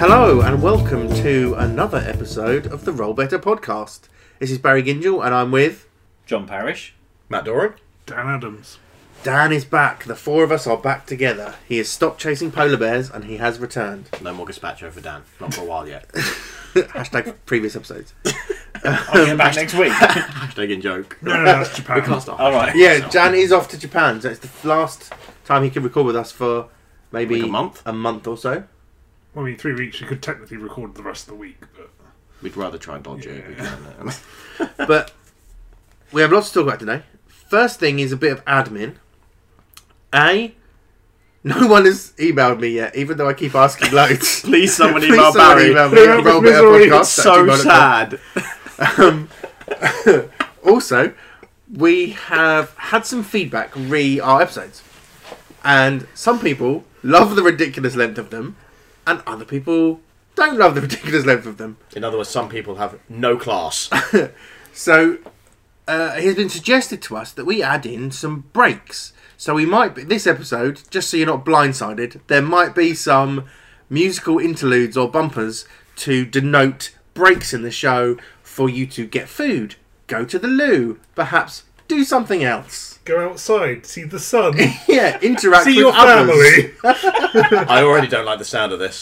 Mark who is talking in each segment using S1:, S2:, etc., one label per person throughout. S1: Hello and welcome to another episode of the Roll Better podcast. This is Barry Gingell and I'm with
S2: John Parrish.
S3: Matt Doran.
S4: Dan Adams.
S1: Dan is back. The four of us are back together. He has stopped chasing polar bears and he has returned.
S3: No more gazpacho for Dan. Not for a while yet.
S1: Hashtag previous episodes.
S2: I'll get back next week.
S3: Hashtag in joke.
S4: No, no, that's Japan.
S3: We can't start.
S2: All right.
S1: Yeah, Dan is off to Japan, so it's the last time he can record with us for maybe
S3: Like a month?
S1: a month or so.
S4: Well, I mean, three weeks, you could technically record the rest of the week, but
S3: We'd rather try and dodge it. if we can, uh,
S1: But we have lots to talk about today. First thing is a bit of admin. A, no one has emailed me yet, even though I keep asking loads.
S3: Please someone
S1: Please
S3: email
S1: someone
S3: Barry.
S1: email me at
S4: It's
S1: rollbitterpodcast@gmail.com.
S3: so sad.
S1: Also, we have had some feedback re our episodes, and some people love the ridiculous length of them, and other people don't love the ridiculous length of them.
S3: In other words, some people have no class.
S1: So uh, it has been suggested to us that we add in some breaks. So we might be this episode, just so you're not blindsided, there might be some musical interludes or bumpers to denote breaks in the show for you to get food, go to the loo, perhaps do something else.
S4: go outside, see the sun,
S1: Yeah, interact
S4: see
S1: with
S4: your
S1: others.
S4: family.
S3: I already don't like the sound of this.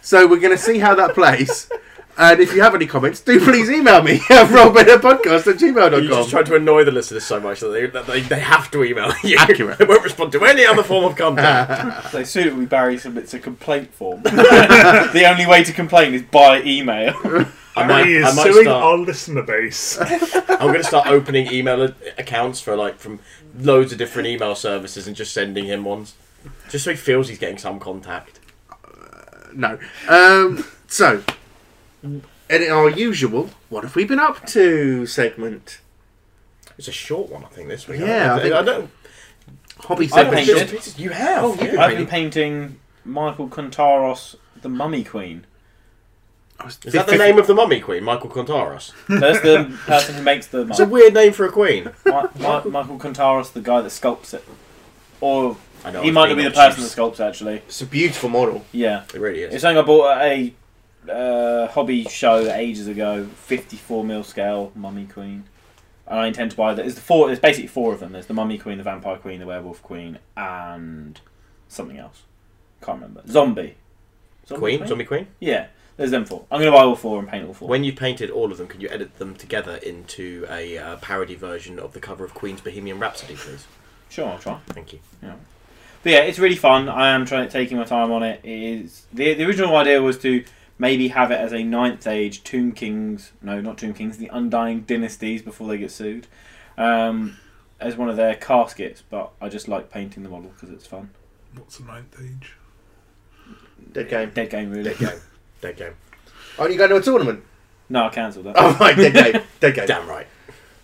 S1: So we're going to see how that plays. And if you have any comments, do please email me at rollbetterpodcast at
S3: You just
S1: gmail.com.
S3: try to annoy the listeners so much that they, that they, they have to email you.
S1: Accurate.
S3: they won't respond to any other form of contact.
S2: So soon we Barry submits a complaint form. the only way to complain is by email.
S3: I might,
S4: Barry
S3: I
S4: is
S3: might
S4: suing
S3: start.
S4: our listener base.
S3: I'm going to start opening email a- accounts for like from loads of different email services and just sending him ones, just so he feels he's getting some contact.
S1: No. Um, so, and in our usual, what have we been up to segment?
S3: It's a short one, I think, this week.
S1: Yeah, I
S3: I,
S1: think-
S3: I don't.
S1: Hobby
S3: I don't
S1: segment.
S2: think so.
S3: bits and pieces. You have.
S1: Oh, you
S3: yeah.
S2: I've been painting Michael Contaros, the Mummy Queen.
S1: I was-
S3: Is that the name of the mummy queen, Michael Contaros?
S2: That's the person who makes the
S3: It's a
S2: mummy.
S3: weird name for a queen.
S2: Mi- Mi- Michael Contaros, the guy that sculpts it. Or
S3: I know.
S2: he
S3: I've
S2: might not
S3: been
S2: be the
S3: on
S2: person that
S3: shifts.
S2: sculpts it, actually.
S1: It's a beautiful model.
S2: Yeah.
S3: It really is.
S2: It's something I bought at a uh, hobby show ages ago. Fifty-four mil scale Mummy Queen. And I intend to buy that. There's the four. There's basically four of them. There's the Mummy Queen, the Vampire Queen, the Werewolf Queen, and something else. Can't remember. Zombie. Zombie
S3: Queen, zombie queen.
S2: Yeah. There's them four. I'm gonna buy all four and paint all four.
S3: When you've painted all of them, can you edit them together into a uh, parody version of the cover of Queen's Bohemian Rhapsody, please?
S2: sure, I'll try.
S3: Thank you.
S2: But yeah, it's really fun. I am trying taking my time on it. it is the the original idea was to maybe have it as a ninth age Tomb Kings no not Tomb Kings the Undying Dynasties before they get sued um, as one of their caskets. But I just like painting the model because it's fun.
S4: What's the ninth age?
S1: Dead game.
S2: Dead game really.
S3: Dead game. Dead game.
S1: Oh, you going to a tournament?
S2: No, I cancelled that.
S1: Oh, right, dead game. Dead game.
S3: Damn right.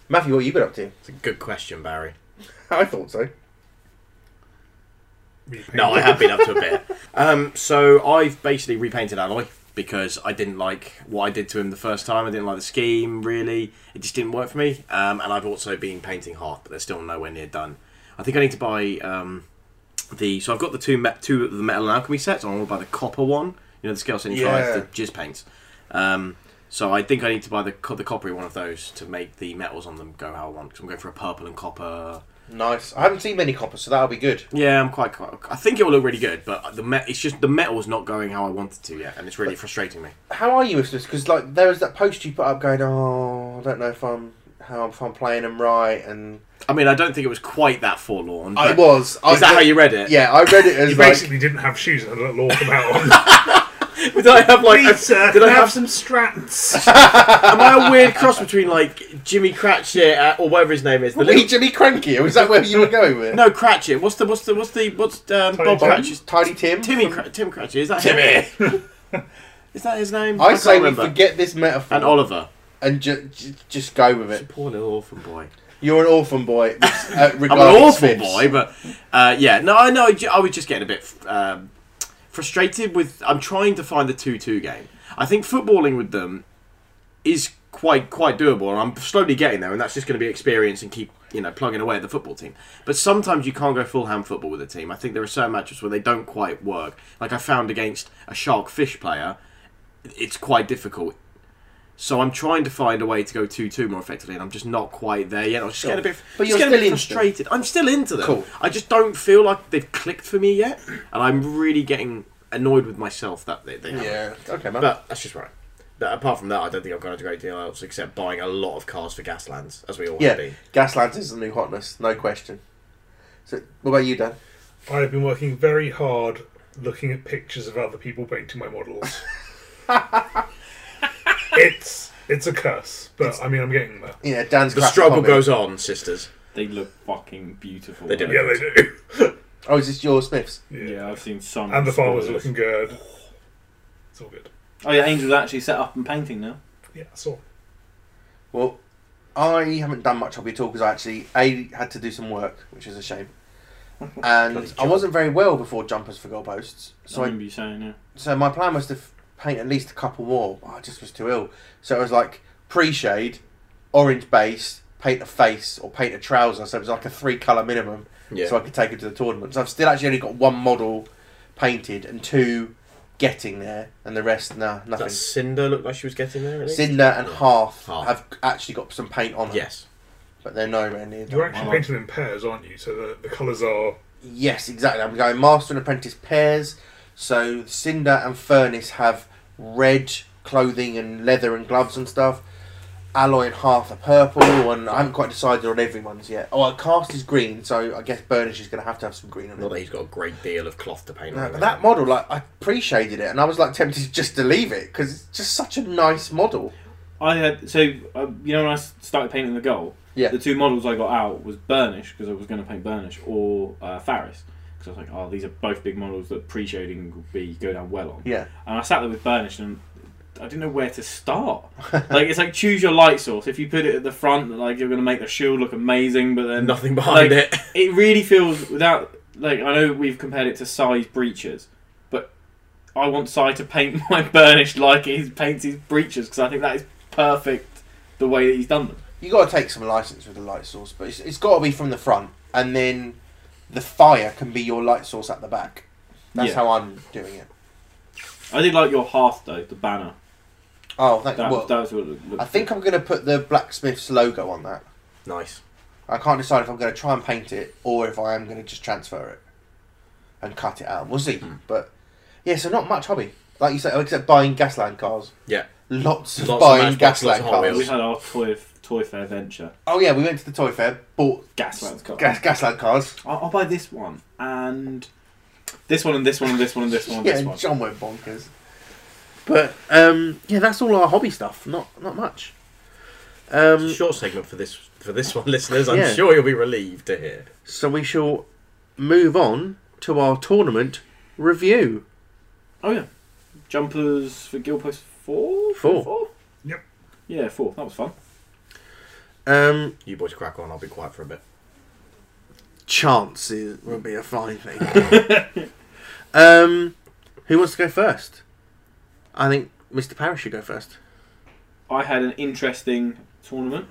S1: Matthew, what have you been up to?
S3: It's a good question, Barry.
S1: I thought so.
S4: Repaint.
S3: No, I have been up to a bit. Um, so I've basically repainted Alloy because I didn't like what I did to him the first time. I didn't like the scheme, really. It just didn't work for me. Um, and I've also been painting Hearth, but they're still nowhere near done. I think I need to buy um, the. So I've got the two me- two of the Metal and Alchemy sets. I want to buy the copper one. You know, the Scale 75,
S1: Yeah.
S3: the Jizz paints. Um, so I think I need to buy the co- the coppery one of those to make the metals on them go how I want. Because I'm going for a purple and copper
S1: Nice. I haven't seen many coppers, so that'll be good.
S3: yeah, I'm quite, quite. I think it will look really good, but the met, it's just the metal's not going how I wanted to yet, and it's really frustrating me.
S1: How are you with this? Because like there was that post you put up going, oh, I don't know if I'm how if I'm playing them right, and
S3: I mean, I don't think it was quite that forlorn.
S1: I
S3: but-
S1: was. I,
S3: Is that how you read it?
S1: Yeah, I read it
S4: You
S1: as like
S4: basically didn't have shoes and had a little orc about on.
S3: Did I have like?
S4: Please, sir,
S3: did I have?
S4: some strats?
S3: am I a weird cross between like Jimmy Cratchit uh, or whatever his name is? The
S1: Lee
S3: little,
S1: Jimmy Cranky. Or is that where you were going with? it?
S3: no, Cratchit. What's the what's the what's the what's um,
S4: Tiny
S3: Bob
S4: Tim?
S3: Cratchit?
S1: Tiny Tim.
S3: Timmy
S1: from-
S3: Cra- Tim Cratchit. Is that him?
S1: Timmy.
S3: Is that his name?
S1: I
S3: can't
S1: say we
S3: remember.
S1: forget this metaphor
S3: and Oliver.
S1: and ju- ju- just go with
S3: It's a
S1: it.
S3: poor little orphan boy.
S1: You're an orphan boy. Uh,
S3: I'm an awful boy, but uh, yeah, no, I know. I ju- I was just getting a bit um, frustrated with. I'm trying to find the two-two game. I think footballing with them is qu- quite quite doable, and I'm slowly getting there, and that's just going to be experience and keep you know plugging away at the football team. But sometimes you can't go full ham football with a team. I think there are certain matches where they don't quite work. Like I found against a shark fish player, it's quite difficult. So I'm trying to find a way to go two two more effectively, and I'm just not quite there yet. I'm just getting a bit,
S1: But you're
S3: just getting a
S1: still
S3: bit
S1: into them.
S3: frustrated. I'm still into them.
S1: Cool.
S3: I just don't feel like they've clicked for me yet, and I'm really getting annoyed with myself that they, they haven't.
S1: Yeah. Okay, man.
S3: But that's just right. But apart from that, I don't think I've got a great deal else except buying a lot of cars for Gaslands, as we all have
S1: yeah,
S3: been.
S1: Gaslands is the new hotness, no question. So, what about you, Dan?
S4: I've been working very hard looking at pictures of other people painting my models. it's it's a curse, but I mean I'm getting there.
S1: Yeah, Dan's
S3: The
S1: classic
S3: struggle
S1: hobby.
S3: goes on, sisters.
S2: They look fucking beautiful.
S3: They do.
S4: Yeah, they do.
S1: Oh, is this your Smiths?
S2: Yeah, I've seen some.
S4: And the farmers are
S2: spoilers.
S4: looking good. It's all good.
S2: Oh yeah, Angel's actually set up and painting now.
S4: Yeah, that's all.
S1: Well, I haven't done much hobby at all because I actually a had to do some work, which is a shame, and I
S3: job.
S1: wasn't very well before jumpers for goalposts.
S2: I
S1: So I,
S2: remember you saying yeah.
S1: so my plan was to f- paint at least a couple more. but I just was too ill, so it was like pre-shade, orange base, paint a face or paint a trouser. So it was like a three-color minimum,
S3: Yeah.
S1: so I could take it to the tournament. So I've still actually only got one model painted and two getting there, and the rest nah nothing.
S3: That Cinder looked like she was getting there, I think.
S1: Cinder and half,
S3: Half.
S1: have actually got some paint on them,
S3: Yes.
S1: but they're nowhere near.
S4: You're
S1: done.
S4: actually
S2: Wow.
S4: painting in pairs, aren't you? So the, the colours are
S1: Yes, exactly. I'm going master and apprentice pairs. So Cinder and Furnace have red clothing and leather and gloves and stuff. Alloy and half are purple, and I haven't quite decided on everyone's yet. Oh, our cast is green, so I guess Burnish is going to have to have some green on
S3: Not
S1: it.
S3: that he's got a great deal of cloth to paint
S1: No,
S3: on.
S1: but that model, like I pre-shaded it, and I was like tempted just to leave it because it's just such a nice model.
S2: I had so uh, you know when I s- started painting the goal,
S1: Yeah.
S2: the two models I got out was Burnish because I was going to paint Burnish or uh, Faris because I was like, oh, these are both big models that pre-shading would be go down well on.
S1: Yeah,
S2: And I sat there with Burnish and I didn't know where to start. like it's like choose your light source. If you put it at the front, like you're going to make the shield look amazing, but then
S3: Nothing behind
S2: like,
S3: it.
S2: it really feels without like I know we've compared it to size breaches, but I want Sai to paint my burnish like he paints his breaches because I think that is perfect the way that he's done them.
S1: you got to take some license with the light source, but it's, it's got to be from the front, and then the fire can be your light source at the back. That's
S2: Yeah.
S1: how I'm doing it.
S2: I did like your half though, the banner.
S1: Oh, thank
S2: That,
S1: well,
S2: that was what it looked.
S1: I think I'm going to put the blacksmith's logo on that.
S3: Nice.
S1: I can't decide if I'm going to try and paint it or if I am going to just transfer it and cut it out. We'll see.
S2: Hmm.
S1: But yeah, so not much hobby, like you said, except buying Gasland cars.
S3: Yeah.
S1: Lots of
S3: Lots of
S1: buying
S3: Matchbox, lots
S1: Gasland
S3: of Hot
S1: cars.
S2: we had our toy toy fair venture.
S1: Oh yeah, we went to the toy fair, bought
S2: Gasland's car.
S1: gas, Gasland cars.
S2: I'll, I'll buy this one and this one and this one and this one and this one and
S1: yeah,
S2: this
S1: and
S2: one.
S1: John went bonkers. But um, yeah, that's all our hobby stuff. Not not much. Um,
S3: Short segment for this for this one, listeners. I'm
S1: Yeah.
S3: sure you'll be relieved to hear.
S1: so we shall move on to our tournament review.
S2: Oh yeah, jumpers for Guild Post four.
S1: Four.
S2: Four.
S4: Yep.
S2: Yeah, four. That was fun.
S1: Um,
S3: You boys crack on, I'll be quiet for a bit.
S1: chances would be a fine thing. um, who wants to go first? I think Mr. Parrish should go first.
S2: I had an interesting tournament.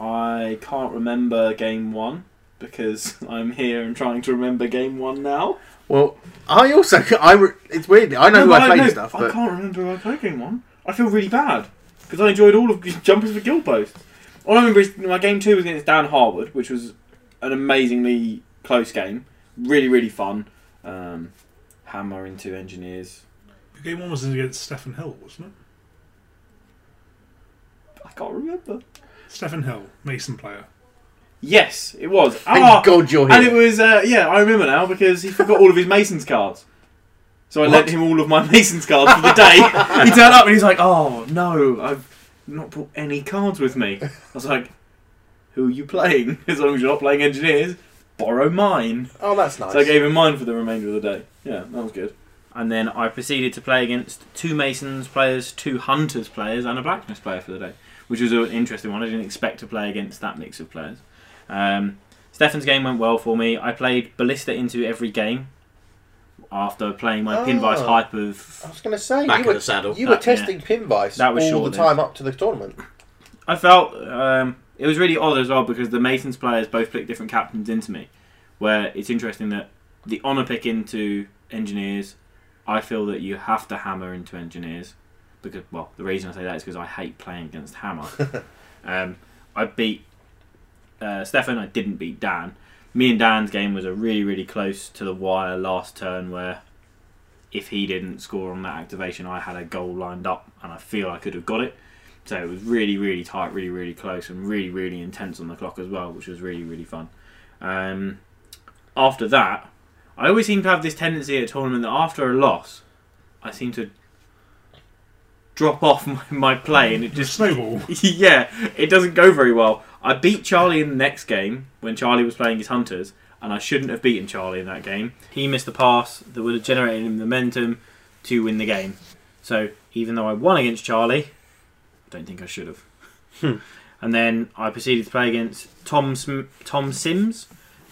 S2: I can't remember game one because I'm here and trying to remember game one now.
S1: Well, I also I re- it's weird. I know who
S2: but
S1: I played
S2: know-
S1: and stuff,
S2: I
S1: but
S2: can't remember who I played game one. I feel really bad because I enjoyed all of jumpers for Guild Post. All I remember is my game two was against Dan Harwood, which was an amazingly close game. Really, really fun. Um, hammer into engineers.
S4: the game one was against Stephen Hill, wasn't
S2: I can't remember.
S4: it? Stephen Hill, Mason player.
S2: Yes, it was.
S1: thank
S2: ah,
S1: God you're
S2: And it
S1: here.
S2: was, uh, yeah, I remember now because he forgot all of his Mason's cards. So I lent
S1: What?
S2: him all of my Mason's cards for the day. he turned up and he's like, oh, no, I've not brought any cards with me. I was like, who are you playing? As long as you're not playing engineers, borrow mine.
S1: Oh, that's nice.
S2: So I gave him mine for the remainder of the day. Yeah, that was good. And then I proceeded to play against two Masons players, two Hunters players, and a Blackness player for the day, which was an interesting one. I didn't expect to play against that mix of players. Um, Stefan's game went well for me. I played Ballista into every game after playing my Pin Vice
S1: Oh.
S2: hype of.
S1: I was going to say
S3: Back
S1: you
S3: of
S1: were,
S3: the saddle.
S1: you were
S2: That- yeah.
S1: testing pin vice
S2: That was
S1: all the
S2: short-lived.
S1: time up to the tournament.
S2: I felt um, it was really odd as well because the Masons players both picked different captains into me. Where it's interesting that the honour pick into engineers, I feel that you have to hammer into engineers because well, the reason I say that is because I hate playing against hammer. um, I beat uh, Stefan. I didn't beat Dan. Me and Dan's game was a really really close to the wire last turn where. If he didn't score on that activation, I had a goal lined up, and I feel I could have got it. So it was really, really tight, really, really close, and really, really intense on the clock as well, which was really, really fun. Um, after that, I always seem to have this tendency at a tournament that after a loss, I seem to drop off my, my play, and it just
S4: Just snowball.
S2: yeah, it doesn't go very well. I beat Charlie in the next game when Charlie was playing his hunters, and I shouldn't have beaten Charlie in that game. He missed the pass that would have generated him momentum to win the game. So even though I won against Charlie, don't think I should have. and then I proceeded to play against Tom Sm- Tom Sims,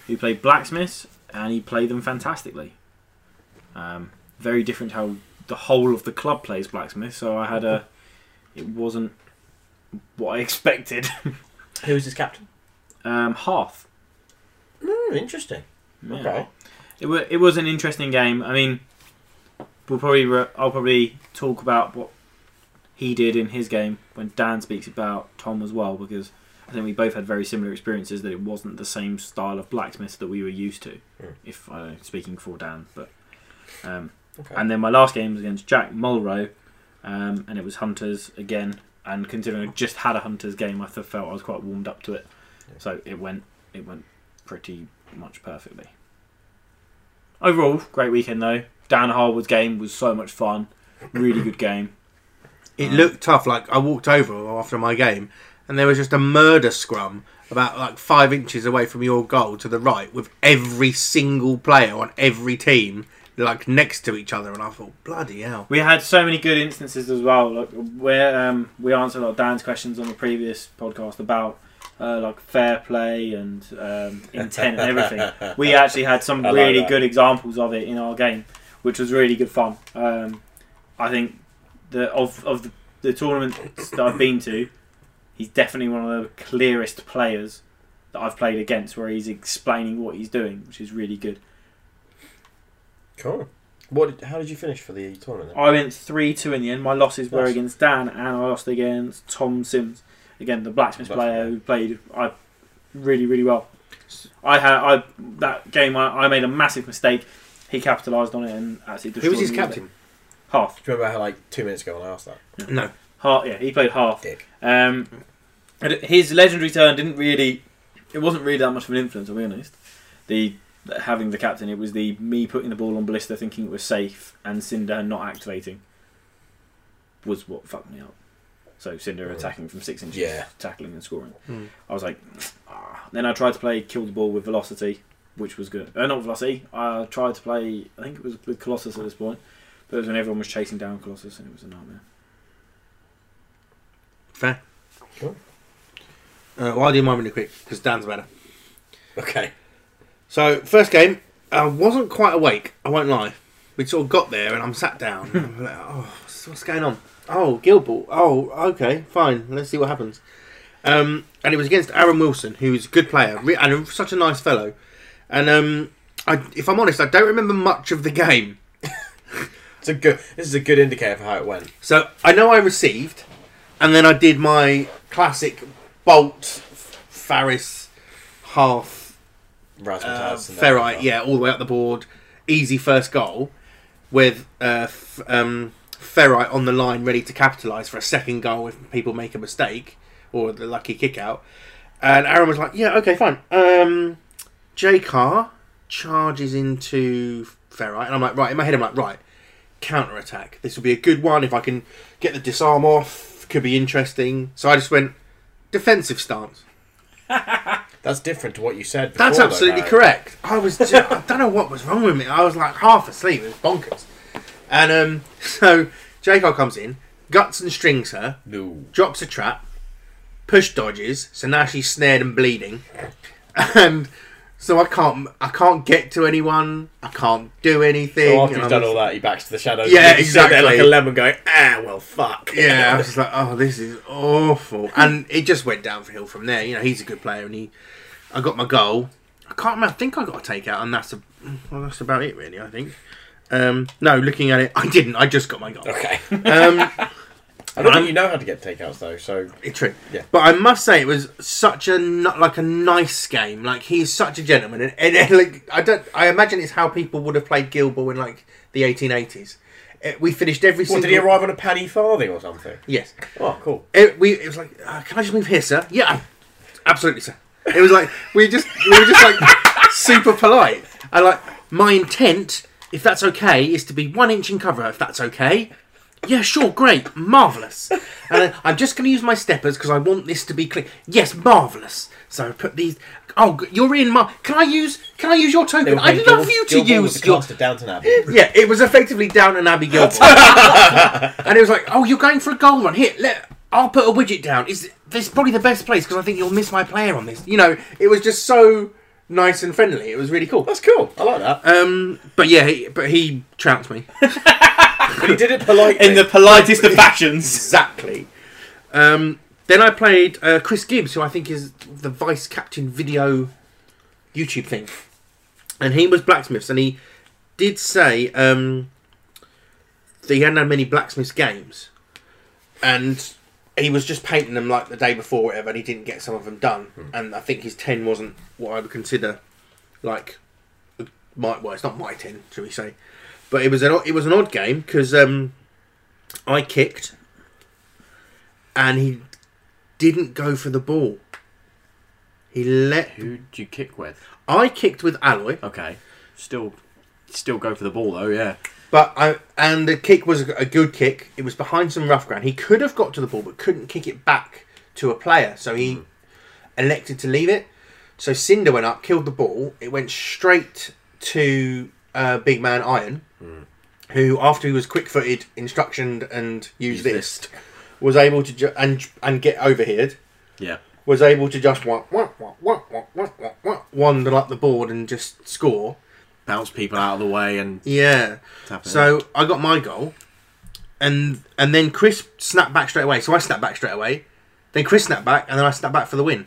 S2: who played blacksmiths, and he played them fantastically. Um, very different to how the whole of the club plays blacksmith. So I had a, it wasn't what I expected.
S3: Who was his captain?
S2: Um, half.
S3: Hmm, interesting.
S2: Yeah.
S3: Okay.
S2: It was it was an interesting game. I mean, we'll probably re- I'll probably talk about what he did in his game when Dan speaks about Tom as well because I think we both had very similar experiences that it wasn't the same style of blacksmith that we were used to.
S3: Mm.
S2: If I'm speaking for Dan, but um,
S3: Okay.
S2: and then my last game was against Jack Mulrow, um, and it was Hunters again. And considering I just had a Hunters game, I th- felt I was quite warmed up to it. So it went it went pretty much perfectly. Overall, great weekend though. Dan Harwood's game was so much fun. Really good game.
S1: It
S2: Mm.
S1: looked tough. Like I walked over after my game, and there was just a murder scrum about like five inches away from your goal to the right, with every single player on every team like next to each other. And I thought, bloody hell!
S2: We had so many good instances as well. Like where um, we answered a lot of Dan's questions on the previous podcast about uh, like fair play and um, intent and everything. We actually had some
S3: I like
S2: really
S3: that.
S2: good examples of it in our game, which was really good fun. Um, I think the of of the, the tournaments that I've been to, he's definitely one of the clearest players that I've played against, where he's explaining what he's doing, which is really good.
S3: cool. What? Did, how did you finish for the tournament? Then?
S2: I went three two in the end. My losses were
S3: Nice.
S2: against Dan and I lost against Tom Sims. Again, the blacksmith
S3: Blacksmith.
S2: player who played I really really well. I had I that game I, I made a massive mistake. He capitalised on it and actually destroyed
S1: Who was his
S2: me.
S1: captain?
S2: Half,
S3: Do you remember how like two minutes ago when I asked that?
S1: No,
S2: half. Yeah, he played half.
S3: Dick.
S2: Um, and his legendary turn didn't really. It wasn't really that much of an influence, I'll be honest. The having the captain, it was the me putting the ball on Ballista, thinking it was safe, and Cinder not activating was what fucked me up. So Cinder
S3: Mm.
S2: attacking from six inches,
S3: Yeah.
S2: tackling and scoring.
S1: Mm.
S2: I was like, ah. then I tried to play kill the ball with velocity, which was good. Uh, not velocity. I tried to play. I think it was with Colossus at this point, but it was when everyone was chasing down Colossus, and it was a nightmare.
S1: fair.
S3: Cool.
S1: Uh, well, I'll do mine really quick because Dan's better.
S3: Okay.
S1: So first game, I wasn't quite awake. I won't lie. We sort of got there, and I'm sat down. and I'm like, oh, what's what's going on? Oh, Gilball. Oh, okay, fine. Let's see what happens. Um, and it was against Aaron Wilson, who's a good player re- and such a nice fellow. And um, I, if I'm honest, I don't remember much of the game.
S3: It's a good. This is a good indicator for how it went.
S1: So I know I received, and then I did my classic bolt, Faris, half uh,
S3: Razzmatazz. and that.
S1: ferrite, yeah, all the way up the board, easy first goal, with uh, f- um, ferrite on the line, ready to capitalise for a second goal if people make a mistake or the lucky kick out. And Aaron was like, "Yeah, okay, fine." Um, J Carr charges into ferrite, and I'm like, "Right." In my head, I'm like, "Right, counter attack. This will be a good one if I can get the disarm off. Could be interesting." So I just went defensive stance.
S3: That's different to what you said. Before,
S1: That's
S3: though,
S1: absolutely
S3: Barry.
S1: correct. I was just, I don't know what was wrong with me. I was like half asleep. It was bonkers. And um, so Jacob comes in, guts and strings her,
S3: No.
S1: drops a trap, push dodges. So now she's snared and bleeding. And so I can't I can't get to anyone. I can't do anything.
S5: So after he's
S1: and I'm
S5: done
S1: just-
S5: all that, he backs to the shadows.
S1: Yeah,
S5: and he's sitting there like
S1: exactly.
S5: a lemon, going, ah, well, fuck.
S1: Yeah, I was just like, oh, this is awful. And it just went downhill from there. You know, he's a good player, and he, I got my goal. I can't remember. I think I got a takeout, and that's a, well, that's about it, really. I think. Um, no, looking at it, I didn't. I just got my goal.
S5: Okay.
S1: Um,
S5: I don't think you know how to get takeouts though. So
S1: it's true.
S5: Yeah.
S1: But I must say, it was such a n- like a nice game. Like he's such a gentleman, and, and, and, like I don't. I imagine it's how people would have played Gilball in like the 1880s. Eh, We finished every
S5: what, did
S1: single.
S5: he arrive on a paddy farthing or something?
S1: Yes.
S5: Oh, cool.
S1: it, we it was like, uh, can I just move here, sir? Yeah, absolutely, sir. It was like we just we were just like super polite. I like my intent, if that's okay, is to be one inch in cover. If that's okay, yeah, sure, great, marvelous. And then I'm just going to use my steppers because I want this to be clear. Yes, marvelous. So I put these. Oh, g- you're in. Mar- can I use? Can I use your token? I'd
S5: Gilbert-
S1: love you to
S5: Gilbert was
S1: use
S5: the
S1: your
S5: cast of Downton Abbey.
S1: yeah, it was effectively down and Abbey Gilmore. and it was like, oh, you're going for a goal run. Here, let, I'll put a widget down. Is This is probably the best place because I think you'll miss my player on this. You know, it was just so nice and friendly. It was really cool.
S5: That's cool. I like that.
S1: Um, but yeah, he, but he trounced me.
S5: but he did it politely.
S6: in the politest of fashions.
S1: exactly. Um, then I played uh, Chris Gibbs, who I think is the vice captain video YouTube thing, and he was blacksmiths, and he did say um, that he hadn't had many blacksmiths games, and he was just painting them like the day before, or whatever, and he didn't get some of them done, and I think his ten wasn't what I would consider like my well, it's not my ten, shall we say, but it was an o- it was an odd game because um, I kicked and he didn't go for the ball. He let
S3: Who did you kick with?
S1: I kicked with Alloy,
S3: Okay, still, still go for the ball though. Yeah,
S1: but I and the kick was a good kick. It was behind some rough ground. He could have got to the ball, but couldn't kick it back to a player, so he elected to leave it. So Cinder went up, killed the ball. It went straight to uh, big man Iron, who after he was quick-footed, instructioned, and used
S3: Use
S1: this, was able to ju- and and get overheared.
S3: yeah.
S1: was able to just wah, wah, wah, wah, wah, wah, wah, wah, wander up the board and just score.
S3: Bounce people out of the way and
S1: Yeah.
S3: tap it.
S1: So I got my goal, and and then Chris snapped back straight away. So I snapped back straight away. Then Chris snapped back, and then I snapped back for the win.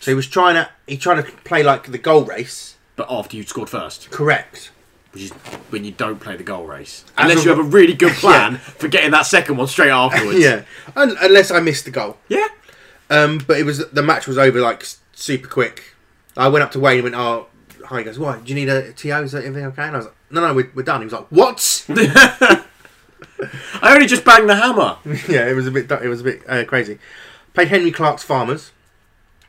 S1: So he was trying to he tried to play like the goal race.
S3: but after you scored first,
S1: Correct.
S3: which is when you don't play the goal race,
S1: As
S3: unless
S1: a-
S3: you have a really good plan for getting that second one straight afterwards.
S1: Yeah. Un- unless I missed the goal.
S3: yeah.
S1: Um, but it was the match was over like s- super quick. I went up to Wayne and went, "Oh, hi." He goes, "Why? Do you need a TO? Is everything okay?" And I was like, "No, no, we're, we're done." He was like, "What?"
S3: I only just banged the hammer.
S1: yeah, it was a bit. It was a bit uh, crazy. Played Henry Clark's Farmers.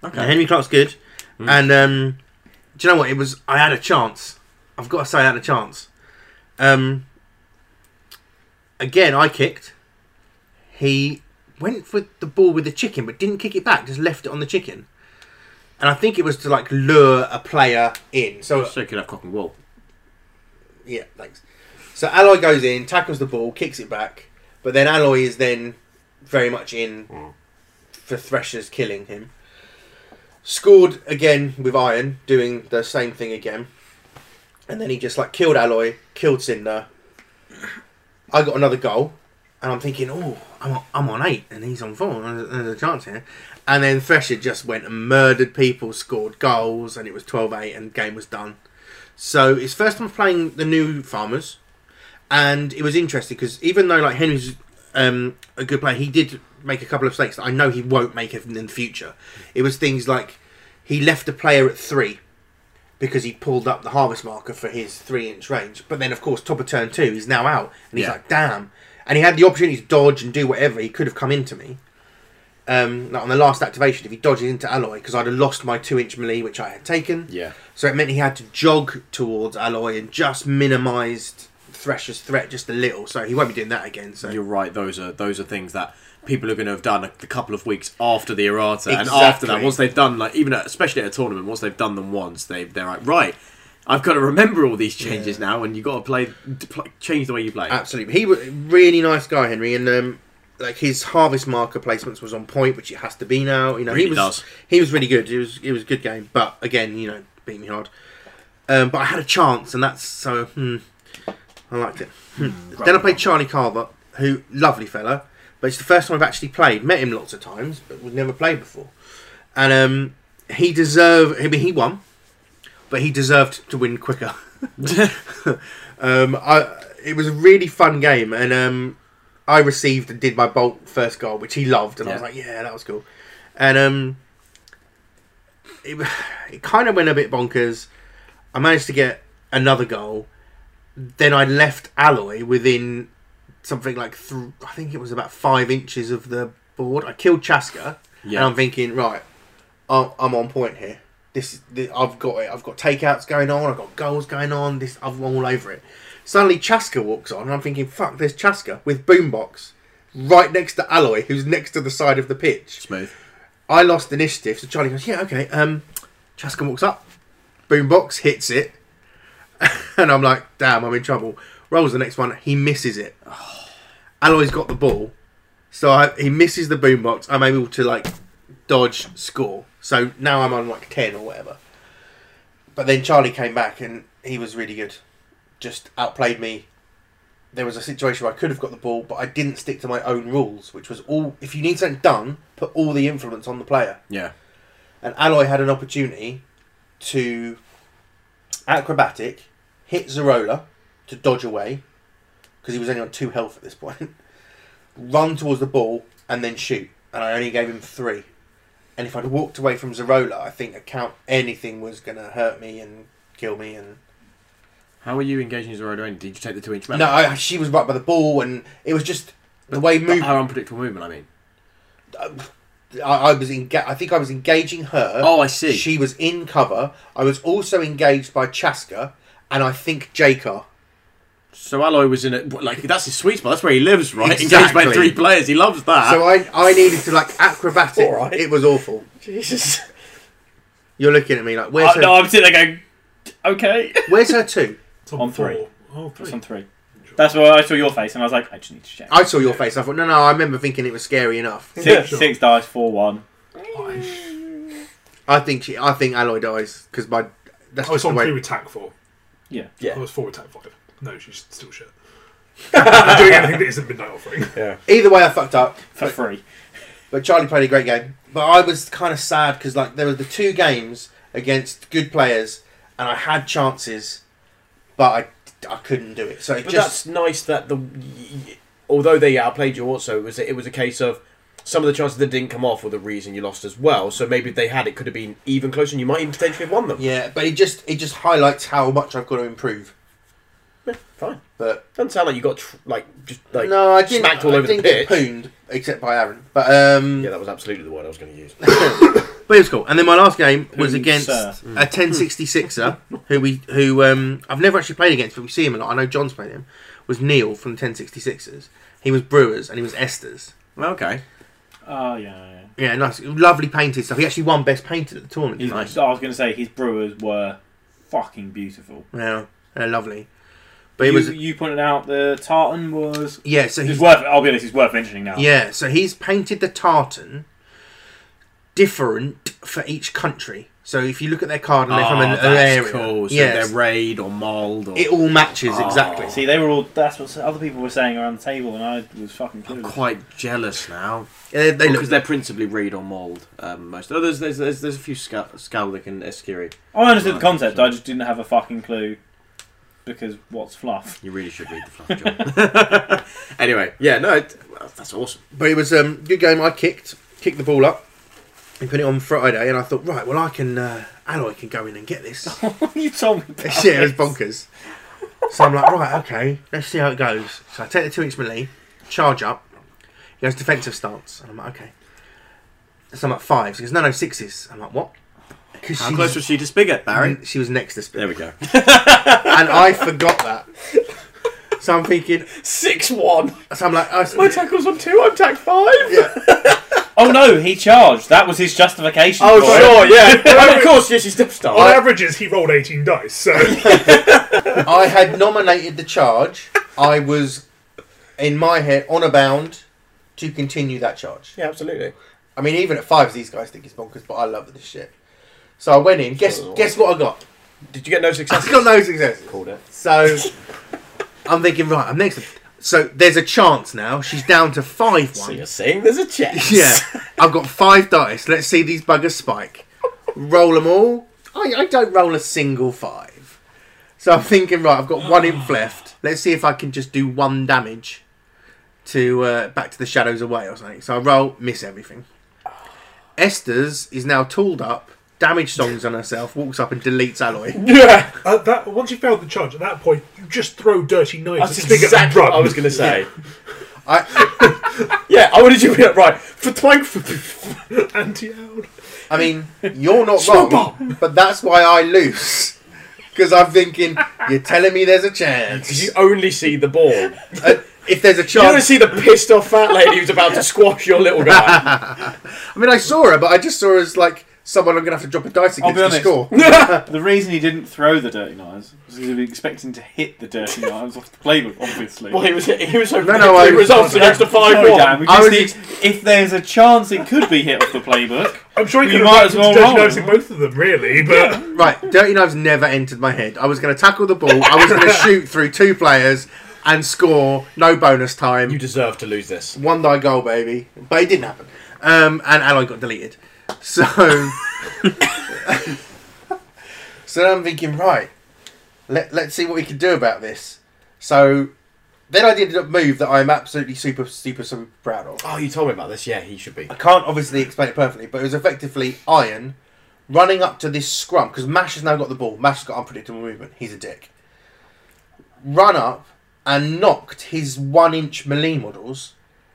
S3: Okay.
S1: And Henry Clark's good. And um, do you know what? It was. I had a chance. I've got to say, I had a chance. Um, again, I kicked. He went for the ball with the chicken, but didn't kick it back. Just left it on the chicken. And I think it was to like lure a player in. So
S3: So you could have cock and wool.
S1: yeah, thanks. So Alloy goes in, tackles the ball, kicks it back, but then Alloy is then very much in for Thresher's killing him. Scored again with Iron, doing the same thing again. And then he just like killed Alloy, killed Cinder. I got another goal, and I'm thinking, oh, I'm on, I'm on eight, and he's on four, and there's, there's a chance here. And then Thresher just went and murdered people, scored goals, and it was 12 8, and game was done. So it's first time playing the new farmers, and it was interesting because even though like Henry's um, a good player, he did make a couple of mistakes that I know he won't make in the future. It was things like he left a player at three because he pulled up the harvest marker for his three-inch range, but then of course top of turn two he's now out, and he's
S3: Yeah.
S1: like, damn. And he had the opportunity to dodge and do whatever. He could have come into me. Um, like on the last activation, if he dodges into Alloy, because I'd have lost my two-inch melee, which I had taken.
S3: Yeah.
S1: So it meant he had to jog towards Alloy and just minimised Thresher's threat just a little. So he won't be doing that again. So
S3: You're right. Those are those are things that people are going to have done a, a couple of weeks after the errata, and after that,
S1: Exactly.
S3: once they've done like even at, especially at a tournament, once they've done them once, they they're like right. I've got to remember all these changes now, and you got to play, to pl- change the way you play.
S1: absolutely, he was a really nice guy, Henry, and um, like his harvest marker placements was on point, which it has to be now. You know, he
S3: Really
S1: was
S3: does.
S1: he was really good. It was it was a good game, but again, you know, beat me hard. Um, but I had a chance, and that's so. Hmm, I liked it. Hmm. Then I played Charlie Carver, who lovely fella, but it's the first time I've actually played. Met him lots of times, but was never played before. And um, he deserved. I mean, he won, but he deserved to win quicker. um, I. It was a really fun game, and um, I received and did my bolt first goal, which he loved, and I was
S3: Yeah.
S1: like, "Yeah, that was cool." And um, it, it kind of went a bit bonkers. I managed to get another goal. Then I left Alloy within something like th- I think it was about five inches of the board. I killed Chaska, and
S3: Yeah.
S1: I'm thinking, right, I'm, I'm on point here. This, this I've got it. I've got takeouts going on. I've got goals going on. This I'm all over it. Suddenly Chaska walks on, and I'm thinking, fuck, there's Chaska with boombox right next to Alloy, who's next to the side of the pitch.
S3: Smooth.
S1: I lost initiative, so Charlie goes, "Yeah, okay." Um, Chaskin walks up, boombox hits it, and I'm like, "Damn, I'm in trouble." Rolls the next one, he misses it. Alloy's got the ball, so I, he misses the boombox. I'm able to like dodge, score. So now I'm on like ten or whatever. But then Charlie came back and he was really good. Just outplayed me. There was a situation where I could have got the ball, but I didn't stick to my own rules, which was all. If you need something done, put all the influence on the player.
S3: Yeah.
S1: And Alloy had an opportunity to acrobatic hit Zerola to dodge away because he was only on two health at this point. Run towards the ball and then shoot. And I only gave him three. And if I'd walked away from Zerola, I think account anything was going to hurt me and kill me and
S3: How were you engaging Zorodo? in? Did you take the two inch man?
S1: no, I, she was right by the ball, and it was just the way move. I,
S3: Her unpredictable movement. I mean.
S1: I was enga- I think I was engaging her.
S3: Oh, I see.
S1: She was in cover. I was also engaged by Chaska, and I think Jakar.
S3: So Alloy was in it. Like that's his sweet spot. That's where he lives, right? Engaged
S1: Exactly.
S3: by three players. He loves that.
S1: So I I needed to like acrobatic.
S7: All right.
S1: It was awful.
S7: Jesus.
S1: You're looking at me like where's
S2: Oh,
S1: her?
S2: no, I'm sitting there going, okay.
S1: Where's her two?
S4: It's on,
S2: On
S4: four.
S2: three.
S4: Oh, three.
S2: It's on three. That's why I saw your face and I was like, I just need to check.
S1: I saw your face. I thought no, no. I remember thinking it was scary enough.
S4: Yeah,
S2: Six,
S4: sure.
S2: six dice, four one.
S1: I think she. I think Alloy dies because my. That's
S4: I was
S1: just the
S4: on
S1: way.
S4: three with tack four.
S2: Yeah.
S7: Yeah.
S4: I was four with tack five. No, she's still shit. I'm doing anything that isn't midnight offering.
S7: Yeah.
S1: Either way, I fucked up.
S2: For free.
S1: But Charlie played a great game. But I was kind of sad because like there were the two games against good players, and I had chances, but I, I couldn't do it. So it
S7: But that's
S1: just
S7: nice that the. Although they outplayed you, also it was it was a case of some of the chances that didn't come off were the reason you lost as well. So maybe if they had, it could have been even closer, and you might even potentially have won them.
S1: yeah. But it just it just highlights how much I've got to improve.
S7: Fine.
S1: But
S7: Doesn't sound like you got tr- like just like
S1: no, I didn't.
S7: smacked all
S1: I
S7: over the
S1: didn't
S7: pitch.
S1: get pooned except by Aaron. But um,
S7: Yeah, that was absolutely the word I was going to use.
S1: But it was cool. And then my last game was
S2: Who's,
S1: against
S2: uh,
S1: a 1066er who we who um I've never actually played against, but we see him a lot. I know John's played him. Was Neil from the 1066ers. He was Brewers and he was Esther's.
S3: Well, okay.
S2: Oh, yeah, yeah.
S1: Yeah, nice, lovely painted stuff. He actually won best painted at the tournament.
S2: His,
S1: didn't he?
S2: I was going to say his brewers were fucking beautiful.
S1: Yeah, they're lovely. But
S2: you,
S1: it was
S2: you pointed out the tartan was.
S1: yeah. So
S2: It's
S1: he's
S2: worth. I'll be honest. It's worth mentioning now.
S1: yeah. So he's painted the tartan different for each country. So if you look at their card and they're from
S7: Ah,
S3: Oh,
S1: an, an
S3: that's
S1: area,
S3: cool. So
S1: yes,
S3: they're raid or mold or
S1: it all matches
S3: Oh.
S1: exactly.
S2: See, they were all. That's what other people were saying around the table, and I was fucking
S3: I'm
S2: clueless.
S3: quite jealous now
S1: Yeah, they look
S3: because they're principally raid or mold. Um, most oh, there's, there's there's there's a few Scal- Skaldic and Eskiri.
S2: I understood the
S3: Right,
S2: concept.
S3: so-
S2: I just didn't have a fucking clue because what's fluff?
S3: You really should read the fluff, John. anyway, yeah, no, it, well, that's awesome.
S1: But it was um, good game. I kicked, kicked the ball up, and put it on Friday. And I thought, right, well, I can, uh, Alloy can go in and get this.
S2: you told me. About
S1: yeah, it was
S2: this.
S1: bonkers. So I'm like, right, okay, let's see how it goes. So I take the two inch melee, charge up. He goes defensive stance, and I'm like, okay. So I'm at fives. He goes, no, no, sixes. I'm like, what? Because
S3: How close was she to Spigot, Barry?
S1: she was next to
S3: There
S1: Spirit,
S3: we go.
S1: and I forgot that. So I'm thinking,
S7: Six one.
S1: so I'm like, oh,
S7: My tackle's on two. I'm tack five.
S2: Oh no, he charged. That was his justification.
S7: Oh
S2: for it.
S7: sure, yeah. of course, yes, you step star.
S4: On average, is he rolled 18 dice, so
S1: I had nominated the charge. I was, in my head, on a bound to continue that charge.
S7: Yeah, absolutely.
S1: I mean, even at fives, these guys think it's bonkers, but I love this shit. So I went in. Guess
S3: Sure.
S1: guess what I got?
S3: Did you get no
S1: I
S3: success?
S1: got no success.
S3: Called it.
S1: So I'm thinking, right, I'm next. So there's a chance now. She's down to five
S3: So
S1: one.
S3: you're saying there's a chance.
S1: Yeah, I've got five dice. Let's see these buggers spike. Roll them all. I, I don't roll a single five. So I'm thinking, right, I've got one imp left. Let's see if I can just do one damage to uh, back to the shadows away or something. So I roll, miss everything. Esther's is now tooled up, damage songs on herself, walks up and deletes alloy.
S3: Yeah.
S4: At Uh, that once you failed the charge, at that point you just throw dirty knives
S3: That's
S4: and stick it and
S3: exactly
S4: run.
S3: what I was going to say.
S1: I,
S3: yeah, I wanted you to be like, right. For twang. For,
S4: Anti-out.
S1: I mean, you're not wrong, but that's why I lose. Because I'm thinking, you're telling me there's a chance.
S3: you only see the ball. You
S1: Uh, if there's a
S3: only
S1: chance.
S3: see the pissed off fat lady who's about to squash your little guy.
S1: I mean, I saw her, but I just saw her as like someone I'm gonna have to drop a dice
S2: I'll
S1: against to
S2: be
S1: score.
S2: The reason he didn't throw the dirty knives was because he was expecting to hit the dirty knives off the playbook, obviously.
S3: well, he was he was hoping
S1: No,
S3: no,
S1: no,
S3: no,
S1: I-
S3: three results against a five
S2: Sorry,
S3: one.
S2: Dan, we
S1: I
S2: just
S1: was
S2: need-
S1: ex-
S2: if there's a chance it could be hit off the playbook,
S4: I'm sure you,
S2: You
S4: could
S2: might
S4: have
S2: as
S4: gotten
S2: well
S4: dirty
S2: roll.
S4: knives in both of them, really. But
S1: Right, dirty knives never entered my head. I was gonna tackle the ball. I was gonna shoot through two players and score. No bonus time.
S3: You deserve to lose this.
S1: One die goal, baby. But it didn't happen. Um, and Alloy got deleted. So. so then I'm thinking, right, let, let's see what we can do about this. So then I did a move that I'm absolutely super, super, super proud of.
S3: Oh, you told me about this. Yeah, he should be.
S1: I can't obviously explain it perfectly, but it was effectively Iron running up to this scrum because Mash has now got the ball. Mash has got unpredictable movement. He's a dick. Run up and knocked his one-inch melee models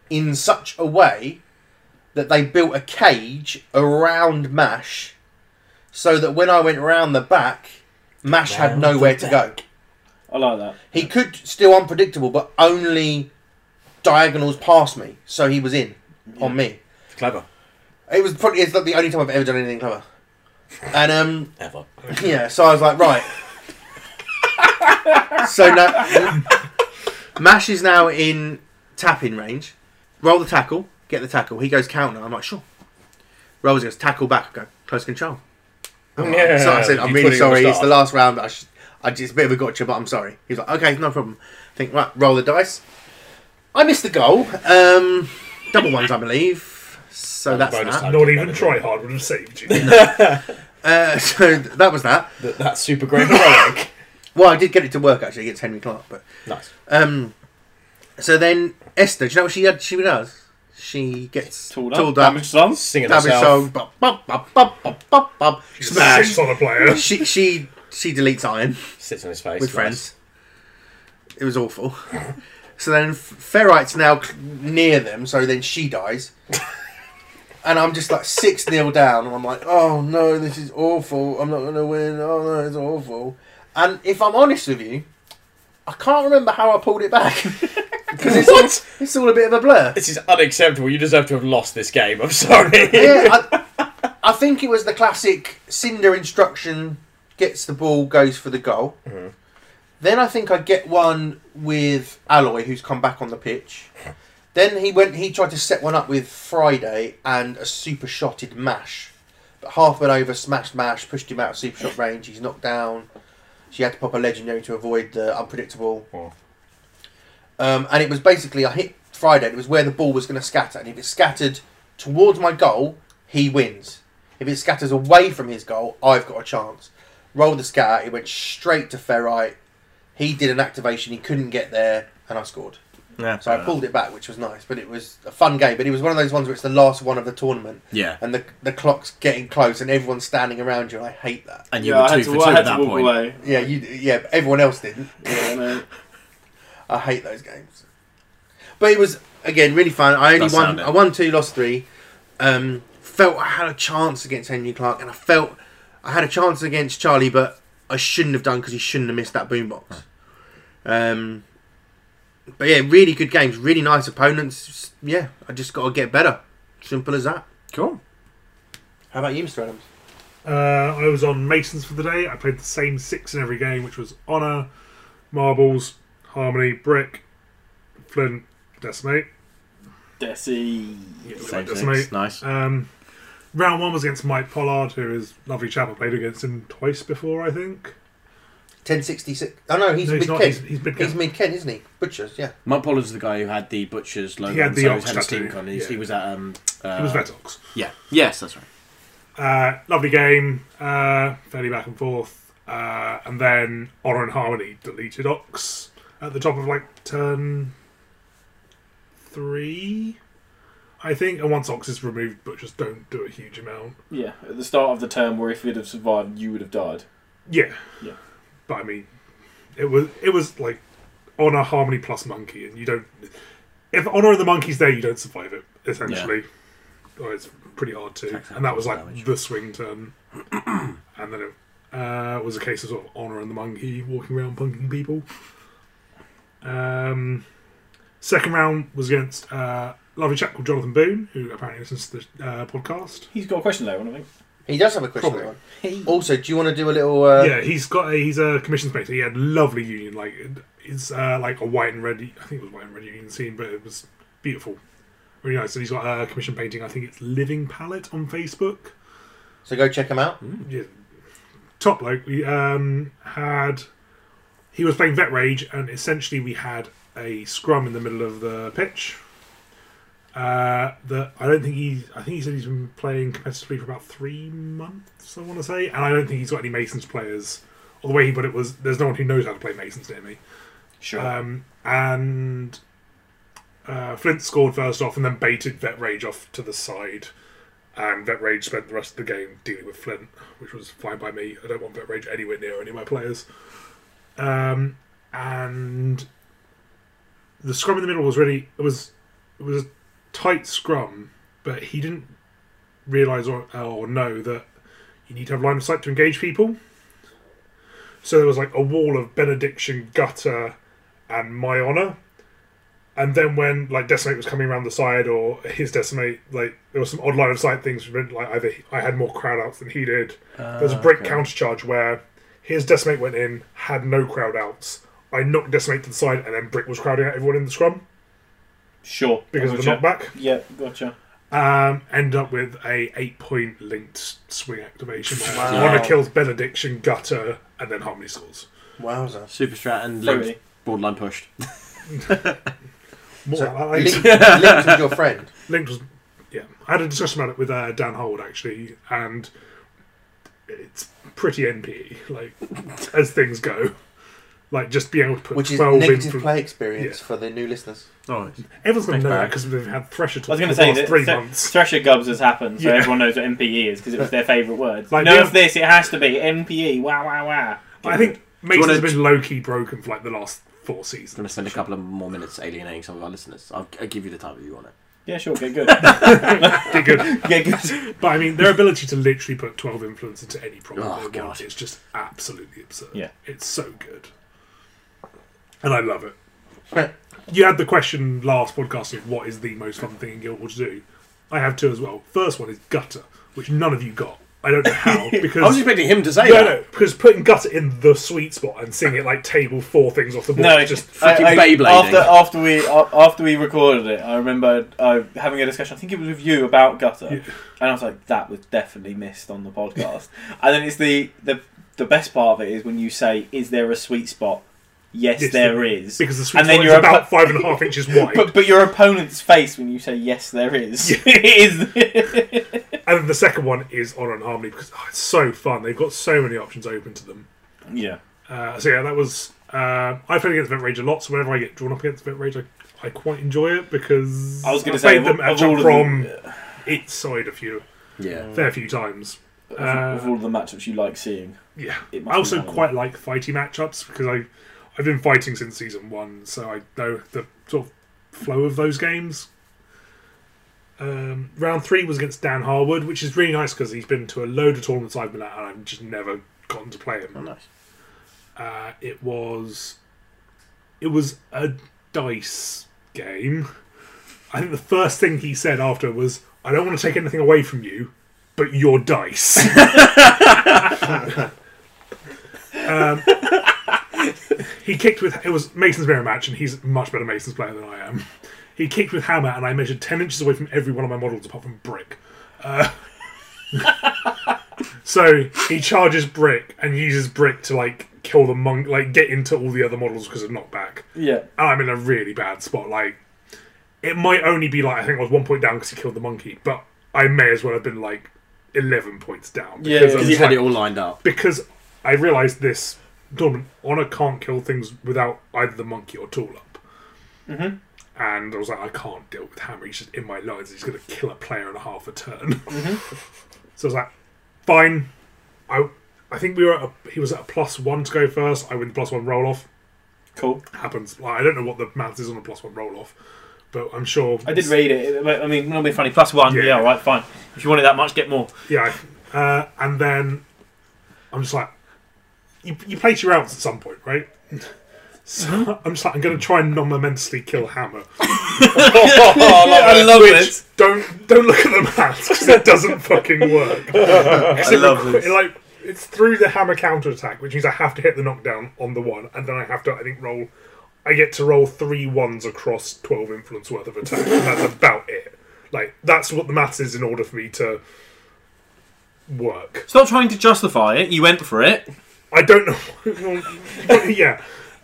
S1: in such a way that they built a cage around Mash, so that when I went around the back, Mash had
S3: Round the
S1: nowhere to go.
S2: I like that.
S1: He could still unpredictable, but only diagonals past me, so he was in on me.
S3: Clever.
S1: It was probably it's like the only time I've ever done anything clever. And um,
S3: Ever.
S1: yeah, so I was like, right. so now, Mash is now in tapping range. Roll the tackle, get the tackle. He goes counter. I'm like, sure. Rolls he goes tackle back. I go close control. I'm like- so I said,
S3: Yeah,
S1: I'm
S3: you
S1: really
S3: fully
S1: sorry. It's
S3: understand.
S1: the last round. I, sh- I just it's a bit of a gotcha, but I'm sorry. He's like, okay, no problem. think right, roll the dice. I missed the goal. Um, double ones, I believe. So that's
S3: bonus
S1: that.
S3: time.
S4: not even try hard would have saved you.
S1: Uh, so th- that was that.
S3: That, that's super great heroic.
S1: Well, I did get it to work actually against Henry Clark, but
S3: nice.
S1: um, so then Esther, do you know what she had? She does. She gets
S2: Tooled
S1: tooled
S2: up.
S1: up,
S2: Damage done.
S3: Singing
S1: damage
S3: herself.
S1: song, bop, bop, bop, bop, bop, bop, bop. smash.
S4: Sits on a player.
S1: She she she deletes iron
S3: Sits on his face.
S1: with
S3: Nice.
S1: friends. It was awful. so then Ferrite's now c- near them, so then she dies. And I'm just like six nil down, and I'm like, oh no, this is awful. I'm not gonna win. Oh no, it's awful. And if I'm honest with you, I can't remember how I pulled it back because it's all,
S3: What?
S1: it's all a bit of a blur.
S3: This is unacceptable. You deserve to have lost this game. I'm sorry.
S1: Yeah, I, I think it was the classic Cinder instruction gets the ball, goes for the goal. Then I think I get one with Alloy, who's come back on the pitch. Then he went. He tried to set one up with Friday and a super shotted Mash, but half went over, smashed Mash, pushed him out of super shot range. He's knocked down. She had to pop a legendary to avoid the unpredictable.
S3: Oh.
S1: Um, and it was basically I hit Friday. and It was where the ball was going to scatter, and if it scattered towards my goal, he wins. If it scatters away from his goal, I've got a chance. Rolled the scatter. It went straight to Ferrite. He did an activation. He couldn't get there, and I scored. So I pulled it back, which was nice, but it was a fun game. But it was one of those ones where it's the last one of the tournament,
S8: Yeah,
S1: and the the clock's getting close, and everyone's standing around you. And I hate that.
S8: and you
S2: yeah,
S8: were
S2: I
S8: two
S2: had to,
S8: for two
S2: I had
S8: at
S2: to
S8: that
S2: walk
S8: point.
S2: away.
S1: Yeah, you. Yeah, but everyone else didn't.
S2: Yeah, no.
S1: I hate those games. But it was again really fun. I only
S8: Does
S1: won.
S8: sound it.
S1: I won two, lost three. Um, felt I had a chance against Henry Clark, and I felt I had a chance against Charlie, but I shouldn't have done because he shouldn't have missed that boombox. Um, but yeah, really good games, really nice opponents. Yeah, I just got to get better. Simple as that.
S8: Cool.
S1: How about you, Mr. Adams?
S4: Uh, I was on Masons for the day. I played the same six in every game, which was Honor, Marbles, Harmony, Brick, Flint, Decimate.
S2: Desi.
S4: Yeah,
S8: Same
S4: Decimate.
S8: things. Nice.
S4: Um, Round one was against Mike Pollard, who is a lovely chap. I played against him twice before, I think.
S9: 1066. Oh no, he's
S4: No, he's
S9: mid
S4: not.
S9: Kent.
S4: He's,
S9: He's,
S4: he's big guy.
S9: mid Kent, isn't he? Butchers, yeah.
S10: Mike Pollard's the guy who had the butcher's logo.
S4: had
S10: on,
S4: the
S10: so
S4: ox
S10: head of steam
S4: tattoo,
S10: con. He,
S4: yeah.
S10: he was at um. Uh,
S4: He was Vetox.
S10: Yeah. Yes, that's right.
S4: Uh, lovely game, uh, fairly back and forth. Uh, and then Honor and Harmony deleted Ox at the top of like turn three, I think. And once Ox is removed, Butchers don't do a huge amount.
S2: Yeah, at the start of the term, where if you'd have survived, you would have died.
S4: Yeah.
S2: Yeah.
S4: But I mean, it was it was like Honor, Harmony plus Monkey, and you don't. If Honor and the Monkey's there, you don't survive it, essentially. Or it's pretty hard to.
S10: Exactly.
S4: And that was like
S10: Damage.
S4: the swing turn. and then it uh, was a case of sort of Honor and the Monkey walking around punking people. Um, second round was against uh, lovely chap called Jonathan Boone, who apparently listens to the uh, podcast.
S2: He's got a question there, one I think.
S9: He does have a question.
S4: Probably.
S9: that one. Also, do you want to do a little? Uh,
S4: yeah, he's got a, he's a commissions painter. He had lovely union, like it's uh, like a white and red. I think it was white and red union scene, but it was beautiful, really nice. And he's got a commission painting. I think it's Living Palette on Facebook.
S9: So go check him out.
S4: Yeah, top bloke. We um, had he was playing Vet Rage, and essentially we had a scrum in the middle of the pitch. Uh, that I don't think he. I think he said he's been playing competitively for about three months. I want to say, and I don't think he's got any Masons players. Or the way he put it was, "There's no one who knows how to play Masons near me."
S2: Sure.
S4: Um, and uh, Flint scored first off and then baited Vet Rage off to the side. And Vet Rage spent the rest of the game dealing with Flint, which was fine by me. I don't want Vet Rage anywhere near any of my players. Um, and the scrum in the middle was really it was it was a tight scrum, but he didn't realise or, or know that you need to have line of sight to engage people. So there was like a wall of benediction, gutter, and my honor. And then when like decimate was coming around the side or his decimate, like there was some odd line of sight things. Like either I had more crowd outs than he did.
S9: Ah,
S4: there was a break counter charge where his decimate went in, had no crowd outs. I knocked decimate to the side, and then brick was crowding out everyone in the scrum
S2: sure.
S4: because of the
S2: Gotcha.
S4: knockback.
S2: Yeah, gotcha.
S4: Um, end up with a eight point linked swing activation. Where
S9: Wow.
S4: Honor kills benediction, gutter, and then harmony scores.
S9: Wowzers.
S10: Super strat and
S2: Sorry.
S10: linked, broadline pushed.
S4: More
S9: So
S4: about that later.
S9: link, linked with your friend.
S4: Linked was, yeah. I had a discussion about it with uh, Dan Hold actually, and it's pretty NPE, like as things go. Like just being able to put
S9: Which is
S4: twelve in
S9: negative
S4: from
S9: play experience
S4: yeah.
S9: for the new listeners.
S10: Oh, Thanks,
S4: everyone's going to know that
S10: Barry.
S4: because we've had Thresher
S2: I was
S4: talk for
S2: going
S4: the
S2: to say
S4: last
S2: that
S4: three
S2: Thre-
S4: months.
S2: Thresher Gubs has happened, so
S4: Yeah.
S2: everyone knows what MPE is because it was their favourite word.
S4: Like,
S2: no,
S4: yeah.
S2: if this, it has to be MPE. Wow, wow, wow.
S4: I think
S10: you
S4: Mason's
S10: wanna-
S4: been low key broken for like the last four
S10: I'm
S4: seasons.
S10: going to spend a couple of more minutes alienating some of our listeners. I'll, I'll give you the time if you want it.
S2: Yeah, sure. Get good.
S4: They're good.
S2: get good.
S4: But I mean, their ability to literally put 12 influence into any problem
S10: Oh,
S4: they want
S10: God.
S4: is just absolutely absurd.
S2: Yeah.
S4: It's so good. And I love it. You had the question last podcast of what is the most fun thing in Guild Wars to do. I have two as well. First one is Gutter, which none of you got. I don't know how,
S10: I was
S4: because.
S10: expecting him to say
S4: No,
S10: that.
S4: no, because putting gutter in the sweet spot and seeing it like table four things off the board
S2: No,
S4: is just
S10: Fucking
S2: I- I-
S10: Beyblading.
S2: After after we a- after we recorded it, I remember uh, having a discussion. I think it was with you about gutter, and I was like, "That was definitely missed on the podcast." and then it's the, the the best part of it is when you say, "Is there a sweet spot?" Yes,
S4: Yes,
S2: there
S4: there-
S2: is.
S4: because the sweet
S2: and then
S4: spot is
S2: you're a
S4: about
S2: pu-
S4: five and a half inches wide,
S2: But, but your opponent's face when you say yes, there is. It is.
S4: and then the second one is honor and harmony because oh, it's so fun. They've got so many options open to them.
S2: yeah.
S4: Uh, so yeah, that was. Uh, I played against Vent Rage a lot, so whenever I get drawn up against Vent Rage, I, I quite enjoy it because
S2: I was going to
S4: I've
S2: say
S4: played
S2: of,
S4: them
S2: of
S4: actually
S2: all of
S4: from
S2: the, uh,
S4: its side a few,
S10: Yeah.
S4: fair few times. Uh,
S2: of, of all the matchups you like seeing.
S4: Yeah,
S2: It must
S4: I
S2: be
S4: also
S2: that one.
S4: quite like fighty matchups because I I've been fighting since season one, so I know the sort of flow of those games. Um, round three was against Dan Harwood, which is really nice because he's been to a load of tournaments I've been at, and I've just never gotten to play him.
S10: Oh, nice.
S4: uh, it was it was a dice game. I think the first thing he said after was, "I don't want to take anything away from you, but your dice." um, he kicked with it was Mason's mirror match, and he's a much better Mason's player than I am. He kicked with hammer, and I measured ten inches away from every one of my models apart from brick. So he charges Brick and uses Brick to like kill the monk, like get into all the other models because of knockback.
S2: Yeah.
S4: And I'm in a really bad spot. Like, it might only be like I think I was one point down because he killed the monkey, but I may as well have been like eleven points down.
S2: Yeah, yeah.
S4: because I was
S10: Because you had
S4: like-
S10: it all lined up.
S4: because I realised this tournament, Honor can't kill things without either the monkey or Tool Up. Mm-hmm. And I was like, I can't deal with Hammer. He's just in my lines. He's going to kill a player and a half a turn. so I was like, fine. I I think we were at a, he was at a plus one to go first. I win the plus one roll off.
S2: Cool.
S4: Happens. Like, I don't know what the maths is on a plus one roll off, but I'm sure.
S2: I did read it. I mean, not be funny. Plus one. Yeah.
S4: Yeah.
S2: all right, fine. If you want it that much, get more.
S4: Yeah. Uh, and then I'm just like, you, you place your outs at some point, right? So I'm just like, I'm going to try and non-momentously kill Hammer.
S2: Oh, I love
S4: Which
S2: it.
S4: don't don't look at the maths because it doesn't fucking work.
S2: I love
S4: It,
S2: this.
S4: like it's through the Hammer counter attack, which means I have to hit the knockdown on the one, and then I have to I think roll. I get to roll three ones across twelve influence worth of attack. and that's about it. Like that's what the maths is in order for me to work.
S2: Stop trying to justify it. You went for it.
S4: I don't know. well, yeah.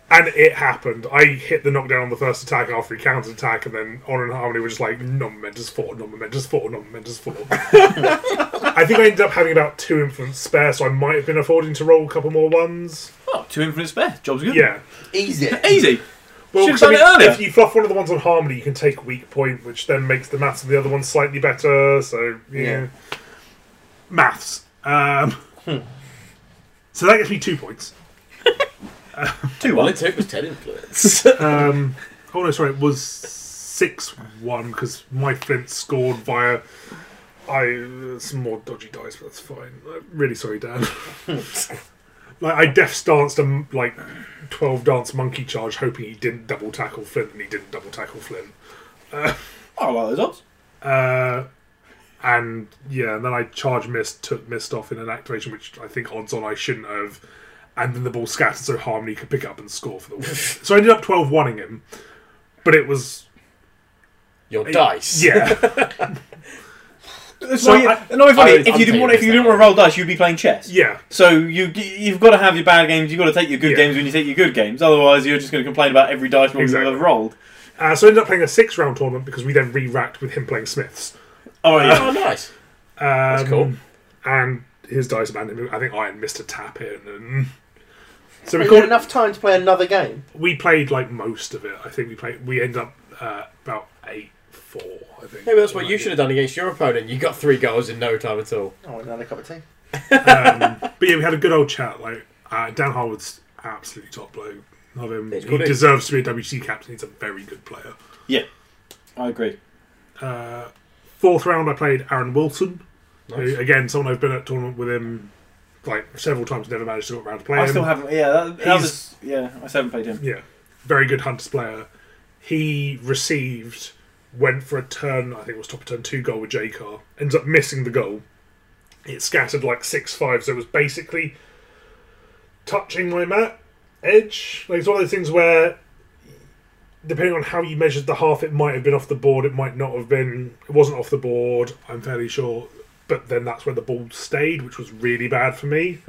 S4: And it happened. I hit the knockdown on the first attack after he countered attack, and then on and harmony were just like non momentous four, non momentous four, non momentous four. I think I ended up having about two influence spare, so I might have been affording to roll a couple more ones.
S2: Oh, two infinite spare. Job's good.
S4: Yeah.
S9: Easy.
S2: Easy.
S4: Well,
S2: Should've
S4: 'cause
S2: done it
S4: I mean,
S2: earlier.
S4: if you fluff one of the ones on harmony, you can take weak point, which then makes the maths of the other one slightly better. So yeah,
S9: Yeah.
S4: maths. Um,
S2: Hmm.
S4: so that gives me two points.
S2: Two
S3: All
S2: one.
S3: it took was 10 influence.
S4: Um, oh no, sorry, it was six one because my Flint scored via. I some more dodgy dice, but that's fine. Uh, really sorry, Dan. like I def stanced a m- like twelve dance monkey charge, hoping he didn't double tackle Flint, and he didn't double tackle Flint.
S2: Oh, I like those odds.
S4: Uh, and yeah, and then I charge missed, took missed off in an activation, which I think odds on I shouldn't have. And then the ball scattered so Harmony could pick up and score for the win. so I ended up 12 1 ing him, but it was
S3: Your dice.
S4: Yeah,
S2: So,
S4: why you-
S2: no, funny.
S3: I-
S2: If
S3: I'm
S2: you didn't want, if
S3: taking
S2: you didn't
S3: this
S2: want to roll dice, you'd be playing chess.
S4: yeah.
S2: So you you've got to have your bad games. You've got to take your good
S4: Yeah.
S2: games when you take your good games. Otherwise, you're just going to complain about every dice roll
S4: Exactly.
S2: you've ever rolled.
S4: Uh, so I ended up playing a six-round tournament because we then re-racked with him playing Smiths.
S2: Oh yeah.
S3: Oh, nice.
S4: Um, That's
S3: cool.
S4: And his dice abandoned. me. I think Iron missed a tap in, and so we
S9: We got
S4: called,
S9: enough time to play another game.
S4: we played like most of it. I think we played. We ended up uh, about eight four. I think.
S3: Maybe that's what you should have done against your opponent. You got three goals in no time at all.
S9: Oh, another cup of tea.
S4: um, but yeah, we had a good old chat. Like uh, Dan Harwood's absolutely top bloke. Love him.
S3: He's
S4: He
S3: good, eh?
S4: deserves to be a WC captain. He's a very good player.
S2: Yeah. I agree.
S4: Uh, fourth round, I played Aaron Wilson.
S3: Nice.
S4: Who, again, someone I've been at tournament with him like several times, never managed to get around to play
S2: I
S4: him.
S2: still haven't. Yeah, that, that
S4: he's-
S2: was. Yeah, I still haven't played him.
S4: yeah, very good Hunters player. He received, went for a turn, I think it was top of turn two goal with J Car, ends up missing the goal. It scattered like 6 5, so it was basically touching my mat edge. Like it's one of those things where, depending on how you measured the half, it might have been off the board, it might not have been, it wasn't off the board, I'm fairly sure. But then that's where the ball stayed, which was really bad for me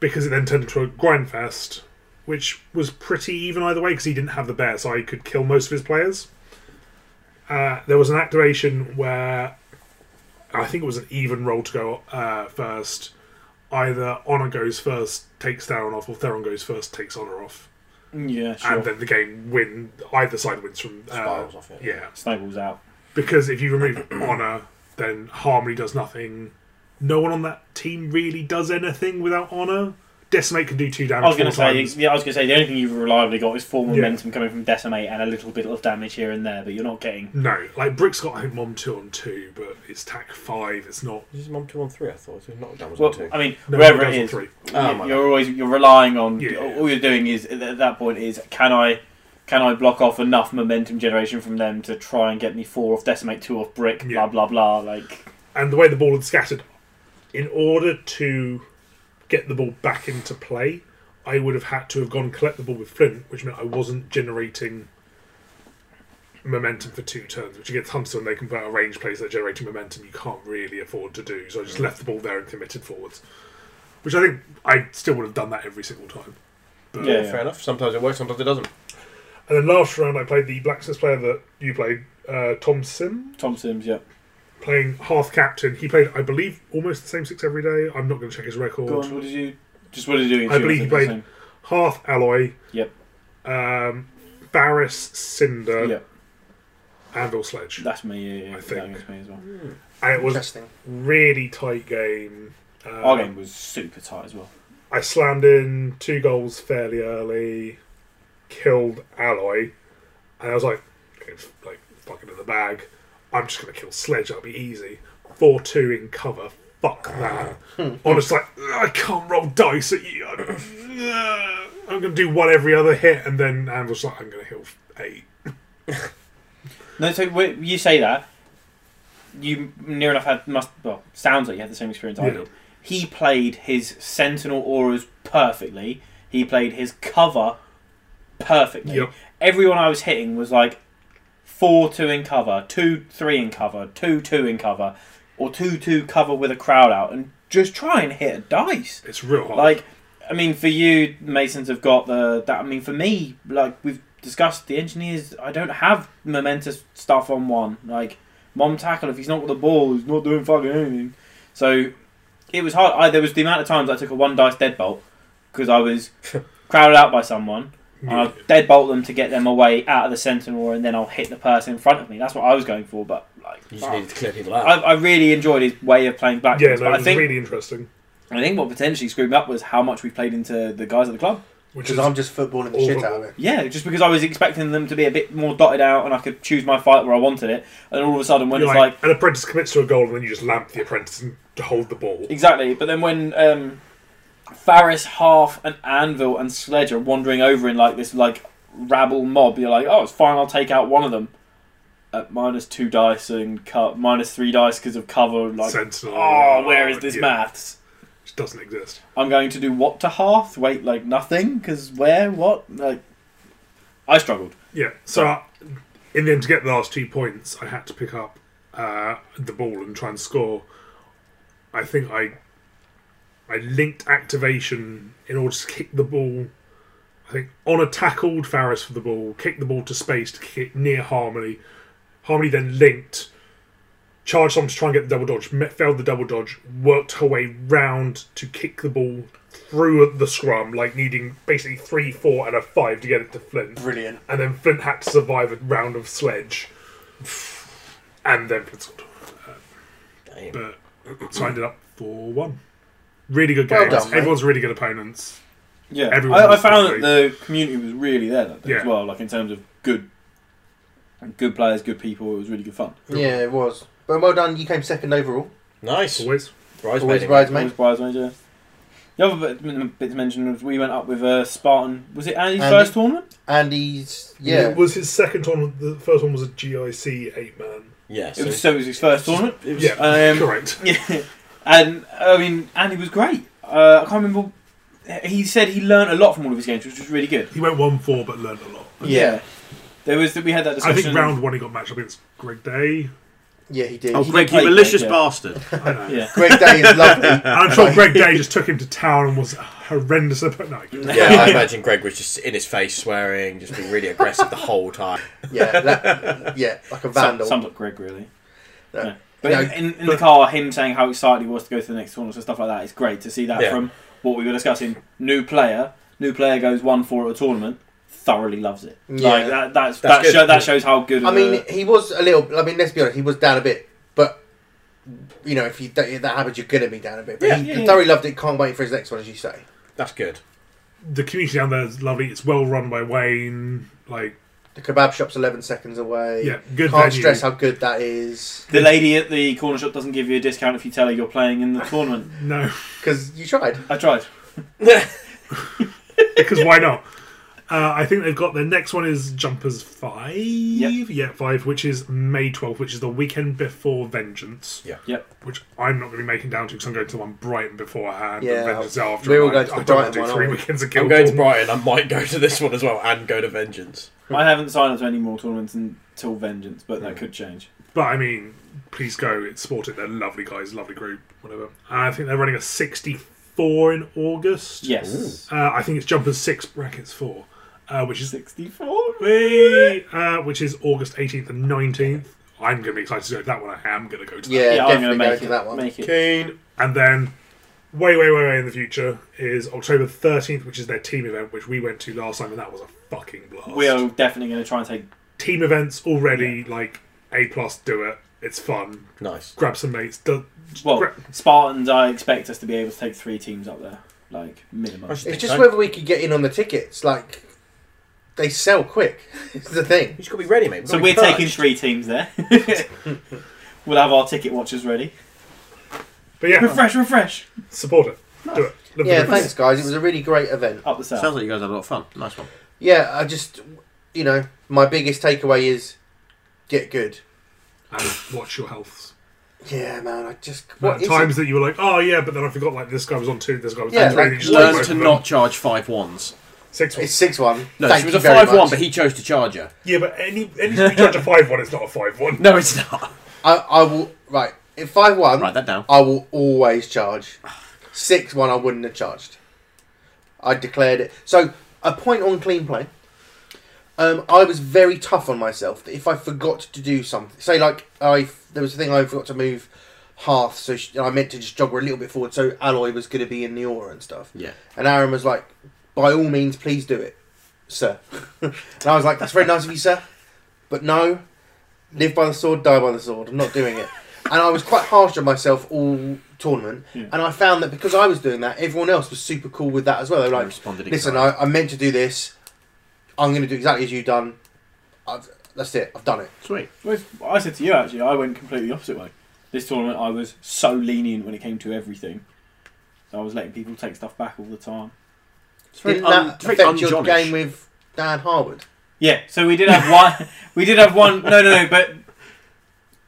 S4: because it then turned into a grind fest which was pretty even either way because he didn't have the bear, so I could kill most of his players. Uh, there was an activation where I think it was an even roll to go uh, first. Either Honor goes first, takes Theron off, or Theron goes first, takes Honor off,
S2: Yeah,
S4: and
S2: sure.
S4: then the game win. Either side wins from uh,
S3: Spirals off it.
S4: yeah,
S2: Snowballs out.
S4: because if you remove Honor, then Harmony does nothing. No one on that team really does anything without Honor. Decimate can do two damage.
S2: I was going
S4: four
S2: to say,
S4: times.
S2: yeah, I was going to say the only thing you've reliably got is form
S4: Yeah.
S2: momentum coming from decimate and a little bit of damage here and there, but you're not getting.
S4: No, like Brick's got I think mom two on two, but it's tack five. It's not.
S3: This is mom two on three, I thought. It was not done was
S2: Well,
S3: on two.
S2: I mean,
S4: No,
S2: wherever
S4: it
S2: it
S4: does on
S2: is,
S4: three.
S3: Ah,
S2: you,
S3: my
S2: you're always you're relying on.
S4: Yeah.
S2: All you're doing is at that point is can I can I block off enough momentum generation from them to try and get me four off decimate, two off brick,
S4: Yeah.
S2: blah blah blah. Like
S4: And the way the ball had scattered, in order to get the ball back into play, I would have had to have gone and collect the ball with Flint, which meant I wasn't generating momentum for two turns, which against Huntsman they can put a range plays that are generating momentum you can't really afford to do. So I
S2: Mm.
S4: just left the ball there and committed forwards, which I think I still would have done that every single time.
S2: Yeah,
S3: Yeah,
S2: yeah.
S3: fair enough. Sometimes it works, sometimes it doesn't.
S4: And then last round I played the blacksmith player that you played, uh, Tom Sim,
S2: Tom Sims, yeah.
S4: playing half captain. He played, I believe, almost the same six every day. I'm not going to check his
S2: Go
S4: record.
S2: on, what did you. Just what did you do?
S4: I believe he played-
S2: Same.
S4: Half alloy.
S2: Yep.
S4: Um, Barris Cinder.
S2: Yeah,
S4: Anvil Sledge.
S2: that's me. Yeah, yeah.
S4: uh, I think.
S2: That was me as well.
S4: And it was
S9: Interesting.
S4: really tight game. Um,
S2: Our game was super tight as well.
S4: I slammed in two goals fairly early, killed Alloy, and I was like, okay, it's like fucking in the bag. I'm just gonna kill Sledge. That'll be easy. Four two in cover. Fuck that. Honestly, like, I can't roll dice at you. I'm I'm gonna do one every other hit, and then Anvil's like, I'm gonna heal eight.
S2: No, so wh- you say that you near enough had must well sounds like you had the same experience I
S4: Yeah.
S2: did. He played his sentinel auras perfectly. He played his cover perfectly.
S4: Yep.
S2: Everyone I was hitting was like four two in cover, two three in cover, two two in cover, or two two cover with a crowd out, and just try and hit a dice.
S4: It's real hard.
S2: Like, I mean, for you, Masons have got the that. I mean, for me, like we've discussed, the engineers. I don't have momentous stuff on one. Like, mom tackle. If he's not got the ball, he's not doing fucking anything. So, it was hard. I, there was the amount of times I took a one dice deadbolt because I was crowded out by someone. and I'll deadbolt them to get them away out of the sentinel, and then I'll hit the person in front of me. That's what I was going for, but like,
S3: You just needed to clear people out.
S2: I, I really enjoyed his way of playing black.
S4: yeah, no, it
S2: but I
S4: was
S2: think
S4: really interesting.
S2: I think what potentially screwed me up was how much we played into the guys at the club.
S4: Which
S9: Because
S4: is
S9: I'm just footballing the
S4: all
S9: shit
S4: the-
S9: out of it.
S2: Yeah, just because I was expecting them to be a bit more dotted out and I could choose my fight where I wanted it, and all of a sudden when
S4: you're
S2: it's
S4: like,
S2: like
S4: an apprentice commits to a goal, and then you just lamp the apprentice and to hold the ball.
S2: exactly, but then when um, Faris, Half, and Anvil and Sledge are wandering over in like this like rabble mob, you're like, oh, it's fine, I'll take out one of them. At minus two dice and co- minus three dice because of cover, like,
S4: Sentinel.
S2: oh, where is this
S4: Yeah,
S2: maths?
S4: It doesn't exist.
S2: I'm going to do what to half? Wait, like nothing? Because where? What? Like, I struggled.
S4: Yeah. So uh, in the end, to get the last two points, I had to pick up uh, the ball and try and score. I think I I linked activation in order to kick the ball. I think on a tackled Faris for the ball, kicked the ball to space to kick it near Harmony. Harmony then linked, charged on to try and get the double dodge, met, failed the double dodge, worked her way round to kick the ball through the scrum, like needing basically three, four, and a five to get it to Flint
S9: Brilliant.
S4: and then Flint had to survive a round of sledge, and then Flint scored.
S3: Damn.
S4: But so I ended up four one. Really good games.
S9: Well done, mate.
S4: Everyone's really good opponents.
S2: Yeah,
S4: Everyone
S2: I, I
S4: was
S2: found that
S4: great.
S2: the community was really there that day as
S4: Yeah.
S2: well. Like in terms of good, good players, good people. It was really good fun.
S9: Yeah, it was. But well done. You came second overall.
S3: Nice.
S4: Always.
S3: Rise
S9: Always
S3: mate.
S2: Always
S9: bridesmaid.
S2: prize major. The other bit, bit to mention was we went up with uh, Spartan. Was it Andy's
S9: Andy.
S2: first tournament?
S9: Andy's yeah.
S4: It was his second one. The first one was a GIC eight man.
S3: Yeah.
S2: It was so it was his first tournament.
S3: it was-
S4: Yeah,
S2: Um,
S4: correct.
S2: Yeah, and I mean Andy was great. Uh, I can't remember. He said he learnt a lot from all of his games, which was really good.
S4: He went one four, but learned a lot.
S9: Yeah.
S2: There was that we had that
S4: I
S2: discussion.
S4: think round one he got matched up against Greg Day.
S9: Yeah, he did.
S10: Oh,
S2: He
S10: Greg,
S2: played
S10: you malicious
S2: Greg, yeah.
S10: bastard!
S4: I know.
S2: Yeah.
S9: Greg Day is lovely.
S4: And I'm sure Greg Day just took him to town and was horrendous. About, no, I get it.
S3: yeah, I imagine Greg was just in his face swearing, just being really aggressive the whole time.
S9: Yeah, that, yeah, like a vandal.
S2: Some, some look Greg really.
S9: Yeah.
S2: Yeah. But
S9: No,
S2: in, in the car, him saying how excited he was to go to the next tournament and stuff like that, it's great to see that
S3: Yeah.
S2: from what we were discussing. New player, new player goes one four at a tournament, thoroughly loves it. Like
S9: Yeah.
S2: that, that's,
S3: That's
S2: that,
S3: good.
S2: show, that shows how good.
S9: I
S2: of
S9: mean,
S2: a-
S9: he was a little. I mean, let's be honest, he was down a bit, but you know, if you that, if that happens, you're gonna be down a bit. But
S3: Yeah,
S9: he
S2: yeah, yeah.
S9: thoroughly loved it. Can't wait for his next one, as you say.
S3: That's good.
S4: the community down there is lovely. It's well run by Wayne. Like,
S9: The kebab shop's 11 seconds away.
S4: yeah, good
S9: Can't
S4: venue.
S9: stress how good that is
S2: the lady at the corner shop doesn't give you a discount if you tell her you're playing in the tournament.
S4: No,
S9: because you tried.
S2: I tried.
S3: yeah,
S4: because why not? Uh, I think they've got the next one is Jumpers Five. Yeah, five, which is May twelfth, which is the weekend before Vengeance.
S11: Yeah.
S2: Yep.
S4: Which I'm not going to be making down to because I'm going to the one Brighton beforehand.
S1: Yeah,
S4: and Vengeance after.
S1: we're all going
S4: and
S1: to the
S4: I, I don't
S1: Brighton
S4: want to
S1: one,
S4: do
S1: aren't
S4: three
S1: we?
S4: weekends of
S11: I'm
S4: Guild
S11: going to
S4: Wars.
S11: Brighton. I might go to this one as well and go to Vengeance.
S2: I haven't signed up to any more tournaments until Vengeance, but that could change.
S4: But I mean, please go. It's Sporting. They're lovely guys, lovely group, whatever. And I think they're running a 64 in August.
S2: Yes.
S4: Uh, I think it's Jumpers 6, brackets 4, uh, which is
S2: 64?
S4: Whee! uh, which is August 18th and 19th. I'm going to be excited to go to that one. I am going to go to that.
S1: Yeah,
S2: Yeah, I'm
S1: definitely
S2: going to
S1: go
S2: make
S1: to
S2: it.
S1: that one.
S2: Make it.
S11: Keen.
S4: And then, way, way, way, way in the future is October 13th, which is their team event, which we went to last time, and that was a fucking blast.
S2: We are definitely going to try and take.
S4: Team events already, like, A plus, do it. It's fun.
S11: Nice.
S4: Grab some mates. Do-
S2: Well,
S4: Gra-
S2: Spartans, I expect us to be able to take three teams up there, like minimum.
S11: should
S1: It's
S11: think
S1: just
S11: so.
S1: whether we could get in on the tickets. Like, they sell quick. It's the thing.
S11: You should be ready, mate. We've
S2: So
S11: gotta
S2: we're
S11: be perched.
S2: taking three teams there. we'll have our ticket watchers ready.
S4: But yeah,
S2: Refresh, refresh.
S4: support it. Do it. Live
S1: Yeah,
S4: the difference.
S1: thanks guys. It was a really great event.
S2: Up the south.
S3: Sounds like you guys had a lot of fun. Nice one.
S1: Yeah, I just, you know, my biggest takeaway is get good.
S4: and watch your healths.
S1: Yeah, man. I just
S4: Well,
S1: what is
S4: times that you were like, oh yeah, but then I forgot like this guy was on two, this guy was
S1: Yeah,
S4: on three. and
S1: like,
S4: you just
S1: learn
S3: Learn
S4: both
S3: to
S4: of them.
S3: not charge five ones.
S4: six.
S1: it? It's six one.
S3: No,
S1: Thank
S3: she was
S1: you
S3: a
S1: very
S3: five one,
S1: much.
S3: but he chose to charge her.
S4: Yeah, but any any you judge a five one, it's not a five one.
S3: No, it's not.
S1: I, I will right. If five one,
S3: Write that down.
S1: I will always charge. Six one, I wouldn't have charged. I declared it. So a point on clean play. Um, I was very tough on myself that if I forgot to do something, say like I there was a thing I forgot to move half, so she, I meant to just jog her a little bit forward, so Alloy was going to be in the aura and stuff.
S3: Yeah.
S1: And Aaron was like, by all means, please do it, sir. and I was like, that's very nice of you, sir. But no, live by the sword, die by the sword. I'm not doing it. and I was quite harsh on myself all tournament.
S2: Yeah.
S1: And I found that because I was doing that, everyone else was super cool with that as well. They were
S3: I
S1: like,
S3: responded.
S1: listen,
S3: exactly.
S1: I, I meant to do this. I'm going to do exactly as you've done. I've, that's it. I've done it.
S3: Sweet.
S2: Well, I said to you actually, I went completely the opposite way. This tournament, I was so lenient when it came to everything. So I was letting people take stuff back all the time.
S3: It's very
S1: Didn't
S3: un-
S1: that
S3: it's very
S1: affect Um, your
S3: un-Johnish.
S1: game with Dan Harwood?
S2: Yeah, so we did have one. we did have one. No, no, no. But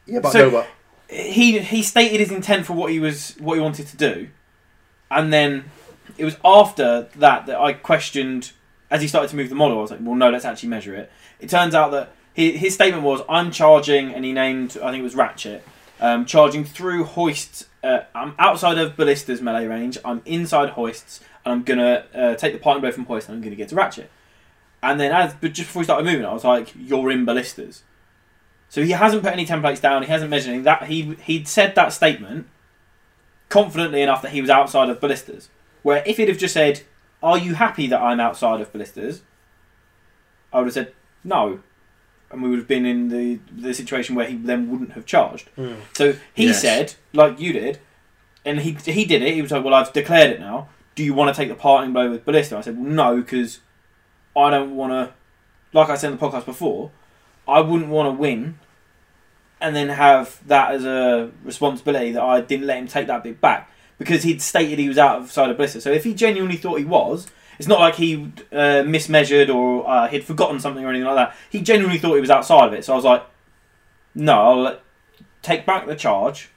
S1: Yeah, but
S2: So-
S1: I know what.
S2: he he stated his intent for what he was what he wanted to do, and then it was after that that I questioned as he started to move the model. I was like, well, no, let's actually measure it. It turns out that his, his statement was, I'm charging, and he named I think it was Ratchet, um, charging through hoists. Uh, I'm outside of ballista's melee range. I'm inside hoists, and I'm gonna uh, take the parting blow from hoist, and I'm gonna get to Ratchet. And then as but just before he started moving, I was like, you're in ballistas. So he hasn't put any templates down. He hasn't measured anything. That he he'd said that statement confidently enough that he was outside of ballistas. Where if he'd have just said, "Are you happy that I'm outside of ballistas?" I would have said no, and we would have been in the the situation where he then wouldn't have charged. So he
S3: Yes.
S2: said, like you did, and he he did it. He was like, "Well, I've declared it now. Do you want to take the parting blow with ballista?" I said, "Well, no, because I don't want to." Like I said in the podcast before, I wouldn't want to win and then have that as a responsibility that I didn't let him take that bit back because he'd stated he was outside of Blister. So if he genuinely thought he was, it's not like he uh, mismeasured or uh, he'd forgotten something or anything like that. He genuinely thought he was outside of it. So I was like, no, I'll let- take back the charge,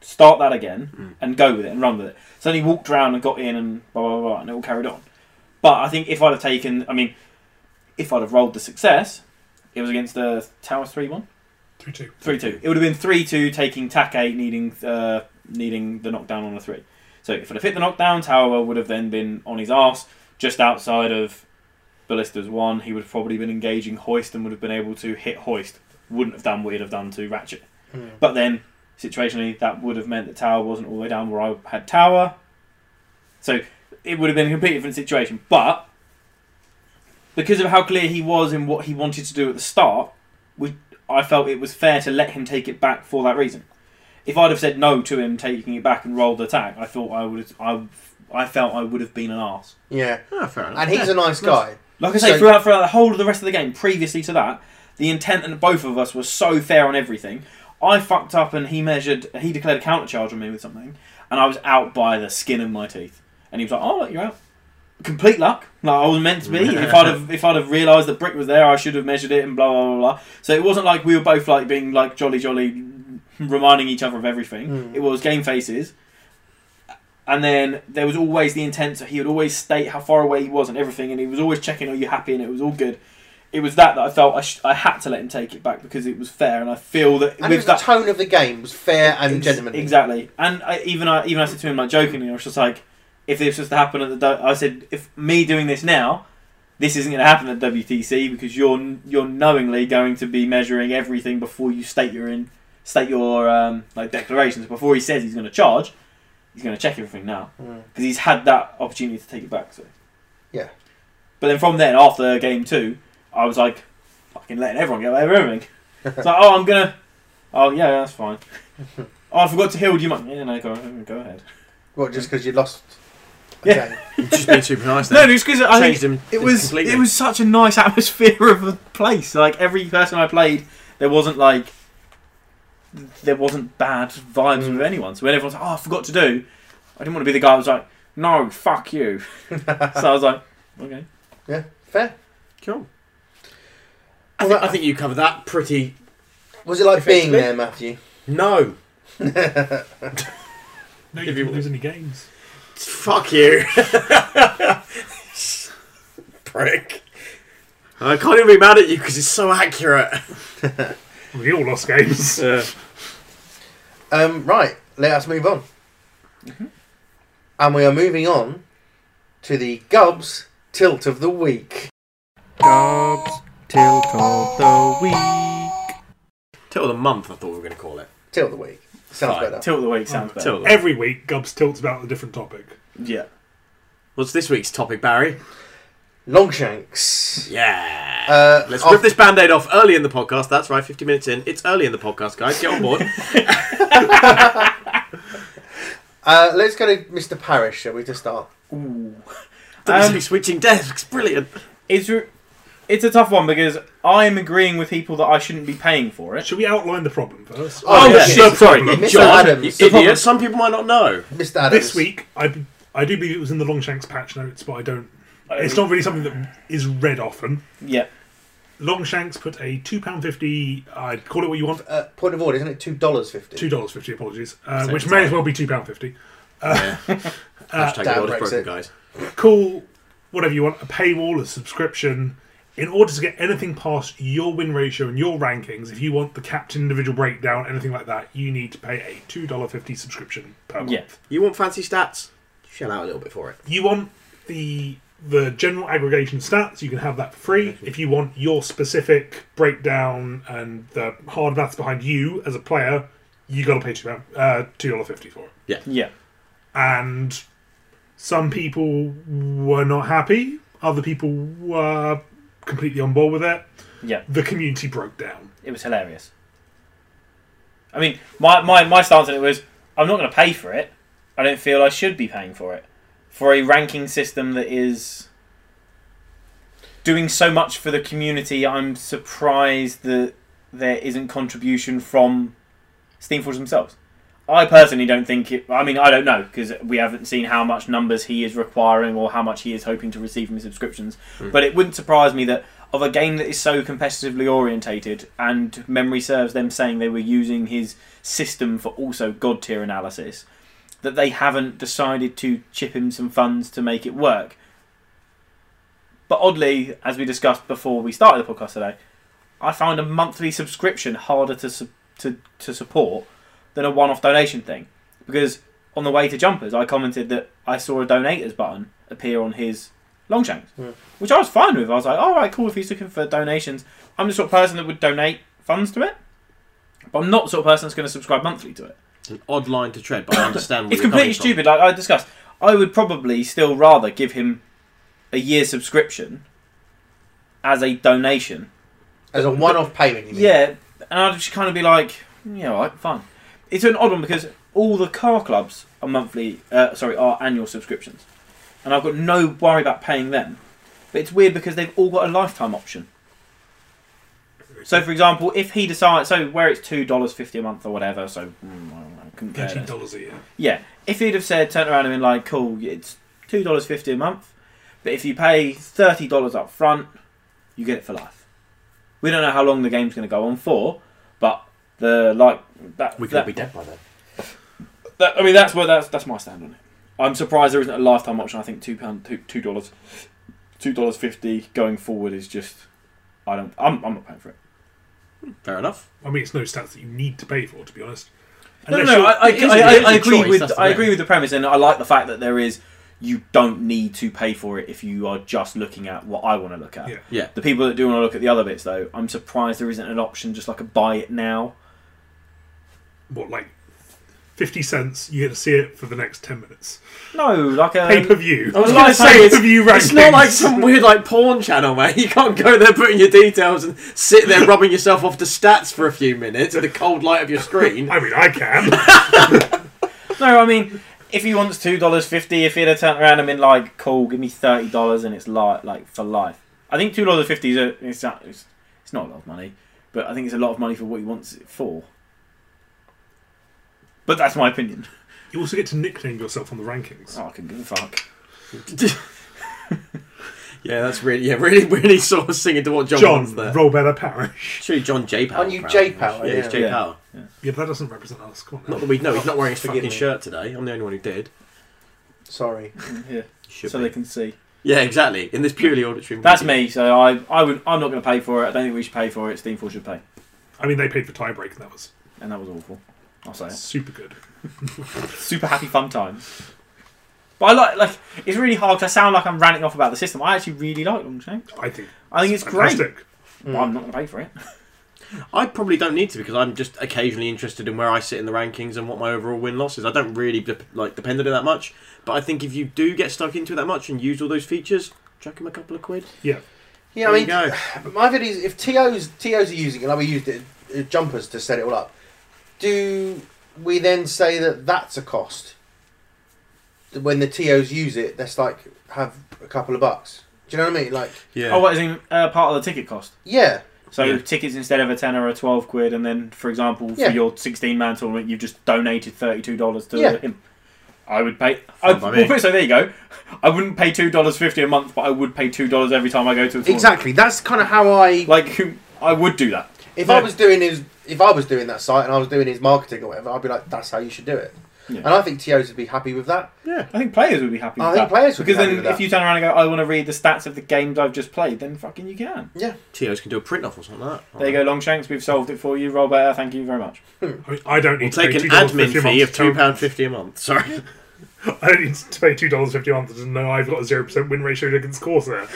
S2: start that again, and go with it and run with it. So then he walked around and got in and blah blah blah, blah and it all carried on. But I think if I'd have taken, I mean, if I'd have rolled the success, it was against the Towers three one.
S4: Two two.
S2: Three two. It would have been three two, taking tack eight, needing uh, needing the knockdown on a three. So if I'd have hit the knockdown, Tower would have then been on his arse, just outside of Ballista's one. He would have probably been engaging Hoist and would have been able to hit Hoist. Wouldn't have done what he'd have done to Ratchet. But then situationally, that would have meant that Tower wasn't all the way down where I had Tower. So it would have been a completely different situation. But because of how clear he was in what he wanted to do at the start, we I felt it was fair to let him take it back for that reason. If I'd have said no to him taking it back and rolled the attack, I thought I would I I felt I would have been an arse.
S1: Yeah,
S3: Ah, fair enough.
S1: and he's
S3: Yeah.
S1: a nice guy.
S2: Like I say,
S1: So-
S2: throughout throughout the whole of the rest of the game, previously to that, the intent and both of us were so fair on everything. I fucked up and he measured he declared a counter charge on me with something, and I was out by the skin of my teeth. And he was like, "Oh, look, you're out." complete luck. Like I was meant to be. if I'd have if I'd have realised the brick was there, I should have measured it and blah blah blah. blah. So it wasn't like we were both like being like jolly jolly, reminding each other of everything. It was game faces. And then there was always the intent. So he would always state how far away he was and everything, and he was always checking, "Are you happy?" And it was all good. It was that that I felt I, sh- I had to let him take it back because it was fair, and I feel that
S1: And it
S2: with
S1: was the
S2: that
S1: tone of the game was fair and
S2: Ex-
S1: gentlemanly.
S2: Exactly. And I, even I even I said to him like jokingly, I was just like, if this was to happen at the, do- I said if me doing this now, this isn't going to happen at WTC because you're you're knowingly going to be measuring everything before you state your in state your um, like declarations before he says he's going to charge. He's going to check everything now
S1: Mm.
S2: because he's had that opportunity to take it back. So
S1: Yeah.
S2: But then from then after game two, I was like, fucking letting everyone get away with everything. It's like, oh, I'm gonna. Oh yeah, that's fine. oh, I forgot to heal. Do you mind? Yeah, no, go go ahead.
S1: Well, just because you lost. a
S2: Yeah.
S1: game.
S10: Just being super nice.
S2: No,
S10: Then.
S2: just because I think
S10: changed him.
S2: it was
S10: completely.
S2: it was such a nice atmosphere of a place. Like every person I played, there wasn't like there wasn't bad vibes with anyone. So when everyone's like, "Oh, I forgot to do," I didn't want to be the guy who was like, "No, fuck you." so I was like, "Okay."
S1: Yeah, fair.
S10: Cool. I think, I think you covered that pretty.
S1: Was it like being
S10: Effectively.
S1: there, Matthew?
S10: No.
S4: No, you
S10: If you-
S4: didn't lose any games.
S10: Fuck you. Prick. I can't even be mad at you because it's so accurate.
S4: We all lost games.
S1: Um, right, let us move on. And we are moving on to the Gubs Tilt of the Week.
S9: Gobs tilt of the week.
S10: Till the month, I thought we were going to call it.
S1: Tilt of the Week. Sounds
S10: Fine.
S1: better.
S2: Tilt the week sounds better.
S10: Till the-
S4: Every week, Gubs tilts about a different topic.
S2: Yeah.
S10: What's this week's topic, Barry?
S1: Longshanks.
S10: Yeah.
S1: Uh,
S10: Let's
S1: off-
S10: rip this band aid off early in the podcast. That's right, 50 minutes in. It's early in the podcast, guys. Get on board.
S1: uh, let's go to Mr. Parrish, shall we, to start?
S2: Ooh.
S10: Obviously switching desks. Brilliant.
S2: It's re- it's a tough one because I'm agreeing with people that I shouldn't be paying for it.
S4: Should we outline the problem first?
S1: Oh, yeah. shit.
S10: No, sorry.
S1: Mr.
S10: John,
S1: Adams.
S10: you
S1: The problem-
S10: idiot. Some people might not know.
S1: Mr. Adams.
S4: This week, I, I do believe it was in the Longshanks patch notes, but I don't. It's not really something that is read often.
S2: Yeah.
S4: Longshanks put a £2.50, I'd call it what you want,
S1: Uh, point of order, isn't it? $2.50.
S4: $2.50, apologies, uh,
S10: Same
S4: which
S10: as
S4: may
S10: mine.
S4: as well be £2.50.
S10: Hashtag the
S1: damn
S10: world is broken,
S1: Brexit.
S10: guys.
S4: Call whatever you want, a paywall, a subscription. In order to get anything past your win ratio and your rankings, if you want the captain individual breakdown, anything like that, you need to pay a $2.50 subscription per month.
S2: Yeah.
S10: You want fancy stats? Shell out a little bit for it.
S4: you want the the general aggregation stats, you can have that for free. If you want your specific breakdown and the hard maths behind you as a player, you got to pay two uh, two dollar fifty for it.
S2: Yeah.
S4: And some people were not happy. Other people were completely on board with it.
S2: Yeah.
S4: The community broke down.
S2: It was hilarious. I mean, my, my, my stance on it was I'm not going to pay for it. I don't feel I should be paying for it. For a ranking system that is doing so much for the community, I'm surprised that there isn't contribution from Steamforge themselves. I personally don't think it. I mean, I don't know because we haven't seen how much numbers he is requiring or how much he is hoping to receive from his subscriptions. But it wouldn't surprise me that of a game that is so competitively orientated, and memory serves them saying they were using his system for also god tier analysis, that they haven't decided to chip him some funds to make it work. But oddly, as we discussed before we started the podcast today, I found a monthly subscription harder to su- to, to support than a one-off donation thing because on the way to jumpers, I commented that I saw a donators button appear on his Longshanks, which I was fine with. I was like, all right, cool. If he's looking for donations, I'm the sort of person that would donate funds to it, but I'm not the sort of person that's going to subscribe monthly to it
S10: It's an odd line to tread, but I understand.
S2: it's completely stupid. Like I discussed, I would probably still rather give him a year subscription as a donation.
S1: As a one off payment, you mean?
S2: Yeah, and I'd just kind of be like, yeah, all right, fine. It's an odd one because all the car clubs are monthly, uh, sorry, are annual subscriptions, and I've got no worry about paying them. But it's weird because they've all got a lifetime option. So, for example, if he decides, so where it's two dollars fifty a month or whatever, so mm, I don't know, couldn't care
S4: Thirteen
S2: less.
S4: dollars a year.
S2: Yeah, if he'd have said, turn around and been like, cool, it's two dollars fifty a month, But if you pay thirty dollars up front, you get it for life. We don't know how long the game's going to go on for, but the like that
S10: We could
S2: that,
S10: be dead by then.
S2: that- I mean that's where that's that's my stand on it. I'm surprised there isn't a lifetime option. I think two pound two two dollars two dollars fifty going forward is just I don't I'm I'm not paying for it.
S10: Fair enough.
S4: I mean, it's no stats that you need to pay for, to be honest.
S2: No, no,
S4: Unless
S2: no. I,
S4: you're-
S2: I,
S10: it is-
S2: I,
S10: it is
S2: I
S10: a
S2: agree
S10: choice,
S2: with
S10: that's the
S2: I
S10: thing.
S2: agree with the premise, and I like the fact that there is you don't need to pay for it if you are just looking at what I want to look at.
S4: Yeah.
S10: Yeah.
S2: The people that do want to look at the other bits, though, I'm surprised there isn't an option just like a buy it now.
S4: what, like 50 cents, you're going to see it for the next 10 minutes.
S2: No, like um, a
S4: Pay per view.
S10: I was
S2: gonna
S10: gonna
S2: say,
S10: say
S4: it's-
S10: it's,
S4: it's
S10: not like
S4: rankings.
S10: some weird like porn channel, mate. You can't go there putting your details and sit there rubbing yourself off the stats for a few minutes in the cold light of your screen.
S4: I mean, I can.
S2: no. I mean, if he wants two dollars fifty, if he'd have turned around and been like, "Cool, give me thirty dollars," and it's like like for life. I think two dollars fifty is a, it's, not- it's it's not a lot of money, but I think it's a lot of money for what he wants it for. But that's my opinion.
S4: you also get to nickname yourself on the rankings.
S2: Oh, I can give a fuck.
S10: yeah, that's really yeah, really really sort of singing to what John, wants
S4: John,
S10: there.
S4: Roberta Parrish.
S10: Surely John J Power.
S1: Aren't you J Power?
S10: Yeah, he's
S1: Yeah.
S10: J
S2: Yeah.
S10: Power.
S4: Yeah, but that doesn't represent us. Come on now.
S10: Not that we know. He's not wearing his
S1: Forgive
S10: fucking
S1: me.
S10: shirt today. I'm the only one who did.
S1: Sorry.
S2: Yeah,
S10: Should
S2: so
S10: be.
S2: they can see.
S10: Yeah, exactly. In this purely auditory.
S2: That's
S10: medium.
S2: me. So I, I would, I'm not going to pay for it. I don't think we should pay for it. Steamfall should pay,
S4: I mean, they paid for tiebreak, and that was
S2: and that was awful. I'll say it.
S4: super good.
S2: Super happy fun time. But I like, like, it's really hard because I sound like I'm ranting off about the system. I actually really like Longshank.
S4: I think.
S2: I think it's great.
S4: fantastic.
S2: Well, I'm not going to pay for it.
S10: I probably don't need to because I'm just occasionally interested in where I sit in the rankings and what my overall win loss is. I don't really dep like depend on it that much, but I think if you do get stuck into it that much and use all those features, chuck him a couple of quid.
S4: Yeah.
S1: Yeah, I
S10: There
S1: mean,
S10: you go.
S1: But my video is if TOs TOs are using it, like we used it uh, jumpers to set it all up. Do we then say that that's a cost? That When the TOs use it, that's like have a couple of bucks. Do you know what I mean? Like,
S10: Yeah.
S2: Oh, what is in uh, part of the ticket cost?
S1: yeah,
S2: So
S10: Yeah.
S2: tickets instead of a tenner are twelve quid, and then, for example, for
S1: Yeah.
S2: your sixteen man tournament, you've just donated thirty two dollars to
S1: Yeah.
S2: him. I would pay. I,
S10: Fine by
S2: well,
S10: me.
S2: put it so there you go. I wouldn't pay two dollars fifty a month, but I would pay two dollars every time I go to a tournament.
S1: exactly. That's kind of how I.
S2: Like who- I would do that.
S1: if I was doing his, if I was doing that site and I was doing his marketing or whatever, I'd be like, that's how you should do it.
S2: Yeah.
S1: And I think TOs would be happy with that.
S2: I think players would be happy.
S1: I
S2: with
S1: think
S2: that.
S1: players would be
S2: because then
S1: happy with
S2: if
S1: that.
S2: you turn around and go, I want to read the stats of the games I've just played, then fucking you can.
S10: TOs can do a print off or something like that.
S2: There you go, Longshanks. We've solved it for you, Robert. Thank you very much.
S4: I mean, I don't
S10: We'll
S4: need to
S10: take
S4: pay
S10: an
S4: $2.50
S10: admin
S4: a month
S10: fee of
S4: to
S10: two
S4: tell-
S10: pound fifty a month. Sorry.
S4: I don't need to pay two dollars fifty a month to know I've got a zero percent win ratio against Corsair.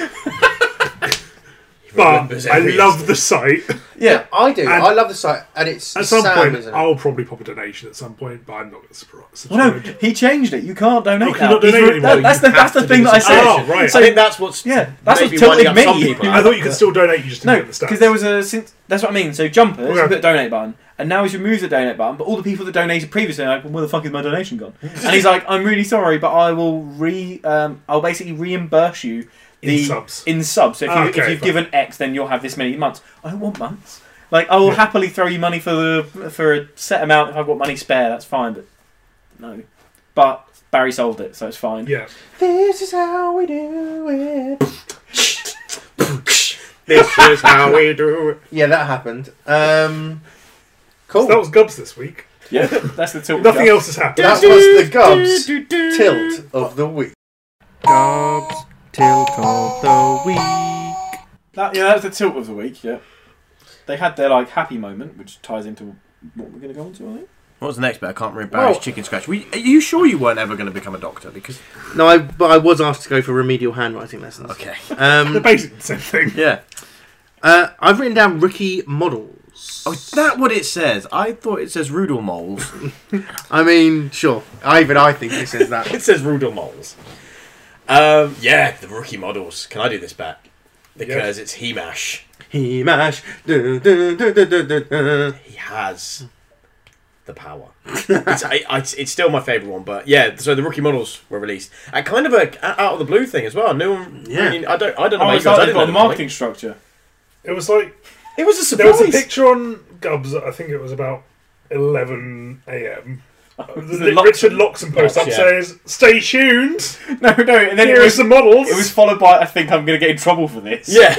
S10: remembers
S4: but I
S10: every
S4: love the site.
S2: Yeah.
S1: I do.
S4: And-
S1: I love the site, and it's
S4: At
S1: it's
S4: some
S1: Sam,
S4: point,
S1: isn't it?
S4: I'll probably pop a donation at some point, but I'm not going to surprise.
S2: Well, no, he changed it. You can't donate.
S4: You cannot
S2: now. He's
S4: donate
S2: re-
S4: anymore.
S2: that- that's the
S10: You
S2: that's
S10: have to
S2: the thing
S10: do
S2: that I
S10: this
S2: said.
S4: Oh, right.
S2: So
S10: I think that's what's
S2: yeah, that's
S10: maybe
S2: what's
S10: winding
S2: tilted
S10: up
S2: me.
S10: some people.
S4: I thought you could still donate. You just didn't
S2: No,
S4: get the stats.
S2: because there was a since that's what I mean. So jumpers
S4: Okay.
S2: put a donate button, and now he's removed the donate button. But all the people that donated previously are like, well, where the fuck is my donation gone? and he's like, I'm really sorry, but I will re, um, I'll basically reimburse you
S4: In
S2: the
S4: subs.
S2: In subs. So if,
S4: Ah,
S2: you, if
S4: okay,
S2: you've
S4: fine.
S2: given X, then you'll have this many months. I don't want months. Like I will
S4: Yeah.
S2: happily throw you money for the for a set amount if I've got money spare. That's fine, but no. But Barry sold it, so it's fine.
S4: yeah.
S1: This is how we do it.
S10: this is how we do it.
S1: Yeah, that happened. Um, cool.
S4: So that was Gubs this week.
S2: Yeah, that's the tilt.
S4: Nothing else has happened.
S1: That was the Gubs tilt of the week.
S9: Gobs tilt of the week.
S2: That, yeah, that was the tilt of the week. Yeah, they had their like happy moment, which ties into what we're going to go into. I think.
S10: What was the next bit? I can't remember. Barry's
S1: Well-
S10: chicken scratch. Were you, are you sure you weren't ever going to become a doctor? Because
S9: No, I, but I was asked to go for remedial handwriting lessons.
S10: okay,
S4: They're
S9: Um,
S4: basically the same thing.
S10: yeah.
S9: uh, I've written down rookie models.
S10: Oh, is that what it says? I thought it says Rudel moles.
S9: I mean, sure. I, even I think this is that.
S3: It says Rudel Moles. Um, yeah, the rookie models. Can I do this back? Because it's Hemash.
S9: he mash. Du, du, du, du, du, du, du.
S3: He
S10: Hmm.
S3: has the power. it's, I, I, it's still my favourite one, but yeah. So the rookie models were released. And kind of a out of the blue thing as well. No one.
S9: Yeah.
S3: Really, I don't. I don't know.
S2: Oh,
S3: about you
S2: it's
S3: guys,
S2: like
S3: I
S2: they've
S3: didn't
S2: got
S3: know
S2: a
S3: the
S2: marketing
S3: comic.
S2: structure.
S4: It was like
S3: It was a
S4: there was a
S3: surprise.
S4: picture on Gubs. I think it was about eleven a.m.
S2: The locks-
S4: Richard Loxon post up
S3: Locks, yeah.
S4: says, "Stay tuned.
S2: No, no, and then it
S4: Here are
S2: was,
S4: some models."
S2: it was followed by I think I'm going to get in trouble for this.
S3: Yeah.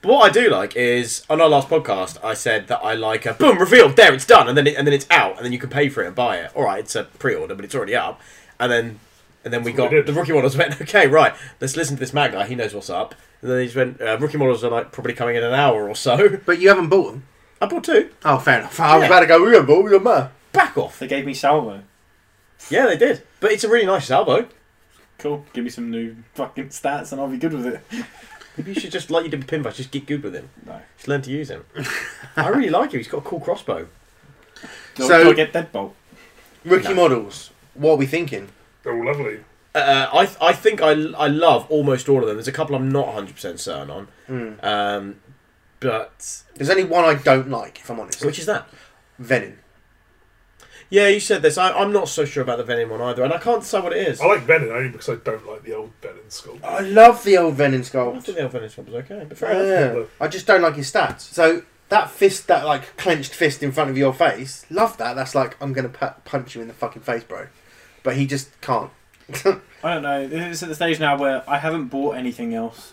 S3: but what I do like is on our last podcast, I said that I like a boom reveal. There, it's done, and then it, and then it's out, and then you can pay for it and buy it. All right, it's a pre-order, but it's already up, and then and then we
S4: what
S3: got
S4: we did.
S3: the rookie models. Went okay, right. Let's listen to this mad guy. He knows what's up. And then he just went. Uh, rookie models are like probably coming in an hour or so.
S9: But you haven't bought them.
S3: I bought two.
S9: Oh, fair enough. I was
S3: Yeah.
S9: about to go. We haven't bought them, man.
S3: Back off.
S2: They gave me salvo.
S3: Yeah, they did. But it's a really nice salvo.
S2: Cool. Give me some new fucking stats and I'll be good with it.
S3: Maybe you should just like you did with Pinvash, just get good with him.
S2: No.
S3: Just learn to use him. I really like him. He's got a cool crossbow.
S2: Do,
S9: So-
S2: so, do I get Deadbolt?
S9: Rookie models. What are we thinking?
S4: They're all lovely.
S3: Uh, I th- I think I, I love almost all of them. There's a couple I'm not 100 percent certain on,
S4: Hmm.
S3: um, but
S9: There's only one I don't like, if I'm honest.
S3: which is that?
S9: Venom.
S3: Yeah, you said this. I, I'm not so sure about the Venom one either, and I can't decide what it is.
S4: I like Venom only because I don't like the old Venom skull.
S9: I love the old Venom
S3: I
S9: sculpt.
S3: think the Venom one was okay, but fair enough.
S9: Yeah. I just don't like his stats. So that fist, that like clenched fist in front of your face, love that. That's like I'm gonna pu- punch you in the fucking face, bro. But he just can't.
S2: I don't know. It's at the stage now where I haven't bought anything else.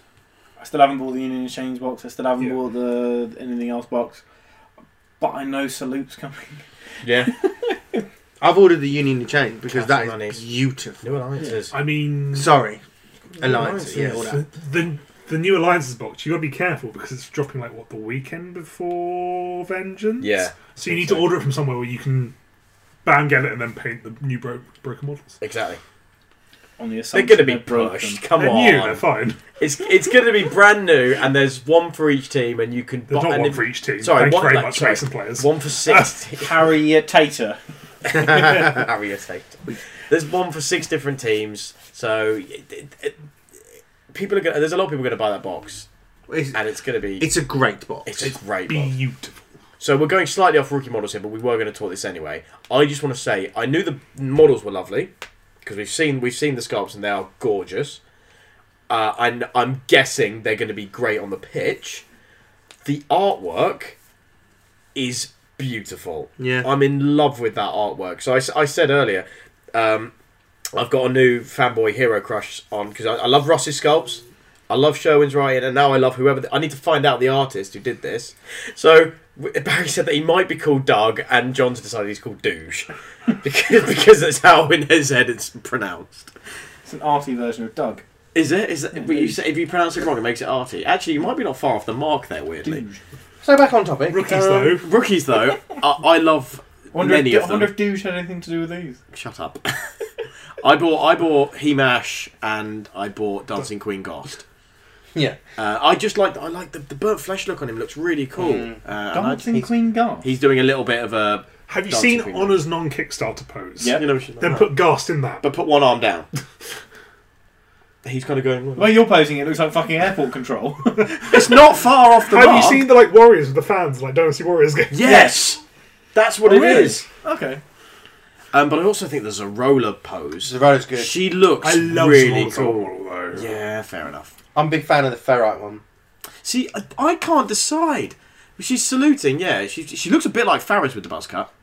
S2: I still haven't bought the Union and Chains box. I still haven't
S4: Yeah.
S2: bought the anything else box. But I know Salute's coming.
S3: Yeah,
S9: I've ordered the Union of Chain because
S3: Castle
S9: that is
S3: Manny's.
S9: beautiful.
S3: New Alliances.
S4: I mean,
S9: Sorry, Alliance. Yeah, all
S4: the,
S9: that.
S4: the the new Alliances box. You got to be careful because it's dropping like what the weekend before Vengeance.
S3: Yeah,
S4: So you need to order it from somewhere where you can bam get it and then paint the new bro- broken models.
S3: exactly.
S2: On the
S3: They're
S2: assumption
S3: gonna be
S2: broken.
S3: brushed. Come
S4: they're
S3: on,
S4: new. They're fine.
S3: it's it's gonna be brand new, and there's one for each team, and you can.
S4: There's
S3: bu-
S4: not
S3: and
S4: one
S3: if-
S4: for each team.
S3: Sorry,
S4: Thanks
S3: one-
S4: very
S3: like,
S4: much,
S3: sorry.
S4: Mason players.
S3: One for six. teams.
S2: Harrier Tater.
S3: Harry attacked. There's one for six different teams, so it, it, it, people are gonna. There's a lot of people going to buy that box,
S9: It's,
S3: and it's going to be
S9: it's
S3: it's,
S9: a great box.
S3: a great box.
S4: Beautiful.
S3: So we're going slightly off rookie models here, but we were going to talk this anyway. I just want to say I knew the models were lovely because we've seen we've seen the sculpts and they are gorgeous. Uh, and I'm guessing they're going to be great on the pitch. The artwork is beautiful.
S9: Yeah.
S3: I'm in love with that artwork. So I, s- I said earlier, um, I've got a new fanboy hero crush on because I, I love Ross's sculpts. I love Sherwin's writing, and now I love whoever. I need to find out the artist who did this. So w- Barry said that he might be called Doug, and John's decided he's called Douche because, because that's how in his head it's pronounced.
S2: It's an arty version of Doug.
S3: Is it? Is it?
S2: but you
S3: if you pronounce it wrong, it makes it arty. Actually, you might be not far off the mark there. Weirdly,
S2: Douge.
S9: So back on topic.
S4: Rookies
S9: Uh,
S4: though.
S3: rookies though, I, I love
S2: I wonder,
S3: many
S2: if,
S3: of
S2: I
S3: them.
S2: wonder if Douge had anything to do with these.
S3: Shut up. I bought I bought Hemash and I bought Dancing Queen Ghost.
S9: Yeah.
S3: Uh, I just like I like the, the burnt flesh look on him looks really cool. Uh, and I-
S2: Dancing Queen Gar.
S3: he's doing a little bit of a
S4: Have you
S3: Dancing
S4: seen
S3: Queen.
S4: Honor's non-Kickstarter pose?
S2: Yeah.
S3: you know, shit like
S4: Then
S3: that.
S4: put Ghast in that.
S3: but put one arm down. he's kind of going.
S2: The way you're posing, it looks like fucking airport control.
S3: It's not far off the
S4: Have
S3: mark.
S4: you seen the like Warriors with the fans like Dynasty Warriors game?
S3: Yes, that's what
S2: Oh,
S3: it is.
S2: really? okay.
S3: Um, but I also think there's a roller pose.
S9: Zerato's good.
S3: She looks
S4: I love
S3: really
S4: really
S3: cool.
S4: though.
S3: Yeah, fair enough.
S9: I'm a big fan of the ferrite one.
S3: See, I, I can't decide. She's saluting, yeah. She, she looks a bit like Farris with the buzz cut.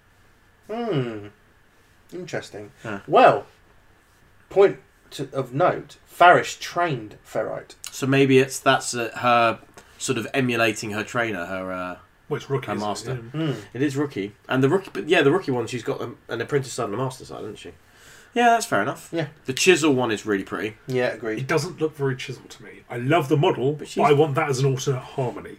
S9: Hmm. Interesting.
S3: Yeah.
S9: Well, point to, of note: Farish trained ferrite.
S3: So maybe it's that's uh, her sort of emulating her trainer, her. Uh,
S4: Well, it's rookies.
S3: Her master. Mm.
S4: yeah.
S9: Hmm.
S3: it is rookie, and the rookie, but yeah, the rookie one. She's got um, an apprentice side and a master side, isn't she? Yeah, that's fair enough.
S9: Yeah.
S3: The chisel one is really pretty.
S9: Yeah, agreed.
S4: It doesn't look very chiseled to me. I love the model, but,
S3: she's-
S4: I want that as an alternate harmony.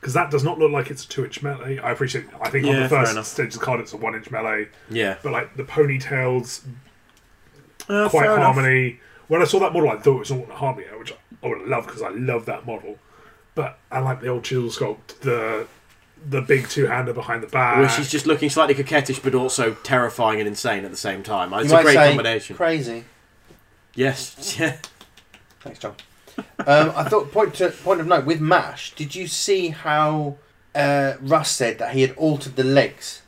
S4: Because that does not look like it's a two inch melee. I appreciate I think on
S3: Yeah,
S4: the
S3: fair
S4: first
S3: enough.
S4: stage of the card it's a one inch melee.
S3: Yeah.
S4: But like the ponytails,
S3: Uh,
S4: quite
S3: fair enough.
S4: harmony. When I saw that model, I thought it was all harmony, which I would love because I love that model. But I like the old chisel sculpt, the the big two hander behind the back.
S3: Where she's just looking slightly coquettish, but also terrifying and insane at the same time. It's
S9: You
S3: a
S9: might
S3: great
S9: say
S3: combination.
S9: Crazy.
S3: yes. Yeah.
S9: Thanks, John. Um, I thought point to point of note with Mash. Did you see how uh, Russ said that he had altered the legs?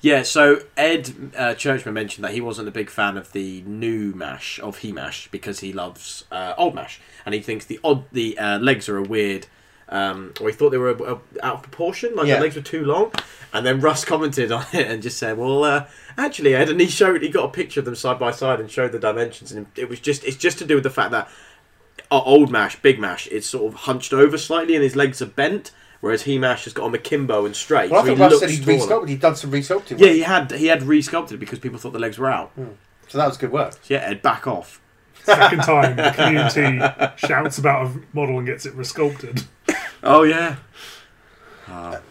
S3: Yeah, so Ed uh, Churchman mentioned that he wasn't a big fan of the new mash of He Mash because he loves uh, old mash and he thinks the odd the uh, legs are a weird um, or he thought they were uh, out of proportion, like
S1: Yeah.
S3: their legs were too long. And then Russ commented on it and just said, "Well, uh, actually, Ed," and he showed he got a picture of them side by side and showed the dimensions, and it was just it's just to do with the fact that uh, old Mash, Big Mash, is sort of hunched over slightly and his legs are bent, whereas he Mash has got them akimbo and straight.
S1: Well, I
S3: so
S1: think
S3: he
S1: Russ
S3: looks
S1: said he'd
S3: taller.
S1: re-sculpted. He'd done some re-sculpting.
S3: Yeah,
S1: work.
S3: he had he had re-sculpted because people thought the legs were out.
S1: So that was good work.
S3: So yeah, Ed, back off.
S4: Second time, the community shouts about a model and gets it resculpted.
S3: Oh yeah.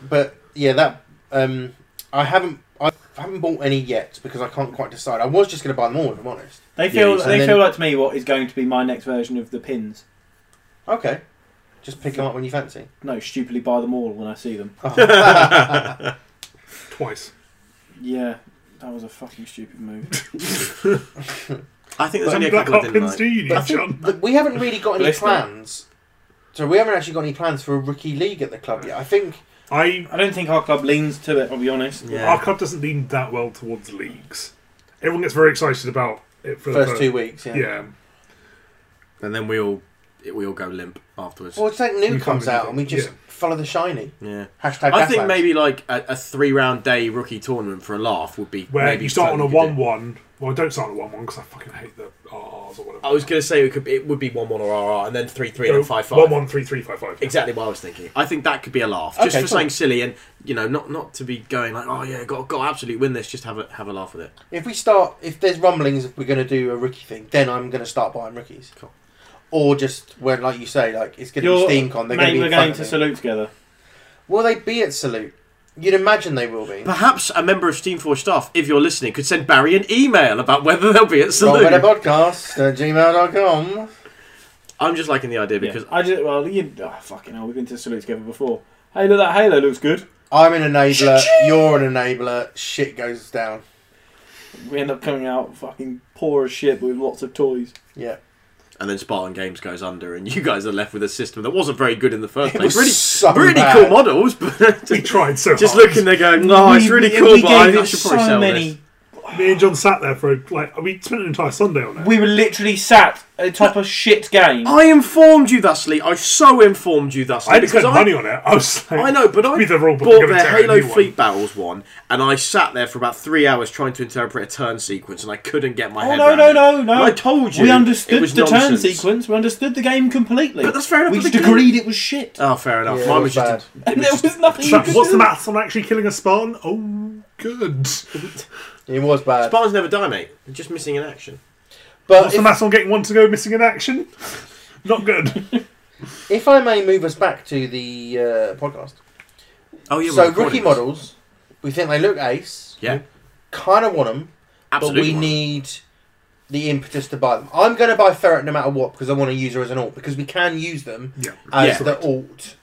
S1: But yeah, that um, I haven't. I haven't bought any yet because I can't quite decide. I was just going to buy them all, if I'm honest.
S2: They
S3: Yeah,
S2: feel
S3: you-
S2: they
S1: and
S2: feel
S1: then-
S2: like to me what is going to be my next version of the pins.
S1: Okay, just pick them up when you fancy.
S2: No, stupidly buy them all when I see them.
S4: Twice.
S2: Yeah, that was a fucking stupid move.
S3: I think there's
S4: How
S3: only
S4: many
S3: a
S4: Um, Black
S3: couple I didn't
S4: Hopkins
S3: like.
S4: do you
S1: But I
S4: need,
S1: think
S4: John?
S1: that we haven't really got any
S2: Listen.
S1: plans. So we haven't actually got any plans for a rookie league at the club yet. I think
S4: I
S2: I don't think our club leans to it. I'll be honest.
S4: our
S3: Yeah.
S4: club doesn't lean that well towards leagues. Everyone gets very excited about it for
S1: first
S4: the
S1: two weeks. Yeah.
S4: Yeah,
S3: And then we all it- we all go limp afterwards.
S4: Oh.
S1: Well, it's like new
S4: We
S1: comes
S4: can't
S1: out
S4: really-
S1: and we just
S4: yeah.
S1: follow the shiny.
S3: Yeah.
S1: Hashtag.
S3: I think
S1: Gaslands.
S3: maybe like a, a three round day rookie tournament for a laugh would be
S4: where
S3: maybe
S4: you start on
S3: something
S4: a
S3: we could do.
S4: one-one. Well, don't start on a one-one because I fucking hate the R's or whatever.
S12: I was going to say it could be, it would be one one or RR and then three three and
S4: Go
S12: then five five.
S4: one-one, three-three, five-five.
S12: Exactly what I was thinking.
S3: I think that could be a laugh,
S1: Okay,
S3: just for
S1: cool.
S3: something silly, and you know, not not to be going like, oh yeah, got got to absolutely win this. Just have a have a laugh with it.
S1: If we start, if there's rumblings, if we're going to do a rookie thing, then I'm going to start buying rookies.
S3: Cool.
S1: Or just where, like you say, like it's going to
S2: You're-
S1: be steam con. They're going to
S2: Mate,
S1: be
S2: we're
S1: in front
S2: going
S1: of
S2: to
S1: me.
S2: salute together.
S1: Will they be at salute? You'd imagine they will be.
S3: Perhaps a member of Steamforge staff, if you're listening, could send Barry an email about whether they'll be at
S1: Robert
S3: Salute.
S1: podcast at gmail.com.
S3: I'm just liking the idea because
S2: yeah. I just well, you oh, fucking hell, we've been to salute together before. Halo, that Halo looks good.
S1: I'm an enabler. you're an enabler. Shit goes down.
S2: We end up coming out fucking poor as shit, but with lots of toys.
S1: Yeah.
S3: and then Spartan Games goes under, and you guys are left with a system that wasn't very good in the first
S1: It was
S3: place. Really,
S1: so
S3: really
S1: bad.
S3: cool models, but
S4: We
S3: just,
S4: tried so
S3: just
S4: hard.
S3: looking there going, no, it's really
S2: we-
S3: cool,
S2: we
S3: but
S2: gave
S3: I, I
S2: it
S3: should probably
S2: so
S3: sell
S2: many.
S3: this.
S4: Me and John sat there for like we spent an entire Sunday on it.
S2: We were literally sat atop a shit game.
S3: I informed you thusly. I so informed you thusly.
S4: I had to
S3: because
S4: spend money on it. I was like,
S3: I know, but I
S4: Read the rule book,
S3: bought
S4: I'm gonna
S3: the
S4: tear a
S3: Halo
S4: new one.
S3: Fleet Battles one, and I sat there for about three hours trying to interpret a turn sequence, and I couldn't get my
S2: Oh
S3: head
S2: no
S3: around
S2: no
S3: it.
S2: no no!
S3: But I told you
S2: we
S3: it
S2: understood
S3: was
S2: the turn
S3: nonsense.
S2: sequence. We understood the game completely.
S3: But that's fair enough,
S2: We
S3: but the
S2: just
S3: game-
S2: agreed it was shit,
S3: Oh, fair enough.
S1: Yeah,
S3: Mine
S1: it was
S3: was just. A, it
S2: and
S3: was
S2: there
S3: just-
S2: was nothing.
S4: So,
S2: you could
S4: what's the
S2: do.
S4: maths on actually killing a Spartan? Oh, good.
S1: It was bad.
S3: Spartans never die, mate. They're just missing in action.
S1: But
S4: What's the
S1: if,
S4: maths on getting one to go missing in action? Not good.
S1: if I may move us back to the uh, podcast.
S3: Oh yeah. we're
S1: so,
S3: recording
S1: rookie
S3: this.
S1: models, we think they look ace.
S3: Yeah,
S1: Kind of want them.
S3: absolutely.
S1: but we
S3: one.
S1: need the impetus to buy them. I'm going to buy Ferret no matter what because I want to use her as an alt because we can use them
S4: Yeah.
S1: as
S3: Yeah.
S1: the alt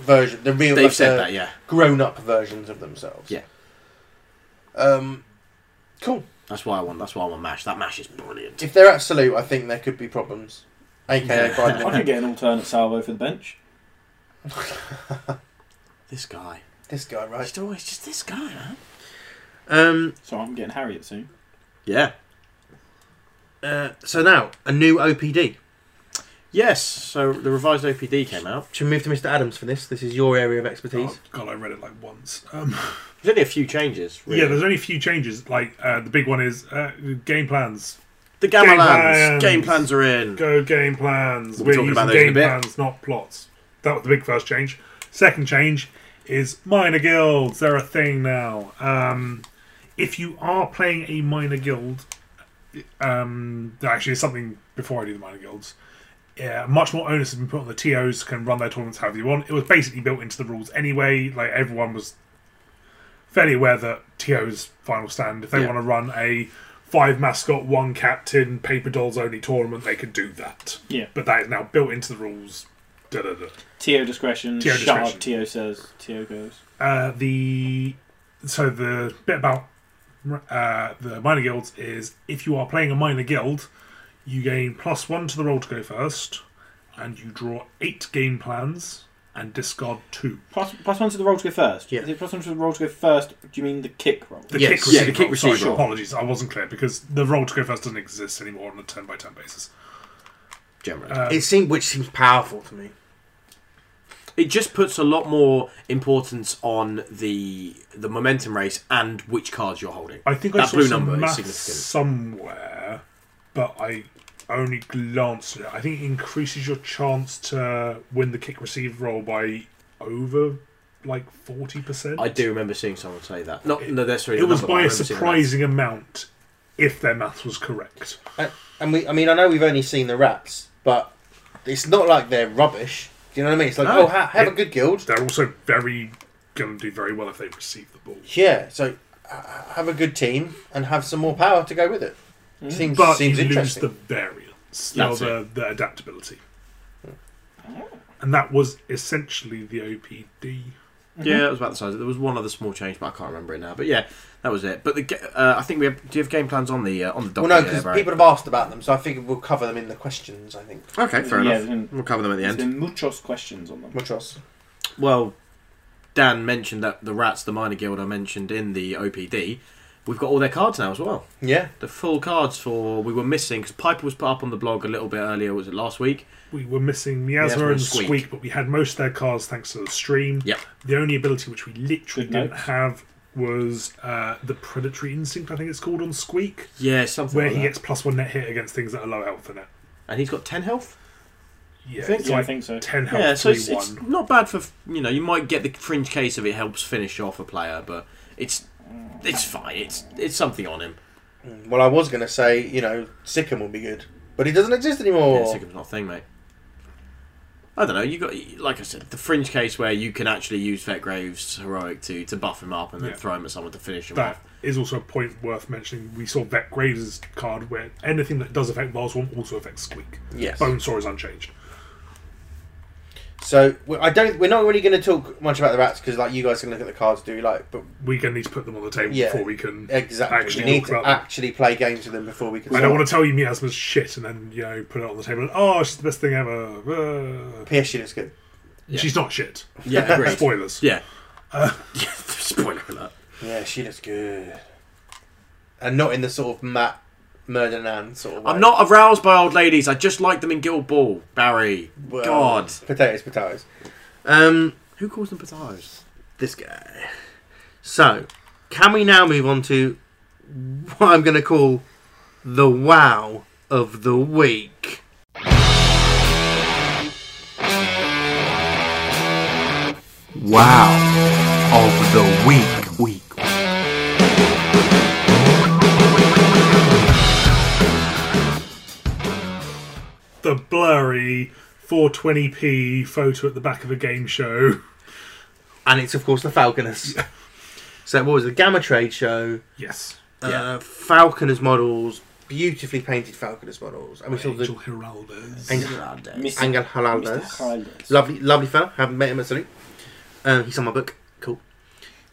S1: version, the real,
S3: They've
S1: like,
S3: said
S1: the
S3: that. Yeah.
S1: grown-up versions of themselves.
S3: Yeah.
S1: Um, cool.
S3: That's why I want. That's why I want Mash. That Mash is brilliant.
S1: If they're absolute, I think there could be problems. AKA
S3: Yeah.
S1: Brian
S2: I
S1: Dennehy.
S2: could get an alternate salvo for the bench.
S3: This guy.
S1: This guy, right?
S3: He's always just this guy, man.
S13: Um,
S2: So I'm getting Harriet soon.
S3: Yeah.
S13: uh, so now, a new OPD.
S3: Yes. So the revised OPD came out.
S13: Should we move to Mr. Adams for this? This is your area of expertise.
S4: Oh, God, I read it like once. Um,
S3: There's only a few changes. Really.
S4: Yeah, there's only a few changes. Like uh, the big one is uh, game plans.
S3: the Gamma
S4: Game
S3: lands.
S4: plans.
S3: Game plans are in.
S4: Go game plans.
S3: We'll be
S4: We're
S3: talking
S4: using
S3: about those in a
S4: game
S3: bit.
S4: plans, not plots. That was the big first change. Second change is minor guilds. They're a thing now. Um, if you are playing a minor guild, um, there actually is something before I do the minor guilds. Yeah, much more onus has been put on the TOs can run their tournaments however you want. It was basically built into the rules anyway. Like everyone was fairly aware that TO's final stand. If they
S3: Yeah.
S4: want to run a five mascot, one captain, paper dolls only tournament, they could do that.
S2: Yeah.
S4: But that is now built into the rules. Da, da, da.
S2: To discretion.
S4: TO
S2: shut up.
S4: discretion.
S2: To says. To goes.
S4: Uh, the so the bit about uh, the minor guilds is if you are playing a minor guild, you gain plus one to the roll to go first, and you draw eight game plans and discard two.
S2: Plus, plus one to the roll to go first.
S13: Yeah.
S2: Is it plus one to the roll to go first? Do you mean the kick roll?
S4: The
S13: Yes.
S4: kick
S13: Yeah,
S4: receiver.
S3: the kick
S4: roll, sorry,
S3: receiver.
S4: Apologies, I wasn't clear because the roll to go first doesn't exist anymore on a turn by turn basis.
S3: Generally.
S13: It seemed, which seems powerful to me.
S3: It just puts a lot more importance on the the momentum race and which cards you're holding.
S4: I think I
S3: That
S4: saw
S3: blue
S4: some
S3: number is
S4: math
S3: significant.
S4: somewhere, but I only glanced at it. I think it increases your chance to win the kick receive roll by over like forty percent.
S3: I do remember seeing someone say that. Not no, that's really
S4: It was
S3: not what I
S4: by a
S3: remember seeing
S4: surprising amount, if their math was correct.
S14: And, and we, I mean, I know we've only seen the rats, but it's not like they're rubbish. Do you know what I mean? It's like,
S3: No.
S14: oh, ha- have a
S4: It-
S14: good guild.
S4: They're also very going to do very well if they receive the ball.
S14: Yeah, so ha- have a good team and have some more power to go with it. Seems
S4: But
S14: seems
S4: you lose
S14: interesting.
S4: the variance, you know,
S3: That's
S4: the, the adaptability. And that was essentially the OPD.
S3: that. Yeah, it was about the size. There was one other small change, but I can't remember it now. But yeah, that was it. But the ga- uh, I think we have. Do you have game plans on the uh, on the
S14: well,
S3: document?
S14: no, because people have asked about them, so I figured we'll cover them in the questions. I think.
S3: Okay,
S2: Yeah,
S3: fair enough.
S2: there's been-
S3: We'll cover them at the
S2: There's
S3: end.
S2: been muchos questions on them.
S14: Much else.
S3: Well, Dan mentioned that the rats, the minor guild I mentioned in the OPD, we've got all their cards now as well.
S14: Yeah,
S3: The full cards for we were missing because Piper was put up on the blog a little bit earlier. Was it last week?
S4: We were missing Miasma,
S3: Miasma and
S4: and
S3: Squeak.
S4: Squeak. but we had most of their cards thanks to the stream.
S3: Yep.
S4: The only ability which we literally
S2: Good
S4: didn't
S2: notes.
S4: have was uh, the Predatory Instinct, I think it's called on Squeak,
S3: Yeah, something
S4: where
S3: like
S4: he
S3: that.
S4: gets plus one net hit against things that are low health in it.
S3: and he's got ten health.
S4: Yeah,
S2: think-
S4: it's
S2: yeah, I
S4: like
S2: think so.
S4: 10 health,
S3: Yeah, so it's,
S4: 3 1.
S3: it's not bad for you know. You might get the fringe case of it helps finish off a player, but it's it's fine. It's it's something on him.
S14: Well, I was going to say, you know, Sikkim would be good, but he doesn't exist
S3: Yeah,
S14: anymore.
S3: it's like it's not a thing, mate. I don't know. You got like I said, the fringe case where you can actually use Vetgraves heroic to to buff him up and then
S4: Yeah.
S3: throw him at someone to finish him
S4: That
S3: off.
S4: is also a point worth mentioning. We saw Vet Graves' card where anything that does affect Marsworm also affects Squeak.
S14: Yes.
S4: Bone Saw is unchanged.
S14: So we- I don't. We're not really going to talk much about the rats because, like, you guys can look at the cards, do you like? But
S4: We're going to need to put them on the table
S14: Yeah.
S4: before we can.
S14: exactly,
S4: Actually
S14: we need
S4: talk
S14: to
S4: about them.
S14: actually play games with them before we can.
S4: I don't want to tell you Miasma's shit and then, you know, put it on the table and, oh, she's the best thing ever. Uh,
S14: Pierce shit is good.
S4: She's not shit.
S3: Yeah, agreed.
S4: Spoilers.
S3: Yeah.
S4: Uh.
S3: Spoiler alert.
S14: Yeah, she looks good, and not in the sort of Matt murder nan sort of. Way.
S3: I'm not aroused by old ladies. I just like them in Guild Ball. Barry.
S14: Well,
S3: God.
S14: potatoes, potatoes. Um,
S3: Who calls them potatoes?
S1: this guy. So, can we now move on to what I'm going to call the wow of the week? Wow of the week, week,
S4: The blurry 420p photo at the back of a game show.
S1: and it's of course the Falconers. so what was it, the Gamma Trade Show?
S4: Yes.
S1: Uh, Falconers models, beautifully painted Falconers models, and we saw
S4: Angel
S1: the
S4: Heraldos.
S1: Angel,
S2: Miss-
S1: Angel
S2: Mr.
S1: Halaldas.
S2: Highlands.
S1: Lovely, lovely fella. Haven't met him at salute. Um, he's on my book. Cool.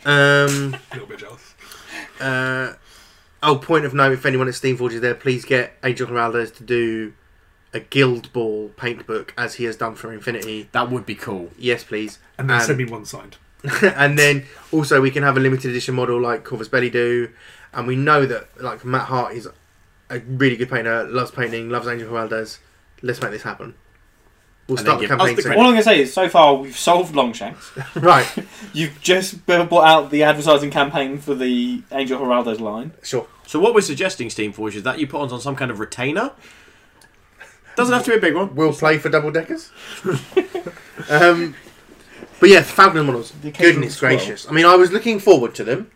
S1: Um,
S4: A little bit jealous.
S1: uh, oh, point of note: if anyone at Steamforge is there, please get Angel Heraldes to do a Guild Ball paint book as he has done for Infinity.
S3: That would be cool.
S1: Yes, please.
S4: And then
S1: Um,
S4: send me one signed.
S1: and then also we can have a limited edition model like Corvus Belly do, and we know that like Matt Hart is a really good painter, loves painting, loves Angel Heraldes. Let's make this happen. We'll
S3: And
S1: start the
S3: then give us
S1: campaign
S3: the
S1: soon.
S2: All I'm going to say is, so far we've solved Longshanks.
S1: right,
S2: You've just built out the advertising campaign for the Angel Geraldo's line.
S1: sure.
S3: So what we're suggesting, Steamforge, is that you put on some kind of retainer. Doesn't have to be a big one.
S1: We'll play for double deckers. um, but yeah, Falcon models.
S2: The occasional
S1: Goodness
S2: swirl.
S1: gracious! I mean, I was looking forward to them,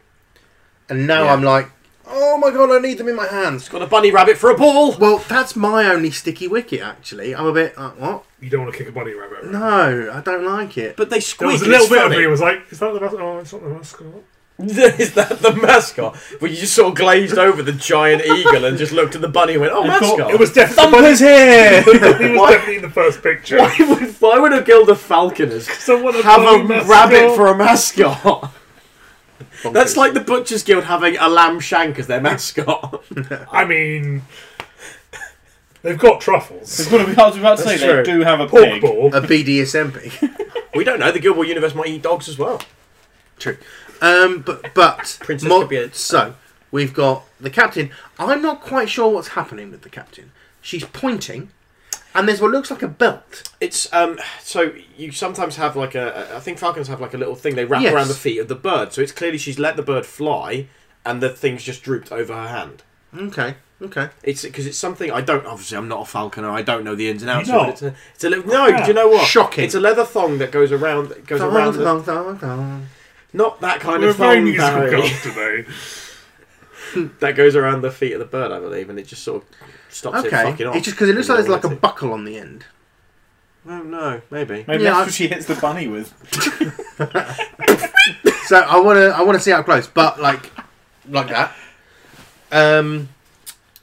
S1: and now
S3: Yeah.
S1: I'm like, oh my god, I need them in my hands.
S3: Got a bunny rabbit for a ball.
S1: Well, that's my only sticky wicket. Actually, I'm a bit like, what?
S4: You don't want to kick a bunny rabbit around.
S1: No, I don't like it.
S3: But they
S4: There
S3: squeak.
S4: was a
S3: and
S4: little
S3: it's
S4: bit of
S3: funny.
S4: me was like, is that the mascot? Oh, it's not the mascot.
S3: Is that the mascot? Well, you just sort of glazed over the giant eagle and just looked at the bunny and went, "Oh,
S2: And
S3: mascot."
S2: thought
S4: It was definitely the
S2: Thumper's here!
S4: bunny. He was definitely in the first picture.
S3: why, would, why would a guild of falconers
S4: Someone
S3: have a
S4: bunny mascot.
S3: rabbit for a mascot? That's
S1: Bonkers.
S3: like the butchers guild having a lamb shank as their mascot.
S4: I mean, they've got truffles.
S2: It's gonna be- I was about to say,
S3: That's
S2: they
S3: true.
S2: do have a
S4: Pork
S2: pig.
S4: ball.
S1: a BDSM pig.
S3: we don't know. The Guild War universe might eat dogs as well.
S1: True. Um, but but
S3: Princess could be a-
S1: so we've got the captain. I'm not quite sure what's happening with the captain. She's pointing, and there's what looks like a belt.
S3: It's um so you sometimes have like a a- I think falcons have like a little thing they wrap
S1: Yes.
S3: around the feet of the bird. So it's clearly she's let the bird fly and the thing's just drooped over her hand.
S1: Okay, okay.
S3: It's because it's something I don't obviously I'm not a falconer. I don't know the ins and outs.
S4: You're
S3: of it.
S4: not?
S3: It's a, it's a little no. Do you know what?
S1: Shocking.
S3: It's a leather thong that goes around that goes around. The,
S1: Dun, dun, dun, dun.
S3: not that kind
S4: We're a
S3: of thong.
S4: very musical
S3: Barry.
S4: cast today.
S3: that goes around the feet of the bird, I believe, and it just sort of stops it
S1: Okay,
S3: fucking off.
S1: it's just because it looks like there's like a
S3: bu-
S1: buckle on the end.
S3: I don't know, maybe.
S2: Maybe
S1: Yeah,
S2: that's
S1: I've-
S2: what she hits the bunny with.
S1: So I want to I want to see up close, but like
S15: like that.
S1: um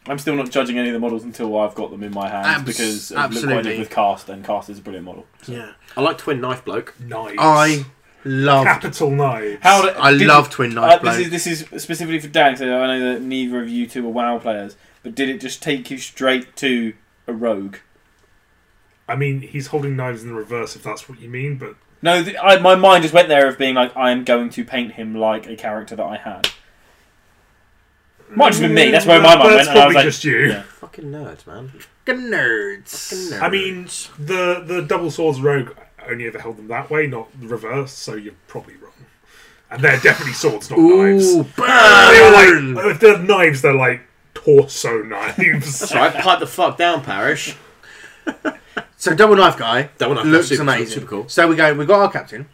S2: I'm still not judging any of the models until I've got them in my hands
S1: Abs-
S2: because of look what I
S1: absolutely.
S2: did with Cast, and Cast is a brilliant model.
S1: yeah,
S3: I like twin knife bloke.
S4: Knives.
S1: I loved
S4: Capital knives.
S2: How do-
S1: I
S2: did-
S1: love Twin
S2: Uh,
S1: Knife
S2: this
S1: Blade.
S2: is this is specifically for Dan. 'cause I know that neither of you two are WoW players, but did it just take you straight to a rogue?
S4: I mean, he's holding knives in the reverse, if that's what you mean, but
S2: No, th- I, my mind just went there of being like, I am going to paint him like a character that I had. Might have just been me. That's where my
S4: But
S2: mind
S4: That's
S2: went, and I was
S4: probably
S2: like,
S4: just you.
S2: yeah.
S3: Fucking nerds, man.
S1: Fucking nerds.
S3: Fucking
S4: I mean,
S3: nerds.
S4: the the double swords rogue only ever held them that way, not the reverse. So you're probably wrong. And they're definitely swords, not knives.
S1: Ooh,
S4: They were
S1: burn!
S4: like if they're knives, they're like torso knives.
S3: That's right. Pipe the fuck down, Parish.
S1: So double knife guy
S3: Double knife
S1: looks
S3: guy's super-
S1: amazing.
S3: super cool.
S1: So we go. We've got our captain.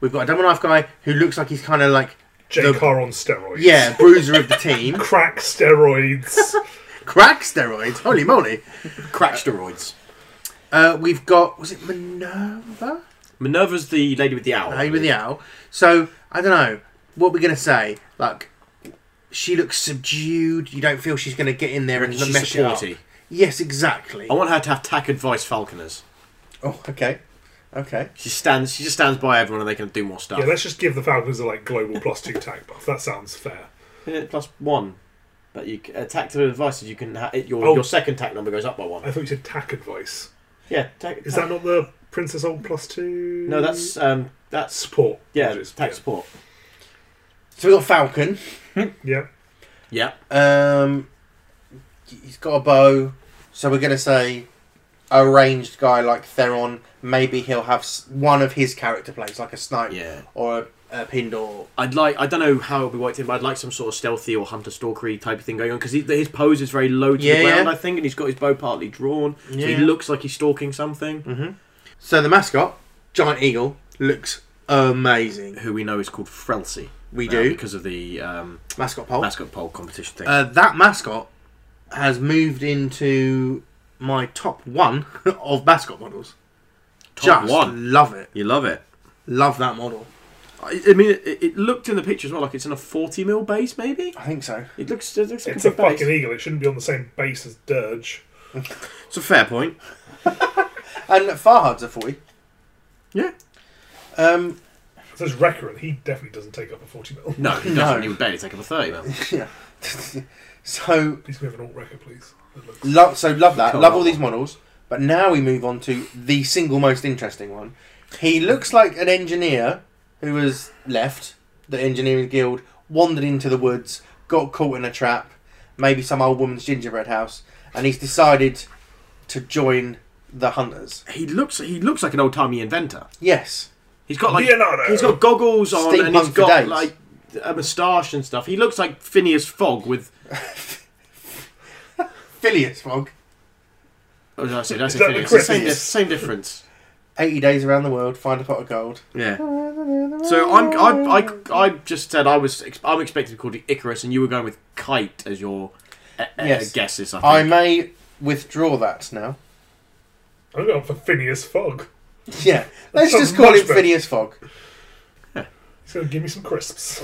S1: We've got a double knife guy who looks like he's kind of like
S4: J car on steroids.
S1: yeah bruiser of the team.
S4: Crack steroids.
S1: Crack steroids. Holy moly!
S3: Crack steroids.
S1: Uh, we've got was it Minerva?
S3: Minerva's the lady with the owl.
S1: Hey, with the owl. So I don't know what we're gonna say. Like she looks subdued. You don't feel she's gonna get in there and
S3: She's Oh,
S1: mess it up.
S3: supporty.
S1: Yes, exactly.
S3: I want her to have tack advice falconers.
S1: Oh, okay, okay.
S3: She stands. She just stands by everyone, and they can do more stuff.
S4: yeah, let's just give the Falcons a like global plus two tag buff. That sounds fair.
S3: Yeah, plus one. But you c- attack to advice is you can ha- your
S4: Oh.
S3: your second tack number goes up by
S4: I
S3: one.
S4: thought you said tack advice.
S3: Yeah, tack,
S4: Is that not the Princess Old plus two?
S3: no? That's um, that's
S4: support.
S3: yeah,
S4: Apologies.
S3: tack support.
S1: So we have got Falcon.
S4: Yeah.
S3: Yeah,
S1: Um, he's got a bow, so we're gonna say a ranged guy like Theron. Maybe he'll have s- one of his character plays, like a sniper
S3: yeah.
S1: or a, a pinned or
S3: I'd like. I don't know how it'll be worked in, but I'd like some sort of stealthy or hunter stalkery type of thing going on because his pose is very low to
S1: Yeah,
S3: the ground,
S1: yeah.
S3: I think, and he's got his bow partly drawn, so he
S1: Yeah.
S3: looks like he's stalking something.
S1: So the mascot, giant eagle, looks amazing.
S3: Who we know is called Frelsey.
S1: We
S3: now
S1: do
S3: because of the um,
S1: mascot poll.
S3: mascot pole competition thing.
S1: Uh, that mascot has moved into my top one of mascot models.
S3: Top
S1: Just
S3: one.
S1: love it.
S3: You love it.
S1: Love that model.
S3: I, I mean, it, it looked in the picture as well like it's in a forty mil base, maybe.
S1: I think so.
S3: It looks. It looks like
S4: It's a
S3: big base.
S4: fucking eagle. It shouldn't be on the same base as Dirge.
S3: It's a fair point.
S1: And Farhad's a forty.
S3: Yeah.
S1: Um,
S4: So there's Wrecker, and he definitely doesn't take up a 40 mil.
S3: No, he
S1: No.
S3: doesn't. He would barely take up a 30 mil.
S1: yeah. so
S4: Please, can we have an alt Wrecker, please. That looks-
S1: love. So love that.
S3: Cool.
S1: Love all these models. But now we move on to the single most interesting one. He looks like an engineer who was left the engineering guild, wandered into the woods, got caught in a trap, maybe some old woman's gingerbread house, and he's decided to join the hunters.
S3: He looks. He looks like an old timey inventor.
S1: Yes.
S3: He's got like.
S4: Leonardo.
S3: He's got goggles on and
S1: Steampunk
S3: he's
S1: for
S3: got
S1: days.
S3: like a moustache and stuff. He looks like Phineas Fogg with.
S1: Phileas Fogg,
S3: Oh, no, I said, I said
S4: that the
S3: Phineas. It's the Same,
S4: Christmas?
S3: di- same difference.
S1: 80 days around the world, find a pot of gold.
S3: Yeah. So I'm. I, I, I just said I was. ex- I'm expected to call it Icarus, and you were going with kite as your uh,
S1: Yes.
S3: yes. guesses. I think.
S1: I may withdraw that now.
S4: I'm going for Phineas Fogg.
S1: Yeah. Let's
S4: sounds
S1: just call
S4: much
S1: him
S4: better.
S1: Phineas Fogg.
S4: He's going to give me some crisps.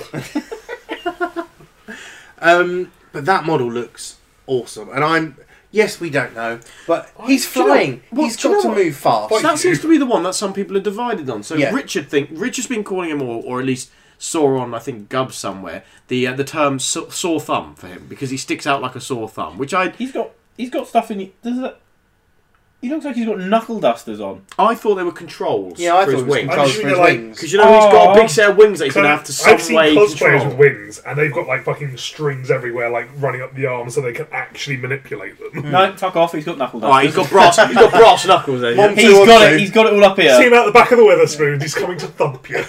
S1: Um, but that model looks awesome, and I'm yes, we don't know, but he's
S3: do you know-
S1: flying.
S3: what-
S1: he's
S3: do you
S1: got to
S3: know what-
S1: move fast.
S3: So that seems to be the one that some people are divided on. So
S1: Yeah.
S3: Richard think Richard's been calling him, or, or at least saw on I think Gub somewhere the uh, the term so- sore thumb for him because he sticks out like a sore thumb, which I
S2: He's got he's got stuff in. Does that? He looks like he's got knuckle dusters on.
S3: I thought they were controls
S1: Yeah, I
S3: for
S1: thought
S3: his
S1: it was
S3: wings.
S1: controls
S4: I
S1: for
S4: mean,
S1: his
S4: like,
S1: wings.
S3: Because you know he's got
S2: Aw.
S3: a big set of wings that he's going to have to some
S4: I've seen
S3: way
S4: cosplayers
S3: control.
S4: with wings, and they've got like fucking strings everywhere, like running up the arm, so they can actually manipulate them.
S2: No, tuck off. He's got knuckle dusters.
S3: All right, Oh, he's got brass. he's got brass knuckles eh? there.
S1: Mom-
S3: Yeah.
S2: He's
S1: Two
S2: got
S1: on
S2: it.
S1: two.
S2: He's got it all up here.
S4: See him out the back of the Weatherspoons. He's coming to thump you.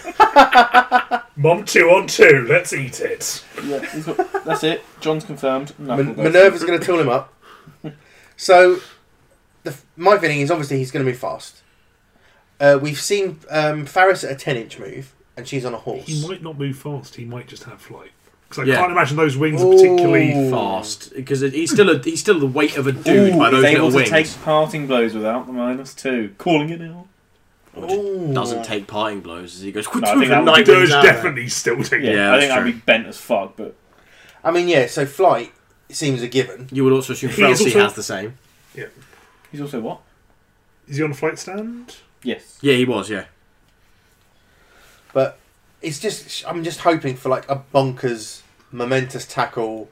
S4: Mom, two on two. Let's eat it.
S2: Yeah, he's got- that's it. John's confirmed. Knuckle
S1: Min-
S2: dusters.
S1: Minerva's going to tool him up. So, the, f- my feeling is obviously he's going to move fast. Uh, we've seen um, Faris at a 10 inch move, and she's on a horse.
S4: He might not move fast. He might just have flight. Because I
S3: Yeah.
S4: can't imagine those wings are particularly.
S1: Ooh.
S3: Fast because he's still a, he's still the weight of a dude
S2: Ooh,
S3: by those
S2: he's
S3: little
S2: able to
S3: wings.
S2: take parting blows without the minus two. Calling it out.
S1: Ooh.
S3: Doesn't take parting blows as he goes.
S2: I think that
S3: and
S2: would
S3: nine
S2: be-
S3: wings
S4: Dirge
S3: out.
S4: definitely still taking.
S2: Yeah,
S3: Yeah,
S2: I
S3: that's
S2: think I'd
S3: true.
S2: be bent as fuck, but
S1: I mean, yeah, so flight seems a given.
S3: You would also assume
S4: He is
S3: Frelsey
S4: also-
S3: has the same.
S2: he's also what?
S4: Is he on a flight stand?
S2: Yes.
S3: Yeah, he was. Yeah,
S1: But it's just, I'm just hoping for like a bonkers, momentous tackle,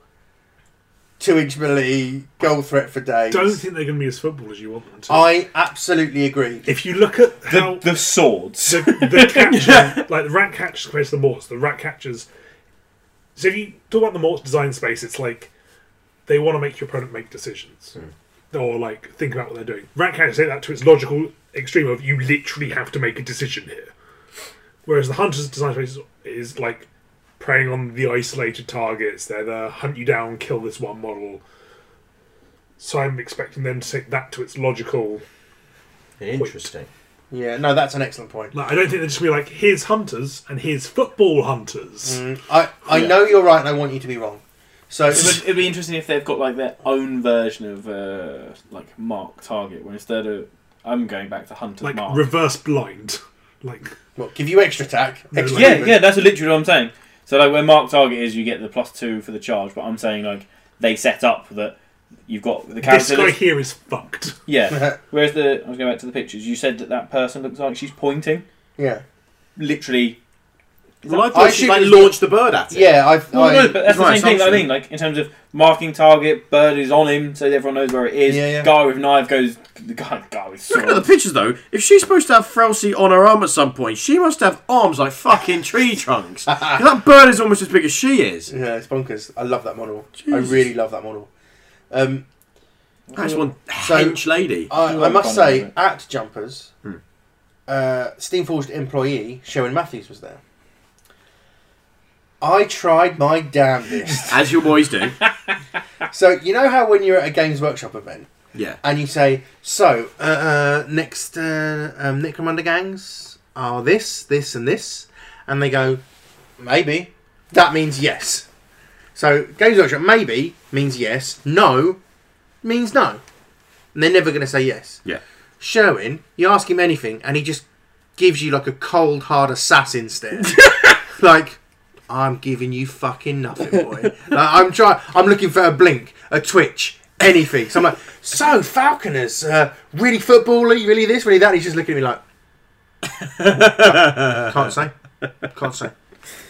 S1: two inch melee, goal threat for days.
S4: Don't think they're going to be as football as you want them to.
S1: I absolutely agree.
S4: if you look at
S2: The,
S4: how
S2: the swords.
S4: the, the catcher, like the rat catchers compared to the morts, the rat catchers. So if you talk about the morts design space, it's like they want to make your opponent make decisions or like think about what they're doing. Rat catchers take that to its logical extreme of you literally have to make a decision here. Whereas the hunter's design space is, is like preying on the isolated targets. They're the hunt you down, kill this one model. So I'm expecting them to take that to its logical
S3: interesting.
S1: Yeah, no, that's an excellent point.
S4: Like, I don't think they'd just be like, here's hunters and here's football hunters.
S3: Mm,
S1: Mm, I, I
S2: Yeah.
S1: know you're right, and I want you to be wrong. So,
S2: It would, it'd be interesting if they've got like their own version of uh, like mark target, where instead of I'm going back to hunter's
S4: Like
S2: mark.
S4: reverse blind. Like
S1: well, give you extra attack.
S4: No,
S1: Extra
S4: like-
S2: yeah,
S1: movement.
S2: yeah, that's literally what I'm saying. So like where mark target is, you get the plus two for the charge, but I'm saying like they set up that you've got the
S4: this
S2: character.
S4: guy
S2: that's-
S4: here is fucked.
S2: Yeah. Whereas the I was going back to the pictures. You said that that person looks like she's pointing.
S1: Yeah,
S2: Literally.
S3: Well, I
S1: I
S3: thought she
S1: assume
S3: like
S1: it's-
S3: launched the bird at it.
S1: Oh, yeah. I've,
S2: Well,
S1: I,
S2: no, but that's the
S3: my
S2: same thing that I
S3: assumption.
S2: mean. Like in terms of marking target, bird is on him, so everyone knows where it is.
S1: Yeah, yeah.
S2: Guy with knife goes. The guy, guy with
S3: Looking at the
S2: sword.
S3: pictures though, if she's supposed to have Frelsey on her arm at some point, she must have arms like fucking tree trunks. 'Cause that bird is almost as big as she is.
S1: yeah, it's bonkers. I love that model.
S3: Jesus.
S1: I really love that model. Um,
S3: That's one
S1: So-
S3: hench lady.
S1: Uh, I,
S2: Who
S1: I must
S2: won
S1: say,
S2: that?
S1: at Jumpers, uh, Steamforged employee Sharon Matthews was there. I tried my damnedest.
S3: As your boys do.
S1: so you know how when you're at a Games Workshop event
S3: Yeah.
S1: and you say, "So uh, uh, next uh, um, Necromunda gangs are this, this, and this," and they go, "Maybe." That means yes. So Games Workshop maybe means yes, no means no. And they're never going to say yes.
S3: Yeah.
S1: Sherwin, you ask him anything, and he just gives you like a cold, hard assassin stare. like, I'm giving you fucking nothing, boy. like, I'm trying. I'm looking for a blink, a twitch, anything. So I'm like, so Falconers, uh, really footbally, really this, really that. And he's just looking at me like, can't say, can't say.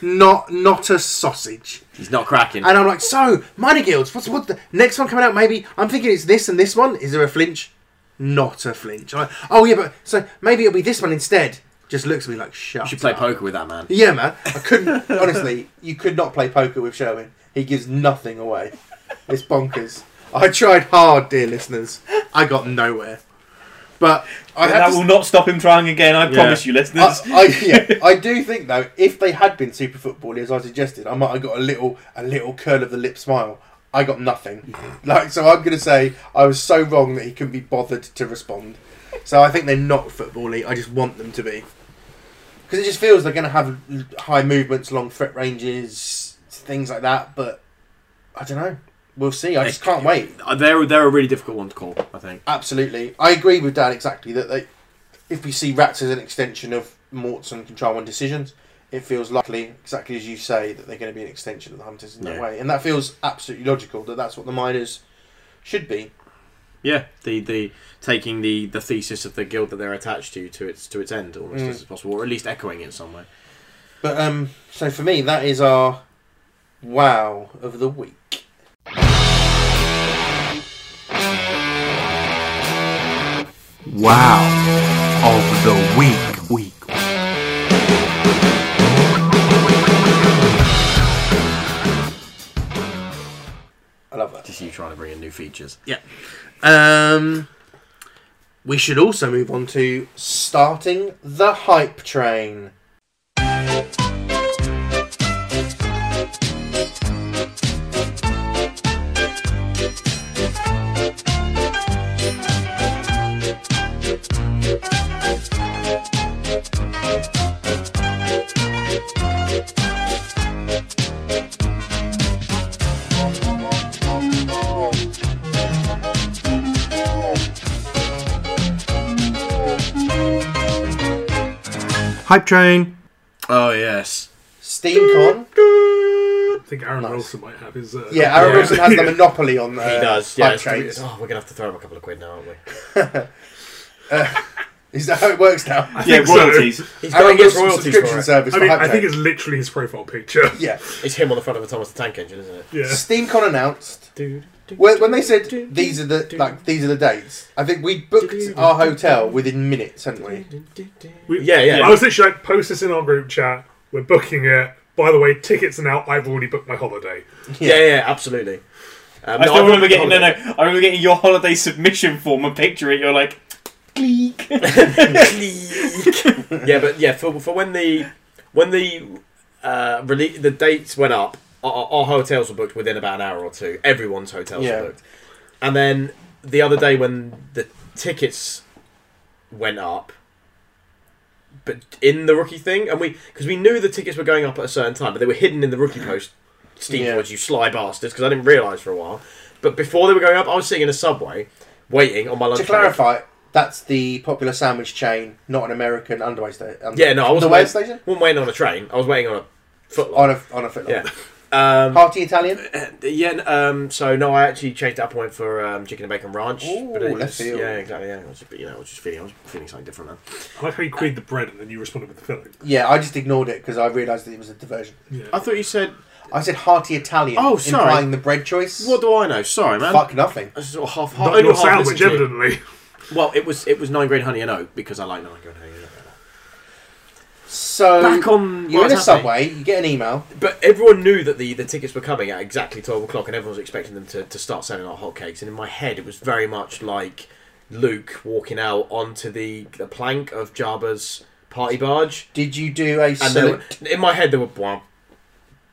S1: Not, not a sausage.
S3: He's not cracking.
S1: And I'm like, so minor guilds. What's what? The next one coming out? Maybe I'm thinking it's this and this one. Is there a flinch? Not a flinch. I'm like, oh yeah, but so maybe it'll be this one instead. Just looks at me like shut.
S3: You should play
S1: up.
S3: poker with that man.
S1: Yeah, man. I couldn't. honestly, you could not play poker with Sherwin. He gives nothing away. It's bonkers. I tried hard, dear listeners. I got nowhere. But I
S2: But
S1: have
S2: that
S1: to
S2: will not stop him trying again. I promise you, listeners.
S1: I, I, yeah, I do think though, if they had been super football as I suggested, I might have got a little a little curl of the lip smile. I got nothing. Like so, I'm gonna say I was so wrong that he couldn't be bothered to respond. So I think they're not footbally. I just want them to be because it just feels they're gonna have l- high movements, long threat ranges, things like that. But I don't know. We'll see. I just can't wait.
S3: Uh, They're they're a really difficult one to call, I think.
S1: Absolutely, I agree with Dan exactly that they, if we see rats as an extension of Morts and Control One decisions, it feels likely, exactly as you say, that they're going to be an extension of the Hunters in that
S3: Yeah.
S1: way, and that feels absolutely logical that that's what the Miners should be.
S3: Yeah. The the taking the, the thesis of the guild that they're attached to to its to its end almost
S1: Mm.
S3: as possible, or at least echoing it somewhere.
S1: But um, so for me, that is our wow of the week.
S9: Wow of the week. Week.
S1: I love that.
S10: Just you trying to bring in new features.
S9: Yeah. Um, we should also move on to
S1: Starting the hype train.
S9: hype train.
S10: Oh yes.
S1: SteamCon.
S4: I think Aaron Wilson might have his. Uh,
S1: Yeah, Aaron Wilson has the monopoly on the
S3: He does. Yeah.
S1: hype
S3: it's- it's-
S1: trains.
S3: oh, we're gonna have to throw him a couple of quid now, aren't we?
S1: Is that how it works now?
S2: Yeah,
S4: think so.
S2: royalties.
S3: He's
S1: Aaron
S3: going to get
S1: Wilson
S3: royalties for
S1: subscription
S3: it.
S1: service.
S4: I
S1: for
S4: mean,
S1: hype
S4: I think
S1: train.
S4: it's literally his profile picture.
S1: yeah.
S3: It's him on the front of a Thomas the Tank Engine, isn't it?
S4: Yeah.
S1: SteamCon announced
S3: Dude. dude.
S1: when, when they said these are the like these are the dates. I think we booked our hotel within minutes, hadn't we?
S4: We-
S3: yeah, yeah.
S4: I was literally like, post this in our group chat. We're booking it. By the way, tickets are now. I've already booked my holiday.
S3: Yeah, yeah, absolutely. Um,
S2: I
S3: no,
S2: still remember getting
S3: wouldn't-
S2: no, no. I remember getting your holiday submission form and picture it. You're like, click.
S3: yeah, but yeah, for, for when the when the uh, rele- the dates went up, our, our hotels were booked within about an hour or two. Everyone's hotels
S1: Yeah.
S3: were booked, and then the other day when the tickets went up, but in the rookie thing, and we because we knew the tickets were going up at a certain time, but they were hidden in the rookie post. Steam
S1: Yeah.
S3: boards, you sly bastards, because I didn't realise for a while. But before they were going up, I was sitting in a subway, waiting on my lunch.
S1: To
S3: break.
S1: clarify, that's the popular sandwich chain, not an American underway station.
S3: yeah, no, I wasn't
S1: underway
S3: waiting,
S1: station
S3: wasn't waiting on a train. I was waiting on a footlight.
S1: on a on a foot.
S3: Yeah. Um,
S1: Party Italian.
S3: yeah. n- Um, so no, I actually changed that point for um, chicken and bacon ranch.
S1: Ooh,
S3: but it
S1: left
S3: was-
S1: field.
S3: Yeah, exactly. Yeah, I was just, you know, I was just feeling, I was feeling something different then.
S4: I like how you queried the bread and then you responded with the filling.
S1: Yeah, I just ignored it because I realised that it was a diversion.
S4: Yeah.
S3: I thought you said,
S1: I said hearty Italian,
S3: Oh, sorry.
S1: implying the bread choice.
S3: "What do I know?" Sorry, man.
S1: Fuck nothing.
S3: This is sort of half, half,
S4: Not
S3: only
S4: your
S3: half listened
S4: sandwich,
S3: to you.
S4: evidently.
S3: Well, it was it was nine grade honey and oat because I like nine grade honey and oat.
S1: So
S3: Back on
S1: you're
S3: what's
S1: in a
S3: happening.
S1: subway, you get an email.
S3: But everyone knew that the, the tickets were coming at exactly 12 o'clock and everyone was expecting them to, to start selling out hotcakes. And in my head, it was very much like Luke walking out onto the, the plank of Jabba's party barge.
S1: Did you do a
S3: And there
S1: salute?
S3: were, in my head, there were. Bwomp,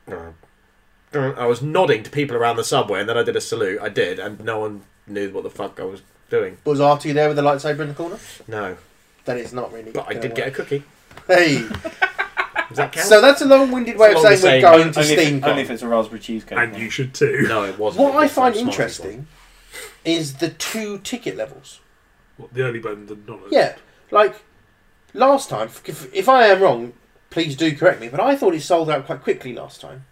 S3: bwomp, bwomp. I was nodding to people around the subway and then I did a salute. I did, and no one knew what the fuck I was doing.
S1: Was R2 there with the lightsaber in the corner?
S3: No.
S1: Then it's not really.
S3: But I
S1: gonna
S3: did get
S1: work.
S3: a cookie.
S1: Hey,
S3: Does that count?
S1: so that's a long-winded way of
S3: It's a long
S1: saying we're
S3: the
S1: going to
S2: only,
S1: SteamCon.
S2: if, only if it's a raspberry cheesecake.
S4: And
S2: one.
S4: you should too.
S3: no, it wasn't.
S1: what
S3: It
S1: I
S3: was
S1: find
S3: some smart
S1: interesting is the two ticket levels.
S4: What, the early bread and the non
S1: Yeah, like last time. If, if I am wrong, please do correct me. But I thought it sold out quite quickly last time.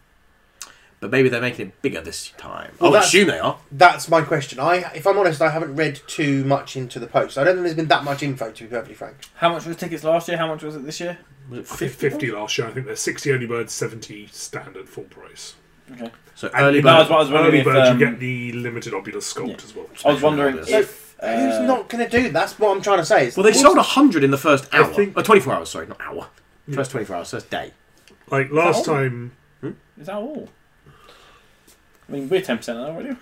S10: But maybe they're making it bigger this time.
S1: Well,
S3: Oh,
S10: I would
S1: that's-
S10: assume they are.
S1: That's my question. I, if I'm honest, I haven't read too much into the post. I don't think there's been that much info, to be perfectly frank.
S2: How much was tickets last year? How much was it this year?
S10: Was it
S4: I think 50 last year. I think they're 60 early birds, 70 standard full price.
S2: Okay.
S10: So
S4: And
S10: early
S4: you
S2: No, I
S10: bird.
S2: was, I was wondering
S4: Early
S2: if,
S4: bird,
S2: um,
S4: you get the limited obulus sculpt
S2: yeah.
S4: as well.
S2: I was wondering
S10: Who's
S2: if uh,
S1: Who's not going to do? it? That's what I'm trying to say. Is
S10: Well, they
S1: what's-
S10: sold hundred in the first
S4: I
S10: hour.
S4: think-
S10: Or twenty-four hours. Sorry, not hour. First twenty-four hours. First day.
S4: Like last
S2: Oh.
S4: time,
S2: Is that all? I mean, we're ten percent of that already.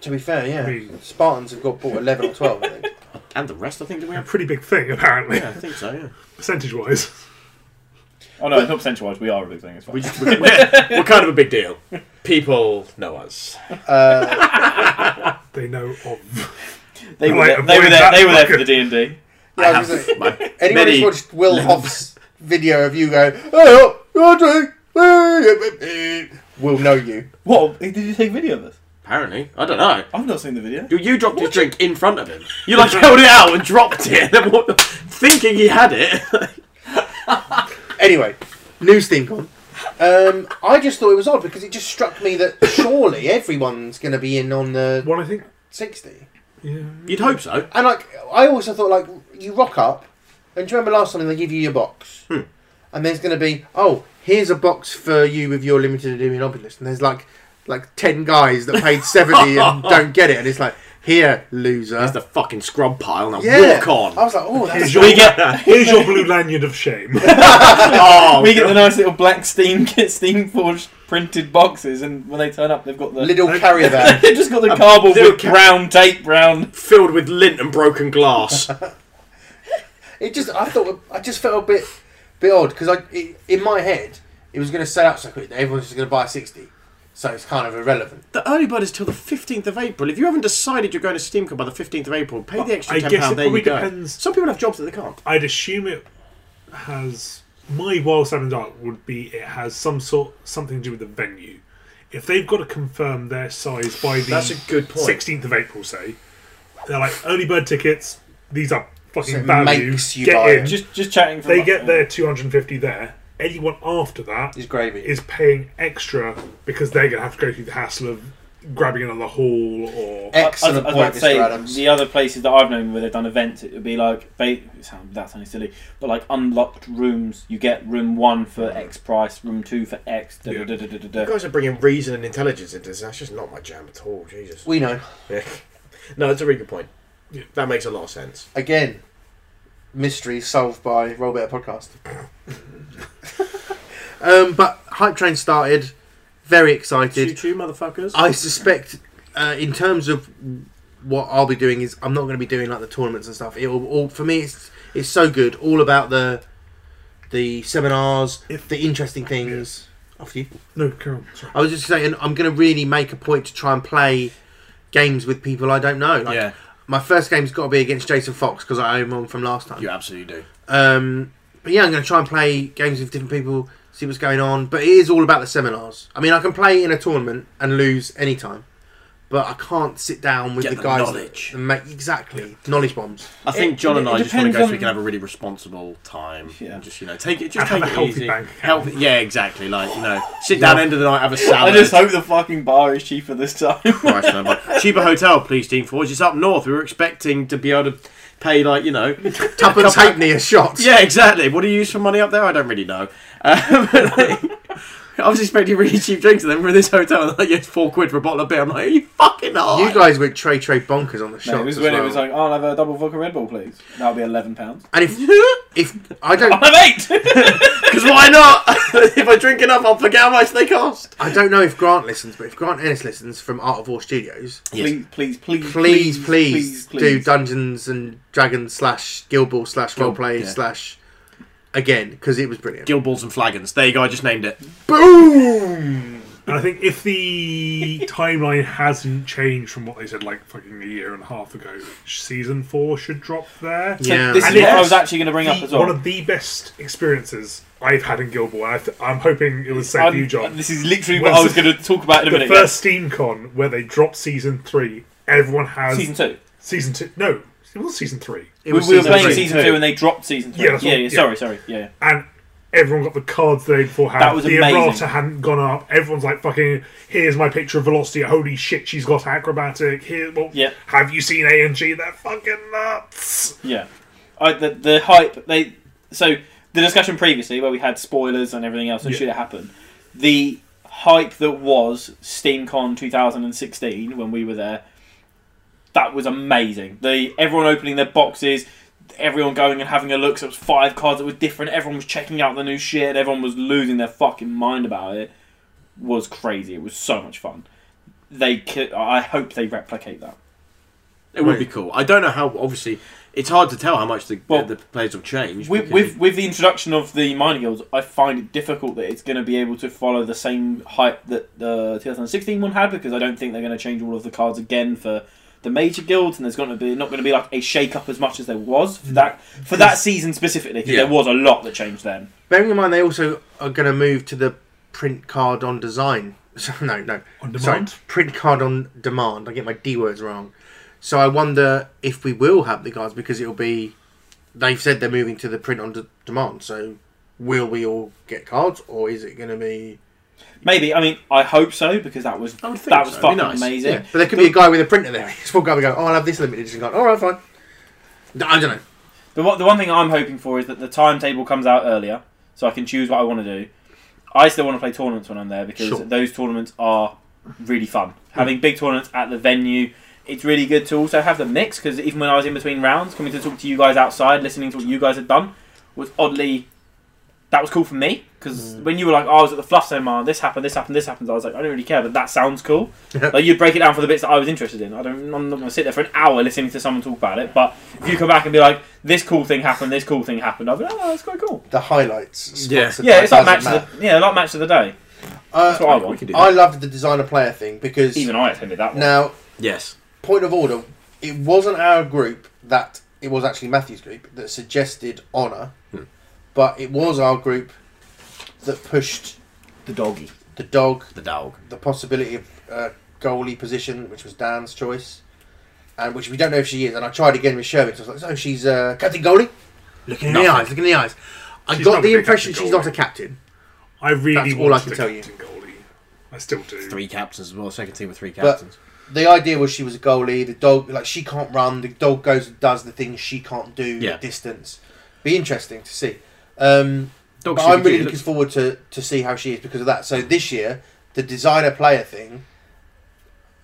S1: To be fair, yeah,
S4: Hmm.
S1: Spartans have got bought eleven or twelve. I think.
S10: And the rest, I think, did we
S4: a
S10: have?
S4: pretty big thing apparently,
S10: Yeah, I think so. Yeah.
S4: percentage wise.
S2: Oh no, it's not percentage wise. We are a big thing. It's fine.
S10: We just, we're, we're-
S3: thing. We're kind of a big deal. People know us.
S1: Uh,
S4: They know of.
S2: they were there,
S4: Right,
S2: they were
S4: avoid
S2: there,
S4: that
S2: they were there for the
S4: bucket.
S2: D and D.
S1: yeah, I was gonna say, anyone who's watched Will Hoff's video of you going, oh, you're doing- will know you.
S2: What did you take video of this?
S10: apparently, I don't know.
S2: I've not seen the video.
S10: You, you dropped your drink in front of him. You like held it out and dropped it, and then walked, thinking he had it.
S1: Anyway, new SteamCon. Um, I just thought it was odd because it just struck me that surely everyone's going to be in on the
S4: Well, I think.
S1: sixty.
S4: Yeah.
S10: You'd hope so.
S1: And like, I also thought like you rock up, and do you remember last time they give you your box,
S2: Hmm.
S1: and there's going to be oh here's a box for you with your limited edition obelisk, and there's like like ten guys that paid seventy and don't get it, and it's like here, loser.
S3: It's the fucking scrub pile. Now
S16: Yeah.
S3: walk on.
S16: I was like, oh, that's
S4: Here's your,
S2: We get-
S4: here's your blue lanyard of shame.
S3: oh,
S2: we get the nice little black steam steam forged printed boxes, and when they turn up, they've got the
S16: little carrier van.
S2: they've just got the cardboard
S3: little
S2: with
S3: ca-
S2: brown tape round.
S3: filled with lint and broken glass.
S16: It just, I thought, I just felt a bit, bit odd because I, it, in my head, it was going to sell out so quick that everyone's just going to buy sixty, so it's kind of irrelevant.
S3: the early bird is till the fifteenth of April. If you haven't decided you're going to SteamCon by the fifteenth of April, pay the extra
S4: I
S3: ten
S4: guess it
S3: pound. There you
S4: probably
S3: go.
S4: depends-
S3: Some people have jobs that they can't.
S4: I'd assume it has my wild side in the dark would be it has some sort something to do with the venue. If they've got to confirm their size by
S3: That's a
S4: the
S3: good point.
S4: sixteenth of April, say, they're like early bird tickets. These are fucking
S16: So it
S4: value.
S16: makes you
S4: Get
S16: buy
S4: in.
S16: it.
S2: Just just chatting. For a
S4: they
S2: moment,
S4: get
S2: yeah.
S4: their two hundred and fifty there. Anyone after that
S16: It's gravy.
S4: is paying extra because they're going to have to go through the hassle of grabbing another hall or
S2: I- I-
S16: Excellent
S2: I was
S16: point,
S2: about to say,
S16: Mr. Adams.
S2: The other places that I've known where they've done events, it would be like ba- it sound- that sounds silly, but like unlocked rooms. You get room one for X price, room two for X. Da,
S4: Yeah.
S2: da, da, da, da,
S3: You
S2: da.
S3: guys are bringing reason and intelligence into this. That's just not my jam at all. Jesus.
S16: We know.
S3: Yeah. no, that's a really good point.
S4: Yeah.
S3: That makes a lot of sense.
S16: Again, mystery solved by Roll Better Podcast.
S1: Um, but hype train started. Very excited.
S3: Choo-choo, motherfuckers.
S1: I suspect, uh, in terms of what I'll be doing, is I'm not going to be doing like the tournaments and stuff. It will all for me. It's it's so good. All about the the seminars,
S4: If-
S1: the interesting things. After you,
S4: no, Carol. Sorry.
S1: I was just saying I'm going to really make a point to try and play games with people I don't know. Like,
S17: yeah,
S1: My first game's got to be against Jason Fox because I owe him one from last time.
S17: you absolutely do.
S1: Um, but yeah, I'm going to try and play games with different people, see what's going on. But it is all about the seminars. I mean, I can play in a tournament and lose any time, but I can't sit down with
S17: Get
S1: the
S17: the
S1: guys
S17: knowledge.
S1: and make exactly knowledge bombs.
S17: I think
S2: It-
S17: John
S2: it-
S17: and
S2: it
S17: I just want to
S2: depends
S17: go so
S2: on-
S17: we can have a really responsible time.
S2: Yeah.
S17: And just you know, take it,
S4: And
S17: just
S4: have
S17: take
S4: a
S17: it
S4: healthy
S17: easy.
S4: bank account.
S17: Healthy, yeah, exactly. Like you know, sit down end of the night, have a
S2: I
S17: salad.
S2: just hope the fucking bar is cheaper this time.
S3: Christ, no, but cheaper hotel, please, Team Forge. It's up north. We were expecting to be able to pay, like, you know.
S1: Tuppence halfpenny a shot.
S3: yeah, exactly. What do you use for money up there? I don't really know. Um, but, like, I was expecting really cheap drinks, and then we're in this hotel, and like, yeah, it's four quid for a bottle of beer. I'm like, are you fucking high?
S1: You guys went tray tray bonkers on the shots
S2: No, it was
S1: as
S2: when
S1: well.
S2: it was like, "Oh, I'll have a double vodka Red Bull, please. That'll be eleven pounds.
S1: and if if I don't,
S2: I'll have eight.
S3: Because why not? if I drink enough, I'll forget how much they cost.
S1: I don't know if Grant listens, but if Grant Ennis listens from Art of War Studios,
S3: Yes.
S2: please, please, please,
S1: please, please, do Dungeons and Dragons slash Guild Ball slash roleplay
S17: yeah.
S1: slash again because it was brilliant.
S3: Gill balls and flagons. There you go. I just named it.
S1: Boom!
S4: And I think if the timeline hasn't changed from what they said like fucking a year and a half ago, season four should drop there.
S2: So
S1: Yeah.
S2: This is
S4: And
S2: what I
S4: yes,
S2: was actually going to bring up as well.
S4: One of the best experiences I've had in Guild Ball, and I th- I'm hoping it was the same
S2: I'm-
S4: for you, John.
S2: This is literally
S4: Well,
S2: what I was going to talk about in a
S4: The
S2: minute.
S4: first SteamCon where they dropped season three, everyone
S2: yeah.
S4: has
S2: Season two.
S4: season two. No, it was season three,
S1: It
S2: We, we were
S1: season
S2: playing
S1: three.
S2: season two and they dropped season three.
S4: Yeah,
S2: Yeah,
S4: that's
S2: yeah,
S4: what- yeah.
S2: Sorry, sorry. Yeah, yeah.
S4: and everyone got the cards the day beforehand.
S2: That was
S4: the
S2: amazing.
S4: errata hadn't gone up. Everyone's like, "Fucking, here's my picture of Velocity. Holy shit, she's got acrobatic. Here, well,
S2: Yeah.
S4: have you seen A and G? They're fucking nuts."
S2: Yeah, I, the the hype they so the discussion previously where we had spoilers and everything else and
S4: Yeah.
S2: should it happen, the hype that was SteamCon 2016 when we were there, that was amazing. The everyone opening their boxes. Everyone going and having a look. So it was five cards that were different. Everyone was checking out the new shit. Everyone was losing their fucking mind about it. Was crazy. It was so much fun. They, ki- I hope they replicate that.
S3: It would be cool. I don't know how. Obviously, it's hard to tell how much the
S2: Well,
S3: the players have changed.
S2: with,
S3: because-
S2: with with the introduction of the mining guilds, I find it difficult that it's going to be able to follow the same hype that the 2016 one had because I don't think they're going to change all of the cards again for the major guilds, and there's going to be not going to be like a shake up as much as there was for that for that season specifically. 'cause
S3: Yeah.
S2: There was a lot that changed then.
S1: Bearing in mind, they also are going to move to the print card on design. So, no, no.
S4: On
S1: Sorry,
S4: demand?
S1: print card on demand. I get my D words wrong. So I wonder if we will have the cards because it'll be. They've said they're moving to the print on de- demand. So will we all get cards or is it going to be.
S2: Maybe I mean I hope so because that was
S3: I would think
S2: that was
S3: so. It'd
S2: fucking
S3: be nice.
S2: amazing.
S1: Yeah, but there could be a guy with a printer there. It's one guy we go, oh, I'll have this limited edition card. All right, fine. No, I don't know.
S2: The, one- the one thing I'm hoping for is that the timetable comes out earlier, so I can choose what I want to do. I still want to play tournaments when I'm there because
S1: Sure.
S2: those tournaments are really fun. Having big tournaments at the venue, it's really good to also have the mix because even when I was in between rounds, coming to talk to you guys outside, listening to what you guys had done, was oddly that was cool for me because
S1: Mm.
S2: when you were like, oh, I was at the Fluff Seminar, this happened, this happened, this happened, I was like, I don't really care, but that sounds cool. like you'd break it down for the bits that I was interested in. I don't, I'm not going to sit there for an hour listening to someone talk about it, but if you come back and be like, this cool thing happened, this cool thing happened, I'd be like, oh, that's quite cool.
S1: The highlights. spots
S10: Yeah.
S1: that
S2: Yeah, it's like match
S1: doesn't matter.
S2: of the, yeah, like match of the day. That's
S1: Uh,
S2: what I
S10: We
S2: want.
S10: could do
S1: I
S10: that.
S1: loved the designer player thing because
S2: Even I attended that one.
S1: now
S10: Yes.
S1: point of order, it wasn't our group that it was actually Matthew's group that suggested honour, but it was our group that pushed
S2: The doggy.
S1: the dog,
S10: The dog.
S1: the possibility of uh, goalie position, which was Dan's choice, and which we don't know if she is. And I tried again with Sherwin, so I was like, "Oh, she's uh, captain goalie."
S9: Looking in the
S10: Nothing.
S9: eyes, looking in the eyes. I
S4: She's
S9: got
S4: not
S9: the
S4: gonna be
S9: impression
S4: captain
S9: she's
S4: goal.
S9: not a captain.
S4: I really
S1: That's all
S4: want
S1: I can
S4: the
S1: tell you.
S4: captain goalie. I still do.
S10: Three captains as well. Second team with three
S1: But-
S10: captains.
S1: The idea was she was a goalie. The dog, like she can't run. The dog goes and does the things she can't do.
S10: Yeah.
S1: The distance. Be interesting to see. Um,
S10: Dog
S1: But
S10: should
S1: I'm
S10: be
S1: really
S10: good.
S1: looking forward to, to see how she is because of that. So this year, the designer player thing,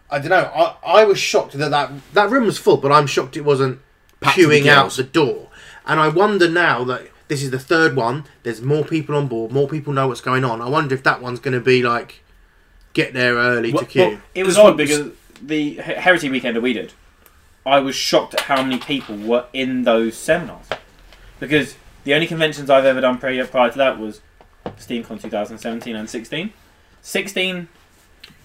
S1: I don't know. I, I was shocked that, that
S9: That room was full, but I'm shocked it wasn't
S10: Packed with
S9: queuing out
S10: girls.
S9: the door. And I wonder now that this is the third one. There's more people on board. More people know what's going on. I wonder if that one's going to be like get there early to
S10: Well-
S9: queue.
S10: well,
S2: It was
S10: This
S2: odd
S10: one was-
S2: because the Her- Heritage Weekend that we did, I was shocked at how many people were in those seminars. Because the only conventions I've ever done prior, prior to that was SteamCon 2017 and 16. 16,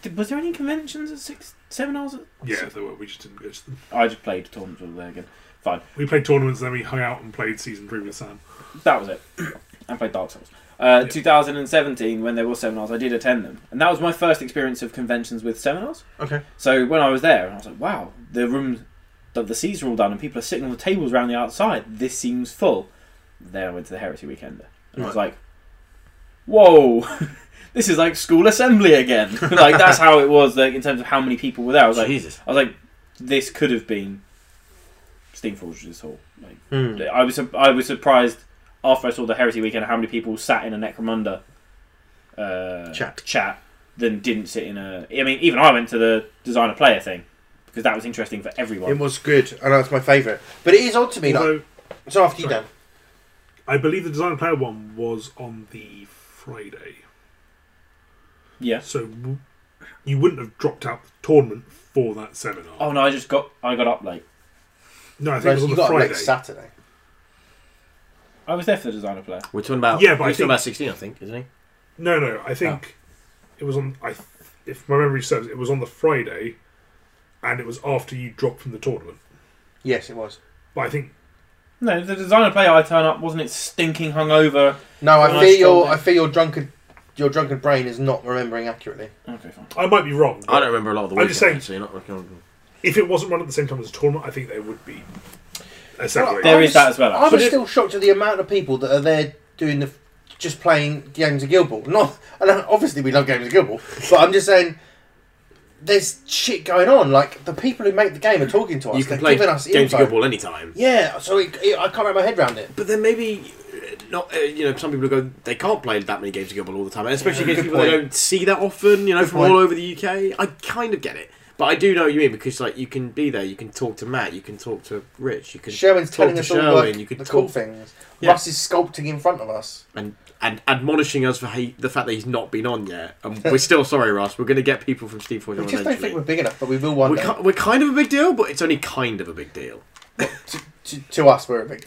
S2: did- was there any conventions at six seminars? At,
S4: Yeah, they were. We just didn't go to them.
S2: I just played tournaments all there again. Fine.
S4: We played tournaments, then we hung out and played season three with Sam.
S2: That was it. I played Dark Souls. Uh, 2017, when there were seminars, I did attend them, and that was my first experience of conventions with seminars.
S9: Okay.
S2: So when I was there, I was like, "Wow, the rooms, the, the seats are all done, and people are sitting on the tables around the outside. This seems full." Then I went to the Heresy Weekender, and I was like, "Whoa, this is like school assembly again." like that's how it was, like in terms of how many people were there. I was like,
S10: Jesus.
S2: I was like, "This could have been Steamforge's Hall." Like,
S9: Hmm.
S2: I was sur- I was surprised after I saw the Heresy Weekend how many people sat in a Necromunda uh,
S9: Chat.
S2: chat than didn't sit in a. I mean, even I went to the designer player thing because that was interesting for
S1: it
S2: everyone.
S1: was good. I know it's my favourite, but it is odd to me. Like,
S4: Although
S1: so after you,
S4: sorry.
S1: Dan.
S4: I believe the design player one was on the Friday,
S2: yeah.
S4: so w- you wouldn't have dropped out the tournament for that seminar.
S2: Oh no, I just got I got up late.
S4: no, I think it was
S1: Whereas
S4: on
S1: you
S4: the
S1: got
S4: Friday.
S1: next Saturday.
S2: I was there for the designer player.
S10: We're talking about
S4: Yeah, but I
S10: we're talking
S4: think-
S10: about sixteen, I think, isn't he?
S4: No, no. I think it was on. I, th- if my memory serves, it was on the Friday, and it was after you dropped from the tournament.
S1: Yes, it was.
S4: But I think
S2: No, the designer player I turn up wasn't it stinking hungover?
S1: No, I
S2: Well, I
S1: fear your
S2: still-
S1: I fear your drunken your drunken brain is not remembering accurately.
S2: Okay, fine.
S4: I might be wrong.
S10: I
S4: but
S10: don't remember a lot of the
S4: I'm
S10: weekend,
S4: just saying-
S10: so you're not looking on.
S4: If it wasn't run at the same time as the tournament, I think they would be a separate.
S2: There
S1: I
S2: is
S1: was-
S2: that as well,
S1: I
S2: actually.
S1: was still shocked at the amount of people that are there doing the just playing games of Guild Ball. Not, and obviously we love games of Guild Ball, but I'm just saying there's shit going on. Like the people who make the game are talking to us.
S10: You can
S1: They're
S10: play
S1: giving us
S10: games
S1: info.
S10: of Guild Ball anytime.
S1: Yeah, so it, it- I can't wrap my head around it.
S10: But then maybe uh, not. Uh, you know, some people go they can't play that many games of Guild Ball all the time, and especially against people they
S1: point.
S10: don't see that often. You know, from
S1: point.
S10: all over the UK. I kind of get it, but I do know what you mean because like you can be there, you can talk to Matt, you can talk to Rich, you can
S1: Sherwin's
S10: talk
S1: telling
S10: to
S1: us all like,
S10: you
S1: the
S10: can
S1: cool
S10: talk
S1: things.
S10: Yeah.
S1: Russ is sculpting in front of us.
S10: and and admonishing us for he, the fact that he's not been on yet. And we're still sorry, Russ. We're going to get people from Steve Forge
S1: We
S10: on
S1: just don't think we're
S10: eventually.
S1: big enough, but we will one
S10: We're,
S1: day.
S10: ki- we're kind of a big deal, but it's only kind of a big deal.
S1: To, to, to us, we're a big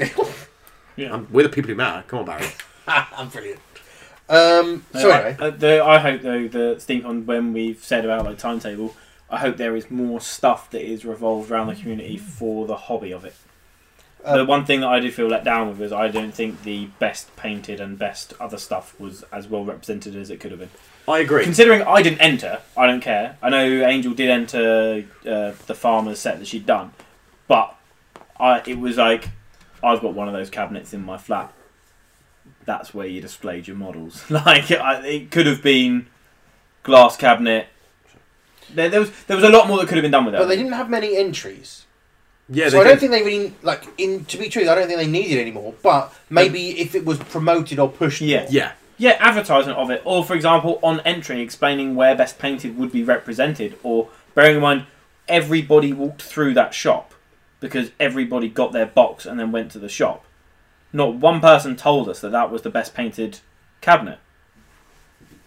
S1: deal.
S10: Um, we're the people who matter. Come on, Barry.
S1: I'm brilliant. Um,
S2: No,
S1: so
S2: I-
S1: anyway,
S2: uh, the, I hope though the SteamCon when we've said about like timetable, I hope there is more stuff that is revolved around the community for the hobby of it. the
S1: Um,
S2: one thing that I did feel let down with is I don't think the best painted and best other stuff was as well represented as it could have been.
S10: I agree.
S2: Considering I didn't enter, I don't care. I know Angel did enter uh, the farmer's set that she'd done, but I it was like I've got one of those cabinets in my flat. That's where you displayed your models. like I, it could have been glass cabinet. There, there was there was a lot more that could have been done with it.
S1: but they didn't have many entries.
S10: Yeah,
S1: so
S10: they
S1: I don't
S10: do.
S1: think they really like in to be true. I don't think they need it anymore. But maybe if it was promoted or pushed,
S2: Yeah.
S1: more.
S10: Yeah,
S2: yeah, advertisement of it, or for example, on entry explaining where Best Painted would be represented, or bearing in mind everybody walked through that shop because everybody got their box and then went to the shop. Not one person told us that that was the Best Painted cabinet.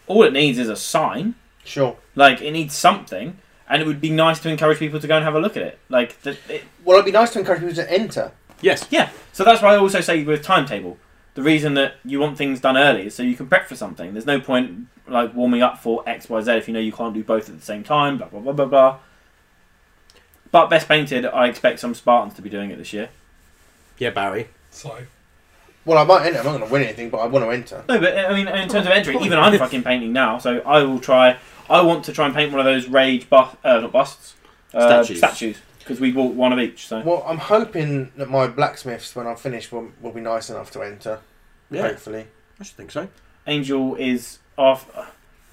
S2: All it needs is a sign.
S1: Sure.
S2: Like it needs something, and it would be nice to encourage people to go and have a look at it. Like the, it,
S1: Well, it'd be nice to encourage people to enter.
S3: Yes.
S2: yeah, so that's why I also say with timetable, the reason that you want things done early is so you can prep for something. There's no point like warming up for X, Y, Z if you know you can't do both at the same time. Blah blah blah blah blah. But best painted, I expect some Spartans to be doing it this year.
S3: Yeah, Barry.
S4: So
S1: Well, I might enter. I'm not going to win anything, but I want to enter.
S2: No, but I mean, in terms of entry, even I'm fucking painting now, so I will try. I want to try and paint one of those rage bust, uh, not busts, uh,
S3: Statues.
S2: statues, because we bought one of each. So
S1: Well, I'm hoping that my blacksmiths, when I'm finished, will, will be nice enough to enter.
S3: Yeah,
S1: Hopefully.
S3: I should think so.
S2: Angel is off.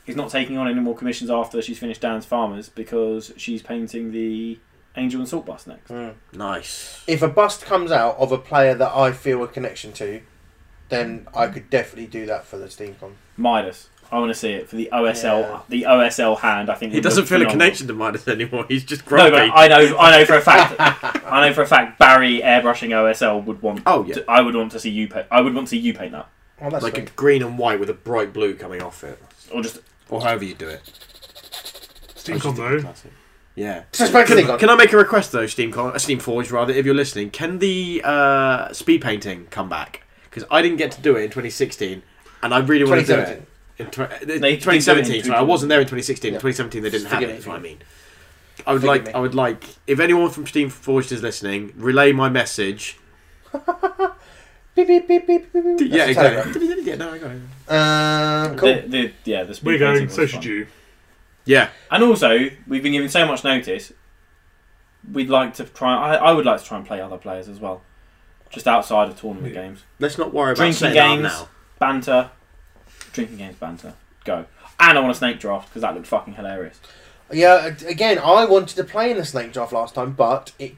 S2: Is not taking on any more commissions after she's finished Dan's Farmers because she's painting the Angel and Salt bus next.
S1: Mm.
S3: Nice.
S1: If a bust comes out of a player that I feel a connection to, then I could definitely do that for the SteamCon.
S2: Midas, I want to see it for the OSL.
S1: Yeah.
S2: The OSL hand, I think
S3: He
S2: would
S3: doesn't
S2: look
S3: feel a
S2: phenomenal.
S3: connection to Midas anymore. He's just
S2: No,
S3: grumpy.
S2: but I know, I know for a fact, I know for a fact Barry airbrushing OSL would want.
S3: Oh, yeah.
S2: to- I would want to see you paint. I would want to see you paint that,
S1: Well, that's
S3: like a
S1: sweet.
S3: green and white with a bright blue coming off it,
S2: or just
S3: or however you do it.
S4: SteamCon though,
S3: Classic. Yeah.
S1: Just back to
S3: Can,
S1: Steamcon.
S3: can I make a request though, Steam uh, Steam Forge rather, if you're listening? Can the uh, speed painting come back? Because I didn't get to do it in 2016, and I really want to do it.
S1: 2017.
S3: In tw- uh,
S2: They-
S3: 2017, sorry, I wasn't there in 2016.
S1: Yeah.
S3: 2017, they didn't have
S1: Forgive
S3: it.
S1: me,
S3: Is what I mean. I would
S1: Forgive
S3: like.
S1: me.
S3: I would like. If anyone from Steam Forged is listening, relay my message.
S1: Beep, beep, beep, beep, beep, beep.
S3: yeah,
S1: That's a telegram.
S3: exactly. yeah, no, I got it.
S1: Uh, cool.
S2: the, the yeah the. speed
S4: we're
S2: painting
S4: going.
S2: was
S4: So should
S2: fun.
S4: you.
S3: Yeah,
S2: And also, we've been given so much notice. We'd like to try. I, I would like to try and play other players as well, just outside of tournament games,
S3: let's not worry about
S2: Drinking
S3: setting up
S2: games.
S3: now.
S2: banter, drinking games, banter. Go. And I want a snake draft because that looked fucking hilarious.
S1: Yeah, a- again, I wanted to play in the snake draft last time, but it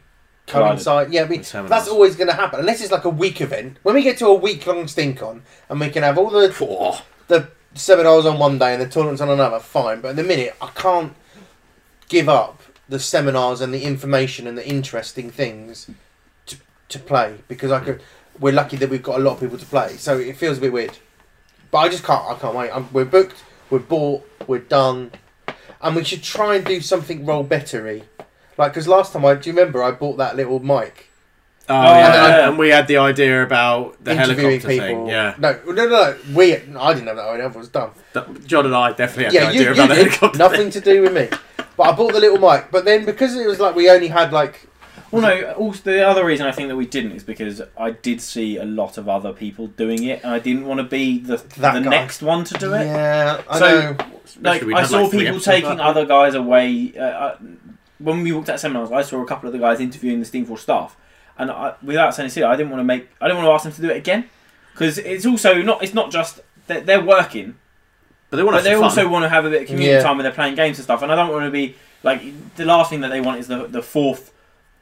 S2: Collided.
S1: coincided. Yeah, I mean,
S3: It's having
S1: that's
S3: us.
S1: always going to happen unless it's like a week event. When we get to a week long SteamCon and we can have all the
S3: Phew.
S1: the seminars on one day and the tournaments on another, fine. But in the minute, I can't give up the seminars and the information and the interesting things to, to play because I could. We're lucky that we've got a lot of people to play, so it feels a bit weird. But I just can't. I can't wait. I'm, we're booked. We're bought. We're done. And we should try and do something roll bettery, like because last time I do you remember I bought that little mic
S3: Oh,
S2: yeah.
S3: and-
S2: yeah.
S3: And we had the idea about the
S1: interviewing
S3: helicopter
S1: people.
S3: thing. Yeah.
S1: No, no, no, no. We. I didn't have that. idea, I was dumb.
S3: That- John and I definitely had
S1: yeah,
S3: the
S1: you,
S3: idea
S1: you
S3: about the
S1: did.
S3: helicopter.
S1: nothing to do with me. But I bought the little mic. But then because it was like we only had like
S2: Well, no. Also, the other reason I think that we didn't is because I did see a lot of other people doing it, and I didn't want to be the
S1: That
S2: the
S1: guy.
S2: next one to do it.
S1: yeah, I
S2: So-
S1: know.
S2: like
S3: Especially
S2: I
S3: we've
S2: saw
S3: had, like, three
S2: people
S3: episodes
S2: taking
S3: like that.
S2: other guys away. Uh, uh, when we walked out seminars, I saw a couple of the guys interviewing the Steamforce staff, and I, without saying it, I didn't want to make, I didn't want to ask them to do it again, because it's also not, it's not just that they're working,
S3: But they want
S2: but
S3: us to
S2: they
S3: fun.
S2: also want to have a bit of community
S1: Yeah.
S2: time when they're playing games and stuff. And I don't want to be like the last thing that they want is the the fourth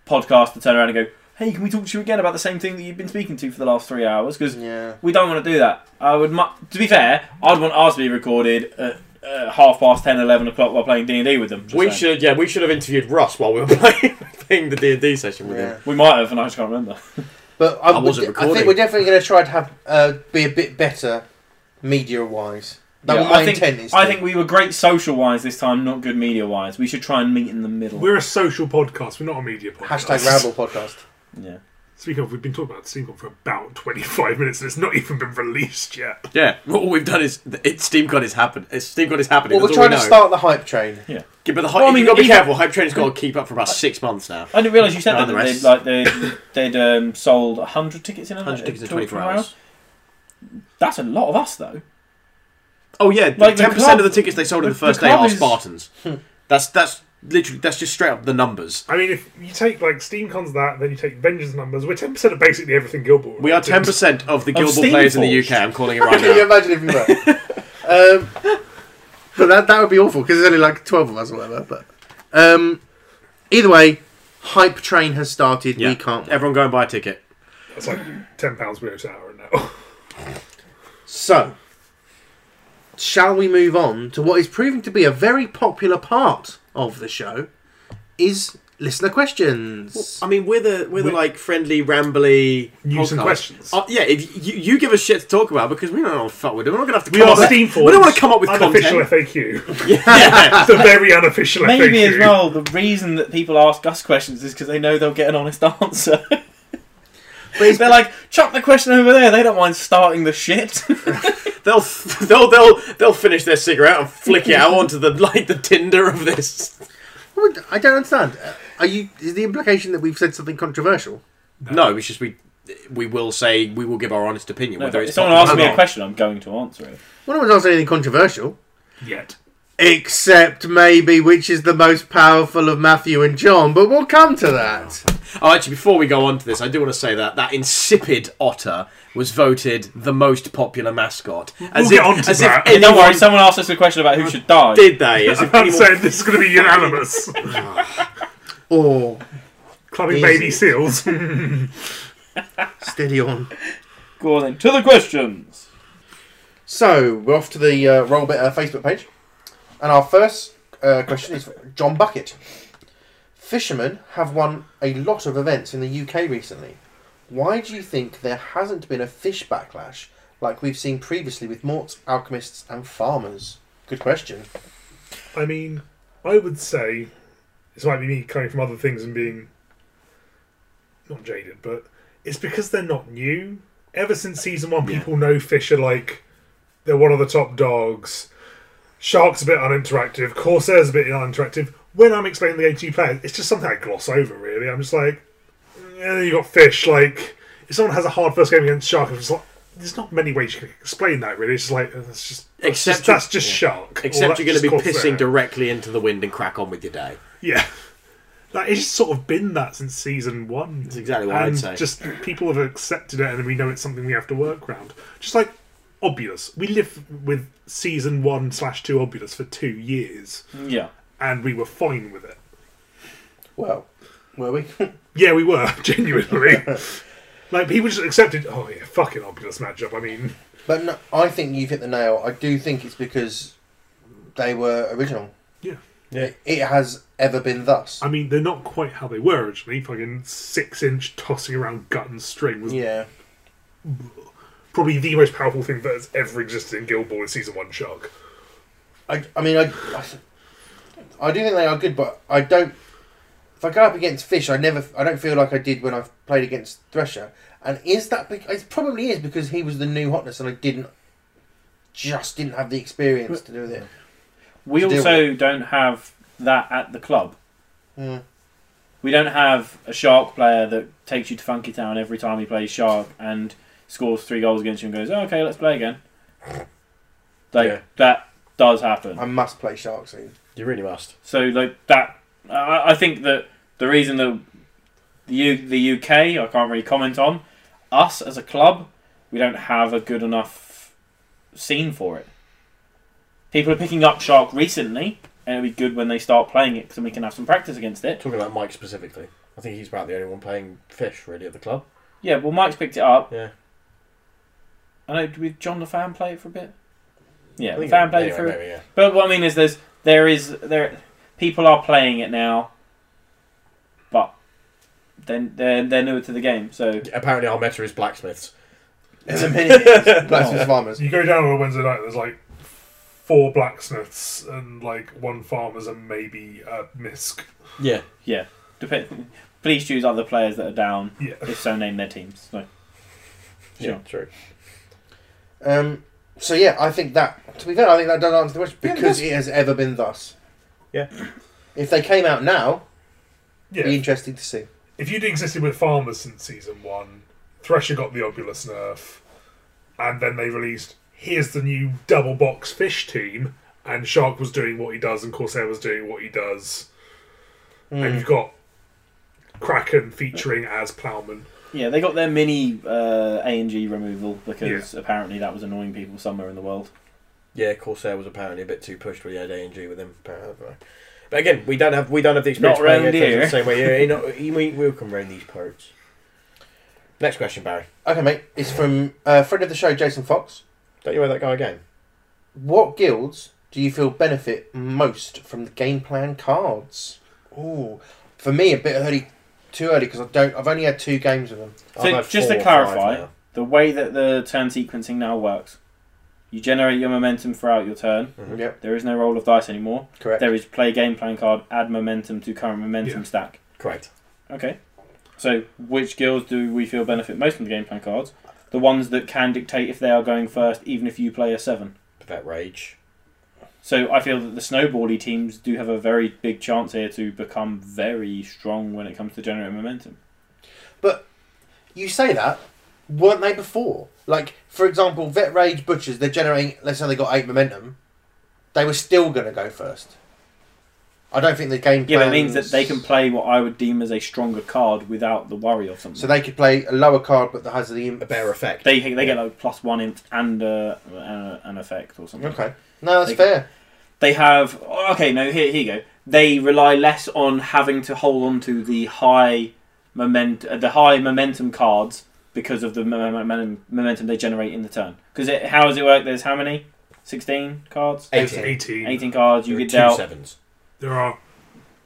S2: podcast to turn around and go, hey, can we talk to you again about the same thing that you've been speaking to for the last three hours? Because
S1: Yeah,
S2: we don't want to do that. I would, mu- to be fair, I'd want ours to be recorded at uh, half past 10, 11 o'clock while playing D and D with them. just
S3: We
S2: saying.
S3: should, yeah, we should have interviewed Russ while we were playing, playing the D and D session with
S1: yeah.
S3: him.
S2: We might have, and I just can't remember.
S1: But I,
S3: I wasn't
S1: would, I think
S3: recording.
S1: we're definitely going to try to have uh, be a bit better media wise. That
S2: Yeah,
S1: was my
S2: I think,
S1: intent. Is
S2: I
S1: to-
S2: think we were great social wise this time, not good media wise. We should try and meet in the middle.
S4: We're a social podcast. We're not a media podcast.
S1: hashtag rabble podcast.
S2: yeah.
S4: Speaking of, we've been talking about SteamCon for about twenty-five minutes, and it's not even been released yet.
S3: Yeah, all we've done is it's SteamCon is happening. It's SteamCon is happening.
S1: Well, we're
S3: that's all
S1: trying
S3: we
S1: to
S3: know.
S1: start the hype train.
S3: Yeah, but the
S2: Well,
S3: hype.
S2: I
S3: I mean,
S2: mean,
S3: you've got to be
S2: even-
S3: careful. Hype train's got to keep up for about six months now.
S2: I didn't realise you said that.
S3: No, the
S2: that they'd,
S3: rest.
S2: like, they'd, they'd um, sold 100 tickets in a-
S3: Hundred tickets in
S2: 24
S3: twenty-four hours.
S2: That's a lot of us, though.
S3: Oh yeah,
S2: Like,
S3: ten
S2: the
S3: percent
S2: club-
S3: of the tickets they sold in
S2: the-
S3: the Hmm. first
S2: the
S3: day
S2: club
S3: are
S2: is-
S3: Spartans. that's that's literally that's just straight up the numbers.
S4: I mean, if you take like SteamCon's that, then you take Vengeance numbers, we're ten percent of basically everything Guild Ball.
S3: We are ten percent of the Guild Ball
S2: Steam
S3: players in the
S2: Forged.
S3: UK. I'm calling it right
S1: Can you
S3: now.
S1: imagine if we were? um,
S18: But that that would be awful because there's only like twelve of us or whatever. But um, either way, hype train has started.
S3: Yeah.
S18: We can't.
S3: Everyone go and buy a ticket.
S4: It's like ten pounds below an hour now.
S1: so
S9: shall we move on to what is proving to be a very popular part of the show? Is listener questions.
S3: I mean, we're the we're the
S4: We-
S3: like friendly, rambly.
S4: Use some
S3: podcast.
S4: questions.
S3: Uh, yeah, if you, you give us shit to talk about because we don't know what the fuck we're doing. We're not gonna have to.
S4: We
S3: come
S4: are
S3: up with-
S4: Steam
S3: We don't want to come up with
S4: unofficial
S3: content.
S4: FAQ.
S3: Yeah.
S4: It's a very unofficial FAQ.
S2: Maybe as well, the reason that people ask us questions is because they know they'll get an honest answer. They're like, chuck the question over there. They don't mind starting the shit.
S3: they'll they'll they'll they'll finish their cigarette and flick it out onto the like the tinder of this.
S9: What- I don't understand. Uh, Are you? Is the implication that we've said something controversial?
S3: No, it's just we we will say we will give our honest opinion
S2: No,
S3: whether
S2: if
S3: it's
S2: someone
S3: popular
S2: asks
S3: or
S2: me a
S3: not.
S2: question, I'm going to answer it.
S9: Well, no one's asked anything controversial,
S4: Yet.
S9: except maybe which is the most powerful of Matthew and John. But we'll come to that.
S3: Oh, actually, before we go on to this, I do want to say that that insipid otter was voted the most popular mascot. As
S4: get on to
S3: as
S4: that.
S3: If
S4: And
S2: Don't worry,
S3: anyone
S2: someone asked us a question about who should die.
S3: did they? As if
S4: I'm
S3: anyone
S4: saying this is going to be unanimous.
S9: Or
S4: Clubbing
S9: Easy.
S4: baby seals.
S9: steady on.
S2: Go on then, to the questions.
S1: So we're off to the uh, Roll Better Facebook page, and our first uh, question is from John Bucket. Fishermen have won a lot of events in the UK recently. Why do you think there hasn't been a fish backlash like we've seen previously with morts, alchemists, and farmers? Good question.
S4: I mean, I would say this might be me coming from other things and being not jaded, but it's because they're not new. Ever since season one, people know fish are like they're one of the top dogs. Shark's a bit uninteractive. Corsair's a bit uninteractive. When I'm explaining the game to you players, it's just something I gloss over. Really, I'm just like, yeah, you got fish. Like, if someone has a hard first game against shark, I'm just like, there's not many ways you can explain that. Really, it's just like uh, that's just that's
S3: Except
S4: just,
S3: you-
S4: that's just shark. or
S3: Except
S4: that's
S3: you're going
S4: just
S3: to be
S4: Corsair.
S3: pissing directly into the wind and crack on with your day.
S4: Yeah. Like, it's just sort of been that since season one. That's
S3: exactly what I'd
S4: and
S3: say.
S4: Just people have accepted it, and we know it's something we have to work around. Just like Obulus, we live with season one slash two Obulus for two years,
S2: Yeah.
S4: and we were fine with it.
S1: Well, were we?
S4: Yeah, we were genuinely. like people just accepted. Oh yeah, fucking Obulus matchup. I mean,
S1: but no, I think you've hit the nail. I do think it's because they were original.
S4: Yeah.
S3: Yeah.
S1: It has ever been thus.
S4: I mean they're not quite how they were originally. Fucking six inch tossing around gut and string was
S1: yeah.
S4: probably the most powerful thing that has ever existed in Guild Ball in season one. Shark.
S1: I, I mean, I, I, I do think they are good, but I don't. If I go up against Fish, I never, I don't feel like I did when I played against Thresher. And is that? bec- It probably is because he was the new hotness, and I didn't, just didn't have the experience to do with it.
S2: We
S1: To deal
S2: also don't have that at the club.
S1: Mm.
S2: We don't have a shark player that takes you to Funky Town every time he plays shark and scores three goals against you and goes, oh, "Okay, let's play again." Like
S3: Yeah.
S2: that does happen.
S1: I must play Shark soon.
S3: You really must.
S2: So like that, I, I think that the reason that the U, the UK I can't really comment on us as a club, we don't have a good enough scene for it. People are picking up Shark recently, and it'll be good when they start playing it because then we can have some practice against it.
S3: Talking about Mike specifically, I think he's about the only one playing fish really at the club.
S2: Yeah, well, Mike's picked it up.
S3: Yeah.
S2: I know. Did John the fan play it for a bit? Yeah,
S3: I
S2: the
S3: think
S2: fan
S3: it-
S2: played it
S3: anyway,
S2: for a
S3: maybe, yeah.
S2: But what I mean is, there's there is there people are playing it now, but then they're they're newer to the game. So
S3: Apparently, our meta is blacksmiths.
S1: It's a minute. it's Blacksmith's Farmers.
S4: You go down on a Wednesday night, there's like four blacksmiths and like one farmer's and maybe a misc.
S3: Yeah.
S2: yeah, depend, please choose other players that are down.
S4: Yeah.
S2: If so, name their teams. No. Sure.
S3: Yeah. True.
S1: Um, so yeah, I think that. To be fair, I think that does answer the question because it has ever been thus.
S3: Yeah.
S1: If they came out now,
S4: Yeah.
S1: it'd be interesting to see.
S4: If you'd existed with farmers since season one, Thresher got the Obulus nerf, and then they released here's the new double box fish team, and Shark was doing what he does, and Corsair was doing what he does,
S1: Hmm.
S4: and you've got Kraken featuring as Plowman.
S2: Yeah, they got their mini uh, A and G removal because apparently that was annoying people somewhere in the world.
S3: Yeah, Corsair was apparently a bit too pushed with the ANG with him. Apparently. But again, we don't have we don't have the experience
S2: Not
S3: playing
S2: round
S3: it
S2: here.
S3: the same way. Yeah, you know, he- we will come round these parts. Next question, Barry.
S1: Okay, mate. It's from uh, friend of the show, Jason Fox.
S3: Don't you wear that guy again?
S1: What guilds do you feel benefit most from the game plan cards? Ooh, for me, a bit early, too early because I don't. I've only had two games with them.
S3: I've
S2: So
S3: had
S2: just to
S3: four or five
S2: clarify,
S3: now.
S2: the way that the turn sequencing now works, you generate your momentum throughout your turn.
S3: Mm-hmm.
S1: Yep,
S2: There is no roll of dice anymore.
S1: correct.
S2: There is play game plan card, add momentum to current momentum
S4: Yeah.
S2: stack.
S3: correct.
S2: Okay. So which guilds do we feel benefit most from the game plan cards? The ones that can dictate if they are going first, even if you play a seven.
S3: Vet Rage.
S2: So I feel that the snowbally teams do have a very big chance here to become very strong when it comes to generating momentum.
S1: you say that weren't they before? Like for example, Vet Rage Butchers. They're generating. Let's say they got eight momentum. They were still going to go first. I don't think the game.
S2: Yeah, but it
S1: plans-
S2: means that they can play what I would deem as a stronger card without the worry of something.
S1: So they could play a lower card, but that has the
S3: A better effect.
S2: They they get like plus one int and uh, uh, an effect or something.
S1: Okay. No, that's
S2: They-
S1: fair.
S2: They have okay. No, here here you go. They rely less on having to hold on to the high moment uh, the high momentum cards because of the mo- mo- mo- momentum they generate in the turn. Because how does it work? There's how many? Sixteen cards.
S3: Eighteen.
S4: 18.
S2: Eighteen cards. You
S3: There are
S2: get
S3: two
S2: dealt.
S3: sevens.
S4: There are.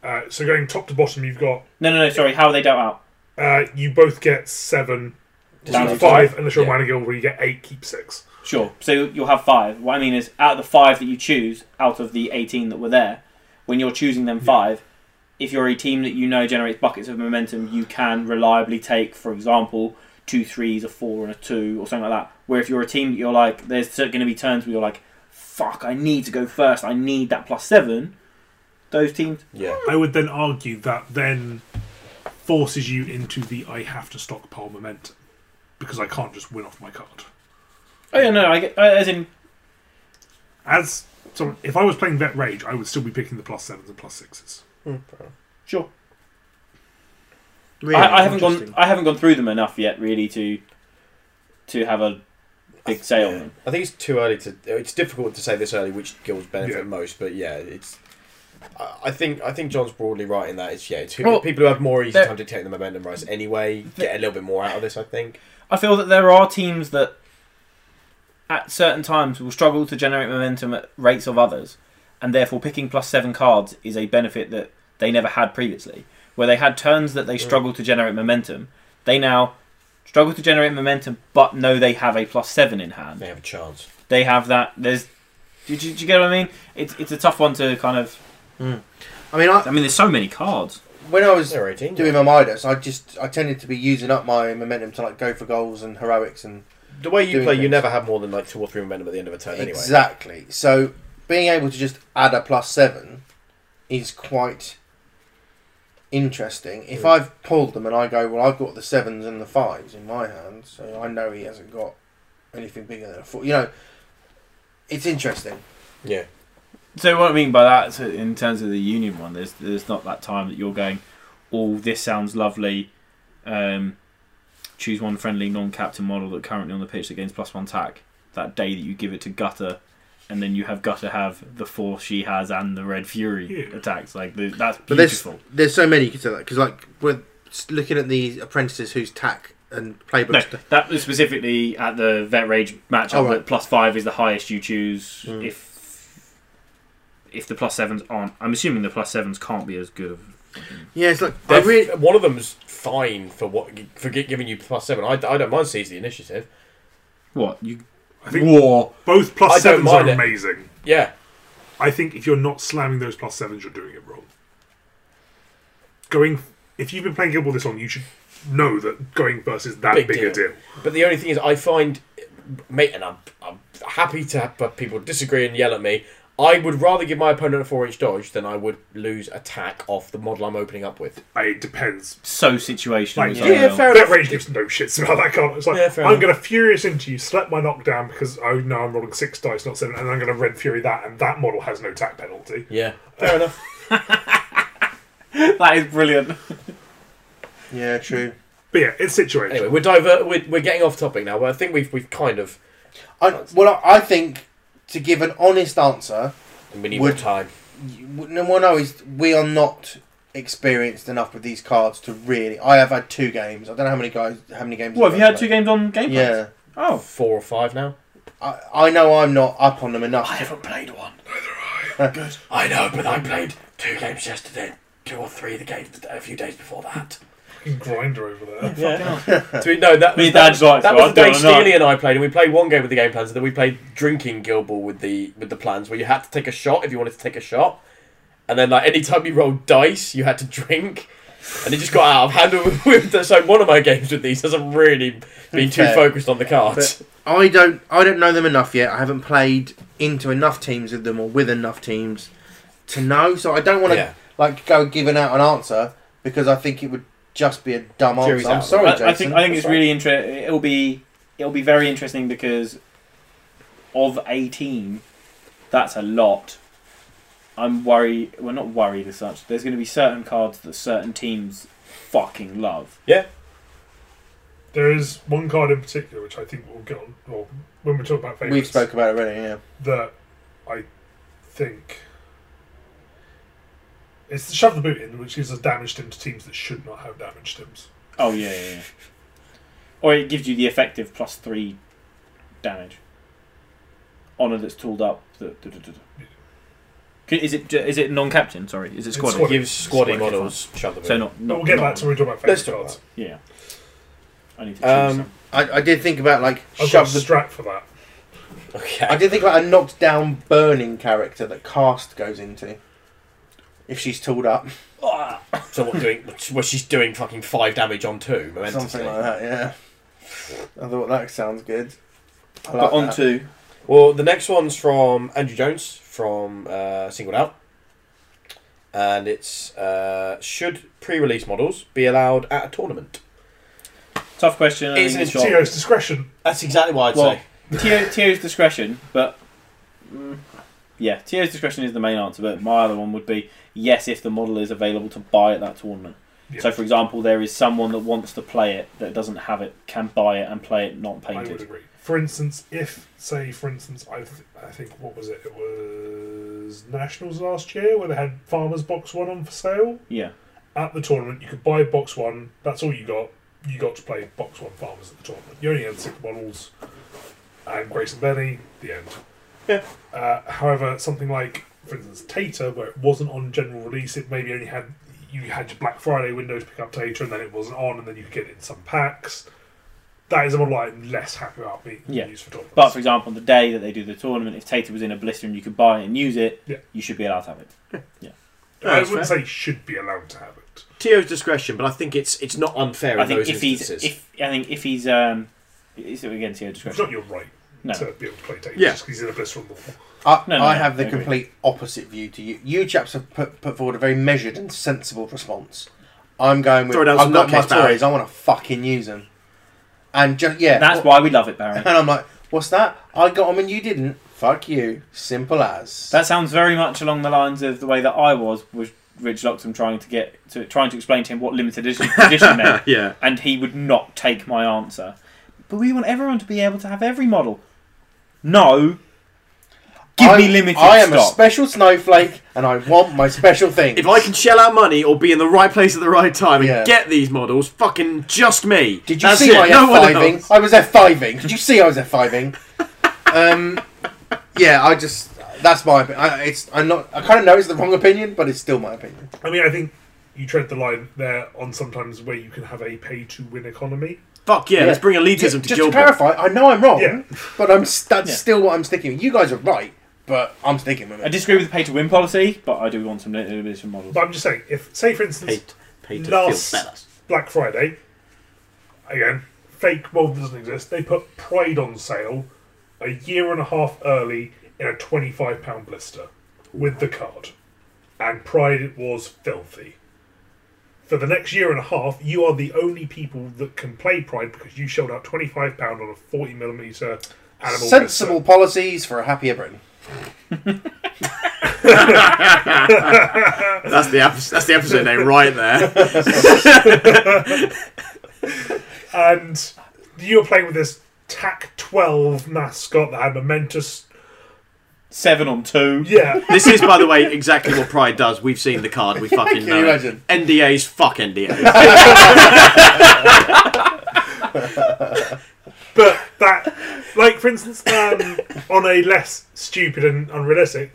S4: Uh, so going top to bottom, you've got.
S2: No, no, no. Sorry. How are they dealt out?
S4: Uh, you both get seven.
S2: Down to
S4: you get five, unless you're
S3: Yeah.
S4: a mana guild where you get eight, keep six.
S2: Sure. So you'll have five. What I mean is, out of the five that you choose, out of the 18 that were there, when you're choosing them five, if you're a team that you know generates buckets of momentum, you can reliably take, for example, two threes, a four, and a two, or something like that. Where if you're a team that you're like, there's going to be turns where you're like, fuck, I need to go first, I need that plus seven. Those teams.
S3: Yeah.
S4: I would then argue that then forces you into the I have to stockpile momentum because I can't just win off my card.
S2: Oh, yeah, no, I get, uh, as in,
S4: As so, if I was playing Vet Rage, I would still be picking the plus sevens and plus sixes.
S2: sure.
S9: Really
S2: I, I haven't gone.
S9: interesting.
S2: I haven't gone through them enough yet, really, to to have a big say on them.
S3: I think it's too early to. It's difficult to say this early which guilds benefit
S4: Yeah.
S3: most, but yeah, it's. I- I think I think John's broadly right in that it's yeah it's who,
S2: Well,
S3: people who have more easy
S2: there-
S3: time to take the momentum rise anyway get a little bit more out of this I think
S2: I feel that there are teams that at certain times will struggle to generate momentum at rates of others, and therefore picking plus seven cards is a benefit that they never had previously. Where they had turns that they struggled to generate momentum, they now struggle to generate momentum but know they have a plus seven in hand
S3: they have a chance
S2: they have that there's do, do, do you get what i mean it's, it's a tough one to kind of
S9: I mean, I,
S2: i mean there's so many cards
S1: When I was
S3: they're 18
S1: doing
S3: yeah.
S1: my Midas, I just I tended to be using up my momentum to like go for goals and heroics and
S3: the way you
S1: doing
S3: play you
S1: things.
S3: never have more than like two or three momentum at the end of a turn anyway
S1: exactly. So being able to just add a plus seven is quite interesting. If
S3: Mm.
S1: I've pulled them and I go, well, I've got the sevens and the fives in my hand, so I know he hasn't got anything bigger than a four. You know, it's interesting.
S3: yeah
S2: So what I mean by that, so in terms of the union one, there's there's not that time that you're going, oh, this sounds lovely. Um, choose one friendly non-captain model that currently on the pitch that gains plus one tack. That day that you give it to Gutter, and then you have Gutter have the four she has and the Red Fury
S4: Yeah.
S2: attacks. Like the, that's
S9: But there's-
S2: beautiful.
S9: there's so many you could say that because, like, we're s- looking at the apprentices whose tack and playbook.
S2: No,
S9: stuff-
S2: that was specifically at the Vet Rage matchup.
S9: Oh, right.
S2: That plus five is the highest you choose
S9: Mm.
S2: if if the plus sevens aren't. I'm assuming the plus sevens can't be as good of
S9: Yeah, it's like they
S3: They're
S9: really.
S3: f- one of them's fine for what for gi- giving you plus seven I, I don't mind seize the initiative
S2: What you?
S4: I think
S2: War.
S4: both
S3: I
S4: plus
S3: don't
S4: sevens are
S3: mind it.
S4: amazing.
S3: yeah
S4: I think if you're not slamming those plus sevens, you're doing it wrong. Going, if you've been playing Guild Ball this long, you should know that going first is that
S3: Big
S4: big, a
S3: deal.
S4: deal.
S3: But the only thing is, I find, mate, and I'm, I'm happy to have but people disagree and yell at me. I would rather give my opponent a four-inch dodge than I would lose attack off the model I'm opening up with.
S4: I- It depends.
S2: so situational.
S4: Like,
S2: as
S4: yeah,
S2: well.
S4: That range gives no shits about that card. It's like
S3: Yeah, fair
S4: I'm
S3: enough.
S4: going to furious into you, select my knockdown because oh no, I'm rolling six dice, not seven, and I'm going to red fury that, and that model has no attack penalty.
S3: Yeah, fair enough.
S2: that is brilliant.
S1: Yeah, true.
S4: But yeah, it's situation.
S3: Anyway, we're diver- we're, we're getting off topic now, but I think we've we've kind of.
S1: I, well, I I think to give an honest answer,
S3: We need
S1: Would-
S3: more time.
S1: you- no one knows we are not experienced enough with these cards to really. I have had two games. I don't know how many guys, how many games.
S2: What have you had two games on Game Pass?
S1: Yeah,
S2: Oh,
S3: Four or five now.
S1: I, I know I'm not up on them enough.
S3: I
S1: to-
S3: haven't played one.
S4: Neither I.
S3: I know, but I played two games yesterday, two or three the game a few days before that.
S4: Fucking grinder over there.
S3: Yeah. to be, no, that
S2: Me
S3: was,
S2: and
S3: that,
S2: Dad's like,
S3: that
S2: so
S3: was
S2: I've
S3: the day
S2: done enough.
S3: Steely and I played, and we played one game with the game plans, and then we played drinking Guild Ball with the with the plans, where you had to take a shot if you wanted to take a shot, and then like any time you rolled dice, you had to drink. And it just got out of hand. with- with the- So one of my games with these hasn't really been too
S1: Fair.
S3: focused on the cards.
S9: I don't I don't know them enough yet. I haven't played into enough teams with them or with enough teams to know. So I don't want to
S3: Yeah.
S1: like go giving out an answer because I think it would just be a dumb answer.
S3: Jury's
S1: I'm
S3: out.
S1: sorry, Jason.
S2: I, I think I think
S1: That's
S2: it's
S1: right.
S2: really interesting. It'll be it'll be very interesting because of eighteen, that's a lot. I'm worried. Well, not worried as such. There's going to be certain cards that certain teams fucking love.
S4: There is one card in particular which I think will get on. Well, when we talk about favorites,
S1: we've spoke about it already. Yeah,
S4: that I think it's the shove the boot in, which gives us damage stims to teams that should not have damage stims.
S2: Oh yeah, yeah, yeah. Or it gives you the effective plus three damage. Honor that's tooled up. The, da- da- da- da. Can- Is it is it non-captain? Sorry, is it
S4: It's
S2: squad?
S4: squad.
S3: Gives squaddy
S4: Squaddy
S3: models. Shove them
S2: So
S3: in.
S2: not.
S4: But
S2: not
S4: we'll get
S2: not-
S4: back to when we talk about
S3: Let's
S4: favourite
S3: talk
S4: cards.
S2: Yeah. I need to choose
S3: Um,
S2: some.
S1: I, I did think about like
S4: I've got
S1: shove
S4: a
S1: the.
S4: strap for that.
S3: Okay.
S1: I did think about a knocked down burning character that cast goes into if she's tooled up,
S3: So what doing? Well, she's doing fucking five damage on two. Momentously.
S1: something like that. Yeah, I thought that sounds good. I like
S2: But on
S1: that.
S2: to
S3: Well, the next one's from Andrew Jones from uh, Singled Out, and it's uh, should pre-release models be allowed at a tournament?
S2: tough question. I
S3: It's
S2: think
S3: an
S2: it's
S4: TO's discretion.
S3: That's exactly what I'd
S2: Well-
S3: say.
S2: got- Tio, Tio's discretion, but mm, yeah, Tio's discretion is the main answer. But my other one would be yes, if the model is available to buy at that tournament.
S4: Yeah.
S2: So, for example, there is someone that wants to play it that doesn't have it can buy it and play it not
S4: I would
S2: painted.
S4: agree. For instance, if say for instance, I th- I think what was it? It was nationals last year where they had farmers box one on for sale
S2: Yeah,
S4: at the tournament. You could buy box one. That's all you got. You got to play box one farmers at the tournament. You only had six models, and Grace and Benny. The end.
S3: Yeah.
S4: Uh, however, something like for instance Tater, where it wasn't on general release, it maybe only had you had your Black Friday window to pick up Tater, and then it wasn't on, and then you could get it in some packs. That is a model I'm less happy about being
S2: Yeah.
S4: used for tournaments.
S2: but for example, the day that they do the tournament, if Tater was in a blister and you could buy it and use it,
S4: Yeah.
S2: you should be allowed to have it.
S4: I
S10: that's
S4: wouldn't say should be allowed to have it.
S10: Tio's discretion, but I think it's it's not unfair
S2: I
S10: in
S2: think
S10: those
S2: if he's
S10: instances.
S2: if I think if he's um, is it again Tio's
S4: It's
S2: discretion?
S4: not your right
S2: No,
S4: to be able to play Tater
S10: Yeah.
S4: just 'cause he's in a blister on the wall.
S1: I,
S2: No, no,
S1: I
S2: no,
S1: have the
S2: I agree.
S1: complete opposite view to you. You chaps have put, put forward a very measured and sensible response. I'm going with
S10: Throw down
S1: I've
S10: some
S1: got my
S10: nutcase, Barry.
S1: toys. I want to fucking use them, and just yeah.
S2: that's
S1: well-
S2: why we love it, Baron.
S1: And I'm like, what's that? I got them and you didn't. Fuck you. Simple as.
S2: That sounds very much along the lines of the way that I was with Ridge Loxham trying to get to trying to explain to him what limited edition, edition meant,
S10: yeah,
S2: and he would not take my answer. But we want everyone to be able to have every model. No. Give
S1: I'm-
S2: me limited
S1: I am a
S2: stock.
S1: special snowflake, and I want my special thing.
S10: if I can shell out money or be in the right place at the right time and
S1: Yeah.
S10: get these models, fucking just me.
S1: Did you
S10: That's
S1: see
S10: it.
S1: my
S10: no one
S1: F5ing?
S10: else.
S1: I was F5ing. Did you see I was F5ing? um, yeah, I just that's my opinion. I, it's I'm not. I kind of know it's the wrong opinion, but it's still my opinion.
S4: I mean, I think you tread the line there on sometimes where you can have a pay to win economy.
S10: Fuck yeah,
S1: Yeah.
S10: let's bring elitism to
S1: Just to
S10: Guild Ball.
S1: clarify, I know I'm wrong,
S4: Yeah.
S1: but I'm s- that's
S2: Yeah.
S1: still what I'm sticking with. You guys are right, but I'm sticking with
S2: I
S1: it.
S2: disagree with the pay to win policy, but I do want some limited edition models.
S4: But I'm just saying, if say for instance
S10: Pay, pay to
S4: Last-
S10: feel better.
S4: Black Friday, again, fake mold doesn't exist. They put Pride on sale a year and a half early in a twenty-five pound blister with the card, and Pride was filthy. For the next year and a half, you are the only people that can play Pride because you shelled out twenty-five pound on a forty millimeter animal.
S1: Sensible
S4: blister.
S1: policies for a happier Britain.
S10: That's the episode, that's the episode name right there.
S4: and you were playing with this TAC twelve mascot that had momentous.
S2: Seven on two.
S4: Yeah,
S10: This is, by the way, exactly what Pride does. We've seen the card. We fucking
S1: Can
S10: know.
S1: you
S10: it.
S1: imagine?
S10: NDAs, fuck NDAs.
S4: but that, like for instance, um, on a less stupid and unrealistic,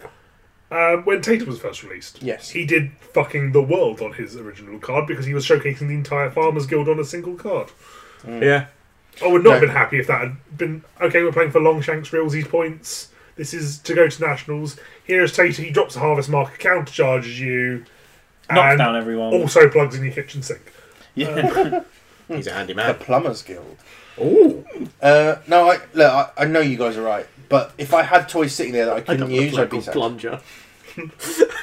S4: um, when Tatum was first released,
S1: Yes.
S4: he did fucking the world on his original card because he was showcasing the entire Farmers Guild on a single card.
S3: Yeah.
S4: I would not have
S1: No.
S4: been happy if that had been okay. We're playing for Longshanks Realsies points. This is to go to nationals. Here is Tatum. He drops a harvest marker, countercharges you,
S2: Knocks
S4: and
S2: down everyone.
S4: also plugs in your kitchen sink.
S2: yeah.
S3: He's a handy
S1: The
S3: man.
S1: Plumbers Guild.
S3: Ooh.
S1: Uh, no, I, look, I, I know you guys are right, but if I had toys sitting there that I
S3: I
S1: couldn't
S3: don't
S1: use, I'd be
S3: local
S1: sad.
S3: plunger.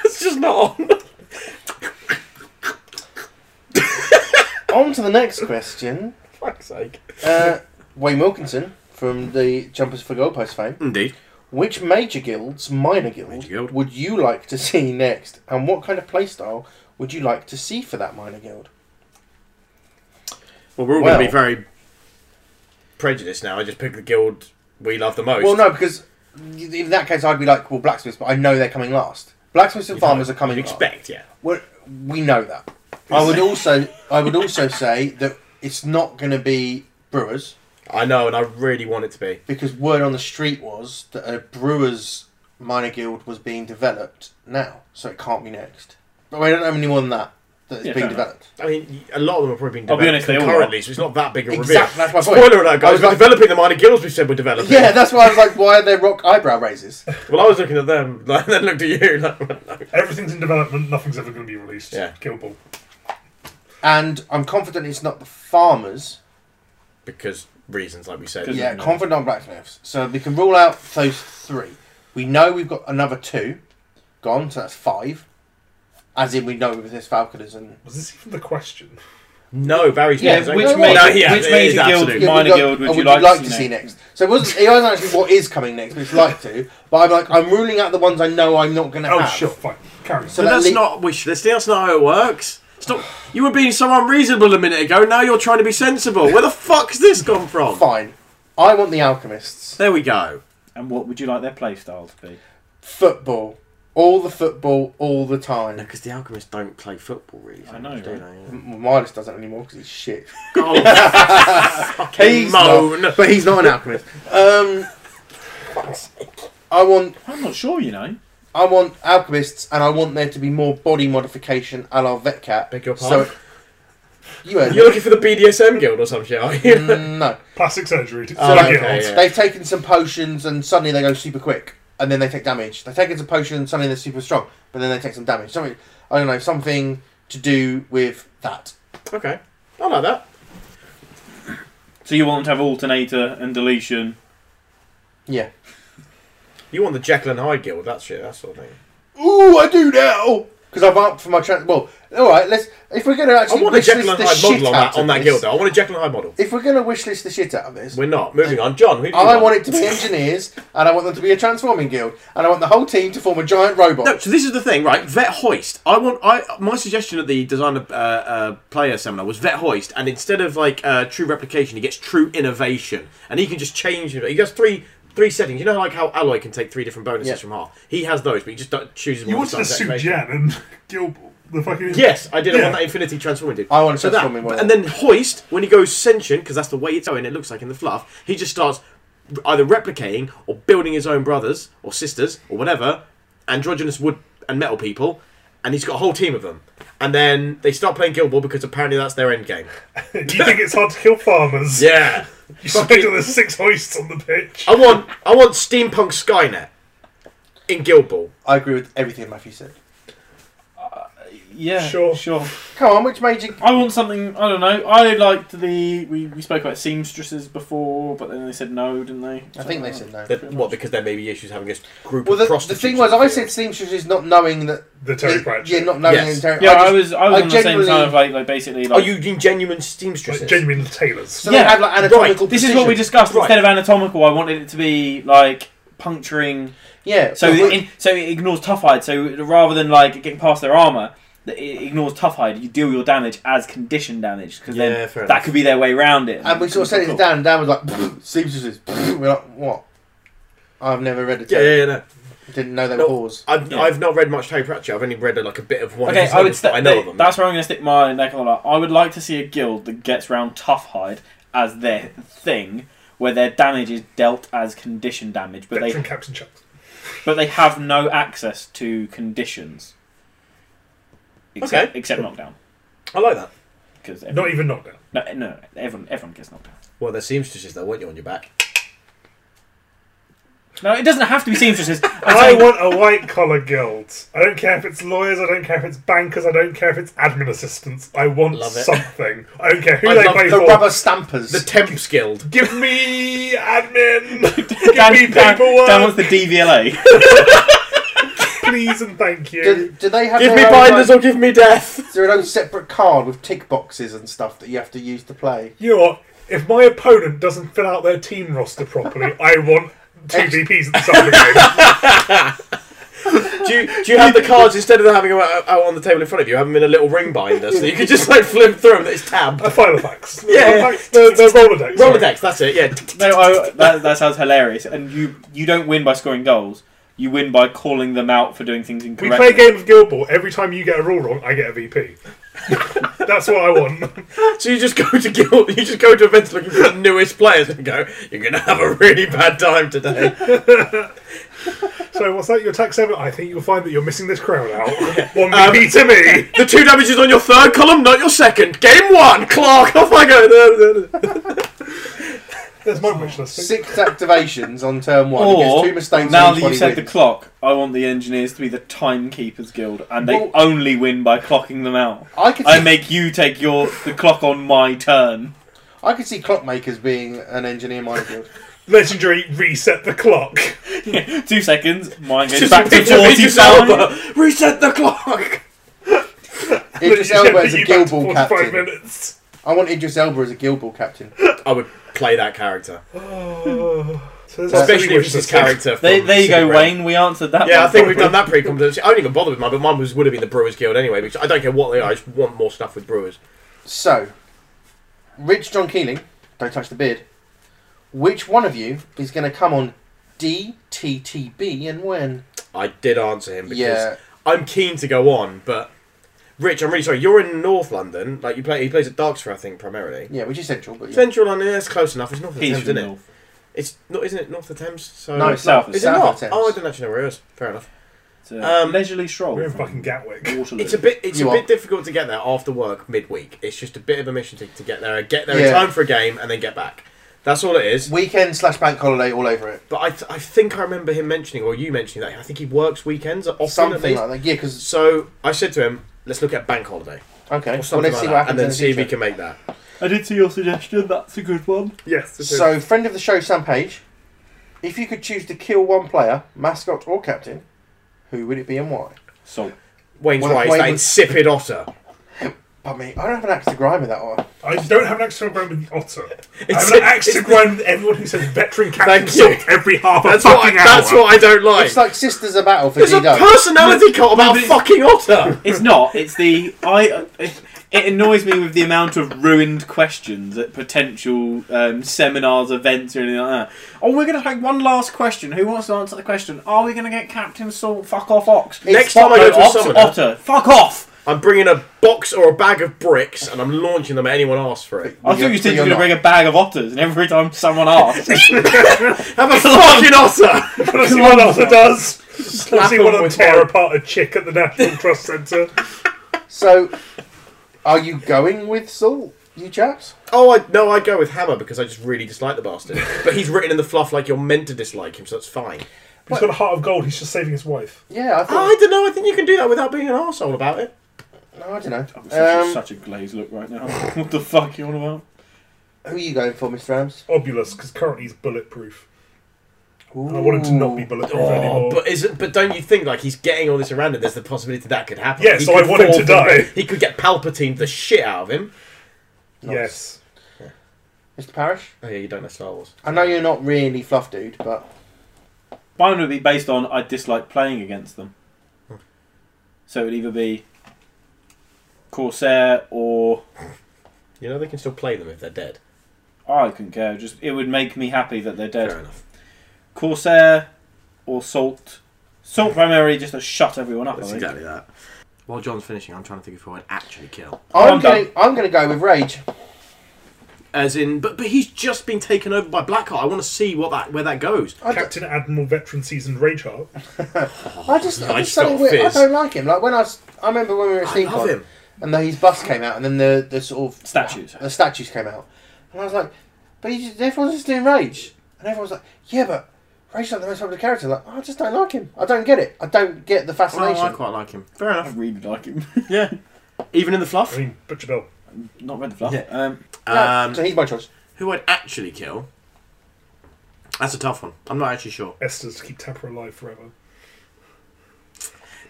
S3: it's just not on.
S1: On to the next question.
S3: Fuck's sake.
S1: Uh, Wayne Wilkinson from the Jumpers for Goalpost fame.
S10: Indeed.
S1: Which major guilds, minor guild,
S10: Major guild.
S1: would you like to see next, and what kind of playstyle would you like to see for that minor guild?
S3: Well, we're all
S1: Well-
S3: going to be very prejudiced now. I just picked the guild we love the most.
S1: Well, no, because in that case, I'd be like, well, blacksmiths, but I know they're coming last. Blacksmiths and farmers are coming.
S3: You
S1: last.
S3: expect, yeah.
S1: Well, we know that. I would also, I would also say that it's not going to be brewers
S3: I know, and I really want it to be.
S1: because word on the street was that a brewers minor guild was being developed now, so it can't be next. But we don't know any more than that that is
S2: Yeah,
S1: being
S2: fair enough.
S1: developed.
S3: I mean, y- a lot of them have probably been
S2: I'll be
S3: developed
S2: honest, they all
S3: concurrently, so it's not that big a reveal.
S1: Exactly, that's my point.
S3: Spoiler alert,
S1: I
S3: guys.
S1: was
S3: We're
S1: like-
S3: developing the minor guilds we said we're developing.
S1: Yeah, that's why I was like, why are there rock eyebrow raises?
S3: Well, I was looking at them, like, and then looked at you. Like, like,
S4: Everything's in development. Nothing's ever going to be released.
S3: Yeah.
S4: Kill Ball.
S1: And I'm confident it's not the farmers.
S3: because reasons, like we said.
S2: Because-
S1: Yeah,
S2: no.
S1: confident on blacksmiths. So we can rule out those three. We know we've got another two gone, so that's five. As in, we know with this falconers and
S4: Was this even the question?
S3: No, Barry's
S2: Yeah,
S3: not-
S2: which
S3: no,
S2: major-
S3: no, yeah,
S2: which
S3: it
S2: major
S3: is
S2: guild-
S3: absolute.
S2: Yeah. Minor
S1: we've
S2: Guild, would
S1: oh,
S2: you like to see
S1: next? So it wasn't it wasn't actually what is coming next, which like to, but I'm like I'm ruling out the ones I know I'm not going to
S4: Oh,
S1: have.
S4: sure. Fine. Carry on.
S1: Uh, So
S10: But
S1: that
S10: that's
S1: le-
S10: not wish list. That's not how it works. It's not. You were being so unreasonable a minute ago. Now you're trying to be sensible. Where the fuck's this gone from?
S1: fine. I want the alchemists,
S10: There we go.
S2: and what would you like their playstyle to be?
S1: football, all the football, all the time.
S10: Because the alchemists don't play football really.
S2: I know,
S10: do
S2: right?
S10: they?
S1: M- Miles doesn't anymore because he's shit.
S3: Oh,
S10: Yeah.
S1: He's
S10: moan.
S1: not, but he's not an alchemist. Um, I want
S2: I'm not sure, you know.
S1: I want alchemists, and I want there to be more body modification, a la Vetcat.
S3: Beg your pardon?
S1: So, you heard
S3: You're
S1: me.
S3: looking for the BDSM guild or some shit, are you?
S1: Mm, no.
S4: Plastic surgery. To
S3: Oh,
S4: plug it
S3: okay,
S4: on.
S3: yeah.
S1: They've taken some potions and suddenly they go super quick, and then they take damage. They've taken some potions and suddenly they're super strong, but then they take some damage. Something I don't know, something to do with that.
S3: okay. I like that.
S2: So you want them to have alternator and deletion.
S1: Yeah.
S3: You want the Jekyll and Hyde guild, that shit, that sort of thing.
S1: Ooh, I do now because I've upped for my trans. Well, all right, let's. If we're gonna
S3: I
S1: actually
S3: want a
S1: wish
S3: Jekyll
S1: list
S3: and
S1: the
S3: Hyde
S1: shit
S3: model on
S1: out
S3: that,
S1: of
S3: on that
S1: this-
S3: guild. though. I want a Jekyll and Hyde model.
S1: If we're gonna wish list the shit out of this,
S3: We're not. Moving on. John, who do you
S1: I want it to be engineers, and I want them to be a transforming guild, and I want the whole team to form a giant robot.
S10: No, so this is the thing, right? Vet hoist. I want. I my suggestion at the designer uh, uh, player seminar was vet hoist, and instead of like uh, true replication, he gets true innovation, and he can just change it. He gets three three settings. You know, like how alloy can take three different bonuses
S1: Yeah.
S10: from half. He has those, but he just don't- chooses.
S4: You
S10: one
S4: wanted to
S10: besides
S4: suit
S10: activation.
S4: Jan and Kill Ball. The fucking
S3: Yes, I did. I
S4: Yeah.
S3: want that Infinity Transforming dude.
S1: I want a
S3: so that,
S1: transforming one.
S10: And then hoist when he goes sentient, because that's the way it's going. It looks like in the fluff. He just starts either replicating or building his own brothers or sisters or whatever, androgynous wood and metal people, and he's got a whole team of them. And then they start playing Guild War because apparently that's their end game.
S4: You think it's hard to kill farmers?
S3: Yeah. Oh,
S4: You suspect that there's six hoists on the pitch.
S3: I want I want steampunk Skynet in Guild Ball.
S1: I agree with everything Matthew said.
S2: Yeah,
S4: Sure.
S2: sure.
S1: Come on, which major?
S2: I want something. I don't know. I liked the we, we spoke about seamstresses before, but then they said no, didn't they?
S1: I think they said no.
S3: That, what because there may be issues having this group
S1: Well,
S3: of
S1: the, the
S3: prostitutes.
S1: thing was, I said seamstresses not knowing that.
S4: The Terry
S1: that-
S4: Pratchett.
S1: Yeah, not knowing
S3: Yes.
S1: the Terry. I
S2: Yeah, I,
S1: just-
S2: was. I was
S1: I
S2: on the same
S1: genuinely-
S2: side of like, like basically
S3: Are
S2: like.
S3: you in genuine steamstresses?
S4: Like, genuine tailors.
S1: so they
S2: Yeah.
S1: had like anatomical.
S2: this is what we
S1: precision.
S2: discussed
S3: Right.
S2: instead of anatomical. I wanted it to be like puncturing,
S1: Yeah.
S2: so it, in, so it ignores tough hide. So rather than like getting past their armor, that it ignores tough hide. You deal your damage as condition damage because
S3: Yeah,
S2: then
S3: fair
S2: that
S3: enough.
S2: could be their way around it.
S1: and we sort of said it to
S2: Cool.
S1: Dan. Dan was like, seamstresses. We're like, what? I've never read it.
S3: Yeah, yeah, yeah. No.
S1: Didn't know they were
S3: No.
S1: whores.
S3: I've,
S2: Yeah.
S3: I've not read much Terry Pratchett. I've only read uh, like a bit of one. of
S2: Okay,
S3: his
S2: I would.
S3: novels, but
S2: St-
S3: I know of them.
S2: That's where I'm going to stick my neck on the line. I would like to see a guild that gets around Tough Hide as their thing, where their damage is dealt as condition damage, but
S4: Veteran
S2: they
S4: Captain Chuck.
S2: but they have no access to conditions. Except, except knockdown,
S3: I like that.
S2: because
S4: Not even knockdown.
S2: no, no, everyone everyone gets knocked down.
S3: Well, they're seamstresses, though, weren't you, on your back?
S2: No, it doesn't have to be seamstresses.
S4: I want a white collar guild. I don't care if it's lawyers, I don't care if it's bankers, I don't care if it's admin assistants. I want
S3: Love it.
S4: something. I don't care who
S3: I
S4: they
S3: love
S4: play
S1: The
S4: for.
S1: rubber stampers.
S3: The Temps Guild.
S4: Give me admin.
S2: Dan,
S4: me
S2: Dan-
S4: paperwork.
S2: Dan wants the DVLA.
S4: Please and thank you.
S1: do, do they have
S3: Give
S1: their
S3: me
S1: own,
S3: binders
S1: like,
S3: or give me death.
S1: their own separate card with tick boxes and stuff that you have to use to play?
S4: You know what? If my opponent doesn't fill out their team roster properly, I want two
S1: Ex-
S4: VPs at the start of the game.
S3: Do you, do you have the cards instead of them having them out out on the table in front of you? Have them in a little ring binder so you can just like flip through them. That is tabbed.
S4: A file of facts.
S3: Yeah.
S4: The, the Rolodex. sorry.
S3: Rolodex, that's it. Yeah.
S2: No, I, that, that sounds hilarious. And you you don't win by scoring goals. You win by calling them out for doing things
S4: We
S2: incorrectly.
S4: play a game of Guild Ball. Every time you get a rule wrong, I get a VP. That's what I want.
S3: So you just go to guild, you just go to events looking for the newest players and go. You're gonna have a really bad time today.
S4: So what's that? Your tax seven? I think you'll find that you're missing this crown out. One VP to
S1: Um,
S4: me.
S3: The two damages on your third column, not your second. Game one, Clark. Oh Off I go.
S4: There's my wish list.
S1: Six activations on turn one.
S2: Or
S1: gets two mistakes
S2: now
S1: and
S2: that
S1: 20
S2: you said the
S1: wins.
S2: clock, I want the engineers to be the timekeepers guild, and they
S1: Well-
S2: only win by clocking them out.
S1: I could,
S2: I
S1: see,
S2: make you take your the clock on my turn.
S1: I could see clockmakers being an engineer minefield.
S4: Legendary reset the clock.
S2: Two seconds, mine goes
S3: Just
S2: back to
S3: picture
S2: forty
S3: Idris
S2: pounds.
S3: Elba. Reset the clock.
S1: Idris
S4: Literally
S1: Elba as
S4: get
S1: a
S4: you
S1: Guild
S4: back to
S1: Ball
S4: 45
S1: captain.
S4: minutes.
S1: I want Idris Elba as a Guild Ball captain.
S3: I would play that character,
S4: So there's
S3: especially
S4: my
S3: if it's
S4: wish
S3: his
S4: list.
S3: character. from
S2: There, there you go,
S3: Superman.
S2: Wayne. We answered that.
S3: Yeah, I
S2: one
S3: think we've
S2: properly.
S3: done that pretty competently. I don't even bother with mine, but mine was would have been the Brewers Guild anyway because I don't care what they are. I just want more stuff with Brewers.
S1: So, Rich John Keeling, don't touch the beard. Which one of you is going to come on DTTB and when?
S3: I did answer him because
S1: Yeah.
S3: I'm keen to go on, but Rich, I'm really sorry. You're in North London. Like you play, he plays at Darksphere, I think, primarily.
S1: Yeah, which is central, but yeah.
S3: Central London, yeah, that's close enough. It's north of the
S2: He's
S3: Thames,
S2: from
S3: isn't it?
S2: North.
S3: It's not, isn't it north of the Thames? So
S1: No,
S2: No,
S1: it's
S2: south.
S3: is it
S1: south of
S3: not?
S1: Thames.
S3: Oh, I didn't actually know where it is. Fair enough.
S2: It's a
S3: Um,
S2: leisurely stroll.
S4: We're in
S2: from
S4: fucking Gatwick.
S2: Waterloo.
S3: It's a bit. It's
S1: You
S3: a
S1: are-
S3: bit difficult to get there after work midweek. It's just a bit of a mission to, to get there, get there in
S1: Yeah.
S3: time for a game, and then get back. That's all it is.
S1: Weekend slash bank holiday all over it.
S3: But I, th- I think I remember him mentioning, or you mentioning that. I think he works weekends often. at
S1: Something
S3: least.
S1: like that. Yeah, because,
S3: So I said to him, "Let's look at bank holiday
S1: okay.
S3: or
S1: Well,
S3: something
S1: let's
S3: like
S1: see
S3: that,
S1: what happens
S3: and then
S1: in the
S3: see if we
S1: future.
S3: can make that."
S2: I did see your suggestion. That's a good one.
S4: Yes. this is-
S1: So, friend of the show, Sam Page, if you could choose to kill one player, mascot or captain, who would it be and why?
S2: So
S3: Wayne's
S1: Well,
S3: right.
S1: Wayne
S3: Wayne that
S1: was-
S3: insipid otter.
S1: But me, I don't have an axe to grind with that one.
S4: I don't have an axe to grind with the otter. I
S3: It's-
S4: have an axe to
S3: it's-
S4: grind with everyone who says veteran captain
S3: Thank you.
S4: salt every half
S3: That's
S4: a
S3: what. I,
S4: fucking hour.
S3: that's what I don't like.
S1: It's like Sisters of Battle for
S3: There's a
S1: DW.
S3: personality cult about
S2: but it-
S3: fucking otter.
S2: It's not. It's the I. It, it annoys me with the amount of ruined questions at potential um, seminars, events, or anything like that. Oh, we're going to take one last question. Who wants to answer the question? Are we going to get Captain Salt? Fuck off, Ox.
S1: It's
S3: Next time
S2: No,
S3: I go to a
S2: Ox
S3: summoner,
S2: Otter. Fuck off.
S3: I'm bringing a box or a bag of bricks and I'm launching them at anyone asks for it.
S2: I thought you said you were going to bring a bag of otters, and every time someone asks,
S3: Have a fucking otter.
S4: Let's see what else it does. Let's
S3: Slap
S4: see
S3: them
S4: what them
S3: with
S4: tear
S3: one.
S4: apart a chick at the National Trust Centre.
S1: So, are you going with Salt, you chaps?
S3: Oh, I, no, I go with Hammer because I just really dislike the bastard. but he's written in the fluff like you're meant to dislike him, so that's fine.
S4: He's got a heart of gold. He's just saving his wife.
S1: Yeah, I
S3: I
S1: thought.
S3: don't know. I think you can do that without being an asshole about it.
S1: no, I don't
S2: I'm
S1: know.
S2: such,
S1: Um,
S2: such a glazed look right now. what the fuck you on about?
S1: who are you going for, Mr. Rams?
S4: Obulus, because currently he's bulletproof. And I want him to not be bulletproof
S3: Oh,
S4: anymore.
S3: but isn't? But don't you think like he's getting all this around and there's the possibility that could happen?
S4: Yeah,
S3: He
S4: so I
S3: could
S4: want him
S3: fall
S4: to
S3: from-
S4: die.
S3: He could get Palpatine the shit out of him.
S4: Yes.
S1: Mr. Parrish?
S3: Oh yeah, you don't know Star Wars.
S1: I know you're not really fluff dude, but
S2: Mine would be based on I dislike playing against them. So it would either be Corsair or
S3: You know they can still play them if they're dead.
S2: I couldn't care. Just it would make me happy that they're dead.
S3: Fair enough.
S2: Corsair or Salt. Salt primarily just to shut everyone up. I think.
S3: that. While John's finishing, I'm trying to think of who I'd actually kill.
S1: I'm
S2: I'm
S1: going. I'm going to go with Rage.
S3: as in, but but he's just been taken over by Blackheart. I want to see what that where that goes.
S1: I d-
S4: Captain Admiral, veteran, seasoned Rageheart.
S1: I just, I
S3: Nice
S1: just something
S3: little
S1: weird. I
S3: fizz.
S1: don't like him. Like when I, s- I remember when we were at
S3: I love
S1: SteamCon,
S3: him.
S1: and the, his bus came out, and then the, the sort of
S2: Statues.
S1: the statues came out, and I was like, but he's just, everyone's just doing Rage, and everyone's like, yeah, but Rage's not the most popular character. Like, I just don't like him. I don't get it. I don't get the
S3: Well,
S1: fascination.
S3: I quite like him. Fair
S2: I
S3: enough.
S2: really like him.
S3: Yeah, even in the
S4: I
S3: fluff.
S4: mean, Butcher Bill.
S2: Not read the fluff.
S3: Yeah.
S2: Um,
S1: No,
S3: Um,
S1: so he's my choice.
S3: who I'd actually kill. That's a tough one. I'm not actually sure.
S4: Esther's to keep Tapper alive forever.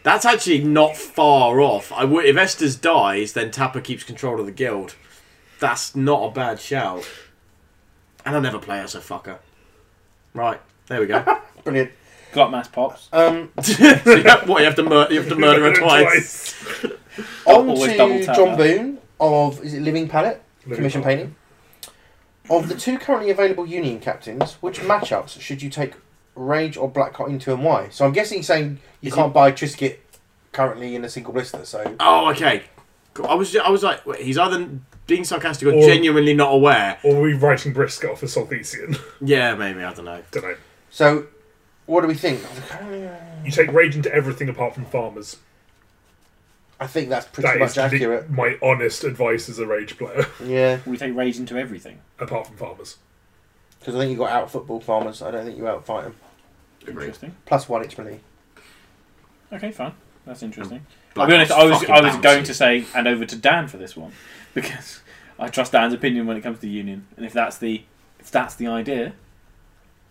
S3: That's actually not far off. I would if Estes dies, then Tapper keeps control of the guild. That's not a bad shout. And I'll never play as a fucker. Right, there we go.
S1: Brilliant.
S2: Glut mass pops.
S1: Um,
S3: so you have, what you have to murder? You have to murder her twice.
S1: on
S2: Always double
S1: to
S2: tap
S1: John
S2: that.
S1: Boone of is it Living Palette
S4: Living
S1: Commission
S4: Palette.
S1: Painting. Of the two currently available Union captains, which matchups should you take Rage or Blackheart into and why? So I'm guessing he's saying you
S3: Is
S1: can't buy Trisket currently in a single blister. So
S3: Oh, okay. Cool. I was, I was like, wait, he's either being sarcastic or,
S4: Or-
S3: genuinely not aware.
S4: Or are we writing Brisket off as Solthesian?
S3: Yeah, maybe I don't know.
S4: Don't know.
S1: so what do we think?
S4: You take rage into everything apart from farmers.
S1: I think that's pretty
S4: That is
S1: much
S4: li-
S1: accurate.
S4: my honest advice as a rage player.
S1: Yeah,
S2: We take rage into everything.
S4: apart from farmers.
S1: because I think you got out football farmers. I don't think you out fight them.
S2: Interesting.
S1: Plus one each relief.
S2: Okay, fine. That's interesting.
S3: Um, Black
S2: I'll be honest.
S3: Ops
S2: I was
S3: fucking
S2: I was
S3: bouncy.
S2: going to say hand over to Dan for this one because I trust Dan's opinion when it comes to union, and if that's the if that's the idea,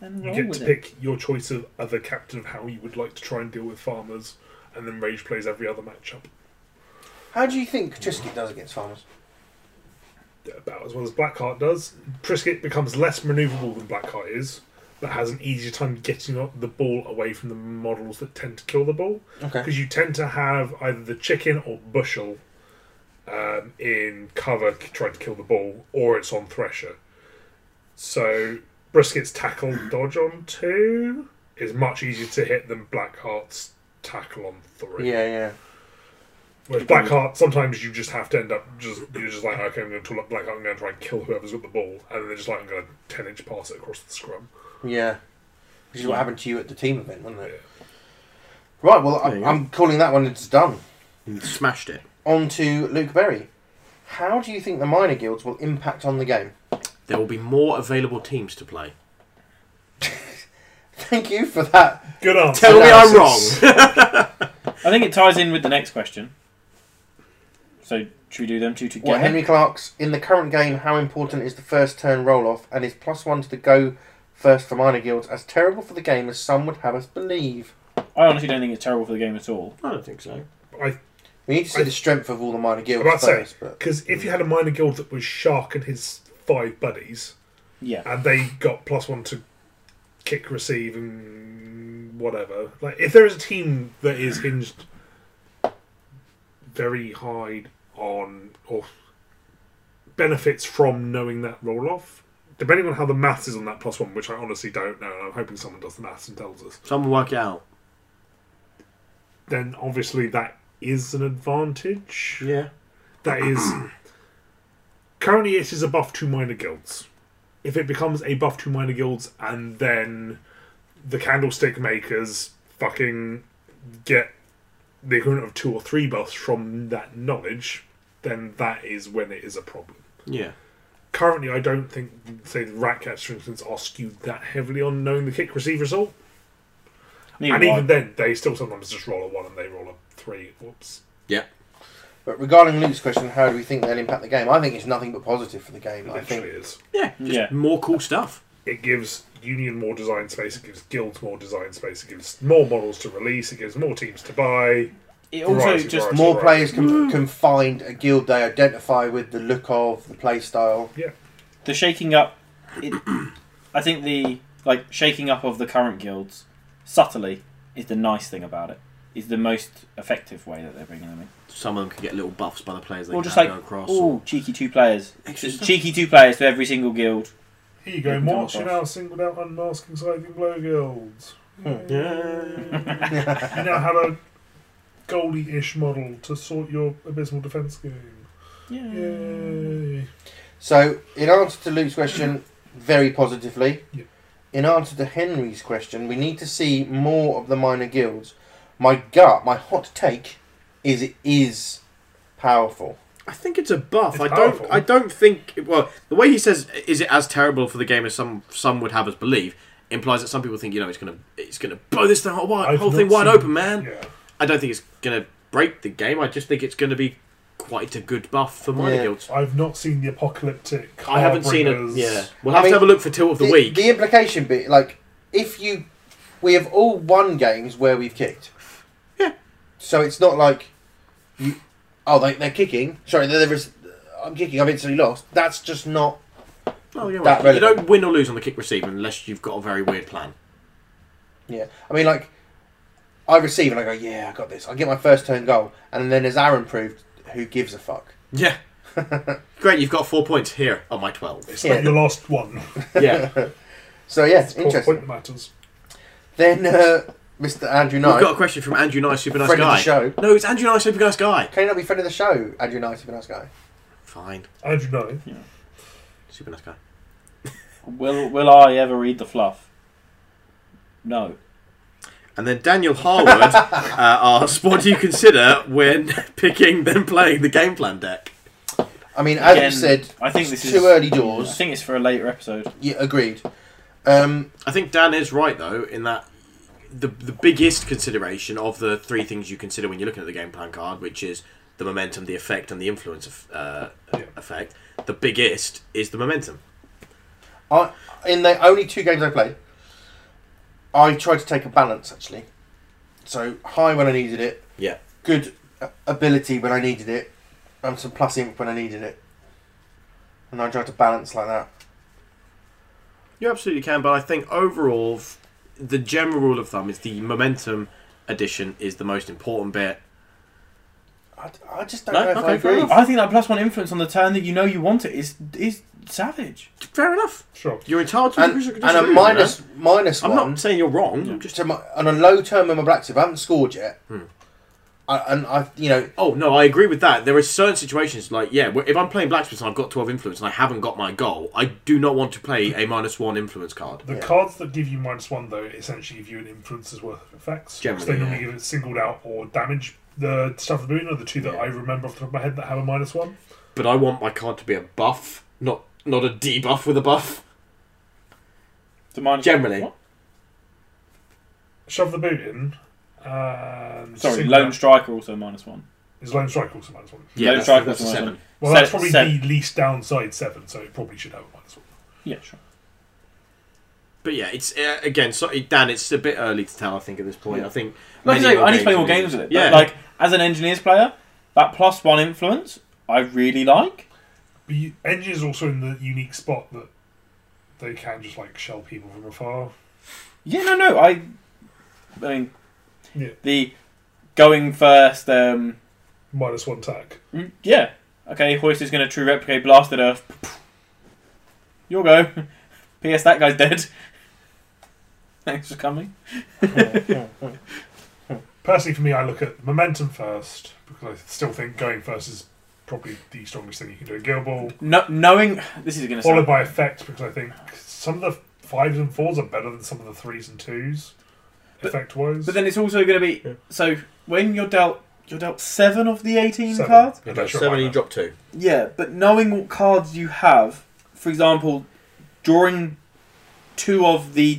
S2: then
S4: You
S2: roll
S4: get
S2: with
S4: to
S2: it.
S4: pick your choice of other captain of how you would like to try and deal with farmers, and then rage plays every other matchup
S1: How do you think Trisket does against farmers?
S4: about as well as Blackheart does. Trisket becomes less manoeuvrable than Blackheart is, but has an easier time getting up the ball away from the models that tend to kill the ball.
S1: Okay.
S4: because you tend to have either the chicken or bushel um, in cover c- trying to kill the ball, or it's on thresher. So brisket's tackle dodge on two is much easier to hit than blackheart's tackle on three.
S1: Yeah, yeah.
S4: Whereas blackheart, sometimes you just have to end up just you're just like okay, I'm going to talk blackheart, I'm going to try and kill whoever's got the ball, and then they're just like I'm going to ten inch pass it across the scrum.
S1: Yeah. Which is what happened to you at the team event, wasn't it?
S4: Yeah.
S1: Right, well,
S3: There
S1: I'm,
S3: you
S1: I'm calling that one it's done.
S3: Smashed it.
S1: On to Luke Berry. How do you think the minor guilds will impact on the game?
S3: There will be more available teams to play.
S1: Thank you for that.
S4: Good answer.
S3: Tell me I'm wrong.
S1: Analysis.
S2: I think it ties in with the next question. So should we do them two
S1: What,
S2: together?
S1: Henry Clark's in the current game, how important is the first turn roll off and is plus one to the go first for minor guilds as terrible for the game as some would have us believe?
S2: I honestly don't think it's terrible for the game at all.
S3: I don't think so.
S4: I
S1: We need to see
S4: I-
S1: the strength of all the minor guilds
S4: I'm about to say
S1: first, but
S4: because if you had a minor guild that was shark and his five buddies.
S2: Yeah.
S4: and they got plus one to kick, receive, and whatever. Like, if there is a team that is hinged very high on or benefits from knowing that roll off, depending on how the maths is on that plus one, which I honestly don't know, and I'm hoping someone does the maths and tells us,
S3: Someone work it out.
S4: then obviously that is an advantage.
S3: Yeah.
S4: that is currently it is a buff to minor guilds. If it becomes a buff to minor guilds and then the candlestick makers fucking get the equivalent of two or three buffs from that knowledge, then that is when it is a problem.
S3: Yeah.
S4: Currently, I don't think, say, the rat cats, for instance, are skewed that heavily on knowing the kick receive result.
S2: Neither
S4: and
S2: do I.
S4: even then, they still sometimes just roll a one and they roll a three. Whoops.
S3: Yeah.
S1: But regarding Luke's question, how do we think they'll impact the game? I think it's nothing but positive for the game. I
S4: Literally
S1: think
S4: is.
S3: Yeah. Just
S2: Yeah.
S3: more cool stuff.
S4: it gives union more design space it gives guilds more design space it gives more models to release it gives more teams to buy
S2: It also
S4: Variety,
S2: just
S4: variety.
S1: more
S4: Right.
S1: players can, can find a guild they identify with the look of the play style.
S4: yeah
S2: the shaking up it, i think the like shaking up of the current guilds subtly is the nice thing about it is the most effective way that they're bringing them in
S3: Some of them can get little buffs by the players they
S2: or
S3: can
S2: just
S3: have
S2: like
S3: go across.
S2: oh cheeky two players
S3: Extra
S2: Just
S3: stuff.
S2: cheeky two players to every single guild
S4: here you
S2: go, March, you're now
S4: singled out unmasking sliding blow guilds
S3: Hmm. Yeah.
S4: you now have a
S3: Hmm.
S4: goldie-ish model to sort your abysmal defense game
S2: yeah
S4: yay
S1: So, in answer to Luke's question, very positively.
S4: Yeah.
S1: In answer to Henry's question, we need to see more of the minor guilds. My gut, my hot take, is it is powerful.
S3: I think it's a buff.
S4: It's
S3: I don't.
S4: powerful.
S3: I don't think. Well, the way he says, "Is it as terrible for the game as some some would have us believe?" implies that some people think you know it's gonna it's gonna blow this thing whole, wide,
S4: I've
S3: whole
S4: not
S3: thing wide
S4: seen-
S3: open, man.
S4: Yeah.
S3: I don't think it's gonna break the game. I just think it's gonna be quite a good buff for minor
S1: Yeah.
S3: guilds.
S4: I've not seen the apocalyptic.
S3: I haven't seen it.
S4: Harbingers.
S3: Yeah, we'll
S1: I
S3: have
S1: mean,
S3: to have a look for tilt of the, week.
S1: The implication bit, like, if you. We have all won games where we've kicked.
S3: Yeah.
S1: So it's not like. You, oh, they, they're kicking. Sorry, there is. I'm kicking, I've instantly lost. That's just not.
S3: Oh, yeah,
S1: that
S3: right. You
S1: relevant.
S3: don't win or lose on the kick receiver unless you've got a very weird plan.
S1: Yeah. I mean, like, I receive and I go, yeah, I got this. I get my first turn goal. And then, as Aaron proved, who gives a fuck?
S3: Yeah. Great, you've got four points here on my twelve.
S4: It's
S1: Yeah.
S4: like your last one.
S3: Yeah,
S1: So, yeah,
S4: It's the
S1: interesting.
S4: point that matters.
S1: Then, uh, Mr. Andrew
S3: we've
S1: Knight.
S3: got a question from Andrew Nice, super nice
S1: Friend of the
S3: guy.
S1: show.
S3: No, it's Andrew Nice, super nice guy.
S1: Can you not be friend of the show, Andrew Knight, if you're a nice guy?
S3: Fine,
S4: Andrew
S3: Hmm.
S4: Knight.
S3: super nice guy.
S2: Will Will I ever read the fluff? No.
S3: And then Daniel Harwood uh, asks, "What do you consider when picking then playing the game plan deck?"
S1: I mean, as
S2: Again,
S1: you said,
S2: I think
S1: it's
S2: this
S1: too
S2: is
S1: early
S2: I
S1: doors.
S2: think it's for a later episode.
S1: Yeah, agreed. Um,
S3: I think Dan is right though in that the the biggest consideration of the three things you consider when you're looking at the game plan card, which is the momentum, the effect, and the influence of, uh,
S4: Yeah.
S3: effect. The biggest is the momentum.
S1: I in the only two games I played, I tried to take a balance actually. So high when I needed it,
S3: Yeah.
S1: good a- ability when I needed it, and some plus imp when I needed it. And I tried to balance like that.
S3: You absolutely can, but I think overall, f- the general rule of thumb is the momentum addition is the most important bit.
S1: I, I just don't
S3: No?
S1: know if
S3: Okay,
S1: I
S3: fair
S1: agree.
S3: enough.
S2: I think that plus one influence on the turn that you know you want it is is savage.
S3: Fair enough.
S4: Sure.
S3: You're entitled to
S1: And,
S3: disagree,
S1: and a
S3: you know?
S1: minus minus
S3: I'm
S1: one.
S3: not saying you're wrong.
S2: Yeah.
S3: I'm just
S1: to my, on a low term in my blacks if I haven't scored yet, I, and I, you know,
S3: Oh no, I agree with that. There are certain situations like yeah, where if I'm playing blacksmith and I've got twelve influence and I haven't got my goal, I do not want to play a minus one influence card.
S4: The
S1: Yeah.
S4: cards that give you minus one, though, essentially give you an influencer's worth of effects.
S3: Generally,
S4: so they normally
S3: yeah.
S4: give it singled out or damage. The stuff of the moon are the two that
S3: Yeah.
S4: I remember off the top of my head that have a minus one.
S3: But I want my card to be a buff, not not a debuff with a buff.
S2: The minus-
S3: Generally.
S2: What?
S4: Shove the boot in. And
S2: Sorry,
S4: single
S2: lone
S4: out-
S2: striker also minus one.
S4: is lone strike also minus one.
S3: Yeah,
S2: No
S3: that's,
S2: strike,
S3: that's a
S2: that's a
S3: seven.
S4: Well,
S2: Se-
S4: that's probably
S2: seven.
S4: the least downside seven, so it probably should have a minus one.
S2: Yeah, sure.
S3: But yeah, it's uh, again, so, Dan. It's a bit early to tell. I think at this point,
S2: Yeah.
S3: I think.
S2: Like I
S3: many
S2: say,
S3: more
S2: I need to play more
S3: will be-
S2: games with it.
S3: Yeah,
S2: But like as an engineers player, that plus one influence I really like.
S4: But you, engineers also in the unique spot that they can just like shell people from afar.
S2: Yeah, no, no. I, I mean,
S4: Yeah.
S2: the going first. Um,
S4: Minus one tack.
S2: mm, yeah, okay. Hoist is going to true replicate blasted earth. You'll go. P.S. That guy's dead. Thanks for coming.
S4: Personally, for me, I look at momentum first because I still think going first is probably the strongest thing you can do in Guild Ball.
S2: No, knowing this is going to
S4: Followed
S2: sound.
S4: by effect because I think some of the fives and fours are better than some of the threes and twos,
S2: But-
S4: effect wise.
S2: But then it's also going to be
S4: Yeah.
S2: so when you're dealt you're dealt seven of the eighteen cards.
S3: You got seven, and you drop two.
S2: Yeah, but knowing what cards you have, for example, drawing two of the.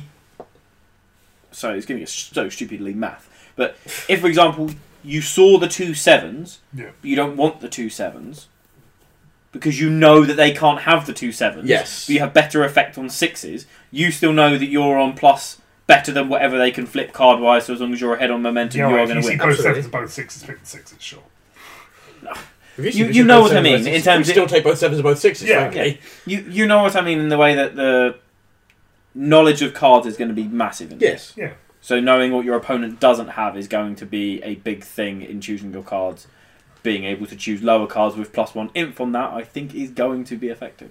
S2: Sorry, it's giving us so stupidly math. But if, for example, you saw the two sevens,
S4: Yeah.
S2: but you don't want the two sevens because you know that they can't have the two sevens.
S3: Yes.
S2: But you have better effect on sixes. You still know that you're on plus better than whatever they can flip card wise. So as long as you're ahead on momentum,
S4: Yeah,
S2: you
S4: well,
S2: are
S4: if
S2: going
S4: you
S2: to
S4: see
S2: win.
S4: both
S3: Absolutely.
S4: sevens and both sixes, pick the sixes, sure.
S2: You- you know what I mean, in terms
S3: you still
S2: of-
S3: take both sevens and both sixes.
S4: Yeah.
S3: frankly.
S2: You you know what I mean in the way that the knowledge of cards is going to be massive. In
S3: Yes.
S4: Yeah.
S2: So knowing what your opponent doesn't have is going to be a big thing in choosing your cards. Being able to choose lower cards with plus one inf on that, I think, is going to be effective.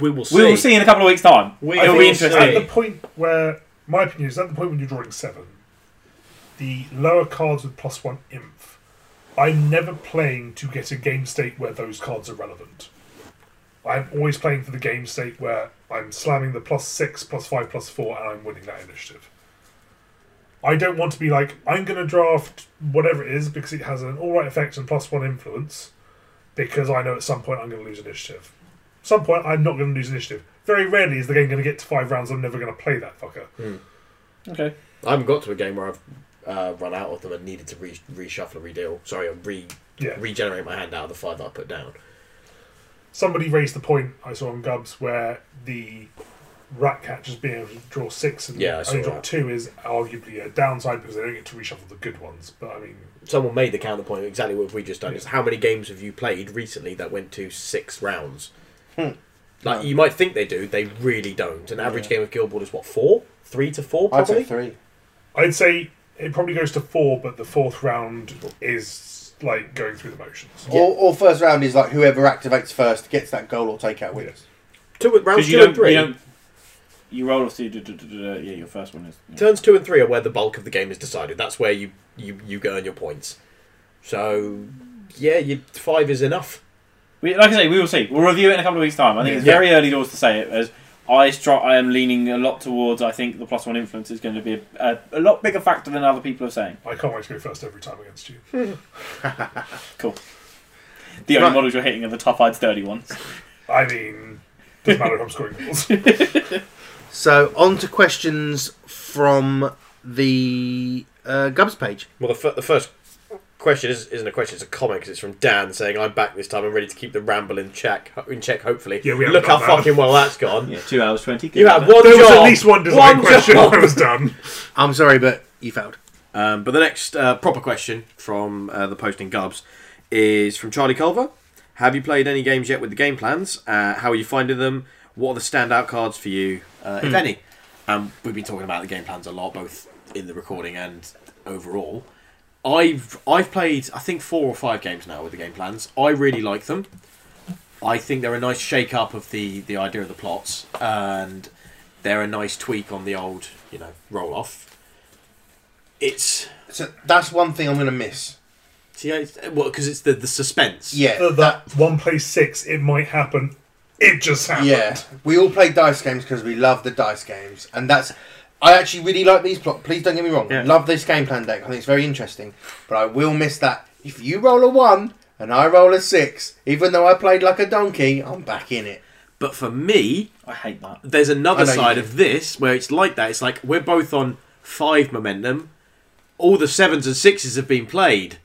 S3: We will
S2: We will see in a couple of weeks' time.
S3: We
S2: It'll
S3: will
S2: be
S3: see.
S2: interesting.
S4: At the point where, my opinion is, at the point when you're drawing seven, the lower cards with plus one inf, I'm never playing to get a game state where those cards are relevant. I'm always playing for the game's sake where I'm slamming the plus six, plus five, plus four, and I'm winning that initiative. I don't want to be like, I'm going to draft whatever it is because it has an alright effect and plus one influence because I know at some point I'm going to lose initiative. some point I'm not going to lose initiative. Very rarely is the game going to get to five rounds. I'm never going to play that fucker.
S3: Mm.
S2: Okay.
S3: I haven't got to a game where I've uh, run out of them and needed to re- reshuffle and redeal. Sorry, or re-
S4: Yeah.
S3: regenerate my hand out of the five that I put down.
S4: Somebody raised the point I saw on Gubs where the rat catchers being able to draw six and
S3: Yeah, I saw
S4: only draw
S3: that.
S4: two is arguably a downside because they don't get to reshuffle the good ones. But I mean,
S3: Someone made the counterpoint exactly what we just done. Is how many games have you played recently that went to six rounds?
S1: Hmm.
S3: Like you might think they do, they really don't. An average game of Guild Ball is what four, three to four,
S1: I'd
S3: probably.
S1: say three.
S4: I'd say it probably goes to four, but the fourth round is like going through the motions.
S1: Or, or first round is like whoever activates first gets that goal or takeout wins.
S4: Yes.
S3: Two rounds
S2: Because you
S3: two and
S2: don't, you
S3: three.
S2: don't. You roll off. So you do, do, do, do, do, yeah, your first one is. Yeah.
S3: Turns two and three are where the bulk of the game is decided. That's where you you you earn your points. So yeah, you, five is enough.
S2: We, like I say, we will see. We'll review it in a couple of weeks' time. I think it's
S3: Yeah.
S2: very early doors to say it. As I str- I am leaning a lot towards. I think the plus one influence is going to be a, a, a lot bigger factor than other people are saying.
S4: I can't wait to go first every time against you.
S2: The
S9: Right.
S2: only models you're hitting are the tough-eyed, sturdy ones.
S4: I mean, doesn't matter if I'm scoring goals.
S9: So on to questions from the uh, Gubs page.
S3: Well, the, f- the first question is, isn't a question; it's a comment because it's from Dan saying, "I'm back this time. I'm ready to keep the ramble in check. In check, hopefully.
S4: Yeah, we haven't
S3: Look how
S4: done that.
S3: fucking well that's gone.
S2: Yeah, two hours twenty.
S3: You had one
S4: There was
S3: job.
S4: at least one design question.
S3: job.
S4: I was done.
S9: I'm sorry, but you failed.
S10: Um, but the next uh, proper question from uh, the posting Gubs is from Charlie Culver. Have you played any games yet with the game plans? Uh, how are you finding them? What are the standout cards for you, uh, if any? Um, we've been talking about the game plans a lot, both in the recording and overall. I've I've played I think four or five games now with the game plans. I really like them. I think they're a nice shake up of the the idea of the plots, and they're a nice tweak on the old you know roll off. It's
S1: So that's one thing I'm going to miss.
S10: See, I, well, because it's the the suspense.
S1: Yeah,
S4: Uh, that one plays six, it might happen. It just happened.
S1: Yeah, we all play dice games because we love the dice games, and that's. I actually really like these plot. Please don't get me wrong. Love this game plan deck. I think it's very interesting, but I will miss that. If you roll a one and I roll a six, even though I played like a donkey, I'm back in it.
S10: But for me,
S2: I hate that.
S10: there's another
S1: I know you
S10: side
S1: do.
S10: of this where it's like that. It's like we're both on five momentum. All the sevens and sixes have been played.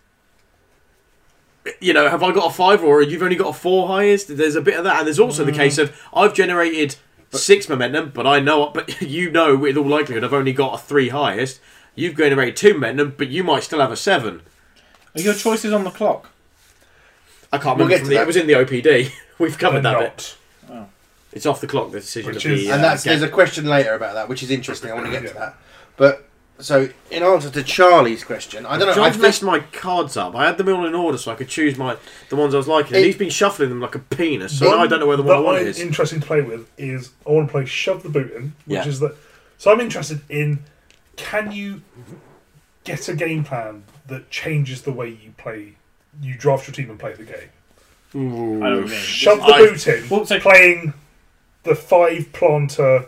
S10: You know, have I got a five or you've only got a four highest? There's a bit of that, and there's also the case
S1: Mm.
S10: of I've generated six momentum, but I know, but you know, with all likelihood, I've only got a three highest. You've generated two momentum, but you might still have a seven.
S2: Are your choices on the clock?
S10: I can't
S1: We'll
S10: remember.
S1: get
S10: from
S1: to
S10: the-
S1: that.
S10: It was in the OPD. We've
S4: They're
S10: covered that bit.
S4: not.
S10: It's off the clock. The decision
S4: Which
S10: of the
S4: is-
S10: uh,
S1: and that's
S10: game.
S1: there's a question later about that, which is interesting. I want to get to
S4: Yeah.
S1: that. But so, in answer to Charlie's question, I don't know. I
S10: I've messed
S1: think
S10: my cards up. I had them all in order so I could choose my the ones I was liking. And
S1: It-
S10: he's been shuffling them like a penis, so now I don't know where the
S4: that
S10: one I want
S4: I'm
S10: is.
S4: interested to play with is I want to play shove the boot in, which
S10: Yeah.
S4: is that. So I'm interested in can you get a game plan that changes the way you play, you draft your team and play the game.
S2: I don't know.
S4: Shove the
S10: I-
S4: boot in,
S2: Well, so-
S4: playing the five planter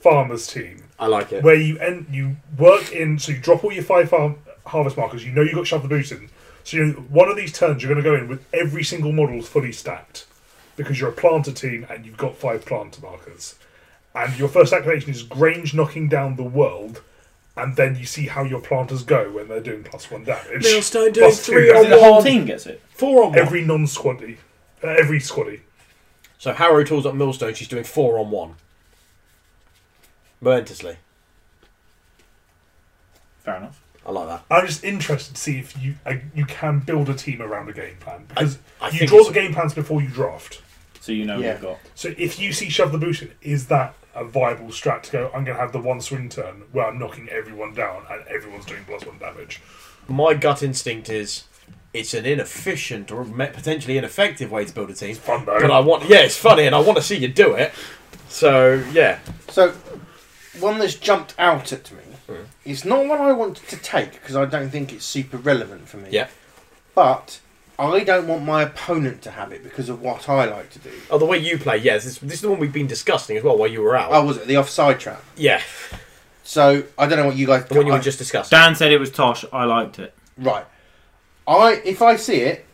S4: farmers team.
S10: I like it.
S4: where you end, you work in. So you drop all your five farm, harvest markers. You know you have got to shove the boot in. So you, one of these turns you're going to go in with every single model fully stacked, because you're a planter team and you've got five planter markers. And your first activation is Grange knocking down the world, and then you see how your planters go when they're doing plus one damage.
S3: Millstone doing
S4: two
S3: three on
S4: damage.
S2: The whole team gets it.
S3: Four on one.
S4: Every non-squaddy, uh, every squaddy.
S3: so Harrow tools up Millstone. She's doing four on one. Momentously,
S2: Fair enough.
S3: I like that.
S4: I'm just interested to see if you uh, you can build a team around a game plan because
S3: I
S4: you
S3: think
S4: draw
S3: it's-
S4: the game plans before you draft.
S2: So you know
S1: Yeah.
S2: you've got.
S4: So if you see shove the boot in, is that a viable strat to go? I'm going to have the one swing turn where I'm knocking everyone down and everyone's doing plus one damage.
S3: My gut instinct is it's an inefficient or me- potentially ineffective way to build a team.
S4: Fun though.
S3: But I want, yeah, it's funny, and I want to see you do it. So yeah,
S1: so. One that's jumped out at me.
S3: Hmm.
S1: It's not one I wanted to take because I don't think it's super relevant for me.
S3: yeah.
S1: But I don't want my opponent to have it because of what I like to do.
S3: Oh, the way you play, yes. This, this is the one we've been discussing as well while you were out.
S1: Oh, was it the offside trap?
S3: yeah,
S1: So I don't know what you guys.
S3: the one you
S1: I-
S3: were just discussing.
S2: Dan said it was Tosh. I liked it.
S1: right. I if I see it,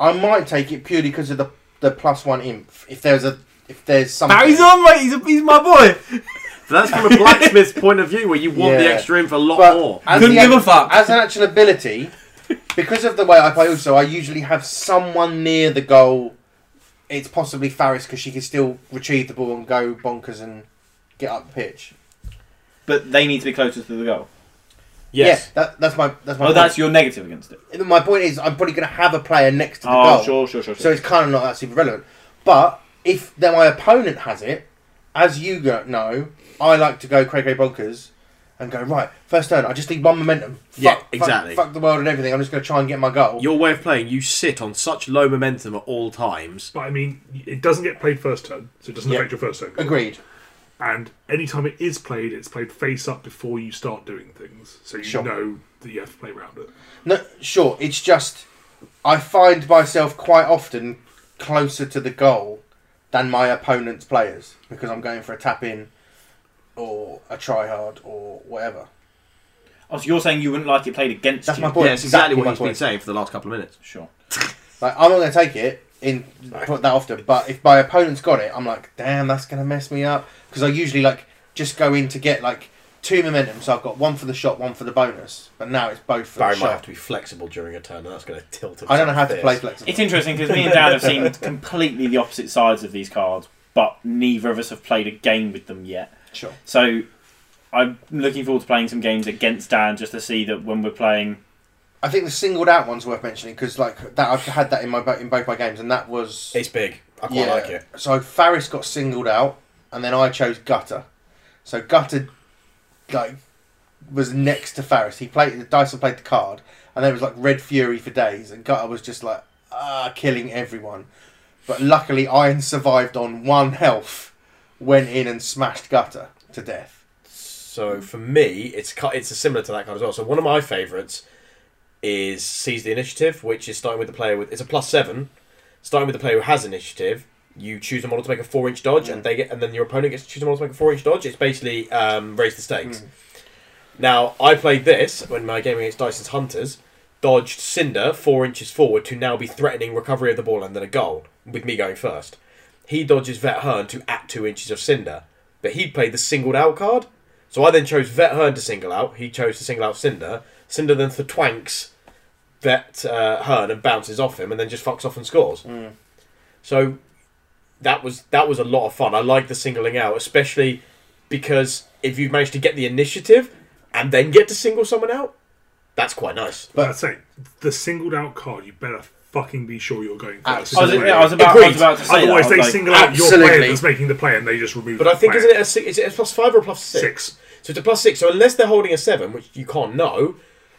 S1: I might take it purely because of the the plus one imp. If there's a if there's something.
S2: Barry's on, mate. He's, he's my boy.
S10: That's from a blacksmith's point of view, where you want the
S1: Yeah.
S10: extra in for a lot
S1: But
S10: more.
S1: as
S2: Couldn't
S1: the-
S2: give a fuck.
S1: As an actual ability, because of the way I play, also I usually have someone near the goal. It's possibly Faris because she can still retrieve the ball and go bonkers and get up the pitch.
S2: But they need to be closer to the goal.
S3: Yes.
S1: Yeah, that, that's my that's my.
S2: Oh,
S1: point.
S2: that's your negative against it.
S1: My point is, I'm probably going to have a player next to the
S2: Oh,
S1: goal.
S2: sure, sure, sure. sure.
S1: So it's kind of not that super relevant. But if then my opponent has it, as you go, know, I like to go cray cray bonkers and go right first turn. I just need one momentum. Fuck,
S10: Yeah,
S1: fuck-
S10: exactly.
S1: Fuck, the world and everything. I'm just going to try and get my goal.
S10: Your way of playing, you sit on such low momentum at all times.
S4: But I mean, it doesn't get played first turn, so it doesn't
S1: Yeah.
S4: affect your first turn.
S1: Agreed.
S4: And anytime it is played, it's played face up before you start doing things, so you
S1: Sure.
S4: know that you have to play around it.
S1: No, sure. It's just I find myself quite often closer to the goal than my opponent's players because I'm going for a tap in or a try hard or whatever.
S2: oh, so you're saying you wouldn't like it played against
S1: That's
S2: you?
S1: my point.
S10: yeah, it's exactly, what
S1: my
S10: he's
S1: point.
S10: been saying for the last couple of minutes.
S2: Sure.
S1: Like I'm not going to take it in put that often, but if my opponent's got it, I'm like, damn, that's going to mess me up because I usually like just go in to get like two momentum, so I've got one for the shot, one for the bonus, but now it's both for
S3: Barry
S1: the
S3: might have
S1: shot.
S3: to be flexible during a turn, and that's going to tilt him.
S1: I don't know how to
S3: fierce.
S1: play flexible.
S2: It's interesting because me and Dan have seen completely the opposite sides of these cards, but neither of us have played a game with them yet.
S1: Sure.
S2: So I'm looking forward to playing some games against Dan just to see that when we're playing.
S1: I think the singled out one's worth mentioning because like that I've had that in my bo- in both my games, and that was
S3: It's big. I quite like it.
S1: So Faris got singled out, and then I chose Gutter. So Gutter, like, was next to Faris. He played Dyson played the card, and there was like Red Fury for days, and Gutter was just like ah, killing everyone. But luckily, Iron survived on one health, went in and smashed Gutter to death.
S3: So for me, it's cu- it's similar to that card as well. So one of my favourites is seize the initiative, which is starting with the player with it's a plus seven, starting with the player who has initiative. You choose a model to make a four inch dodge, and they get, and then your opponent gets to choose a model to make a four inch dodge. It's basically um, raise the stakes. Now I played this when my game against Dyson's Hunters, dodged Cinder four inches forward to now be threatening recovery of the ball and then a goal with me going first. He dodges Vet Hearn to at two inches of Cinder, but he played the singled out card. So I then chose Vet Hearn to single out. He chose to single out Cinder. Cinder then for twanks Vet uh, Hearn and bounces off him, and then just fucks off and scores. So that was that was a lot of fun. I like the singling out, especially because if you've managed to get the initiative and then get to single someone out, that's quite nice.
S4: But I say the singled out card, you better fucking be sure you're going first.
S2: I was,
S1: Absolutely.
S2: yeah, I was about, I was
S3: Agreed.
S2: about to say that. I
S4: Otherwise,
S2: was
S4: they
S2: like,
S4: single out your
S1: absolutely.
S4: player that's making the play, and they just remove.
S3: But I
S4: that
S3: think
S4: player.
S3: isn't it a six, is it a plus five or a plus six?
S4: Six.
S3: So it's a plus six. So unless they're holding a seven, which you can't know,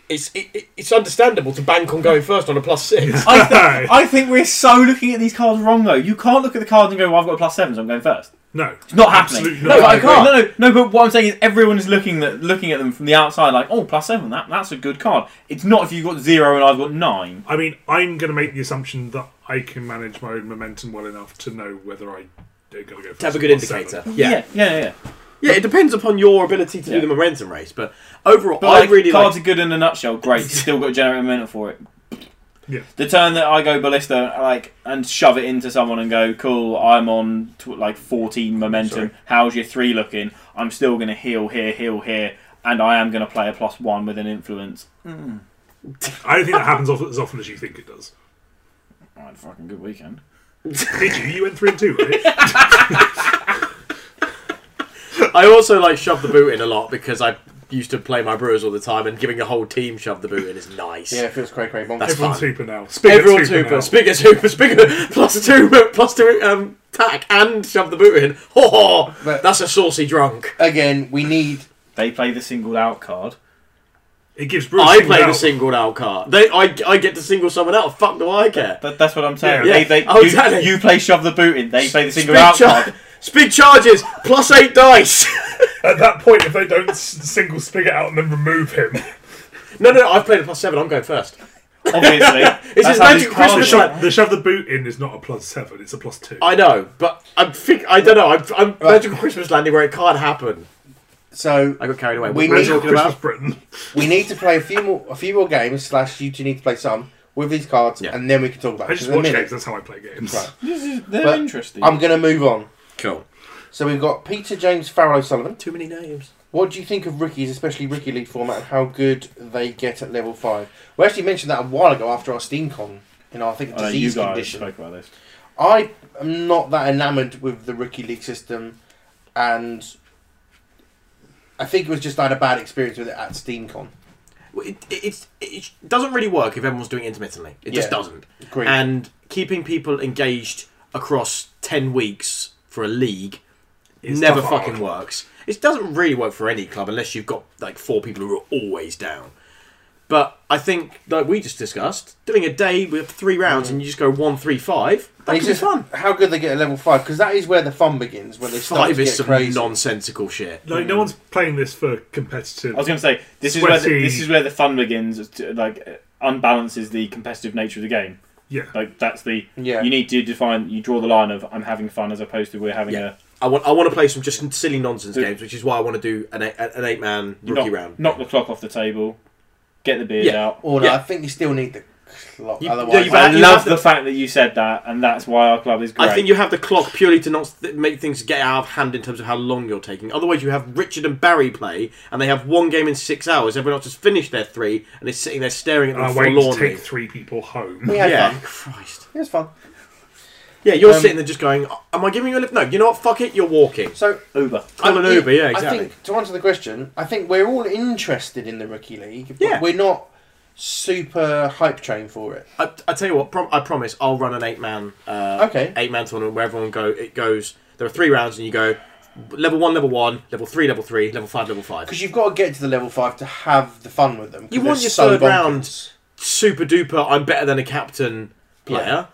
S3: it's it, it, it's understandable to bank on going first on a plus six.
S2: I, th- I think we're so looking at these cards wrong, though. You can't look at the cards and go, well, I've got a plus seven, so I'm going first.
S4: No, it's
S2: Not happening.
S4: Absolutely
S2: No,
S4: not.
S2: but I can't. No, no, no. But what I'm saying is, everyone is looking at looking at them from the outside, like, oh, plus seven. That that's a good card. It's not if you've got zero and I've got nine.
S4: I mean, I'm going to make the assumption that I can manage my own momentum well enough to know whether I am going to go.
S3: to have a good indicator.
S2: Yeah,
S3: Yeah.
S2: yeah,
S3: yeah.
S2: yeah. yeah.
S10: Yeah, it depends upon your ability to
S2: Yeah.
S10: do the momentum race, but overall,
S2: But
S10: I
S2: like,
S10: really
S2: cards
S10: like.
S2: are good in a nutshell. Great, you still got to generate momentum for it.
S4: Yeah.
S2: The turn that I go ballista, like, and shove it into someone and go, cool. I'm on tw- like 14 momentum. How's your three looking? I'm still going to heal here, heal here, and I am going to play a plus one with an influence.
S4: I don't think that happens off- as often as you think it does.
S2: I had a fucking good weekend.
S4: Did you? You went three and two, right?
S10: I also like shove the boot in a lot because I used to play my brewers all the time, and giving a whole team shove the boot in is nice.
S1: Yeah, it feels cray cray bonkers.
S10: That's-
S4: Everyone's
S10: fine.
S4: hooper now. Spigot
S10: Everyone's
S4: hooper now.
S10: hooper, spigot hooper, spigot plus two, plus two um, tack, and shove the boot in. Ho ho!
S1: But-
S10: That's a saucy drunk.
S1: Again, we need
S2: They play the singled out card.
S4: It gives Bruce.
S10: I play
S4: out.
S10: the singled out card. They, I, I get to single someone out. Fuck do I care?
S2: That, that's what I'm saying.
S4: Yeah.
S2: They, they,
S10: Oh,
S2: you,
S10: exactly.
S2: you play shove the boot in. They play the single
S10: Speed
S2: out
S10: char-
S2: card.
S10: Speed charges plus eight dice.
S4: At that point, if they don't s- single spigot out and then remove him,
S10: no, no, I've played a plus seven. I'm going first.
S2: Obviously, That's
S3: It's his
S2: how these
S3: magic
S2: cars
S3: Christmas
S2: work.
S3: light.
S4: The shove the boot in is not a plus seven; it's a plus two.
S3: I know, but I'm think I don't know. I'm, I'm Magical Christmas Landing where it can't happen.
S1: So
S3: I got carried away.
S1: We
S3: What were
S1: need-
S3: you talking
S4: Christmas
S3: about?
S4: Britain.
S1: we need to play a few more a few more games. Slash, you two need to play some with these cards,
S3: Yeah.
S1: and then we can talk about.
S4: I
S1: it. Because
S4: just
S1: in a
S4: watch
S1: minute-
S4: games. That's how I play games.
S1: Right.
S2: This is they're
S1: But
S2: interesting.
S1: I'm going to move on.
S3: Cool.
S1: So we've got Peter James Farrell O'Sullivan.
S3: Too many names.
S1: What do you think of rookies, especially rookie league format, and how good they get at level five? We actually mentioned that a while ago after our SteamCon. You know, I
S3: Uh,
S1: think
S2: I know you
S1: disease
S2: guys
S1: condition.
S2: spoke about this.
S1: I am not that enamoured with the rookie league system, and I think it was just I had a bad experience with it at SteamCon.
S3: Well, It, it, it's- it doesn't really work if everyone's doing it intermittently. It just
S1: Yeah.
S3: doesn't.
S1: Agreed.
S3: And keeping people engaged across ten weeks for a league
S4: It's
S3: never
S4: tough art.
S3: fucking works. It doesn't really work for any club unless you've got like four people who are always down. But I think, like we just discussed, doing a day with three rounds and you just go one, three, five. That
S1: And it's
S3: could be
S1: just
S3: fun.
S1: how good they get at level five because that is where the fun begins when they start
S3: Five
S1: to
S3: is
S1: get
S3: some
S1: crazy.
S3: nonsensical shit.
S4: Like no one's playing this for competitive.
S2: I was going to say this is where the,
S4: Sweaty.
S2: this is where the fun begins. it's to, Like uh, unbalances the competitive nature of the game.
S4: yeah,
S2: Like that's the
S1: Yeah.
S2: you need to define. You draw the line of I'm having fun as opposed to we're having
S3: Yeah.
S2: a
S3: I want I want to play some just silly nonsense
S2: Yeah.
S3: games, which is why I want to do an eight, an eight man rookie
S2: knock,
S3: round.
S2: knock the clock off the table, get the beard
S3: Yeah.
S2: out.
S1: Or no,
S3: Yeah.
S1: I think you still need the clock.
S3: You- yeah,
S1: Otherwise,
S3: you've
S2: I
S3: had- you
S2: love
S3: have to-
S2: the fact that you said that, and that's why our club is great.
S3: I think you have the clock purely to not th- make things get out of hand in terms of how long you're taking. Otherwise, you have Richard and Barry play, and they have one game in six hours. Everyone else has finished their three, and is sitting there staring at them
S4: uh, waiting to
S3: forlornly.
S4: take three people home.
S1: we had
S3: yeah,
S1: fun.
S3: Christ.
S1: It was fun.
S3: Yeah, you're
S1: Um,
S3: sitting there just going, "Am I giving you a lift?" No, you know what? Fuck it, you're walking.
S1: So
S2: Uber.
S3: Call an
S1: I-
S3: Uber. Yeah,
S1: I
S3: exactly.
S1: think to answer the question, I think we're all interested in the rookie league, but
S3: Yeah.
S1: we're not super hype train for it.
S3: I, I tell you what, prom- I promise I'll run an eight man, uh,
S1: Okay.
S3: eight man tournament where everyone go. It goes. There are three rounds, and you go level one, level one, level three, level three, level five, level five.
S1: Because you've got to get to the level five to have the fun with them. 'cause
S3: You
S1: they're
S3: want your
S1: so
S3: third round
S1: bonkers.
S3: super duper. I'm better than a captain player.
S1: Yeah.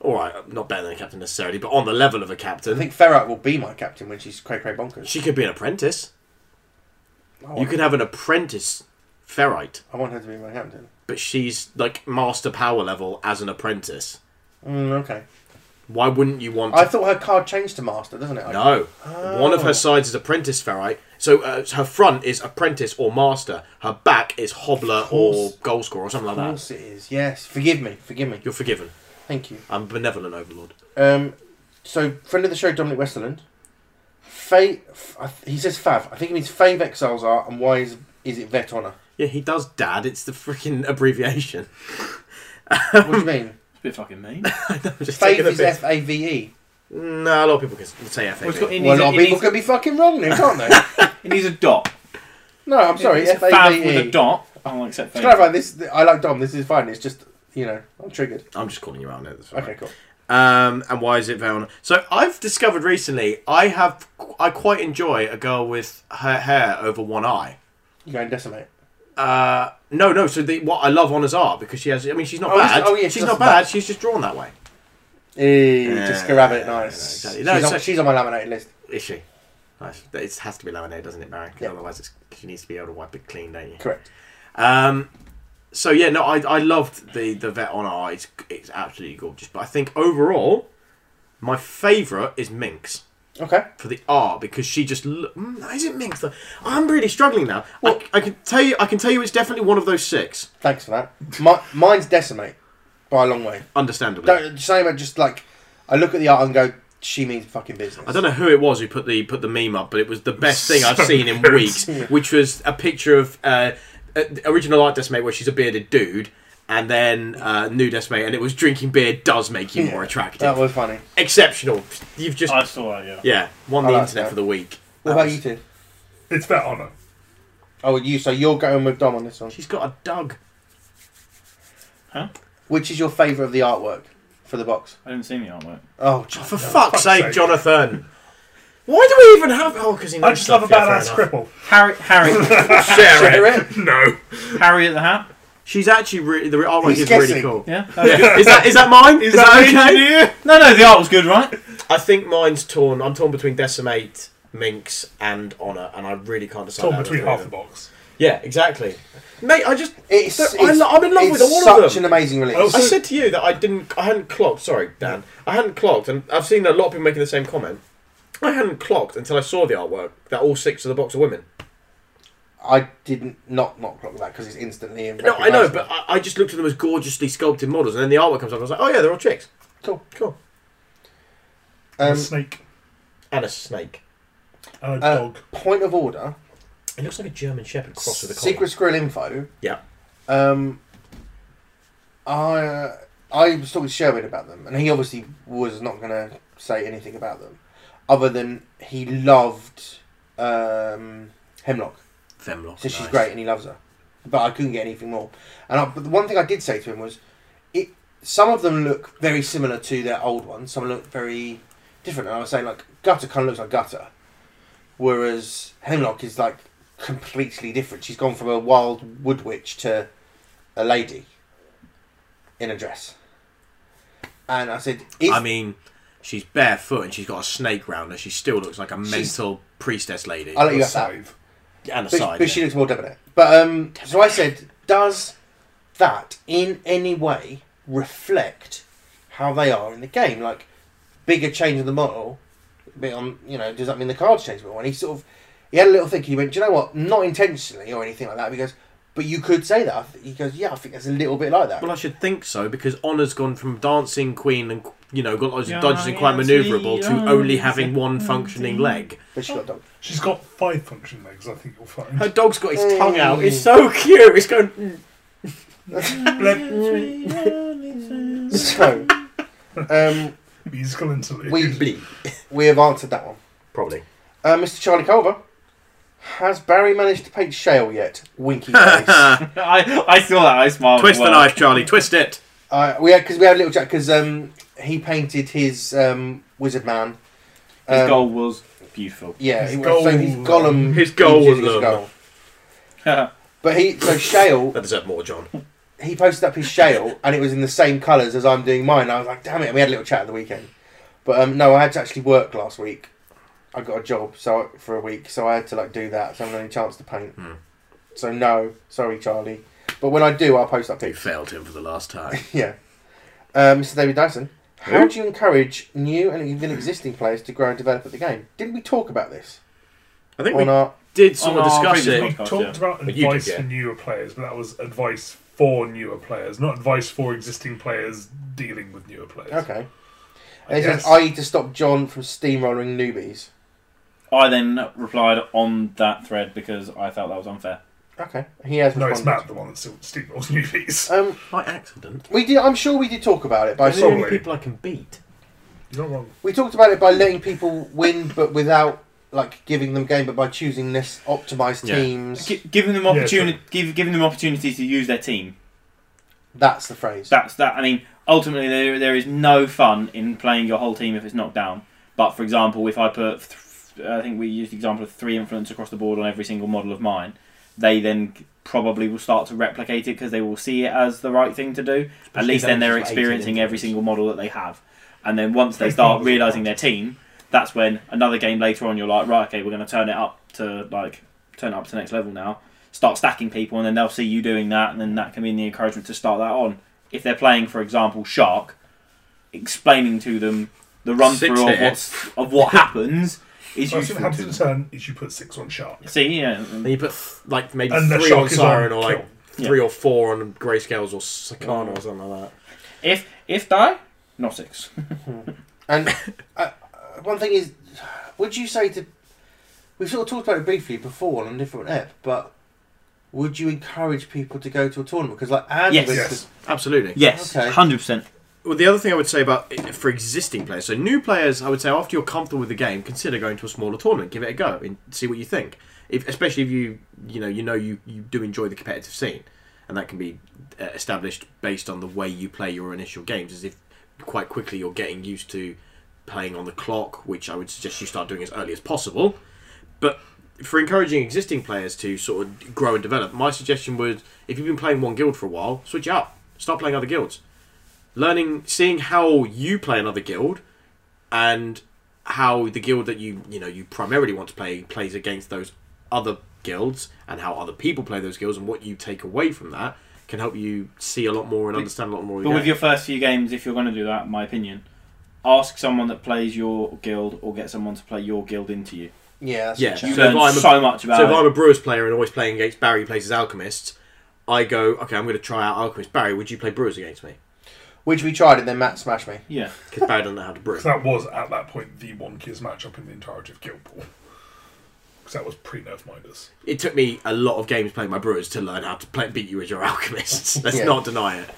S3: All right, not better than a captain necessarily, but on the level of a captain.
S1: I think Ferrat will be my captain when she's cray cray bonkers.
S3: she could be an apprentice.
S1: Oh, I
S3: You
S1: want,
S3: could have an apprentice ferrite,
S1: I want her to be my captain.
S3: but she's like master power level as an apprentice.
S1: Mm, okay.
S3: Why wouldn't you want?
S1: I
S3: To-
S1: thought her card changed to master, doesn't it?
S3: no, one of
S1: Oh.
S3: her sides is apprentice ferrite. So uh, her front is apprentice or master. Her back is hobbler or
S1: course.
S3: goal scorer or something like
S1: Of
S3: that.
S1: course it is. Yes. Forgive me. Forgive me.
S3: You're forgiven.
S1: Thank you.
S3: I'm benevolent overlord.
S1: Um, so friend of the show, Dominic Westerland. Fav, he says Fav. I think it means Fave Exiles are, and why is is it Vet Honor?
S3: Yeah, he does, Dad. It's the freaking abbreviation.
S1: What do you mean?
S2: It's a bit fucking mean.
S1: Fave
S3: Just taking a
S1: is
S3: piss.
S1: F A V E.
S3: No, a lot of people can say FAB.
S2: Well, it's got- it,
S1: Well, a
S2: needs
S1: lot
S2: a,
S1: of
S2: it,
S1: people
S2: needs,
S1: could be fucking wrong then, can't they?
S2: it needs a dot.
S1: No, I'm sorry.
S2: It's a
S1: F A
S2: fav with
S1: V
S2: a
S1: E.
S2: dot. I'll accept
S1: To
S2: fav.
S1: clarify, this I like Dom. This is fine. It's just you know I'm triggered.
S3: I'm just calling you out now. That's
S1: Okay,
S3: okay.
S1: cool.
S3: Um, and why is it Velna? So I've discovered recently I have I quite enjoy a girl with her hair over one eye.
S1: You go and decimate.
S3: Uh, no, no. So the, what I love on hers art because she has. I mean, she's not
S1: Oh, is-
S3: bad.
S1: oh, yeah, she
S3: she's
S1: doesn't
S3: not bad.
S1: bad.
S3: She's just drawn that way.
S1: Eee,
S3: Yeah,
S1: Jessica Rabbit,
S3: no, no,
S1: nice.
S3: exactly. No,
S1: she's, on,
S3: so-
S1: she's on my laminated list.
S3: Is she? Nice. It has to be laminated, doesn't it, Barry? 'Cause
S1: Yeah.
S3: Otherwise, it's, she needs to be able to wipe it clean, don't you?
S1: Correct.
S3: Um, so yeah, no, I, I loved the the vet on art. It's it's absolutely gorgeous. But I think overall, my favourite is Minx
S1: Okay.
S3: for the art because she just lo- mm, is it Minx? though? I'm really struggling now.
S1: Well-
S3: I, I can tell you, I can tell you, it's definitely one of those six.
S1: Thanks for that. My, mine's decimate by a long way.
S3: Understandably,
S1: Don't same. I just like I look at the art and go, she means fucking business.
S3: I don't know who it was who put the put the meme up, but it was the best thing I've
S4: So
S3: seen in
S4: good.
S3: weeks, which was a picture of uh, uh, original art decimate where she's a bearded dude, and then uh, new decimate, and it was drinking beer does make you more attractive.
S1: That was funny.
S3: exceptional. You've just
S2: I saw that, yeah.
S3: yeah won
S1: I
S3: the
S1: like
S3: internet
S1: that.
S3: for the week.
S1: What
S3: That
S1: about
S3: was-
S1: you two?
S4: It's Vet Honor.
S1: Oh, you. So you're going with Dom on this one.
S3: She's got a dog.
S1: Which is your favourite of the artwork for the box?
S2: I didn't see the artwork.
S1: Oh,
S3: Oh,
S1: just
S3: for fuck's
S4: fuck's
S3: sake,
S4: sake.
S3: Jonathan. Why do we even have? Oh, because he knows
S4: I just love a
S3: stuff. Yeah, fair enough.
S4: badass cripple.
S2: Harry, Harry,
S3: Share it.
S4: No,
S2: Harry at the hat.
S3: She's actually really the artwork
S1: He's
S3: is really
S1: guessing.
S3: cool.
S2: Yeah.
S3: Is that is that mine? Is, that, okay?
S2: No, no, the art was good, right?
S3: I think mine's torn. I'm torn between decimate, minx, and honor, and I really can't decide.
S4: torn
S3: how to
S4: between
S3: do
S4: half the
S3: them.
S4: box.
S3: Yeah, exactly. Mate, I just
S1: It's,
S3: They're-
S1: it's-
S3: I'm in love with
S1: it's
S3: all of
S1: such
S3: them.
S1: an amazing release.
S4: Oh,
S3: I
S4: So-
S3: said to you that I didn't. I hadn't clocked. Sorry, Dan. I hadn't clocked, and I've seen a lot of people making the same comment. I hadn't clocked until I saw the artwork that all six of the box are women.
S1: I didn't not not clock that because it's instantly.
S3: No, I know, but I, I just looked at them as gorgeously sculpted models, and then the artwork comes up. and I was like, oh yeah, they're all chicks.
S1: Cool.
S3: cool.
S4: a
S1: um,
S4: snake
S3: And a snake.
S4: and a
S1: uh,
S4: dog.
S1: point of order.
S3: It looks like a German Shepherd crossed with a collar.
S1: Secret Squirrel info.
S3: Yeah.
S1: Um, I uh, I was talking to Sherwin about them, and he obviously was not going to say anything about them, other than he loved um, Hemlock.
S10: Femlock.
S1: So she's
S10: nice.
S1: great and he loves her. But I couldn't get anything more. And I, but the one thing I did say to him was, it. Some of them look very similar to their old ones. Some look very different. And I was saying like Gutter kind of looks like Gutter, whereas Hemlock is like completely different. She's gone from a wild wood witch to a lady in a dress. And I said, is,
S10: I mean, she's barefoot and she's got a snake round her. She still looks like a
S1: She's-
S10: mental priestess lady.
S1: I'll let you
S4: Or
S1: have that.
S4: scythe.
S10: and a
S1: But,
S10: side.
S1: but she looks more debonair. But um, so I said, does that in any way reflect how they are in the game? Like bigger change of the model, bit on you know, does that mean the cards change more? And he sort of he had a little think. He went, do you know what? Not intentionally or anything like that. He goes, but you could say that. I th- He goes, yeah, I think that's a little bit like that.
S10: Well, I should think so because Honor's gone from dancing queen and you know got loads of
S2: Yeah,
S10: dodges and quite
S2: yeah,
S10: manoeuvrable
S2: see,
S10: to only
S2: yeah,
S10: having one
S2: yeah,
S10: functioning
S2: yeah.
S10: leg.
S1: But she got done.
S4: She's got five function legs. I think you'll find.
S10: Her dog's got his tongue out. It's
S1: Mm.
S10: so cute. It's going. mm.
S4: Let-
S1: So um,
S4: musical interlude.
S1: we we have answered that one.
S3: Probably.
S1: Uh, Mr. Charlie Culver. Has Barry managed to paint Shale yet? Winky face.
S2: I, I saw that. I smiled.
S10: twist
S2: as
S10: the
S2: well.
S10: knife, Charlie. Twist it.
S1: Uh, we had because we had a little chat because um, he painted his um, wizard man.
S2: His
S1: Um,
S2: goal was beautiful.
S1: Yeah,
S4: His
S1: he was, so his
S4: goal.
S1: golem.
S3: His goal
S1: he
S3: was
S1: did his
S3: lovely.
S1: goal.
S2: yeah,
S1: But he so Shale
S3: That deserved more, John.
S1: he posted up his Shale and it was in the same colours as I'm doing mine. I was like, damn it! And we had a little chat at the weekend. But um, no, I had to actually work last week. I got a job so for a week, so I had to like do that. So I haven't had any chance to paint.
S10: Hmm.
S1: So no, sorry, Charlie. But when I do, I'll post up
S10: You
S1: pictures.
S10: failed him for the last time.
S1: Yeah. Uh, Mr. David Dyson, how do you encourage new and even existing players to grow and develop at the game? Didn't we talk about this
S10: I think we
S1: on our?
S10: did sort of
S2: On our
S10: discuss
S2: previous
S10: it.
S4: we
S2: podcast,
S4: talked about
S3: But you did,
S4: advice
S3: yeah.
S4: for newer players, but that was advice for newer players, not advice for existing players dealing with newer players.
S1: Okay. And it
S4: Yes.
S1: says, I E to stop John from steamrolling newbies.
S2: I then replied on that thread because I felt that was unfair.
S1: Okay, he has.
S4: No, it's Matt,
S1: responded.
S4: the one that's still Steve Rolls newbies.
S1: Um,
S10: By accident.
S1: we did. I'm sure we did talk about it by
S3: They're the only
S4: Probably.
S3: people I can beat.
S4: You're not wrong.
S1: we talked about it by letting people win, but without like giving them game, but by choosing this optimized
S10: Yeah.
S1: teams.
S2: G- giving them
S4: Yeah,
S2: opportunity, give, giving them opportunity to use their team.
S1: That's the phrase.
S2: That's that. I mean, ultimately, there, there is no fun in playing your whole team if it's knocked down. But for example, if I put, th- I think we used the example of three influence across the board on every single model of mine. They then probably will start to replicate it because they will see it as the right thing to do. At
S3: Especially
S2: least then
S3: those
S2: they're
S3: with 18
S2: experiencing every
S3: influence.
S2: single model that they have, and then once they
S4: Those
S2: start
S4: models are
S2: realizing their team, that's when another game later on you're like, right, okay, we're going to turn it up to like turn it up to the next level now. Start stacking people, and then they'll see you doing that, and then that can be the encouragement to start that on. If they're playing, for example, Shark, explaining to them the run
S10: Six
S2: through of,
S10: hit.
S2: what's, of what happens is
S4: First
S2: useful
S4: thing that happens
S2: to
S4: in
S2: them.
S4: turn is you put six on shark.
S2: See, yeah,
S3: And you put th- like maybe
S4: And the
S3: three
S4: shock
S3: on
S4: is on
S3: Siren or like
S4: kill.
S3: three or four on Grayscales or Sakana or something like that.
S2: if if die, not six.
S1: And uh, uh, one thing is, would you say to. We've sort of talked about it briefly before on a different app, but would you encourage people to go to a tournament? Because, like, Andy
S2: Yes.
S1: went to-
S4: Yes.
S10: Absolutely.
S2: Yes,
S1: Okay.
S2: hundred percent.
S10: Well, the other thing I would say about for existing players, so new players, I would say after you're comfortable with the game, consider going to a smaller tournament, give it a go, and see what you think. If, especially if you you know you know you, you do enjoy the competitive scene, and that can be uh, established based on the way you play your initial games. As if quite quickly you're getting used to playing on the clock, which I would suggest you start doing as early as possible. But for encouraging existing players to sort of grow and develop, my suggestion would if you've been playing one guild for a while, switch it up, start playing other guilds learning seeing how you play another guild and how the guild that you you know you primarily want to play plays against those other guilds and how other people play those guilds and what you take away from that can help you see a lot more and understand a lot more. of
S2: But
S10: the
S2: with
S10: game.
S2: your first few games, if you're going to do that, in my opinion, ask someone that plays your guild or get someone to play your guild into you.
S1: Yeah, that's
S10: Yeah.
S1: a
S2: You
S1: challenge.
S10: So if
S2: learn
S10: I'm a-
S2: so much about
S10: so if I'm
S2: it.
S10: a Brewers player and always playing against Barry who plays as alchemists, I go okay. I'm going to try out alchemists. Barry, would you play Brewers against me?
S1: Which we tried, and then Matt smashed me.
S2: Yeah,
S10: Because Barry doesn't know how to brew.
S4: So that was at that point the wonkiest matchup in the entirety of Guild Ball. Because that was pre Nerf Minders.
S10: It took me a lot of games playing my Brewers to learn how to play, beat you as your alchemists. Let's
S1: Yeah.
S10: not deny it.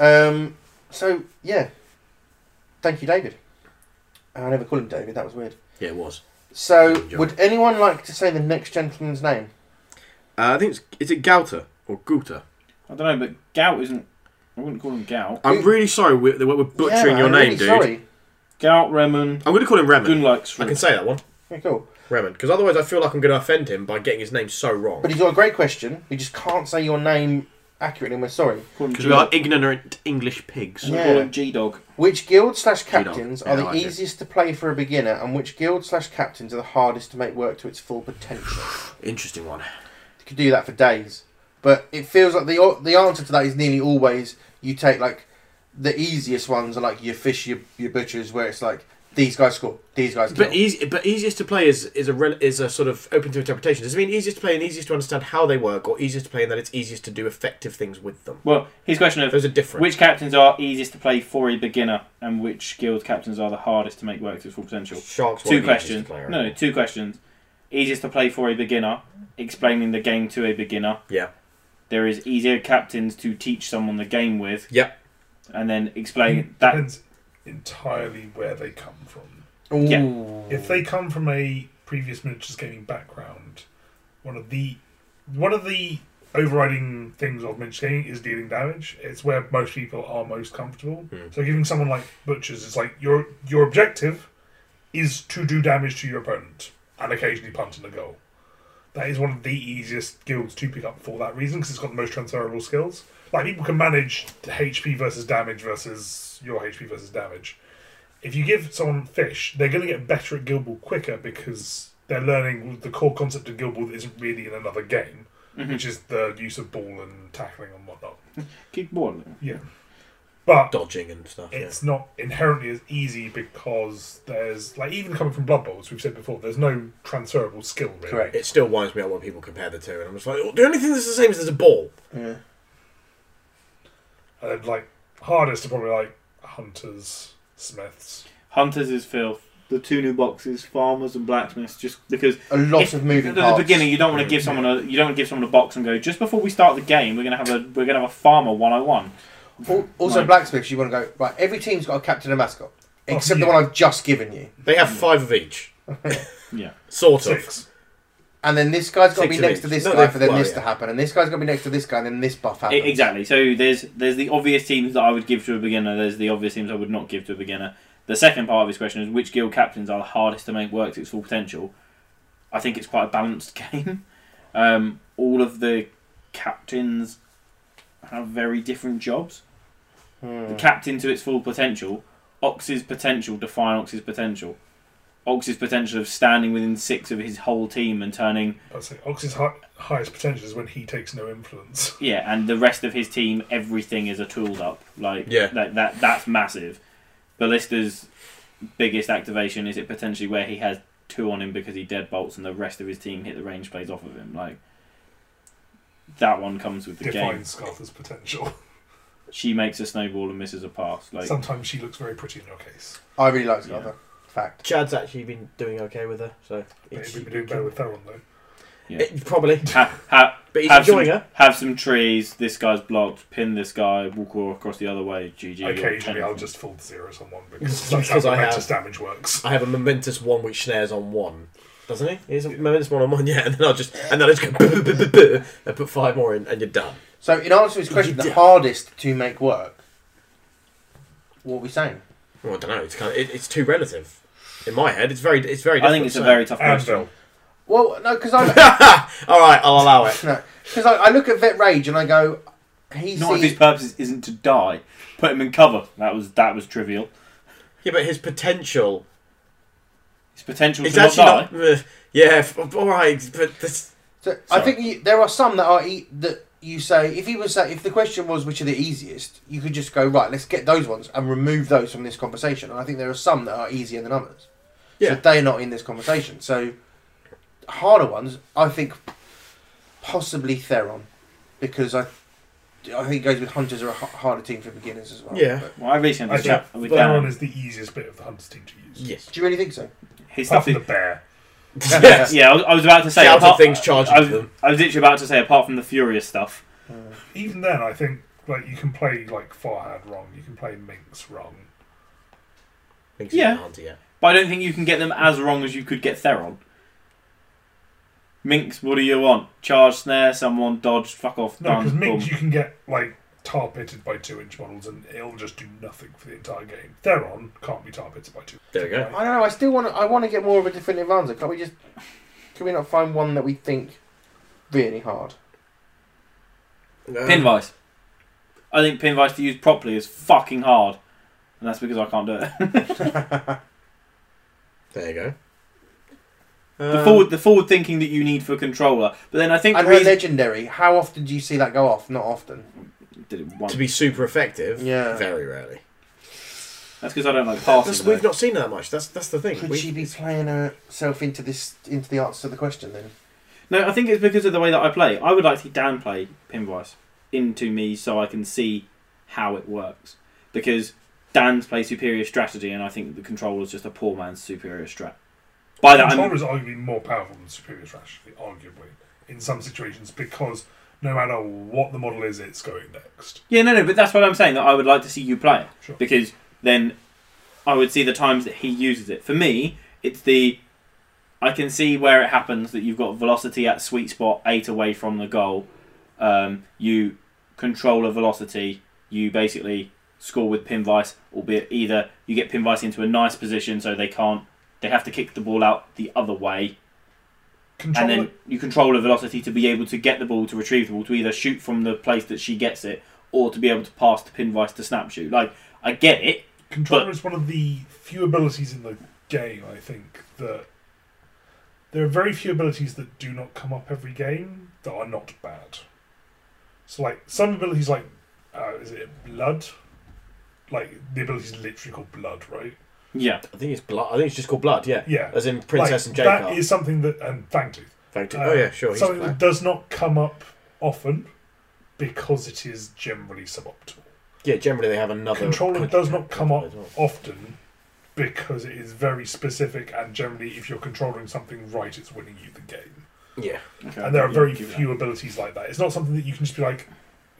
S1: Yeah. Um. So yeah. Thank you, David. I never call him David. That was weird.
S10: Yeah, it was.
S1: So,
S10: Enjoy.
S1: would anyone like to say the next gentleman's name?
S3: Uh, I think it's is it Gauta or Guta.
S2: I don't know, but gout isn't. I wouldn't call him gout.
S10: I'm really sorry we- that we're, butchering your
S1: Yeah, I'm
S10: name,
S1: really
S10: dude.
S1: Sorry.
S2: Gout, Remen,
S10: I'm going to call him Remen.
S3: I can
S2: Gunlike,
S3: say that one,
S1: Yeah, cool.
S3: Remen, because otherwise I feel like I'm going to offend him by getting his name so wrong.
S1: But he's got a great question. We just can't say your name accurately. and We're sorry.
S10: Because we are ignorant English pigs.
S1: Yeah.
S2: call him G Dog.
S1: Which guild slash
S10: G-Dog.
S1: captains
S10: Yeah,
S1: are
S10: I
S1: the
S10: like it.
S1: easiest to play for a beginner, and which guild slash captains are the hardest to make work to its full potential?
S10: Interesting one.
S1: You could do that for days, but it feels like the the answer to that is nearly always you take like the easiest ones are like your fish, your your butchers, where it's like these guys score, these guys kill.
S10: But easy, but easiest to play is is a rel- is a sort of open to interpretation. Does it mean easiest to play and easiest to understand how they work, or easiest to play in that it's easiest to do effective things with them?
S2: Well, his question of
S3: Those are different.
S2: which captains are easiest to play for a beginner and which guild captains are the hardest to make work to its full potential?
S3: sharks?
S2: two
S3: won't be easy to
S2: questions.
S3: play,
S2: No,
S3: right?
S2: no, two questions. Easiest to play for a beginner, explaining the game to a beginner.
S3: Yeah.
S2: There is easier captains to teach someone the game with.
S3: Yep.
S2: And then explain that.
S4: Depends entirely where they come from.
S2: yeah.
S1: Ooh.
S4: If they come from a previous miniatures gaming background, one of the one of the overriding things of miniatures gaming is dealing damage. It's where most people are most comfortable. So giving someone like butchers, it's like your your objective is to do damage to your opponent and occasionally punt in a goal. That is one of the easiest guilds to pick up for that reason because it's got the most transferable skills. Like people can manage the HP versus damage versus your HP versus damage. If you give someone fish, they're going to get better at Guild Ball quicker because they're learning the core concept of Guild Ball that isn't really in another game,
S2: Mm-hmm.
S4: which is the use of ball and tackling and whatnot.
S2: Kick ball.
S4: Yeah, but
S3: Dodging and stuff. Yeah.
S4: it's not inherently as easy because there's like even coming from Blood Bowl, as we've said before, there's no transferable skill really.
S1: Correct.
S3: It still winds me up when people compare the two, and I'm just like, oh, the only thing that's the same is there's a ball.
S1: Yeah.
S4: And then, Uh, like hardest are probably like hunters, smiths.
S2: Hunters is filth. The two new boxes, farmers and blacksmiths, just because
S1: A lot
S2: If-
S1: of moving
S2: at the
S1: parts.
S2: beginning you don't want to give someone a you don't want to give someone a box and go just before we start the game we're gonna have a we're gonna have a farmer 101
S1: Al- Also,
S2: Right.
S1: blacksmiths, you want to go right. Every team's got a captain and mascot,
S4: Oh,
S1: except
S4: yeah.
S1: the one I've just given you.
S3: They have five of each,
S2: yeah
S3: sort of.
S4: Six.
S1: And then this guy's got to be
S3: Six of
S1: next
S3: each.
S1: to this
S3: No,
S1: guy
S3: they-
S1: for then
S3: well,
S1: this
S3: yeah.
S1: to happen, and this guy's got to be next to this guy, and then this buff
S2: E-
S1: happens.
S2: exactly so there's there's the obvious teams that I would give to a beginner there's the obvious teams I would not give to a beginner the second part of his question is which guild captains are the hardest to make work to its full potential I think it's quite a balanced game um, all of the captains have very different jobs
S1: Hmm.
S2: the captain to its full potential, Ox's potential, define Ox's potential. Ox's potential of standing within six of his whole team and turning,
S4: I'd say Ox's hi- highest potential is when he takes no influence.
S2: yeah, and the rest of his team, everything is a tooled up. Like,
S3: Yeah.
S2: that, that that's massive. Ballista's biggest activation is it potentially where he has two on him because he deadbolts and the rest of his team hit the range plays off of him. Like, that one comes with the game.
S4: Defines Scartha's potential.
S2: She makes a snowball and misses a pass. Like,
S4: Sometimes she looks very pretty in your case.
S1: I really like
S2: Yeah.
S1: Scartha. Fact.
S3: Chad's actually been doing okay with her, so
S4: But
S3: it's-
S4: we'd be doing better with Theron though.
S3: it- probably.
S2: ha, ha,
S3: But he's
S2: have
S3: enjoying
S2: some,
S3: her.
S2: Have some trees. This guy's blocked. Pin this guy. Walk all across the other way. GG. you're
S4: Occasionally,
S2: ten.
S4: I'll just fold zero someone because that's
S3: Because
S4: how
S3: I
S4: momentous
S3: have.
S4: damage works.
S3: I have a momentous one which snares on one, doesn't he? He's a momentous one on one, yeah, and then I'll just and then I just go boo, boo, boo, boo, and put five more in, and you're done.
S1: So, in answer to his question, the
S3: Yeah.
S1: hardest to make work. What are we saying?
S3: Well, I don't know. It's kind of it, it's too relative. In my head, it's very it's very.
S2: I think it's a very tough question.
S4: Anvil.
S1: Well, no, because I
S3: All right, I'll allow it.
S1: no, because I, I look at Vet Rage and I go, he
S2: Not if his
S1: sees
S2: purpose isn't to die. Put him in cover. That was that was trivial.
S3: Yeah, but his potential
S2: His potential
S3: It's
S2: to not
S3: actually
S2: die.
S3: not. uh, Yeah, f- all right, but this,
S1: So I
S3: Sorry.
S1: think you, there are some that are e- that you say if he was say if the question was which are the easiest, you could just go right. Let's get those ones and remove those from this conversation. And I think there are some that are easier than others. So
S3: Yeah.
S1: they're not in this conversation. So harder ones, I think, possibly Theron, because I I think it goes with hunters are a h- harder team for beginners as well.
S3: Yeah.
S1: But-
S2: Well, I recently
S4: I
S2: had a
S4: think
S2: chat with
S4: Theron
S2: Dan.
S4: is the easiest bit of the Hunters team to use.
S3: yes,
S1: do you really think so?
S2: His stuff
S4: Apart from
S2: is
S4: the bear.
S3: yes.
S2: Yeah, I was, I was about to say.
S3: Out
S2: apart-
S3: of things charged
S2: I
S3: into
S2: was,
S3: them.
S2: I was literally about to say, apart from the Furious stuff,
S4: Even then, I think like you can play like Farhad wrong, you can play Minx wrong.
S3: Things
S2: Yeah.
S3: in the Hunter, yeah.
S2: but I don't think you can get them as wrong as you could get Theron. Minx, what do you want? Charge, snare, someone, dodge, fuck off,
S4: No,
S2: done,
S4: because Minx
S2: boom.
S4: you can get like tar pitted by two inch models and it'll just do nothing for the entire game. Theron can't be tar pitted by two.
S3: There we go.
S1: I don't know. I still want. to. I want to get more of a definitive answer. Can't we just? Can we not find one that we think really hard?
S3: Uh,
S2: Pin vice. I think pin vice to use properly is fucking hard, and that's because I can't do it.
S3: There you go. Um,
S2: the forward, the forward thinking that you need for a controller. But then I think
S1: And
S2: the
S1: her
S2: reason-
S1: legendary, how often do you see that go off? Not often.
S2: did it once.
S3: Um, to be super effective.
S1: Yeah.
S3: Very rarely.
S2: That's because I don't like passing.
S3: That's,
S2: though.
S3: we've not seen her that much. That's that's the thing.
S1: Could
S3: We-
S1: she be playing herself into this, into the answer to the question then?
S2: No, I think it's because of the way that I play. I would like to downplay Pinvice into me so I can see how it works. Because Dan's play superior strategy, and I think the controller is just a poor man's superior strat. By that,
S4: Controller
S2: I'm,
S4: is arguably more powerful than Superior Strategy, arguably, in some situations, because no matter what the model is, it's going next.
S2: yeah, no, no, but that's what I'm saying. That I would like to see you play it
S4: Sure.
S2: because then I would see the times that he uses it. For me, it's the I can see where it happens that you've got velocity at sweet spot eight away from the goal. Um, you control a velocity. You basically score with pin vice, albeit either you get pin vice into a nice position so they can't. They have to kick the ball out the other way, and
S4: Controller,
S2: then you control a velocity to be able to get the ball to retrieve the ball to either shoot from the place that she gets it or to be able to pass to pin vice to snap shoot. Like I get it,
S4: controller
S2: but-
S4: is one of the few abilities in the game, I think, that there are very few abilities that do not come up every game that are not bad. So, like, some abilities, like, uh, is it Blood? Like, the ability is literally called Blood, right?
S2: yeah.
S3: I think it's blood. I think it's just called blood. Yeah.
S4: Yeah.
S3: As in Princess
S4: like,
S3: and Jacob.
S4: That is something that, and Fangtooth.
S3: Thank you.
S4: Uh,
S3: oh yeah, sure. He's
S4: Something that
S3: black.
S4: does not come up often because it is generally suboptimal.
S3: Yeah, generally they have another
S4: Controller
S3: country
S4: does
S3: character
S4: not come up
S3: as well.
S4: often because it is very specific and generally if you're controlling something right it's winning you the game.
S3: Yeah.
S2: Okay,
S4: And there are
S2: yeah,
S4: very
S2: give that.
S4: few abilities like that. It's not something that you can just be like,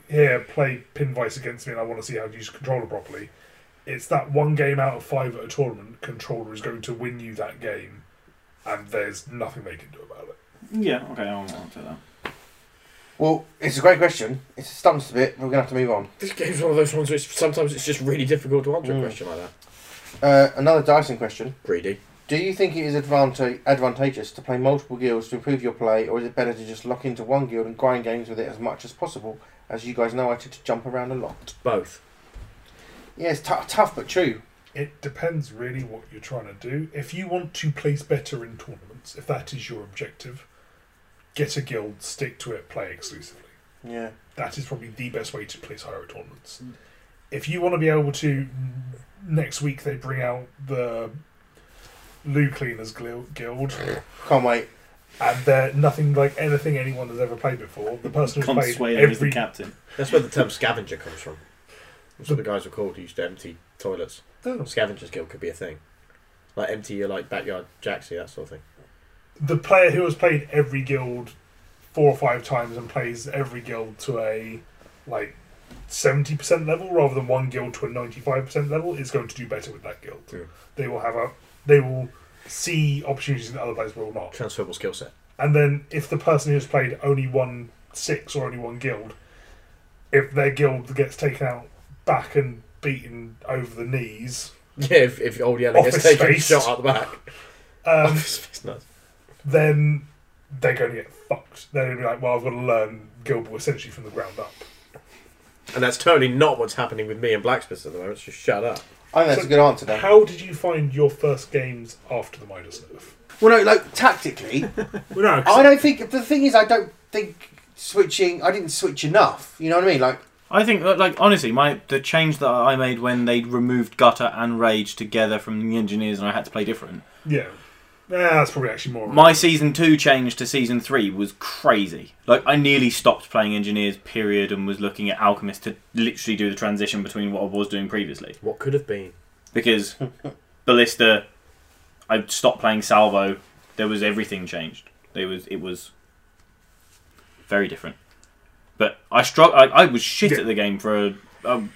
S4: here, play pin vice against me and I want to see how to use controller properly. It's that one game out of five at a tournament, controller is going to win you that game and there's nothing they can do about it.
S2: Yeah, okay, I'll answer that.
S1: Well, it's a great question. It stumps a bit. We're gonna have to move on.
S3: This game's one of those ones which sometimes it's just really difficult to answer
S1: Mm.
S3: a question like that.
S1: Uh, another Dyson question.
S3: Greedy.
S1: Do you think it is advanta- advantageous to play multiple guilds to improve your play, or is it better to just lock into one guild and grind games with it as much as possible? As you guys know, I tend to jump around a lot.
S3: Both.
S1: Yeah, it's t- tough but true.
S4: It depends really what you're trying to do. If you want to place better in tournaments, if that is your objective, get a guild, stick to it, play exclusively.
S1: Yeah.
S4: That is probably the best way to place higher at tournaments. If you want to be able to, next week they bring out the Loo Cleaners Gil- Guild,
S1: Can't wait.
S4: and they're nothing like anything anyone has ever played before. The person who's played
S2: Consuelo is the
S4: every
S2: captain.
S3: That's where the term scavenger comes from. That's what the guys were called who used to empty toilets.
S4: Oh.
S3: Scavengers guild could be a thing. Like empty your like backyard jacksy, that sort of thing.
S4: the player who has played every guild four or five times and plays every guild to a like 70% level rather than one guild to a 95% level is going to do better with that guild.
S3: Yeah.
S4: They will have a they will see opportunities that other players will not.
S3: Transferable skill set.
S4: And then if the person who's played only one six or only one guild, if their guild gets taken out back and beaten over the knees,
S3: Yeah, if, if old yellow gets
S4: Office
S3: taken
S4: space.
S3: shot out the back.
S4: um,
S3: It's nuts.
S4: then they're going to get fucked. They're going to be like, well, I've got to learn Guild Ball essentially from the ground up.
S3: And that's totally not what's happening with me and Blacksmiths at the moment. So shut up.
S1: I think that's a good answer. Then
S4: How did you find your first games after the Midas nerf?
S1: Well, no, like tactically,
S4: Well, no, 'cause
S1: I don't think the thing is I don't think switching. I didn't switch enough. You know what I mean? Like
S2: I think, uh, like- like honestly, my the change that I made when they removed Gutter and Rage together from the engineers, and I had to play different.
S4: yeah, Nah, that's probably actually more.
S2: My season two change to season three was crazy. Like I nearly stopped playing engineers, period, and was looking at Alchemist to literally do the transition between what I was doing previously
S3: What could have been?
S2: because Ballista, I stopped playing Salvo. There was everything changed. There was it was very different. But I struck. I, I was shit at the game for. A, um,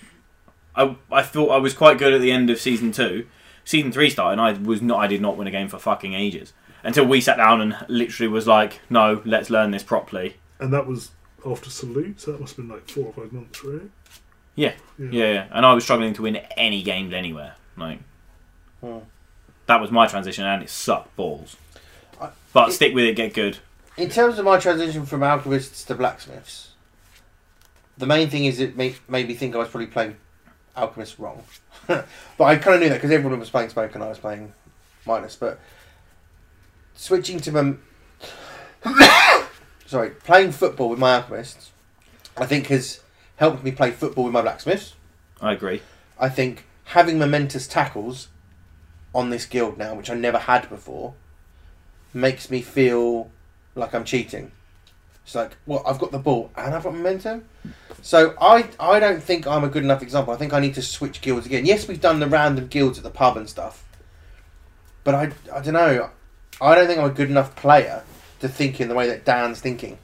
S2: I I thought I was quite good at the end of season two. Season three started, and I was not. I did not win a game for fucking ages until we sat down and literally was like, "No, let's learn this properly."
S4: and that was after Salute, so that must have been like four or five months, right?
S2: Yeah,
S4: Yeah.
S2: yeah, yeah. And I was struggling to win any games anywhere. Like
S1: Hmm.
S2: that was my transition, and it sucked balls.
S1: I-
S2: But
S1: it-
S2: stick with it, get good.
S1: in terms of my transition from alchemists to blacksmiths, the main thing is it made, made me think I was probably playing alchemists wrong. but I kind of knew that because everyone was playing smoke and I was playing minus. But switching to my sorry, playing football with my alchemists, I think has helped me play football with my blacksmiths.
S2: I agree.
S1: I think having momentous tackles on this guild now, which I never had before, makes me feel like I'm cheating. It's like, well, I've got the ball and I've got momentum. So I, I don't think I'm a good enough example. I think I need to switch guilds again. Yes, we've done the random guilds at the pub and stuff, but I, I don't know. I don't think I'm a good enough player to think in the way that Dan's thinking.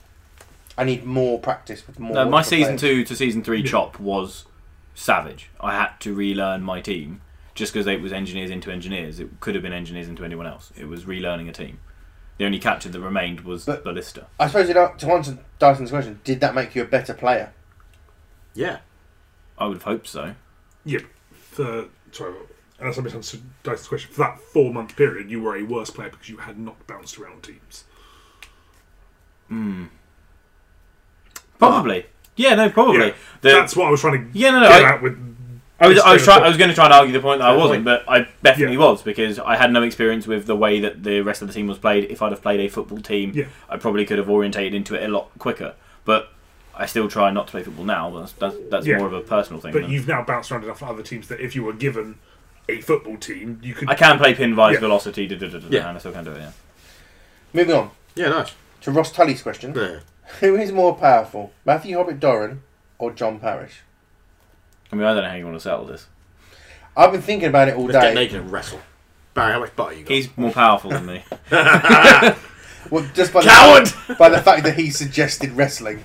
S1: I need more practice with more.
S2: No, my
S1: different
S2: season
S1: players.
S2: two to season three chop was savage. I had to relearn my team just because it was engineers into engineers. It could have been engineers into anyone else. It was relearning a team. The only captain that remained was
S1: But-
S2: Ballista.
S1: I suppose you know, to answer Dyson's question, did that make you a better player?
S3: Yeah.
S2: I would have hoped so.
S4: Yeah, for sorry, unless I misunderstood Dice's question, for that four month period, you were a worse player because you had not bounced around teams.
S2: Probably. Yeah, no, probably.
S4: Yeah,
S2: The-
S4: That's what I was trying to
S2: Yeah, no, no,
S4: get
S2: I-
S4: out with.
S2: I was,
S4: this
S2: I was,
S4: train of
S2: try, I was going to try and argue the point that I
S3: Fair
S2: wasn't, but I definitely
S4: Yeah.
S2: was because I had no experience with the way that the rest of the team was played. If I'd have played a football team,
S4: Yeah.
S2: I probably could have orientated into it a lot quicker. But I still try not to play football now. That's that's, that's
S4: Yeah.
S2: more of a personal thing.
S4: But
S2: than-
S4: you've now bounced around enough other teams that if you were given a football team, you could.
S2: I can play pin vise
S4: Yeah.
S2: velocity, da, da, da, da,
S3: Yeah.
S2: and I still can do it. Yeah.
S1: Moving on
S3: Yeah, nice.
S1: to Ross Tully's question:
S3: Yeah.
S1: Who is more powerful, Matthew Hobbit Doran or John Parrish?
S2: I mean, I don't know how you want to settle this.
S1: I've been thinking about it all
S3: Let's get
S1: day.
S3: naked and wrestle. Barry, how much butter you got?
S2: He's more powerful than me.
S1: Well, just by
S3: Coward!
S1: The, by the fact that he suggested wrestling.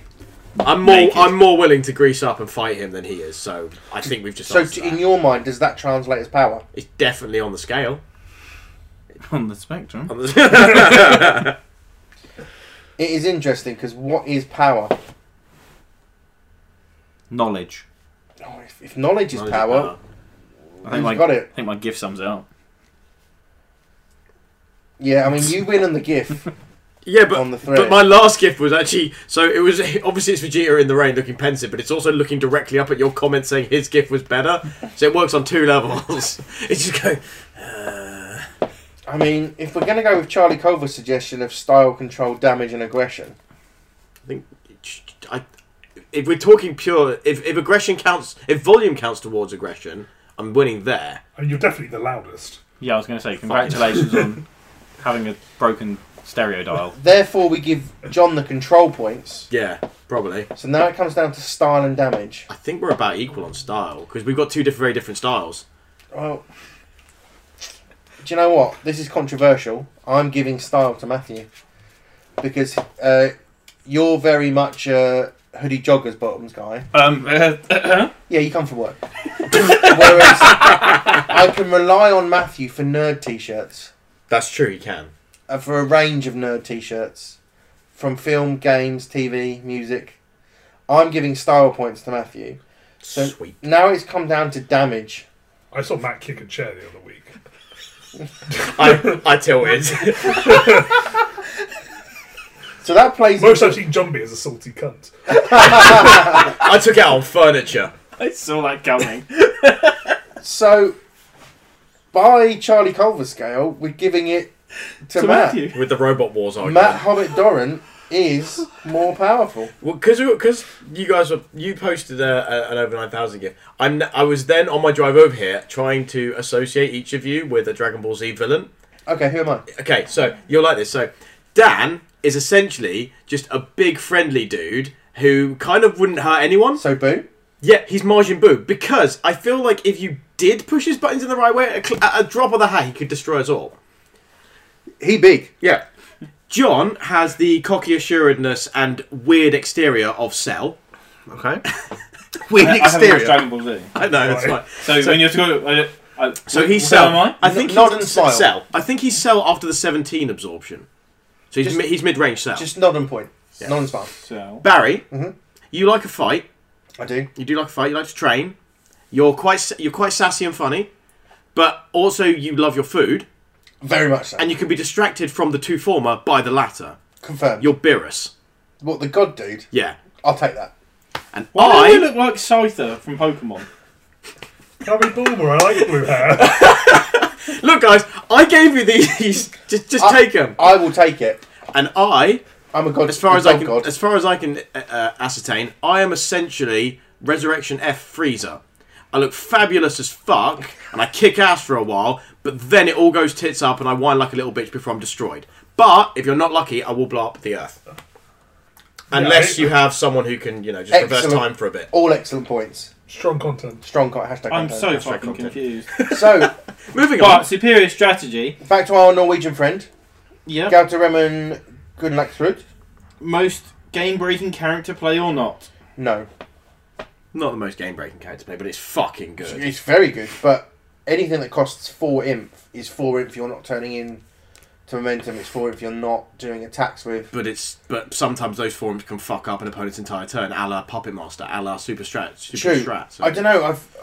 S3: I'm more.
S2: Naked.
S3: I'm more willing to grease up and fight him than he is. So I think we've just.
S1: So,
S3: answered
S1: to, in
S3: that.
S1: your mind, does that translate as power?
S3: it's definitely on the scale.
S2: On the spectrum.
S1: Um,
S3: On the-
S1: It is interesting because what is power?
S2: Knowledge.
S1: Oh, if, if knowledge is power,
S2: I
S1: who's
S2: think, my,
S1: got it?
S2: I think my gift sums it up.
S1: Yeah, I mean, you win on the GIF.
S3: Yeah, but
S1: on the thread.
S3: but my last gift was actually so it was obviously it's Vegeta in the rain looking pensive, but it's also looking directly up at your comment saying his gift was better. So it works on two levels. it's just going.
S1: I mean, if we're going to go with Charlie Culver's suggestion of style, control, damage, and aggression,
S3: I think I, if we're talking pure, if, if aggression counts, if volume counts towards aggression, I'm winning there.
S4: I mean, you're definitely the loudest.
S2: Yeah, I was going to say congratulations on having a broken stereo dial.
S1: therefore we give John the control points.
S3: Yeah, probably.
S1: So now it comes down to style and damage.
S3: I think we're about equal on style because we've got two different, very different styles.
S1: Well, do you know what? This is controversial. I'm giving style to Matthew because uh, you're very much a hoodie joggers bottoms guy.
S2: Um,
S1: Yeah, you come for work. Whereas I can rely on Matthew for nerd t-shirts,
S3: That's true. You can.
S1: uh, for a range of nerd t-shirts from film, games, TV, music. I'm giving style points to Matthew. So-
S3: Sweet.
S1: Now it's come down to damage.
S4: I saw Matt kick a chair the other week.
S3: I I tilted.
S1: So that plays.
S4: Most I've seen Jumbie as a salty cunt.
S3: I took out on furniture.
S2: I saw that coming.
S1: So, by Charlie Culver scale, we're giving it to,
S2: to
S1: Matt.
S2: Matthew.
S3: With the Robot Wars argument.
S1: Matt Hobbit Doran is more powerful.
S3: Well, because because you guys were you posted a, a, an over nine thousand gift. I'm I was then on my drive over here trying to associate each of you with a Dragon Ball Z villain.
S1: Okay, who am I?
S3: Okay, so you're like this. So Dan is essentially just a big friendly dude who kind of wouldn't hurt anyone.
S1: So Boo.
S3: Yeah, he's Majin Buu because I feel like if you did push his buttons in the right way, at a, cl- at a drop of the hat, he could destroy us all.
S9: He big.
S3: Yeah. John has the cocky assuredness and weird exterior of Cell.
S9: Okay. Weird
S2: I haven't watched
S9: exterior.
S2: Dragon Ball Z.
S3: I know that's
S4: Right.
S3: fine.
S2: So, when you have to go, I, I,
S3: So
S2: what-
S3: he's
S2: what
S3: Cell.
S2: am I?
S3: I think
S1: Nod
S3: he's
S1: and smile.
S3: Cell. I think he's Cell after the 17 absorption. So he's,
S1: Just-
S3: mi- he's mid-range Cell.
S1: Just nod and point. Nod and smile.
S2: Cell.
S3: Barry,
S2: Mm-hmm.
S3: you like a fight.
S1: I do.
S3: You do like a fight. You like to train. You're quite s- you're quite sassy and funny, but also you love your food,
S1: Very much so.
S3: and you can be distracted from the two former by the latter.
S1: Confirmed.
S3: You're Beerus.
S1: what the god dude?
S3: Yeah.
S1: I'll take that.
S3: And
S2: Why do
S3: I
S2: I look like Scyther from Pokemon?
S4: Carrie Bulmer, I like blue hair.
S3: look, guys. I gave you these. just just
S1: I-
S3: take them.
S1: I will take it.
S3: And I
S1: I'm a god.
S3: As far
S1: a
S3: as I
S1: dog
S3: can,
S1: Oh, god.
S3: as far as I can uh, uh, ascertain, I am essentially Resurrection F Freezer. I look fabulous as fuck, and I kick ass for a while, but then it all goes tits up, and I whine like a little bitch before I'm destroyed. But if you're not lucky, I will blow up the Earth. Unless
S4: Yeah, I-
S3: you have someone who can, you know, just reverse
S1: Excellent.
S3: time for a bit.
S1: All excellent points.
S4: Strong content.
S1: Strong co- hashtag.
S2: I'm
S1: content.
S2: so
S3: that's right,
S2: fucking
S3: content.
S2: confused.
S1: So
S3: Moving
S2: But
S3: on.
S2: superior strategy.
S1: back to our Norwegian friend,
S2: Yeah.
S1: Gauteremon Gunnlaxrud.
S2: Most game-breaking character play or not?
S1: No,
S3: Not the most game-breaking character play, but it's fucking good.
S1: it's very good, but anything that costs four imp is four imp. You're not turning in to momentum. It's four if you're not doing attacks with.
S3: But it's but sometimes those forms can fuck up an opponent's entire turn, a la Puppet Master, a la Super Strat. Super
S1: True.
S3: Strat. so-
S1: I don't know. I've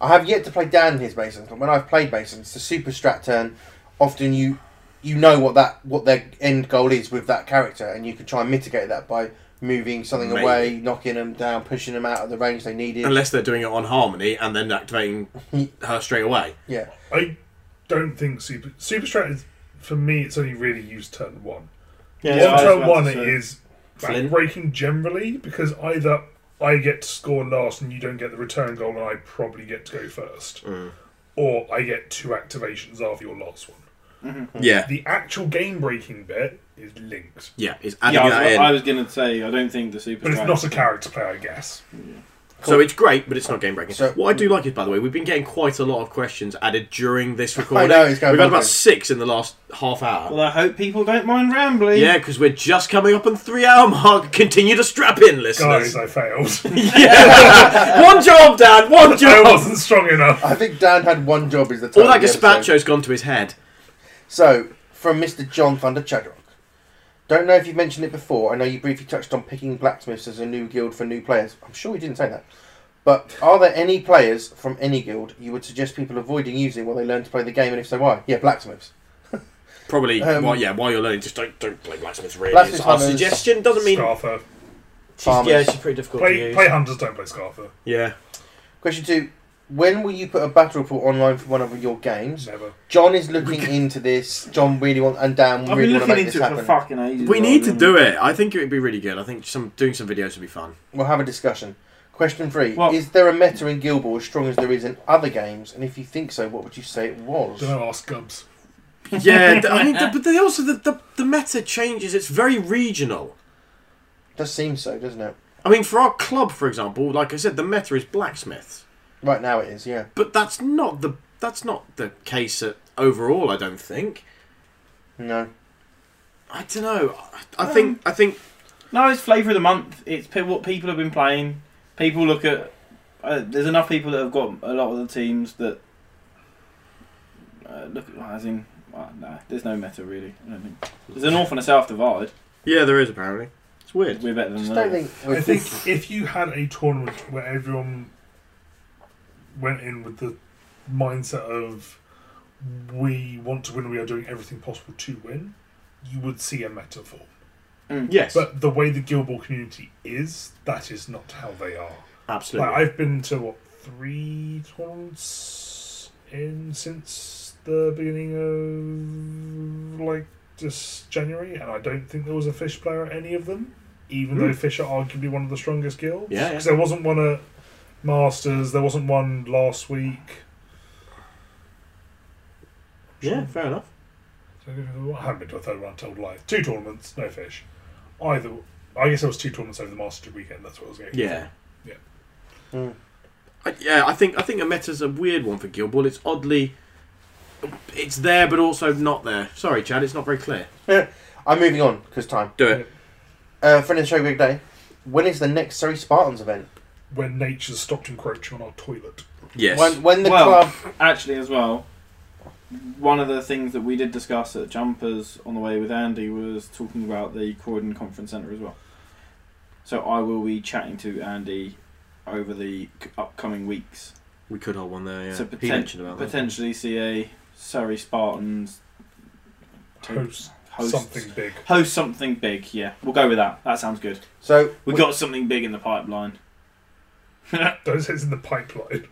S1: I have yet to play Dan his Masons, but when I've played Masons, the super strat turn, often you you know what that what their end goal is with that character, and you can try and mitigate that by moving something
S3: Maybe.
S1: away, knocking them down, pushing them out of the range they needed.
S3: Unless they're doing it on Harmony and then activating her straight away.
S1: yeah,
S4: I don't think super super strat is for me. It's only really used turn one.
S2: I
S4: on
S2: was
S4: turn
S2: about
S4: one,
S2: to
S4: it
S2: say.
S4: is
S3: Flynn?
S4: breaking generally because either I get to score last and you don't get the return goal, and I probably get to go first, or I get two activations after your last one.
S3: Yeah.
S4: The actual game breaking bit is linked,
S3: Yeah, it's
S2: Yeah,
S3: adding
S2: I was,
S3: that in.
S2: I was gonna say I don't think the super.
S4: but it's
S2: strat-
S4: not a character play, I guess.
S3: So it's great, but it's not game breaking.
S1: So-
S3: what I do like is, by the way, we've been getting quite a lot of questions added during this recording.
S1: know, it's going
S3: we've had
S1: bonkers.
S3: about six in the last half hour.
S2: Well, I hope people don't mind rambling.
S3: Yeah, because we're just coming up on three hour mark. Continue to strap in, listeners.
S4: Guys, I failed.
S3: yeah. one job, Dad. One
S4: I
S3: job.
S4: wasn't strong enough.
S1: I think Dan had one job is the
S3: All
S1: title
S3: that
S1: of the episode.
S3: gazpacho's gone to his head.
S1: So from Mister John Thunder Chadrock. Don't know if you've mentioned it before. I know you briefly touched on picking blacksmiths as a new guild for new players. I'm sure you didn't say that. But are there any players from any guild you would suggest people avoiding using while they learn to play the game, and if so, why? Yeah, blacksmiths.
S3: Probably.
S1: Um,
S3: well, yeah. While you're learning, just don't don't play blacksmiths. Really,
S1: Blacksmiths,
S3: It's our
S1: hammers,
S3: suggestion doesn't mean.
S4: Scarfer.
S3: She's, yeah,
S1: farmers.
S3: she's pretty difficult to
S4: Play,
S3: use.
S4: play hunters, don't play Scarfer.
S3: Yeah.
S1: Question two: When will you put a battle report online for one of your games?
S4: Never.
S1: John is looking into this. John really wants, and Dan
S2: I've
S1: really want
S2: been
S1: to
S2: looking
S1: make this
S2: into it for
S1: happen.
S2: fucking ages.
S3: We need to do it. I think it would be really good. I think some doing some videos would be fun.
S1: We'll have a discussion. Question three:
S2: Well-
S1: Is there a meta in Guild Ball as strong as there is in other games? And if you think so, what would you say it was?
S4: Don't know, ask Gubs.
S3: Yeah, th- I mean, th- but they also the, the the meta changes. It's very regional.
S1: Does seem so, doesn't it?
S3: I mean, for our club, for example, like I said, the meta is blacksmiths,
S1: Right now it is, yeah.
S3: but that's not the that's not the case at, overall. I don't think.
S1: No.
S3: I don't know. I, I think
S4: Um,
S3: I think
S2: No, it's flavour of the month. It's pe- what people have been playing. People look at. Uh, there's enough people that have got a lot of the teams that uh, look at. well, As in, well, no, there's no meta really. I don't think there's an north and a south divide.
S3: yeah, there is apparently. It's weird.
S2: We're better than
S1: Just
S2: the
S1: don't think.
S4: I think if you had a tournament where everyone went in with the mindset of we want to win, we are doing everything possible to win, you would see a meta form.
S2: Mm.
S3: Yes,
S4: But the way the Gilmore community is, that is not how they are.
S3: absolutely.
S4: Like I've been to what three tournaments in since the beginning of like just January, and I don't think there was a fish player at any of them, even though fish are arguably one of the strongest guilds.
S3: Hmm. Yeah, yeah.
S4: because there wasn't one at Masters, there wasn't one last week.
S3: yeah, fair enough.
S4: So I haven't been to a third one. I told life. Two tournaments, no fish. Either I guess there was two tournaments over the Masters weekend. That's what I was getting.
S3: Yeah.
S4: Yeah.
S3: I, yeah, I think I think a meta's a weird one for Gilball. It's oddly, it's there but also not there. Sorry, Chad, it's not very clear.
S1: I'm moving on because time.
S3: Do it.
S1: Uh, friend of the show, Greg Day. When is the next Surrey Spartans event?
S4: When nature's stopped encroaching on our toilet.
S3: Yes.
S1: When when the
S2: Well-
S1: club
S2: Actually, as well, one of the things that we did discuss at Jumpers on the way with Andy was talking about the Croydon Conference Centre as well. So I will be chatting to Andy over the c- upcoming weeks
S3: we could hold one there. Yeah.
S2: So
S3: he
S2: poten-
S3: mentioned about that.
S2: potentially see a Surrey Spartans take-
S4: Host, something big.
S2: host something big. Yeah, we'll go with that. That sounds good.
S1: so
S2: We
S1: we,
S2: got something big in the pipeline.
S4: Don't say it's in the pipeline.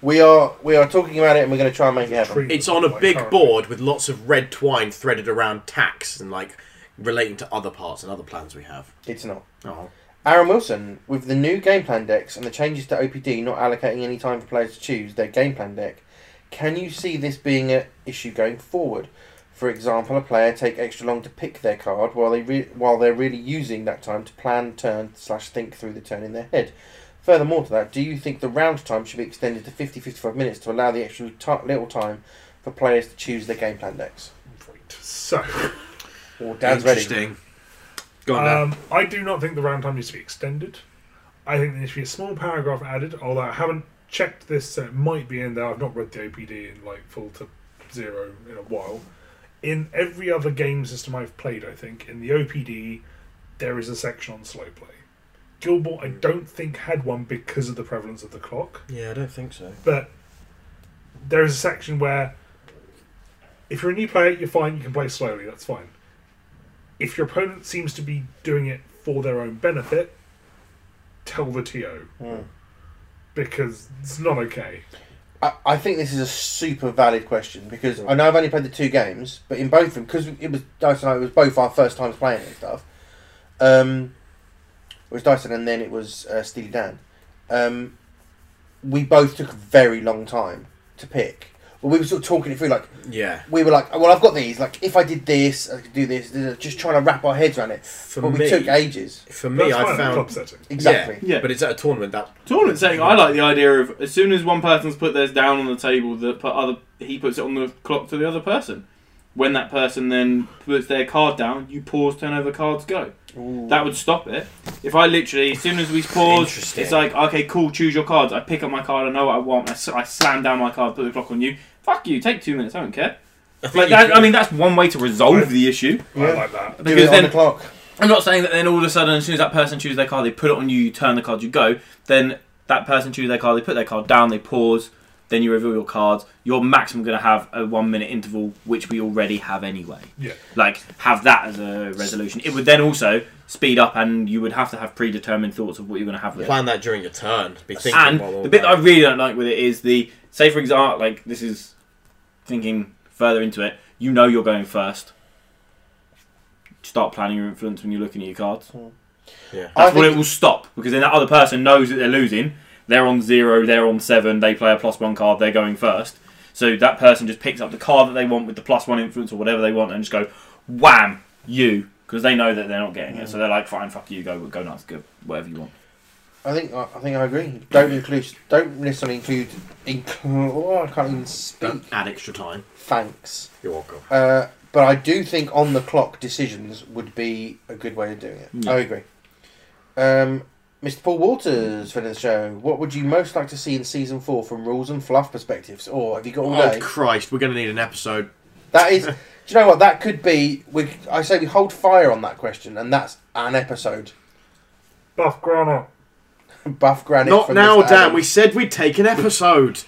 S1: we are we are talking about it and we're going to try and make it happen.
S4: Tree
S3: It's on a
S4: like
S3: big
S4: currently.
S3: board with lots of red twine threaded around tacks and like relating to other parts and other plans we have.
S1: It's not.
S3: Oh,
S1: Aaron Wilson with the new game plan decks and the changes to OPD not allocating any time for players to choose their game plan deck. Can you see this being an issue going forward? For example, a player take extra long to pick their card while they re- while they're really using that time to plan, turn slash think through the turn in their head. Furthermore to that, do you think the round time should be extended to 50-55 minutes to allow the extra ti little time for players to choose their game plan decks?
S4: Right. So,
S1: Or Dan's ready.
S3: Go on, Dan.
S4: um, I do not think the round time needs to be extended. I think there needs to be a small paragraph added, although I haven't checked this, so it might be in there. I've not read the OPD in like full to zero in a while. In every other game system I've played, I think, in the OPD, there is a section on slow play. Gilmore, I don't think, had one because of the prevalence of the clock.
S3: yeah, I don't think so.
S4: but there is a section where if you're a new player, you're fine, you can play slowly, that's fine. If your opponent seems to be doing it for their own benefit, tell the TO. Because it's not okay.
S1: I, I think this is a super valid question because I know I've only played the two games, but in both of them, because it was Dyson, and I, it was both our first times playing and stuff. Um, it was Dyson, and then it was uh, Steely Dan. Um, we both took a very long time to pick. Well, we were sort of talking it through, like
S3: Yeah.
S1: we were like, "Oh, "Well, I've got these. Like, if I did this, I could do this." Just trying to wrap our heads around it,
S3: For
S1: but we
S3: me,
S1: took ages.
S3: for me,
S4: That's
S3: I
S4: fine in the
S3: found
S4: club setting.
S1: Exactly.
S3: Yeah,
S2: Yeah.
S3: but it's at a tournament that
S2: Tournament saying I like the idea of as soon as one person's put theirs down on the table, the put other he puts it on the clock to the other person. When that person then puts their card down, you pause, turn over cards, go. That would stop it. If I literally, as soon as we pause,
S3: Interesting.
S2: it's like okay, cool, choose your cards. I pick up my card, I know what I want. I, s- I slam down my card, put the clock on you. Fuck you, take two minutes. I don't care.
S3: I think
S2: Like
S3: you
S2: that,
S3: could-
S2: I mean, that's one way to resolve the issue.
S4: I like that.
S1: Do it
S2: Because
S1: on
S2: then
S1: the clock.
S2: I'm not saying that then all of a sudden, as soon as that person chooses their card, they put it on you, you turn the card, you go. Then that person chooses their card, they put their card down, they pause, then you reveal your cards. You're maximum going to have a one minute interval, which we already have anyway.
S4: Yeah.
S2: Like, have that as a resolution. It would then also speed up, and you would have to have predetermined thoughts of what you're going to have with it.
S3: plan that during your turn. Be thinking.
S2: And
S3: well, well,
S2: the bit that I
S3: well.
S2: really don't like with it is the say for example, like this is thinking further into it. You know you're going first. Start planning your influence when you're looking at your cards.
S3: Yeah.
S1: Hmm. I
S2: That's when
S1: think-
S2: it will stop because then that other person knows that they're losing. They're on zero. They're on seven. They play a plus one card. They're going first. So that person just picks up the card that they want with the plus one influence or whatever they want and just go, wham, you, because they know that they're not getting
S1: Hmm.
S2: it. So they're like, fine, fuck you, go, go nuts, go, whatever you want.
S1: I think I I think I agree. Don't include. Don't necessarily include. include oh, I can't even speak.
S3: Don't add extra time.
S1: Thanks.
S3: You're welcome.
S1: Uh, but I do think on the clock decisions would be a good way of doing it. I agree. Um, Mr. Paul Waters, friend of the show, what would you most like to see in season four from rules and fluff perspectives, or have you got all
S3: Oh
S1: day?
S3: Christ, we're going to need an episode.
S1: That is, do you know what that could be? We, I say we hold fire on that question, and that's an episode.
S4: Buff Granite.
S1: Buff granite.
S3: Not
S1: from
S3: now,
S1: Mr.
S3: Dan.
S1: Adam.
S3: We said we'd take an episode.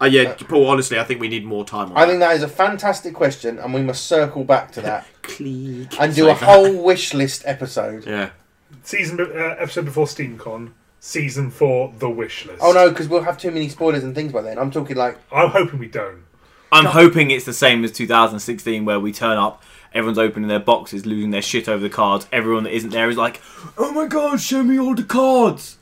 S3: Oh
S1: Uh,
S3: yeah, Paul. Honestly, I think we need more time. On
S1: I think that is a fantastic question, and we must circle back to that.
S3: that. clique.
S1: and do a whole wish list episode.
S10: Yeah.
S4: Season be- uh, episode before SteamCon, season four, the wish list.
S1: Oh no, because we'll have too many spoilers and things by then. I'm talking like
S4: I'm hoping we don't.
S2: I'm hoping it's the same as 2016, where we turn up, everyone's opening their boxes, losing their shit over the cards. Everyone that isn't there is like, "Oh my god, show me all the cards."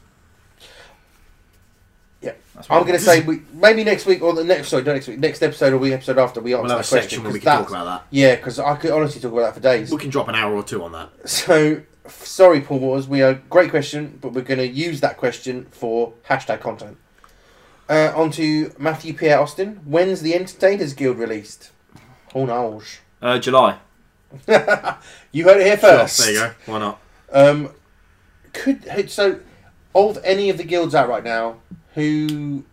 S1: Yeah.
S2: That's what
S1: I'm going to say we, maybe next week or the next sorry, not next week, next episode or week episode after we answer
S10: We'll have a
S1: that question
S10: section where we
S1: 'cause
S10: can talk
S1: that's-
S10: about
S1: Yeah, because I could honestly talk about that for days.
S10: We can drop an hour or two on that.
S1: So f- sorry, Paul Waters. We are great question, but we're going to use that question for hashtag content. Uh, on to Matthew Pierre Austin. When's the Entertainers Guild released? Who knows?
S2: Uh, July.
S1: You heard it here first.
S10: Sure, there you go. Why not?
S1: Um, could so of any of the guilds out right now, who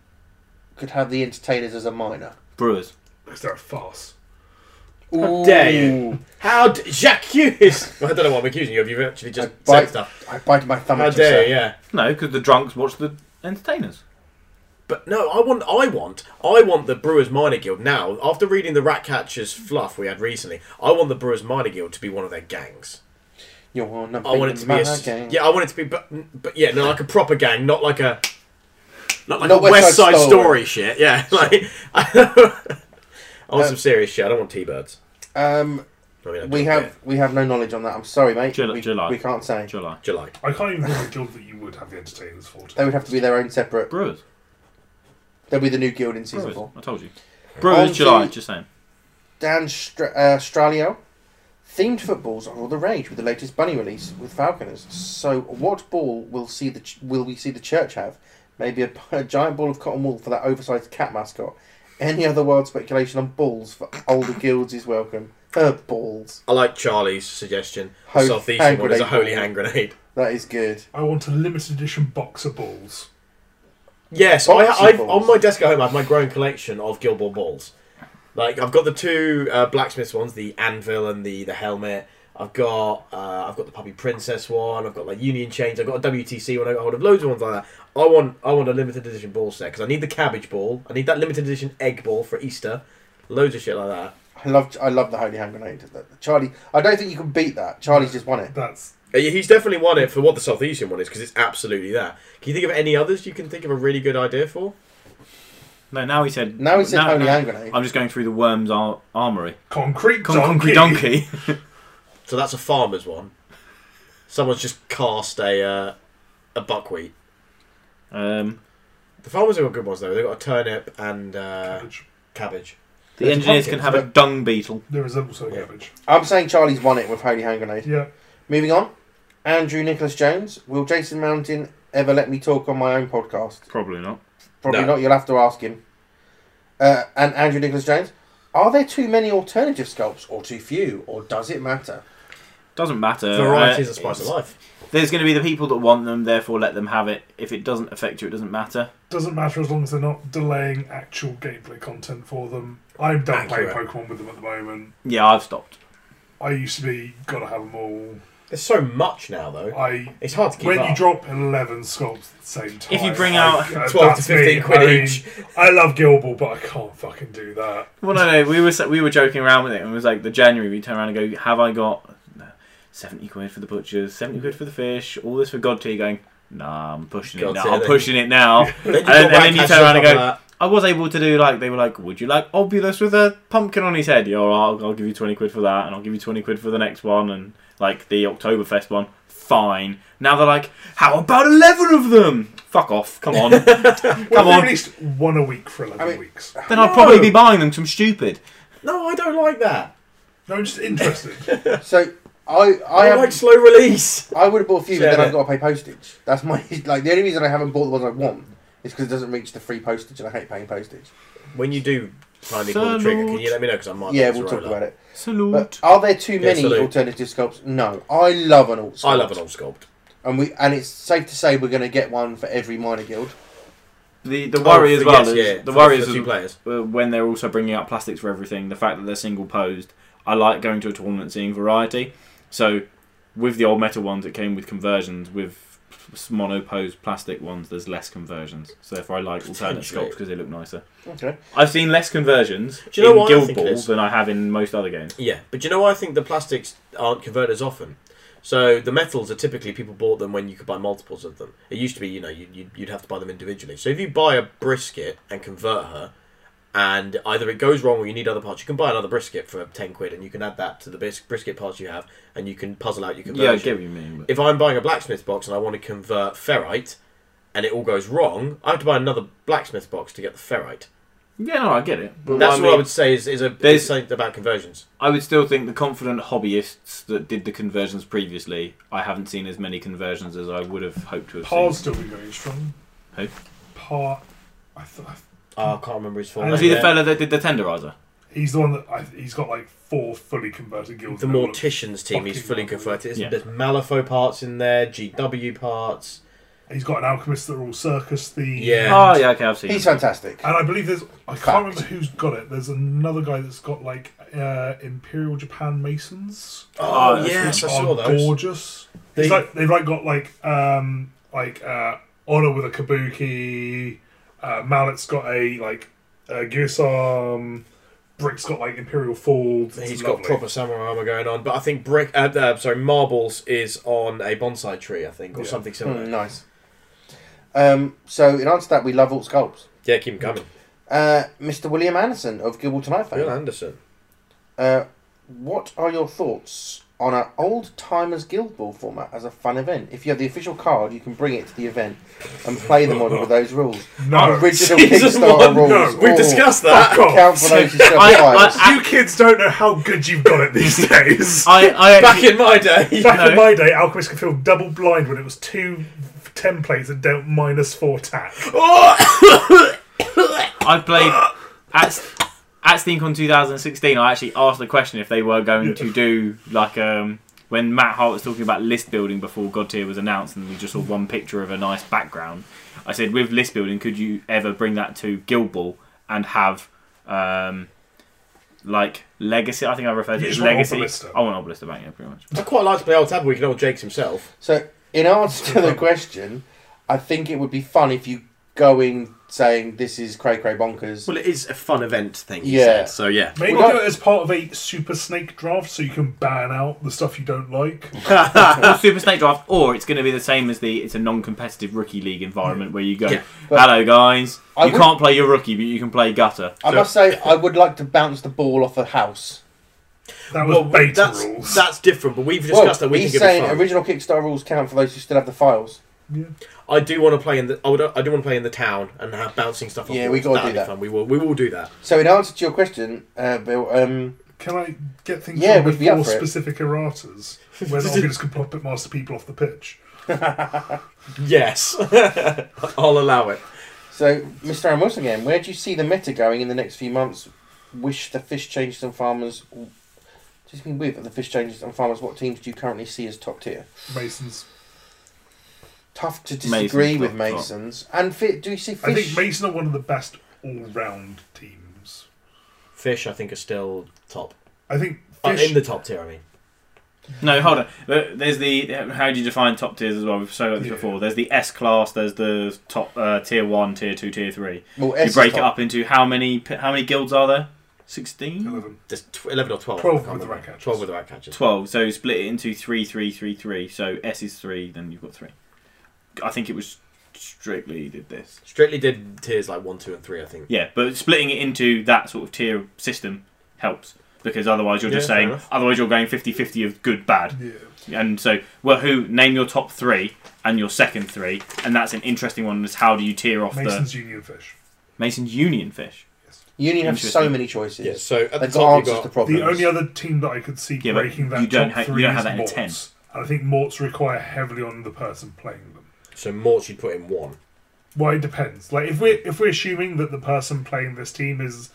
S1: could have the entertainers as a minor?
S2: Brewers.
S4: Because they're a farce.
S1: Ooh,
S3: dare you. How d- Jacques Hughes? Well, I don't know what I'm accusing you of. You've actually just
S1: I
S3: said
S1: bite,
S3: stuff.
S1: I bite my thumb.
S3: How
S1: at you, sir.
S3: dare you? Yeah.
S2: No, because the drunks watch the entertainers.
S3: But no, I want, I want, I want the Brewers Minor Guild now. After reading the Ratcatchers fluff we had recently, I want the Brewers Minor Guild to be one of their gangs.
S1: You're not
S3: I want it to be a, s-
S1: game.
S3: yeah, I want it to be, but, but yeah, no, like a proper gang, not like a
S10: Not like
S1: Not
S10: a
S1: West
S10: West
S1: Side
S10: Side, Story.
S1: Story.
S10: shit. Yeah. Like, I want some serious shit. I don't want T-birds.
S1: Um, Uh,
S3: I mean, I
S1: we
S3: don't
S1: have
S3: care.
S1: we have no knowledge on that. I'm sorry, mate.
S2: Jul-
S1: we,
S2: July.
S1: we can't say.
S2: July.
S3: July.
S4: I can't even think of a guild that you would have the entertainers for.
S1: They would have to be their own separate.
S2: Brewers.
S1: They'll be the new guild in season
S2: Brewers.
S1: four.
S2: I told you. Brewers.
S1: On
S2: July.
S1: to-
S2: Just saying.
S1: Dan Stra- uh, Stralio. Themed footballs are all the rage with the latest bunny release with Falconers. So, what ball will see the ch- will we see the church have? Maybe a, a giant ball of cotton wool for that oversized cat mascot. Any other wild speculation on balls for older guilds is welcome. Uh, balls.
S3: I like Charlie's suggestion.
S1: Ho-
S3: The Southeastern
S1: hand
S3: one is a
S1: grenade
S3: holy
S1: ball.
S3: hand grenade.
S1: That is good.
S4: I want a limited edition box of balls.
S3: Yes, I,
S1: Boxy
S3: I,
S1: balls.
S3: on my desk at home, I have my growing collection of Guild Ball balls. Like I've got the two uh, blacksmiths ones, the anvil and the the helmet. I've got uh, I've got the puppy princess one. I've got like Union chains. I've got a WTC one. I got hold of loads of ones like that. I want I want a limited edition ball set because I need the cabbage ball. I need that limited edition egg ball for Easter. Loads of shit like that.
S1: I love I love the holy hand grenade. That- Charlie, I don't think you can beat that. Charlie's just won it.
S4: That's
S3: Uh, yeah, He's definitely won it for what the Southeastern one is because it's absolutely that. Can you think of any others you can think of a really good idea for?
S2: No, now he said.
S1: Now he said eh? holy hand grenade.
S2: I'm just going through the worms ar- armory.
S4: concrete
S2: Con- Concrete
S4: donkey.
S2: donkey.
S3: So that's a farmer's one. Someone's just cast a uh, a buckwheat.
S2: um,
S3: The farmers have got good ones though. They've got a turnip and uh,
S4: Cabbage.
S3: cabbage.
S2: the
S1: There's
S2: engineers can
S1: pumpkins,
S2: have a
S1: but-
S2: dung beetle.
S4: There is also
S3: Yeah.
S4: cabbage.
S1: I'm saying Charlie's won it with holy hand grenade.
S4: Yeah.
S1: Moving on, Andrew Nicholas Jones. Will Jason Mountain ever let me talk on my own podcast?
S2: Probably not.
S1: Probably
S3: No.
S1: not. You'll have to ask him. Uh, and Andrew Nicholas Jones. Are there too many alternative sculpts or too few, or does it matter?
S2: Doesn't matter.
S3: Varieties
S2: Uh,
S3: of spice of
S2: it's-
S3: life.
S2: There's going to be the people that want them, therefore let them have it. If it doesn't affect you, it doesn't matter.
S4: Doesn't matter as long as they're not delaying actual gameplay content for them. I don't play
S3: Accurate.
S4: Pokemon with them at the moment.
S2: Yeah, I've stopped.
S4: I used to be gotta have them all.
S3: There's so much now though.
S4: I
S3: It's hard to keep
S4: when
S3: up.
S4: you drop eleven sculpts at the same time.
S2: If you bring
S4: I-
S2: out
S4: uh,
S3: 12 to
S4: that's me.
S3: 15 quid
S4: I mean,
S3: each.
S4: I love Gilball, but I can't fucking do that.
S2: Well, no, no, we were sa- we were joking around with it, and it was like the January. We turn around and go, "Have I got seventy quid for the butchers, seventy quid for the fish, all this for God tea?" Going, "Nah, I'm pushing it
S3: God
S2: now.
S3: tier,
S2: I'm
S3: then.
S2: pushing it now."
S3: Then you've
S2: and then-
S3: got
S2: and then you
S3: Ratcatcher
S2: turn around and
S3: on
S2: go,
S3: that.
S2: I was able to do like they were like, "Would you like Obulus with a pumpkin on his head?" Yeah, all right, I'll, I'll give you twenty quid for that, and I'll give you twenty quid for the next one, and like the Oktoberfest one. Fine. Now they're like, "How about eleven of them?" Fuck off! Come on. then
S4: Well,
S2: on.
S4: at least one a week for eleven
S1: I mean-
S4: weeks.
S2: I'd probably be buying them some stupid.
S3: No, I don't like that.
S4: No, I'm just interested.
S1: So I, I,
S3: I,
S1: have,
S3: like slow release.
S1: I would have bought a few, but
S3: Share
S1: then I've
S3: it.
S1: got to pay postage. That's my like the only reason I haven't bought the ones I want is because it doesn't reach the free postage, and I hate paying postage.
S3: When you do finally pull the trigger, can you let me know because I might.
S1: yeah, we'll talk about it.
S2: Salute.
S1: But are there too many
S3: salute.
S1: alternative sculpts? No, I love an alt. Sculpt.
S3: I love an old sculpt.
S1: and we and it's safe to say we're going to get one for every minor guild.
S2: The the worry
S3: Oh,
S2: as
S3: for-
S2: well.
S3: yes,
S2: is
S3: yeah, for
S2: the worry
S3: for
S2: is
S3: two players.
S2: uh, when they're also bringing out plastics for everything. The fact that they're single posed. I like going to a tournament and seeing variety. So with the old metal ones, it came with conversions with s- monopose plastic ones, there's less conversions. So therefore, I like alternate sculpts because they look nicer.
S1: Okay.
S2: I've seen less conversions
S3: Do you know
S2: in
S3: what I
S2: Guild
S3: think it
S2: Ball
S3: is?
S2: than I have in most other games.
S3: Yeah, but you know why I think the plastics aren't converted as often? So the metals are typically people bought them when you could buy multiples of them. It used to be, you know, you- you'd, you'd have to buy them individually. So if you buy a brisket and convert her, and either it goes wrong or you need other parts, you can buy another brisket for ten quid, and you can add that to the bis- brisket parts you have, and you can puzzle out your
S2: Yeah, I
S3: conversion.
S2: get what you mean. But
S3: if I'm buying a blacksmith box and I want to convert ferrite, and it all goes wrong, I have to buy another blacksmith box to get the ferrite.
S2: yeah, no, I get it. But
S3: That's
S2: I
S3: what
S2: mean-
S3: I would say is, is a
S2: There's-
S3: is something about conversions.
S2: I would still think the confident hobbyists that did the conversions previously, I haven't seen as many conversions as I would have hoped to have
S4: Par's
S2: seen.
S4: still been going strong.
S2: Who?
S4: Par. I th- I th-
S3: Oh, I can't remember his full
S4: And
S3: name.
S2: Was he the
S3: Yeah.
S2: fella that did the tenderizer?
S4: he's the one that I, he's got like four fully converted guilds.
S3: the
S4: that all look-
S3: mortician's team he's fully
S4: fucking
S3: converted
S2: Yeah.
S3: there's Malifaux parts in there GW parts
S4: He's got an alchemist that are all circus themed.
S3: Yeah.
S2: Oh yeah, okay, I've seen.
S1: He's
S2: him.
S1: fantastic.
S4: And I believe there's I can't
S1: Fact.
S4: remember who's got it. There's another guy that's got like uh, Imperial Japan Masons.
S2: Oh, that's
S3: yes I
S4: which
S3: saw
S4: are
S3: those
S4: Gorgeous.
S3: They-
S4: It's like they've like got like um like uh honor with a kabuki. Uh, Mallet's got a like uh, Gyusam. Brick's got like Imperial folds. It's
S3: he's
S4: lovely.
S3: got proper samurai armour going on but I think brick uh, uh, sorry marbles is on a bonsai tree I think or
S4: Yeah.
S3: something similar
S1: Mm, nice. Um, so in answer to that, we love alt sculpts.
S3: yeah keep him coming
S1: Uh, Mr. William Anderson of Gilbert and iPhone.
S3: Bill Anderson
S1: Uh, what are your thoughts on an old timers Guild Ball format as a fun event? If you have the official card, you can bring it to the event and play the model with those rules.
S4: No.
S1: Original
S3: Season
S1: Kickstarter
S3: one,
S1: rules.
S4: no.
S3: we've
S1: or
S3: discussed that
S4: Oh, Fuck off.
S1: Count for those who still
S2: I-
S1: buy
S2: I-
S1: it.
S4: You kids don't know how good you've got it these days.
S2: I, I
S3: back in my day
S4: Back in
S2: No.
S4: my day, Alchemist could feel double blind when it was two templates that dealt minus four tack.
S1: Oh,
S2: I played at at SteamCon 2016. I actually asked the question if they were going to do like um when Matt Hart was talking about list building before God Tier was announced, and we just saw one picture of a nice background. I said, with list building, could you ever bring that to Guild Ball and have um like legacy? I think I referred to
S4: You
S2: it as
S4: just want
S2: legacy.
S4: Obelister.
S2: I want Obelister back, yeah, pretty much.
S3: I quite like to play old taboo can old Jake's himself
S1: So, in answer to the question, I think it would be fun if you go in saying this is cray cray bonkers.
S10: Well, it is a fun event thing.
S1: Yeah.
S10: Yeah. Said, so yeah.
S4: Maybe
S1: Well,
S4: do
S1: that-
S4: it as part of a super snake draft so you can ban out the stuff you don't like.
S2: or Super Snake Draft, or it's going to be the same as the it's a non-competitive rookie league environment where you go,
S3: Yeah.
S2: hello guys,
S1: I
S2: you
S1: would-
S2: can't play your rookie, but you can play gutter.
S1: I must say, I would like to bounce the ball off a house.
S4: That was beta
S3: that's,
S4: rules.
S3: that's different but we've
S1: Well,
S3: discussed that we can
S1: he's
S3: give
S1: saying
S3: it fun.
S1: original Kickstarter rules count for those who still have the files.
S3: I do want to play in the I, would, I do want to play in the town and have bouncing stuff off
S1: Yeah,
S3: walls.
S1: we gotta
S3: That'd
S1: do
S3: be
S1: that.
S3: fun. we will we will do that
S1: So, in answer to your question, uh, Bill, um,
S4: Can I get things
S1: Yeah,
S4: yeah,
S1: we'd
S4: with
S1: be up
S4: four
S1: for it.
S4: specific erratas where the obvious can puppet master people off the pitch?
S3: Yes, I'll allow it.
S1: so Mr. Aaron Wilson again, where do you see the meta going in the next few months? Wish the fish changes and farmers. Just mean with the fish changes and farmers. What teams do you currently see as top tier?
S4: Masons.
S1: Tough to
S2: Masons,
S1: disagree with
S2: top, top.
S1: Masons. And fit, do you see
S4: I
S1: fish?
S4: think Mason are one of the best all round teams.
S3: Fish, I think, are still top
S4: I think
S3: Uh,
S4: Fish.
S3: in the top tier. I mean,
S2: No, hold on. Uh, There's the how do you define top tiers as well? We've spoken about this
S4: Yeah.
S2: before. There's the S class. There's the top uh, tier one, tier two, tier three.
S1: well,
S2: You
S1: S is
S2: break it
S1: top.
S2: up into how many how many guilds are there? Sixteen.
S4: Eleven.
S3: there's tw- eleven or twelve. I
S4: 12
S3: can't
S4: with the
S3: remember.
S4: rat catchers.
S3: Twelve with the rat catchers.
S2: Twelve. So split it into three, three, three, three. So S is three. Then you've got three. I think it was strictly did this.
S3: Strictly did tiers like one, two, and three. I think.
S2: Yeah, but splitting it into that sort of tier system helps because otherwise you're just
S3: Yeah, fair
S2: saying
S3: enough.
S2: otherwise you're going 50-50 of good bad.
S4: Yeah.
S2: And so well who name your top 3 and your second 3 and that's an interesting one is how do you tier off
S4: Mason's Union Fish.
S2: the Mason's Union fish.
S1: Union have so
S2: Interesting.
S1: many choices.
S3: Yeah. So at the
S1: They've got
S3: top you
S1: answers
S3: got
S1: to problems.
S4: The only other team that I could see
S2: Yeah, but
S4: breaking that
S2: you don't
S4: top
S2: ha- you
S4: three
S2: don't have
S4: is
S2: that in
S4: Morts.
S2: 10.
S4: And I think Morts require heavily on the person playing them.
S3: so Morts you'd put in one.
S4: Well, it depends. Like if we're if we're assuming that the person playing this team is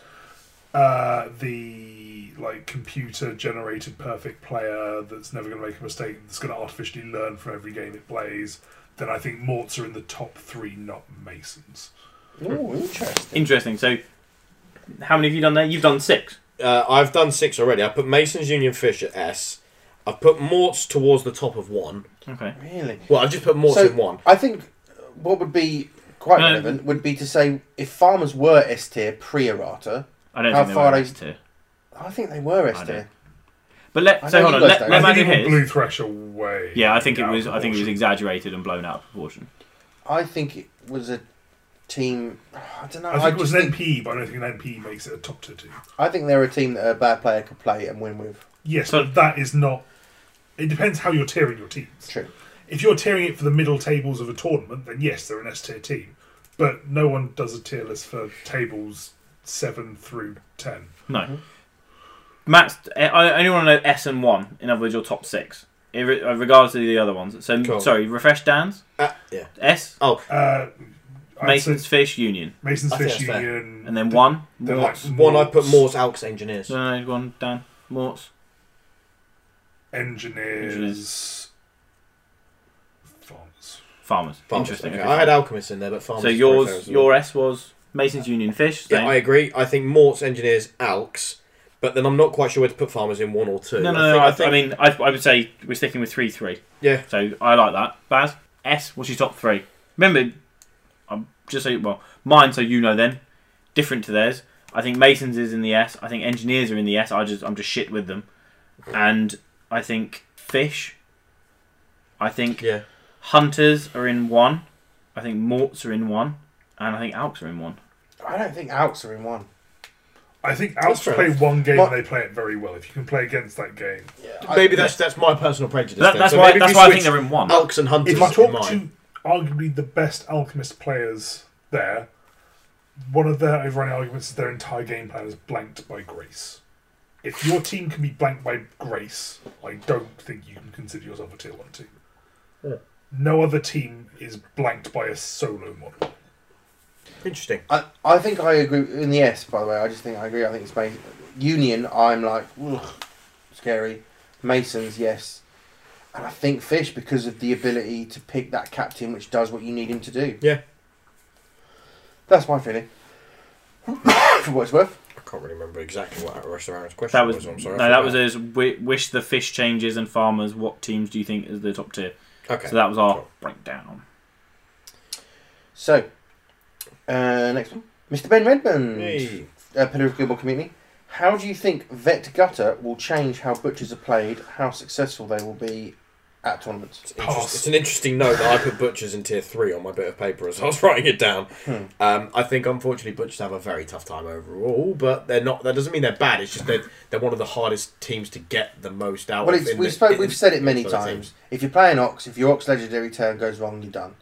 S4: uh, the like computer generated perfect player that's never going to make a mistake, that's going to artificially learn from every game it plays, then I think Morts are in the top three, not Masons.
S1: Ooh, interesting.
S2: Interesting. So how many have you done there? You've done 6.
S3: Uh, I've done six already. I put Mason's Union Fish at S. I've put Morts towards the top of one.
S2: Okay.
S1: Really?
S3: Well, I've just put Morts
S1: So,
S3: in one.
S1: I think what would be quite
S2: No.
S1: relevant would be to say if farmers were S tier pre errata,
S2: I don't
S1: How
S2: think
S1: far
S2: they
S1: are
S2: were
S1: you-
S2: S tier.
S1: I think they were S tier.
S2: But
S1: I
S2: let so
S1: know
S2: hold
S1: you
S2: on.
S1: guys
S2: Let,
S1: don't.
S2: let
S4: I
S2: Maddie
S4: think
S2: hit
S4: even
S2: his.
S4: blew Thresh away.
S2: Yeah, I think it
S4: out of
S2: was. I think it was
S4: proportion.
S2: exaggerated and blown out of proportion.
S1: I think it was a team. I don't know.
S4: I
S1: I,
S4: think it was
S1: just
S4: an
S1: think,
S4: NP, but I don't think an NP makes it a top tier team.
S1: I think they're a team that a bad player could play and win with.
S4: Yes,
S2: So-
S4: but that is not. It depends how you're tiering your teams.
S1: True.
S4: If you're tiering it for the middle tables of a tournament, then yes, they're an S tier team. But no one does a tier list for tables seven through ten.
S2: No. Matt's. I- I only want to know S and one. In other words, your top six, in re- uh, regards to the other ones. So
S3: Cool.
S2: sorry, refresh Dan's
S3: Uh, yeah.
S2: S
S4: Uh, I'd
S2: Mason's
S4: say
S2: Fish Union,
S4: Mason's
S3: I think
S4: Fish
S3: that's fair.
S4: Union,
S2: and then one.
S4: then
S3: Morts.
S4: like
S3: One I put Morts,
S4: Morts,
S3: Alks, Engineers.
S2: No, no, no, one Dan Morts.
S4: engineers, farmers.
S2: Farmers.
S3: Farmers,
S2: Interesting.
S3: okay.
S2: okay.
S3: I had Alchemists in there, but Farmers.
S2: so
S3: is very fair
S2: yours,
S3: as well.
S2: your S was Mason's Union Fish.
S3: Yeah,
S2: same.
S3: I agree. I think Morts, Engineers, Alks, but then I'm not quite sure where to put Farmers in one or two.
S2: no, no,
S3: I
S2: no. I,
S3: think, I think-
S2: I mean, I, I would say we're sticking with three, three.
S3: yeah.
S2: So I like that. Baz S. What's your top three? Remember, I'm just saying. Well, mine. So you know then. Different to theirs. I think Masons is in the S. I think engineers are in the S. I just I'm just shit with them. And I think fish. I think
S3: Yeah.
S2: hunters are in one. I think morts are in one, and I think alps are in one.
S1: I don't think outs are in one.
S4: I think
S3: That's
S4: Alps
S3: fair
S4: play one game
S1: But-
S4: and they play it very well. If you can play against that game,
S3: Maybe that's that's my personal prejudice.
S2: That,
S3: then.
S2: that's
S3: So
S2: why
S3: maybe
S2: that's
S3: we
S2: why I think
S3: switch
S2: they're in one.
S3: Alks and Hunters
S4: if you
S3: in
S4: talk
S3: mine.
S4: to arguably the best alchemist players there, one of their overriding arguments is their entire game plan is blanked by grace. If your team can be blanked by grace, I don't think you can consider yourself a tier one team. No other team is blanked by a solo model.
S3: Interesting.
S1: I, I think I agree in the S. By the way, I just think I agree. I think it's Mason. Union. I'm like ugh, scary. Masons, yes, and I think Fish because of the ability to pick that captain, which does what you need him to do.
S3: Yeah.
S1: That's my feeling. For what it's worth,
S3: I can't really remember exactly what Russell Aaron's question
S2: That was
S3: was.
S2: no,
S3: I'm sorry. I
S2: that was
S3: forgot.
S2: his wi- wish the fish changes and farmers. What teams do you think is the top tier?
S3: Okay.
S2: So that was our
S3: Cool.
S2: breakdown.
S1: so uh, next one, Mr. Ben Redmond,
S3: Hey.
S1: uh, pillar of Gilmore Community. How do you think Vet Gutter will change how butchers are played? How successful they will be at tournaments?
S3: It's, interest-
S4: Pass.
S3: it's an interesting note that I put butchers in tier three on my bit of paper as I was writing it down.
S1: Hmm.
S3: Um, I think unfortunately butchers have a very tough time overall, but they're not. That doesn't mean they're bad. It's just they're they're one of the hardest teams to get the most out
S1: Well,
S3: of.
S1: it's,
S3: in
S1: we
S3: the-
S1: spoke,
S3: in-
S1: we've said it many
S3: for the
S1: times.
S3: teams.
S1: If you play an ox, if your ox legendary turn goes wrong, you're done.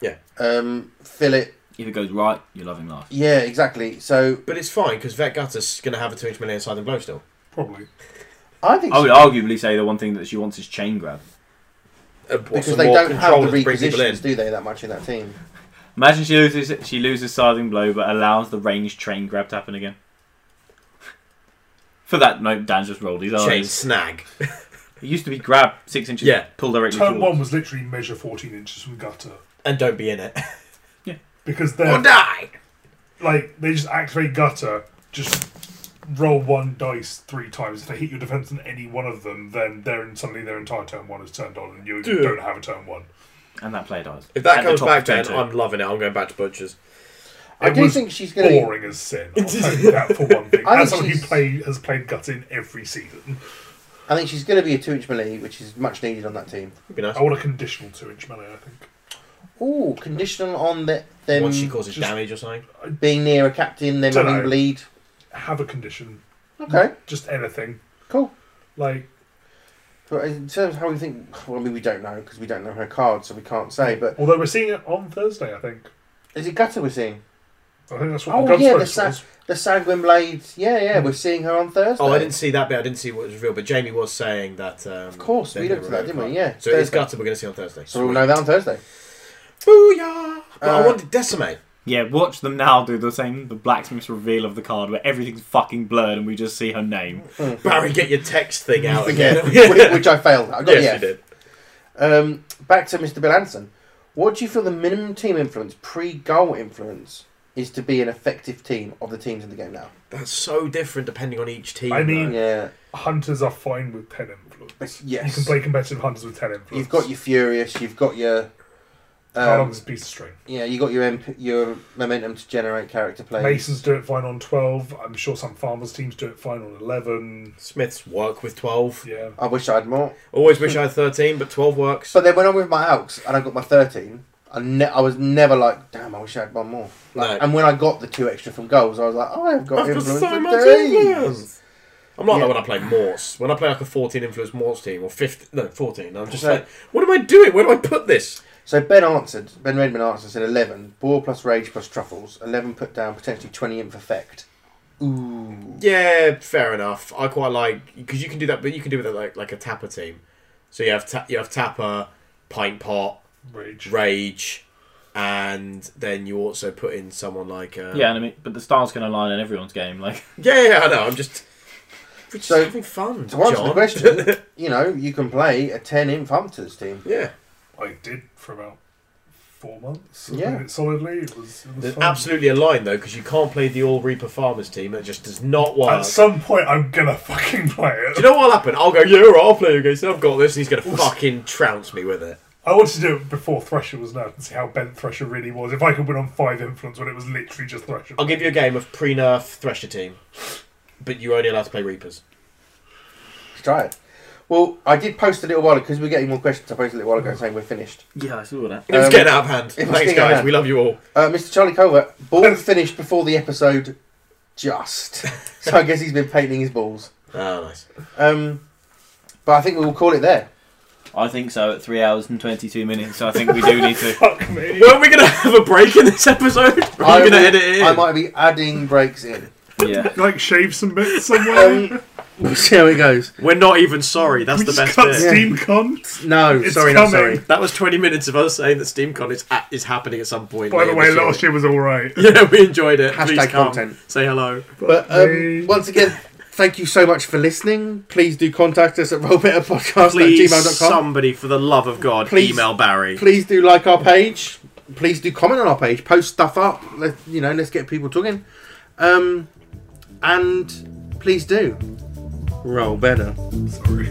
S3: Yeah.
S1: Um, fill it.
S2: If it goes right, you're loving life.
S1: Yeah, exactly. So
S3: But it's fine because Vet Gutter's going to have a two inch melee inside and blow still.
S4: Probably.
S1: I think
S2: Oh, I would arguably say the one thing that she wants is chain grab.
S3: Uh,
S1: because they don't have the repositions, do they, that much in that team?
S2: Imagine she loses she loses sizing blow but allows the range chain grab to happen again. For that note, Dan's just rolled his
S3: Chain
S2: eyes.
S3: snag.
S2: It used to be grab six inches,
S3: Yeah.
S2: pull directly
S4: Turn
S2: forward.
S4: one was literally measure 14 inches from gutter
S3: And don't be in it.
S4: because
S3: or
S4: they're
S3: die!
S4: like they just activate gutter, just roll one dice three times. If they hit your defense on any one of them, then they're in, suddenly their entire turn one is turned on, and you
S3: Dude.
S4: don't have a turn one.
S2: And that player dies.
S3: If that
S2: At the
S3: comes
S2: top
S3: back,
S2: of turn
S3: then
S2: two.
S3: I'm loving it. I'm going back to Butchers.
S1: I
S4: It
S1: do
S4: was
S1: think she's going to.
S4: Boring as sin. I'll tell you that for one thing.
S1: I think
S4: As someone who
S1: she's-
S4: play, has played gutter in every season,
S1: I think she's going to be a two-inch melee, which is much needed on that team.
S3: It'd be nice.
S4: I want a conditional two-inch melee. I think.
S1: Ooh, conditional on the, them
S3: Once she causes
S4: just-
S3: damage or something.
S1: being near a captain, them
S4: Dunno.
S1: having bleed. Hmm.
S4: Have a condition,
S1: Okay,
S4: just anything.
S1: cool.
S4: Like
S1: But in terms of how we think, well, I mean, we don't know because we don't know her card, so we can't say. But
S4: although we're seeing it on Thursday, I think.
S1: is it Gutter we're seeing?
S4: I think that's what
S1: Oh
S4: the
S1: yeah,
S4: Gunsmoke
S1: the,
S4: was.
S1: sa- the sanguine blade. Yeah, yeah, we're seeing her on Thursday.
S3: Hmm. Oh, I didn't see that bit. I didn't see what was revealed. But Jamie was saying that. Um,
S1: Of course, we looked at that, didn't we? Yeah.
S3: So it's
S1: Thursday.
S3: Gutter we're going to see on Thursday.
S1: So we'll know that on Thursday.
S3: Booyah! But I
S1: Uh,
S3: wanted Decimate.
S2: Yeah, watch them now do the same the blacksmith's reveal of the card where everything's fucking blurred and we just see her name.
S3: Barry, get your text thing out again.
S1: Yeah, which, which I failed. I got
S3: Oh, yes,
S1: yeah.
S3: you did.
S1: Um, back to Mr. Bill Anson. What do you feel the minimum team influence, pre-goal influence, is to be an effective team of the teams in the game now?
S3: That's so different depending on each team.
S4: I mean-
S3: though.
S1: Yeah,
S4: hunters are fine with ten influence.
S1: Yes.
S4: You can play competitive hunters with ten influence.
S1: You've got your Furious, you've got your.
S4: Carlong
S1: Um,
S4: is a piece of string.
S1: yeah, you got your MP, your momentum to generate character play.
S4: Masons do it fine on twelve. I'm sure some farmers teams do it fine on eleven.
S3: Smiths work with 12.
S4: Yeah.
S1: I wish I had more.
S3: Always wish I had 13, but 12 works.
S1: But then when I'm with my Alks and I got my 13, I, ne- I was never like, damn, I wish I had one more. Like,
S3: No.
S1: And when I got the two extra from goals, I was like, oh, I've got
S3: I've got
S1: influence
S3: so
S1: with
S3: much
S1: these.
S3: influence. I'm not
S1: Yeah.
S3: like when I play Morse. When I play like a 14 influence Morse team or 15, no, 14, I'm just
S1: So-
S3: like, what am I doing? Where do I put this?
S1: So Ben answered, Ben Redman answered, said 11, ball plus rage plus truffles, 11 put down, potentially 20 inf effect. Ooh.
S3: Yeah, fair enough. I quite like because you can do that, but you can do that like like a tapper team. So you have ta- you have tapper, pint pot,
S4: Rage.
S3: rage, and then you also put in someone like uh,
S2: Yeah, and I mean, but the styles can align in everyone's game. Like,
S3: yeah yeah I know I'm just we're just
S1: So,
S3: having fun.
S1: To answer
S3: John.
S1: the question, you know, you can play a 10 inf hunters team.
S3: yeah,
S4: I did for about four months. I
S1: Yeah.
S4: played it solidly. It was, it was
S3: There's
S4: fun.
S3: absolutely a line though because you can't play the all reaper farmers team. It just does not work.
S4: At some point, I'm gonna fucking play it.
S3: do you know what'll happen? I'll go, yeah, all right, I'll play against. I've got this, and he's gonna fucking trounce me with it.
S4: I wanted to do it before Thresher was nerfed and see how bent Thresher really was. If I could win on five influence when it was literally just Thresher.
S3: I'll give you a game of pre-nerf Thresher team, but you're only allowed to play Reapers.
S1: Let's try it. Well, I did post a little while ago, because we were getting more questions, I posted a little while ago saying we're finished.
S2: yeah, I saw that.
S3: It was
S1: Um,
S3: getting out of hand.
S1: it was
S3: Thanks,
S1: getting out of
S3: guys.
S1: hand.
S3: We love you all.
S1: Uh, Mr. Charlie Culver, ball finished before the episode just. So I guess he's been painting his balls.
S3: Ah, nice.
S1: Um, but I think we'll call it there.
S2: I think so. At three hours and twenty-two minutes, so I think we do need to.
S4: Fuck me.
S3: Weren't we gonna have a break in this episode? Or Are
S1: I
S3: you gonna
S1: will-
S3: edit it in?
S1: I might be adding breaks in.
S2: Yeah,
S4: Like shave some bits somewhere.
S1: Um, we'll see how it goes.
S3: We're not even sorry. That's
S4: we
S3: the best
S4: just cut
S3: bit.
S4: Steam con.
S1: No,
S4: It's
S1: sorry, not
S4: coming.
S1: sorry.
S3: That was 20 minutes of us saying that SteamCon is at, is happening at some point.
S4: By the
S3: later
S4: way,
S3: this year.
S4: last year was alright.
S3: Yeah, we enjoyed it.
S1: Hashtag
S3: Please come.
S1: content.
S3: Say hello.
S1: But
S4: Me.
S1: um, once again, thank you so much for listening. Please do contact us at rollbetterpodcast@gmail.com.
S3: Please, somebody, for the love of God,
S1: Please-
S3: email Barry.
S1: Please do like our page. Please do comment on our page. Post stuff up. Let you know. Let's get people talking. Um, and please do roll better.
S4: Sorry.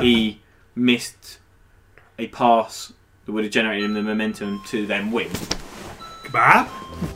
S2: he missed a pass that would have generated him the momentum to then win.
S4: Kebab?